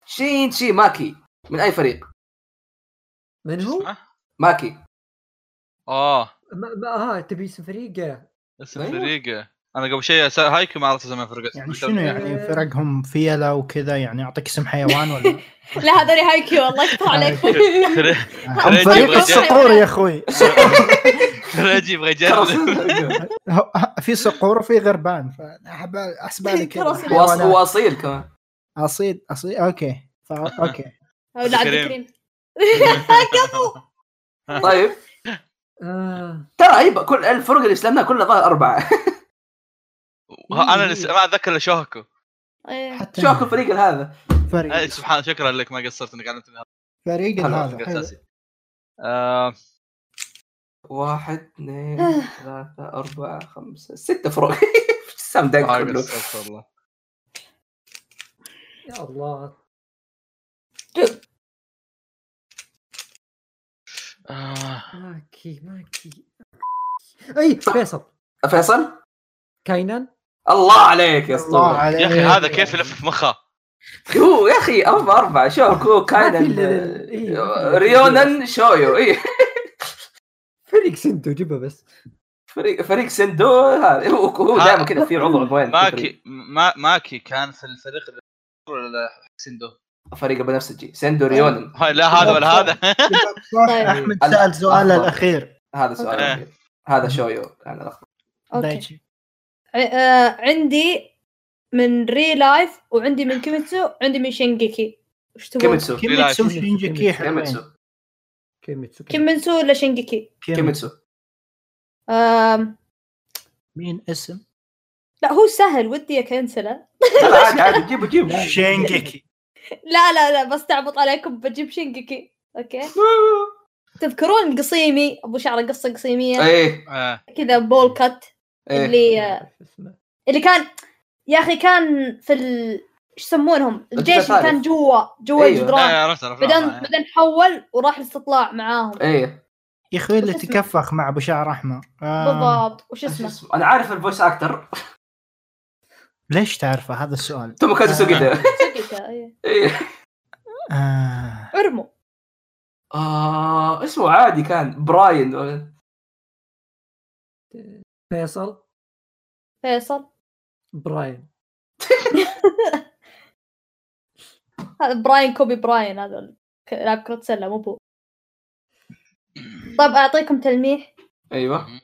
Speaker 5: شين شي ماكي من اي فريق؟
Speaker 3: من هو؟
Speaker 5: ماكي
Speaker 1: اه
Speaker 3: ما ما- اه تبي اسم فريقه
Speaker 1: اسم
Speaker 5: أيوة.
Speaker 1: فريقه انا قبل شيء أس- هايكو ما عرفت اسمها فرقت
Speaker 2: يعني شنو يعني
Speaker 1: إيه.
Speaker 2: فرقهم فيلا وكذا يعني اعطيك اسم
Speaker 1: *laughs*
Speaker 2: حيوان ولا
Speaker 4: لا هذول هايكيو الله يكفر عليكم
Speaker 2: *laughs* هم فريق الصقور آه. يا اخوي
Speaker 1: فريجي يبغى *laughs* يجرب
Speaker 2: هو- ه- في صقور وفي غربان فاحب
Speaker 1: *laughs*
Speaker 2: احسب علي كذا
Speaker 4: ترى
Speaker 5: *laughs* واص-
Speaker 2: حيوانات.
Speaker 5: واصيل كمان
Speaker 2: اصيد اصيد اوكي فا- اوكي
Speaker 4: أو لا عبد
Speaker 1: كريم. *laughs*
Speaker 4: الكريم
Speaker 5: طيب
Speaker 3: آه.
Speaker 5: ترى اي كل الفرق اللي سلمناها كلها ظاهر اربعه
Speaker 1: انا
Speaker 2: *laughs*
Speaker 1: لس- ما اتذكر الا شوهكو
Speaker 4: إيه.
Speaker 2: حتى
Speaker 5: *laughs* شو اكل فريق هذا
Speaker 1: آه،
Speaker 2: فريق
Speaker 1: سبحان شكرا لك ما قصرت انك علمتني
Speaker 2: فريق
Speaker 5: هلا،
Speaker 2: هذا
Speaker 1: هذا
Speaker 2: حلو.
Speaker 1: اساسي آه،
Speaker 5: واحد اثنين ثلاثة أربعة خمسة ستة فروق *laughs* سام دانك
Speaker 1: آه،
Speaker 5: كله
Speaker 1: قصرت والله
Speaker 3: يا الله
Speaker 1: آه،
Speaker 3: ماكي ماكي اي فيصل
Speaker 5: فيصل
Speaker 3: كاينان
Speaker 5: الله عليك يا
Speaker 2: الله
Speaker 5: اسطورة
Speaker 2: عليك
Speaker 1: يا اخي هذا كيف
Speaker 2: *laughs*
Speaker 1: يلف في مخه
Speaker 5: هو يا اخي أربعة أربعة
Speaker 3: *laughs*
Speaker 5: شوكو
Speaker 3: ما
Speaker 5: كاينن
Speaker 3: في ال- إيه، ما في ال-
Speaker 5: ريونن شويو إيه
Speaker 3: فريق سنتو جيبه بس
Speaker 5: فريق فريق سندو هذا هو هو
Speaker 1: ها-
Speaker 5: دائما كذا في عضو وين
Speaker 1: ماكي ما ماكي كان في الفريق ال- ولا سندو
Speaker 5: فريق البنفسجي سندو ريونن
Speaker 1: هاي لا هذا ولا هذا
Speaker 2: صح
Speaker 4: طيب.
Speaker 2: احمد سال سؤاله الاخير
Speaker 5: هذا سؤال
Speaker 1: آه.
Speaker 5: أخير. هذا شويو أنا لخبط.
Speaker 4: اوكي
Speaker 2: دايتشي.
Speaker 4: ع- آه، عندي من ري لايف وعندي من كيميتسو وعندي من شينجيكي وش تبون؟
Speaker 1: طيب،
Speaker 5: كيميتسو
Speaker 2: كيميتسو
Speaker 1: كيميتسو.
Speaker 2: شينجي كي حلوين
Speaker 5: كيميتسو
Speaker 3: كيميتسو
Speaker 4: كيمنسو ولا شينجيكي
Speaker 3: *laughs*
Speaker 5: كيميتسو
Speaker 4: آم،
Speaker 2: مين اسم؟
Speaker 4: لا هو سهل ودي اكنسله
Speaker 5: لا لا، عادي عادي جيبوا جيبوا
Speaker 3: *laughs*
Speaker 2: شينجيكي
Speaker 4: لا لا لا بستعبط عليكم بجيب شينجيكي اوكي تذكرون قصيمي ابو شعره قصه قصيميه
Speaker 5: ايه
Speaker 1: *laughs* آه.
Speaker 4: كذا بول كات
Speaker 5: ايه
Speaker 4: اللي آه، اللي كان يا اخي كان في ال ايش يسمونهم الجيش اللي
Speaker 5: الثالث.
Speaker 4: كان جوا جوا
Speaker 5: أيوه.
Speaker 4: الجدران
Speaker 1: آه، عرفت عرفت
Speaker 4: بعدين
Speaker 1: آه.
Speaker 4: بعدين حول وراح الاستطلاع معاهم
Speaker 5: ايه
Speaker 2: يا اخوي اللي
Speaker 4: وش اسمه؟
Speaker 2: تكفخ مع ابو شعر احمر آه،
Speaker 4: بالضبط وش
Speaker 5: شو *laughs*
Speaker 4: اسمه
Speaker 5: اسمه؟ انا عارف الفويس *laughs* اكتر
Speaker 2: ليش تعرفه هذا السؤال؟
Speaker 5: تومو كازو سوكيتا
Speaker 4: سوكيتا، إيه.
Speaker 5: ايه
Speaker 2: آه.
Speaker 4: ارمو
Speaker 5: اه اسمه عادي كان براين ولا-
Speaker 3: فيصل
Speaker 4: فيصل
Speaker 3: براين
Speaker 4: هذا براين كوبي براين هذا ال- ك- لاعب كرة سلة مو بو طب اعطيكم تلميح
Speaker 5: ايوه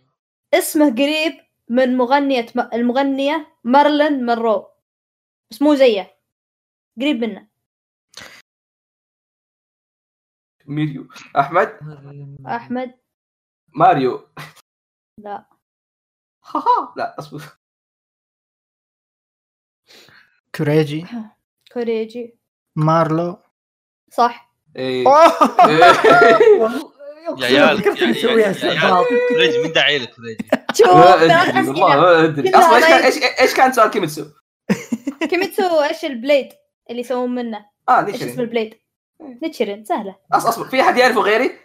Speaker 4: اسمه قريب من مغنية م... المغنية مارلين مرو بس مو زيه قريب منه
Speaker 5: ميريو احمد
Speaker 4: احمد
Speaker 5: ماريو
Speaker 4: لا
Speaker 5: هاها لا اصبر
Speaker 2: كوريجي
Speaker 4: كوريجي
Speaker 2: مارلو
Speaker 4: صح
Speaker 5: ايه
Speaker 2: أوه. *laughs*
Speaker 5: إيه.
Speaker 1: يا عيال
Speaker 3: فكرت
Speaker 1: يا- يا-
Speaker 3: نسويها
Speaker 1: يا-
Speaker 3: استعباط.
Speaker 1: يا
Speaker 3: *laughs*
Speaker 1: عيال. كريجي من داعي لك كريجي
Speaker 4: شوف
Speaker 5: ما
Speaker 4: ثلاث
Speaker 5: ادري والله
Speaker 4: اسئله
Speaker 5: ما ادري
Speaker 4: كلها
Speaker 5: اصلا ايش كان
Speaker 4: عليك.
Speaker 5: ايش ايش كان سؤال كيميتسو؟
Speaker 4: كيميتسو ايش البليد اللي يسوون منه
Speaker 5: اه
Speaker 4: ايش اسم
Speaker 5: نيشن
Speaker 4: البليد نيتشرين سهله
Speaker 5: اصبر اصبر في احد يعرفه غيري؟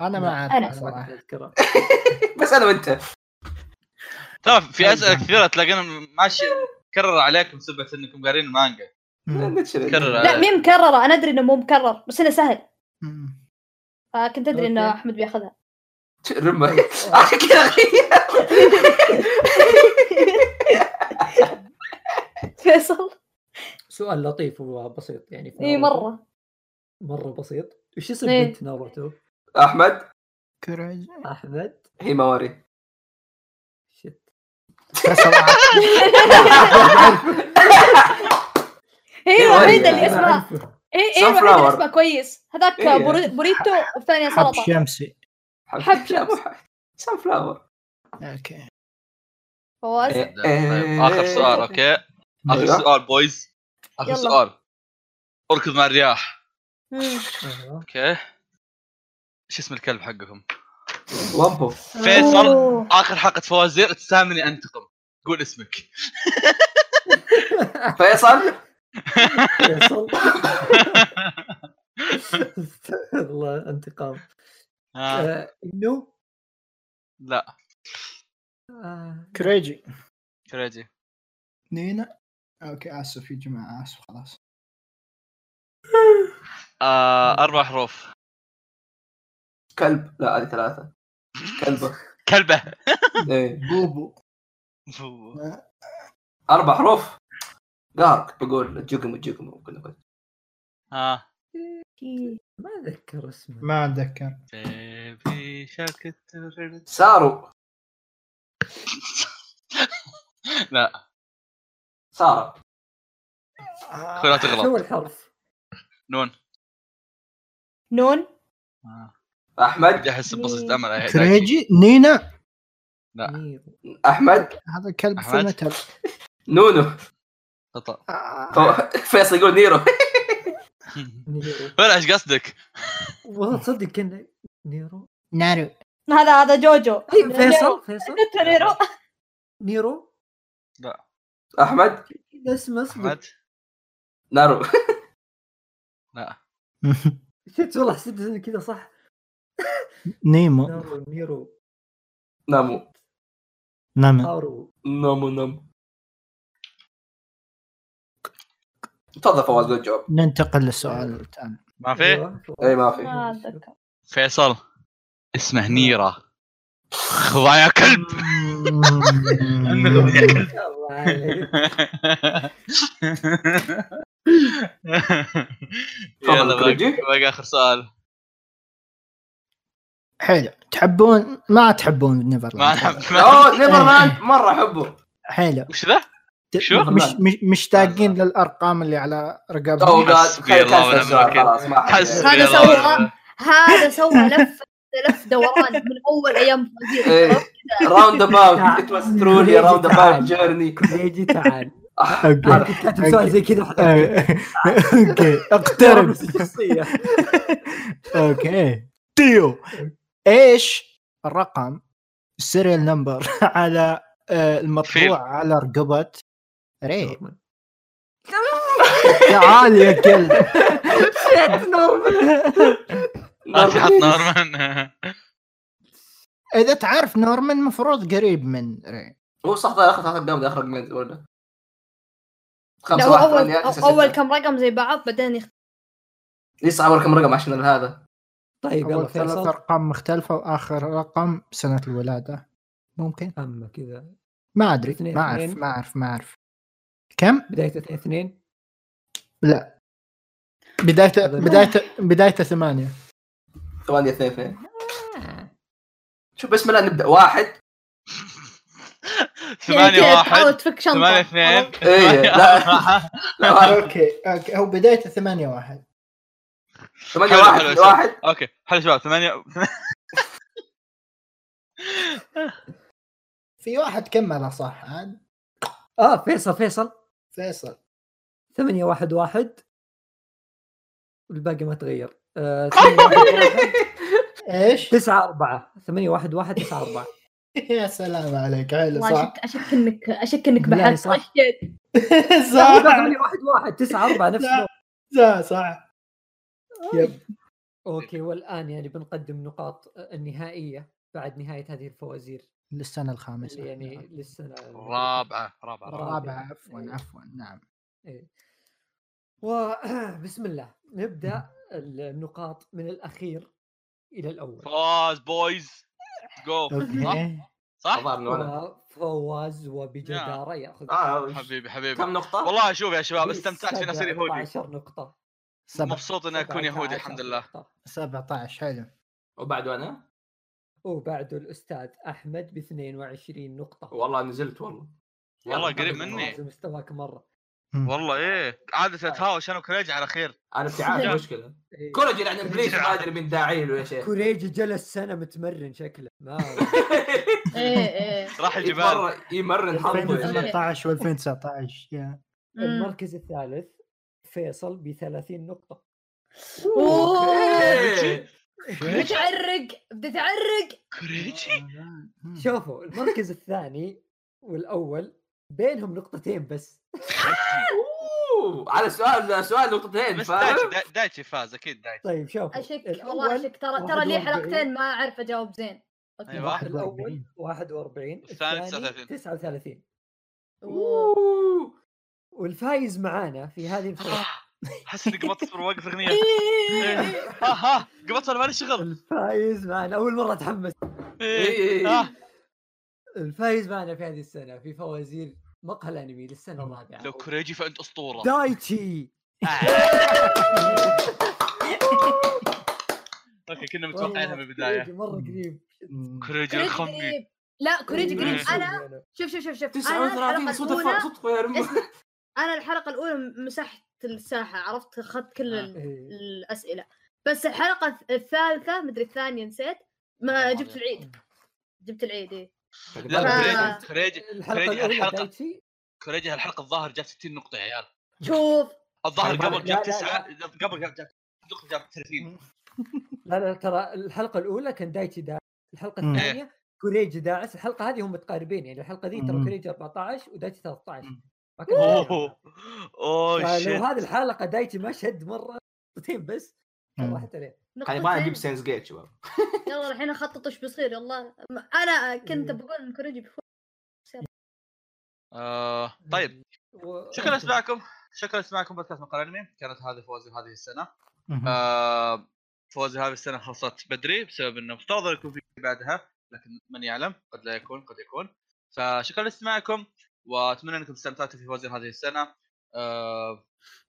Speaker 2: انا ما
Speaker 3: لا،
Speaker 2: اعرف
Speaker 4: أنا.
Speaker 2: صراحه
Speaker 3: أذكره.
Speaker 5: بس انا وانت
Speaker 1: ترى في اسئله كثيره تلاقينا ماشي كرر عليكم سبة انكم قارين المانجا
Speaker 2: مم.
Speaker 5: نيشن
Speaker 1: كرر
Speaker 4: لا مين مكرره انا ادري انه مو مكرر بس انه سهل
Speaker 2: مم.
Speaker 4: آه، كنت ادري انه
Speaker 3: أوكي.
Speaker 4: احمد بياخذها *laughs*
Speaker 5: رمى *laughs* عشان كذا غير.
Speaker 4: فيصل
Speaker 3: سؤال لطيف وبسيط يعني في
Speaker 4: اي
Speaker 3: ناروتو.
Speaker 4: مره
Speaker 3: مره بسيط وش اسم
Speaker 4: إيه.
Speaker 3: بنت ناروتو؟
Speaker 5: احمد
Speaker 2: كوريجي
Speaker 3: احمد
Speaker 5: هيماوري
Speaker 3: شت
Speaker 2: فيصل عارف.
Speaker 4: *laughs* هي
Speaker 5: إيه،
Speaker 4: الوحيده
Speaker 3: أيوة،
Speaker 4: اللي
Speaker 5: إيه، إيه.
Speaker 4: اسمها هي هي
Speaker 5: Sunflower.
Speaker 4: الوحيده اللي اسمها كويس هذاك
Speaker 5: إيه.
Speaker 4: بوري- بوريتو والثانيه
Speaker 2: حب
Speaker 4: سلطه
Speaker 2: شمسي
Speaker 4: حب
Speaker 5: سان فلاور
Speaker 2: اوكي
Speaker 4: فواز
Speaker 5: إيه.
Speaker 1: طيب، اخر سؤال اوكي اخر
Speaker 5: أيوة.
Speaker 1: سؤال بويز اخر
Speaker 4: يلا.
Speaker 1: سؤال اركض مع الرياح
Speaker 4: مم.
Speaker 3: آه.
Speaker 1: اوكي شو اسم الكلب حقهم؟
Speaker 5: وامبو
Speaker 1: فيصل
Speaker 4: أوه.
Speaker 1: اخر حلقه فوازير تسامني انتقم قول اسمك
Speaker 5: فيصل
Speaker 3: فيصل استغفر *laughs* الله انتقام
Speaker 1: آه.
Speaker 3: آه، انه
Speaker 1: لا
Speaker 3: آه،
Speaker 2: كوريجي
Speaker 1: كريجي
Speaker 2: نينا اوكي اسف يا جماعه اسف خلاص
Speaker 1: آه اربع حروف
Speaker 5: كلب لا هذه ثلاثة كلبة
Speaker 1: كلبه *laughs*
Speaker 5: إيه.
Speaker 2: بوبو
Speaker 5: أربع حروف قهرك بقول جوجمو جوجمو كنا قلت.
Speaker 1: ها
Speaker 3: ما اذكر اسمه
Speaker 2: ما اتذكر
Speaker 1: بيبي شاك الترر.
Speaker 5: سارو
Speaker 1: لا
Speaker 5: سارة
Speaker 1: أخوي لا تغلط
Speaker 3: شو الحرف؟
Speaker 1: نون
Speaker 4: نون
Speaker 1: آه. بدي
Speaker 5: أحمد
Speaker 1: احس ببسط امل هيك.
Speaker 2: كوريجي نينا
Speaker 1: لا.
Speaker 3: نير.
Speaker 5: أحمد
Speaker 2: هذا كلب في
Speaker 1: أحمد.
Speaker 2: متل آه.
Speaker 5: نونو *laughs*
Speaker 1: خطا
Speaker 5: فيصل يقول نيرو *laughs*
Speaker 3: نيرو
Speaker 1: ولا ايش قصدك؟
Speaker 3: والله تصدق كنا
Speaker 4: *laughs*
Speaker 3: نيرو
Speaker 2: نارو *laughs*
Speaker 4: هذا هذا
Speaker 5: *laughs*
Speaker 4: جوجو
Speaker 3: إيه، فيصل فيصل
Speaker 4: *laughs* تنيرو
Speaker 3: نيرو
Speaker 5: أحمد
Speaker 3: إذا اسمه اصبر
Speaker 1: احمد
Speaker 5: نارو *laughs*
Speaker 1: لا
Speaker 3: شفت والله حسيت إنه كذا صح
Speaker 2: نيمو
Speaker 3: نارو نيرو
Speaker 5: نامو
Speaker 2: نامي
Speaker 3: هارو
Speaker 5: نامو نامو تفضل فواز قول جواب
Speaker 2: ننتقل للسؤال الثاني
Speaker 1: ما في
Speaker 3: أيوة.
Speaker 5: إيه، ما في.
Speaker 4: ما اتذكر
Speaker 1: فيصل اسمه نيرة خضع يا كلب *laughs*
Speaker 3: *laughs* الله عليك.
Speaker 1: يلا باقي
Speaker 5: كريجي.
Speaker 1: باقي اخر سؤال
Speaker 2: حلو تحبون ما تحبون
Speaker 1: ما
Speaker 2: نيفرلاند
Speaker 1: نحب
Speaker 5: أوه نيفرلاند مرة أحبه
Speaker 2: حلو
Speaker 1: وش ذا؟ شو؟
Speaker 2: مش مش- مشتاقين للارقام اللي على رقبتي
Speaker 5: أوه
Speaker 2: *laughs*
Speaker 5: قال
Speaker 1: حسبي الله
Speaker 5: كنسل السؤال،
Speaker 1: ونعم الوكيل.
Speaker 5: خلاص ما أحد
Speaker 1: حسبي
Speaker 4: هذا
Speaker 1: الله
Speaker 4: سواه.
Speaker 1: ونعم-
Speaker 4: هذا سوى لف لف دوران من اول ايام
Speaker 5: إيه.
Speaker 4: فوزير
Speaker 5: راوند اباوت ات واز ترولي راوند اباوت *laughs* جيرني
Speaker 3: يجي تعال
Speaker 2: اوكي
Speaker 3: عارف كاتب سؤال زي
Speaker 2: *laughs*
Speaker 3: كذا حتى
Speaker 2: أوكي. اوكي اقترب
Speaker 3: الشخصيه
Speaker 2: اوكي تيو ايش الرقم السيريال نمبر *laughs* على آه،
Speaker 1: فيل.
Speaker 2: المطبوع على رقبه ري تعال يا كلب
Speaker 1: ما *laughs* في حط نورمان
Speaker 2: اذا تعرف نورمان المفروض قريب من ري
Speaker 5: هو صح ده اخر ثلاث اقدام ده اخر رقمين ولا
Speaker 4: لا هو اول اول كم رقم زي بعض بعدين يخ...
Speaker 5: لسه اول كم رقم عشان هذا
Speaker 3: طيب يلا
Speaker 2: اول ثلاث
Speaker 3: فيصل
Speaker 2: ارقام مختلفه واخر رقم سنه الولاده ممكن
Speaker 3: اما كذا
Speaker 2: ما ادري
Speaker 3: اثنين،
Speaker 2: ما اعرف
Speaker 3: اثنين.
Speaker 2: ما اعرف ما اعرف كم
Speaker 3: بدايه اثنين- اثنين
Speaker 2: بدايته بدايته بدايته ثمانيه
Speaker 5: 8 2 2
Speaker 4: آه.
Speaker 5: شوف بسم الله نبدا واحد
Speaker 1: ثمانية
Speaker 4: يعني كذا
Speaker 1: واحد
Speaker 4: تحاول تفك شنطه
Speaker 1: ثمانية اثنين
Speaker 5: ايه لا
Speaker 1: *laughs*
Speaker 5: لا واحد
Speaker 2: اوكي اوكي هو بدايته ثمانيه واحد
Speaker 5: 8
Speaker 1: حلو،
Speaker 5: واحد
Speaker 1: حلو،
Speaker 5: واحد
Speaker 1: اوكي حلو شباب ثمانية
Speaker 2: في واحد كمله صح عاد
Speaker 3: اه فيصل فيصل
Speaker 2: فيصل
Speaker 3: 8 1 1 والباقي ما تغير آه،
Speaker 2: ايش؟
Speaker 3: 9 4 8 1 1 9 4
Speaker 2: *laughs* يا سلام عليك حلو
Speaker 4: والله
Speaker 2: صح *laughs*
Speaker 4: أشك- اشك انك اشك انك
Speaker 3: بالله
Speaker 4: بحثت
Speaker 3: صح.
Speaker 4: أشك.
Speaker 3: 8 1 1 9 4 نفس الوقت.
Speaker 2: صح صح
Speaker 3: اوكي والان يعني بنقدم نقاط النهائيه بعد نهايه هذه الفوازير
Speaker 2: للسنه الخامسه
Speaker 3: اللي يعني لسه
Speaker 1: رابعة رابعة رابعة
Speaker 2: الرابعه
Speaker 3: إيه.
Speaker 2: عفوا عفوا
Speaker 3: *laughs*
Speaker 2: نعم
Speaker 3: *clears throat* وبسم الله نبدا النقاط من الاخير الى الاول
Speaker 1: فواز بويز جو
Speaker 3: نعم.
Speaker 2: اوكي
Speaker 1: صح؟ صح؟
Speaker 5: أظهر ولا
Speaker 3: فواز
Speaker 1: نعم.
Speaker 3: وبجداره ياخذ
Speaker 5: آه،
Speaker 1: حبيبي حبيبي
Speaker 5: كم نقطة؟
Speaker 1: والله شوف يا شباب استمتعت في اصير يهودي
Speaker 3: 17 نقطه
Speaker 2: سبعة-
Speaker 1: مبسوط اني اكون يهودي الحمد لله
Speaker 2: 17 حلو
Speaker 5: وبعد انا
Speaker 3: وبعده الاستاذ احمد ب 22 نقطة
Speaker 5: والله نزلت والله
Speaker 1: والله
Speaker 5: يلا،
Speaker 1: قريب
Speaker 5: الحمد لله.
Speaker 1: مني.
Speaker 3: فواز مستواك مرة
Speaker 1: والله ايه عادة اتهاوش انا وكريج على خير
Speaker 5: انا
Speaker 1: يا.
Speaker 5: ابتعاد مشكلة
Speaker 3: إيه.
Speaker 5: كورج يعني ابليس ما ادري من داعي له
Speaker 1: *laughs*
Speaker 5: يا شيخ
Speaker 3: كوريجي جلس سنة متمرن شكله ما
Speaker 4: ايه ايه
Speaker 2: إيه،
Speaker 1: راح الجبال
Speaker 5: يتمرن يمرن حظه يا شيخ
Speaker 2: 2018 و2019 يا
Speaker 4: مم.
Speaker 3: طيب، المركز الثالث فيصل ب 30 نقطة
Speaker 4: أوه.
Speaker 5: إيه.
Speaker 4: بتعرق بتعرق
Speaker 1: كريجي
Speaker 3: شوفوا المركز الثاني والأول بينهم نقطتين بس
Speaker 5: أوه. على سؤال سؤال
Speaker 2: إيه،
Speaker 5: نقطتين
Speaker 1: بس
Speaker 5: فاهم؟
Speaker 1: دايتشي دا- دايتشي فاز اكيد دايتشي
Speaker 3: طيب شوفوا
Speaker 4: اشك والله اشك ترى ترى لي
Speaker 3: 41.
Speaker 4: حلقتين ما اعرف اجاوب زين أوكي.
Speaker 1: أيوة. واحد
Speaker 3: الأول
Speaker 2: 41.
Speaker 3: 41
Speaker 1: والثاني
Speaker 3: الثاني
Speaker 1: 39.
Speaker 3: 39
Speaker 4: أوه.
Speaker 5: أوه.
Speaker 3: والفايز معانا في هذه
Speaker 1: آه.
Speaker 3: الفرق
Speaker 1: احس اني قبطت في وقف اغنية إيه. ها ها قبطت انا مالي شغل
Speaker 3: الفايز معنا أول مرة أتحمس
Speaker 1: إيه.
Speaker 5: إيه.
Speaker 1: آه.
Speaker 3: الفايز معنا في هذه السنة في فوازير مقهى الأنمي للسنة الرابعة
Speaker 1: لو كريجي فانت اسطورة
Speaker 3: دايتشي
Speaker 2: إيه.
Speaker 1: اوكي كنا
Speaker 3: والله
Speaker 1: متوقعينها من البداية
Speaker 3: كوريجي مرة قريب
Speaker 1: كريجي
Speaker 4: كوريجي
Speaker 3: إيه.
Speaker 1: الخمي
Speaker 4: قريب لا كوريجي قريب
Speaker 1: إيه.
Speaker 3: *laughs*
Speaker 4: انا شوف شوف شوف شوف انا
Speaker 5: 39
Speaker 4: الحلقه
Speaker 5: صدفة
Speaker 4: الاولى
Speaker 5: صدفة يا رمى
Speaker 4: اسمع انا الحلقه الاولى مسحت الساحه عرفت اخذت كل
Speaker 1: آه.
Speaker 4: ال-
Speaker 3: إيه.
Speaker 4: الاسئله بس الحلقه الث- الثالثه مدري الثانيه نسيت ما جبت العيد جبت العيد إيه.
Speaker 1: لا
Speaker 4: آه.
Speaker 1: كريجي كريجي
Speaker 3: الحلقة
Speaker 1: كوريجي
Speaker 3: الأولى
Speaker 1: الحلقة.
Speaker 3: دايتشي
Speaker 1: كوريجي هالحلقه الظاهر جاب 60 نقطه يا عيال
Speaker 4: شوف
Speaker 1: الظاهر
Speaker 5: طيب،
Speaker 1: قبل
Speaker 3: لا،
Speaker 1: جاب
Speaker 3: لا،
Speaker 1: تسعه قبل جاب جاب نقطه جاب 30
Speaker 3: لا لا ترى الحلقة الأولى كان دايتشي داعس الحلقة
Speaker 1: إيه.
Speaker 2: مم.
Speaker 3: الثانية كوريجي داعس الحلقة هذه هم متقاربين يعني الحلقة ذي ترى
Speaker 2: مم.
Speaker 3: كوريجي 14 ودايتشي 13
Speaker 1: مم.
Speaker 3: ما كان
Speaker 1: اوه اوه
Speaker 3: فلو
Speaker 1: شيت
Speaker 3: هذه الحلقة دايتشي ما شد مرة *laughs* نقطتين بس راحت عليه
Speaker 5: ما نجيب
Speaker 4: نقطتين
Speaker 5: سينس جيت شباب
Speaker 4: يلا الحين اخطط وش بيصير يلا انا كنت
Speaker 3: إيه.
Speaker 4: بقول ان كوريجي بيفوز
Speaker 1: آه، طيب
Speaker 3: و-
Speaker 1: شكرا لسماعكم شكرا لسماعكم بودكاست مقال انمي كانت هذه فوزي هذه السنه
Speaker 2: مهم.
Speaker 1: آه، فوزي هذه السنه خلصت بدري بسبب انه مفترض يكون في بعدها لكن من يعلم قد لا يكون قد يكون فشكرا لاستماعكم واتمنى انكم استمتعتوا في فوزي هذه السنه آه،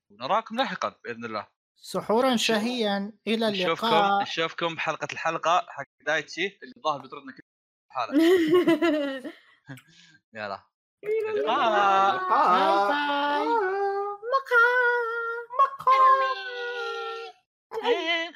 Speaker 1: ونراكم لاحقا باذن الله
Speaker 2: سحورا شهيا الى
Speaker 1: نشوفكم
Speaker 2: اللقاء
Speaker 1: نشوفكم بحلقه الحلقه حق دايتشي اللي الظاهر بيطردنا كل حاله يلا آه.
Speaker 5: آه.
Speaker 4: مقهى
Speaker 1: إيه.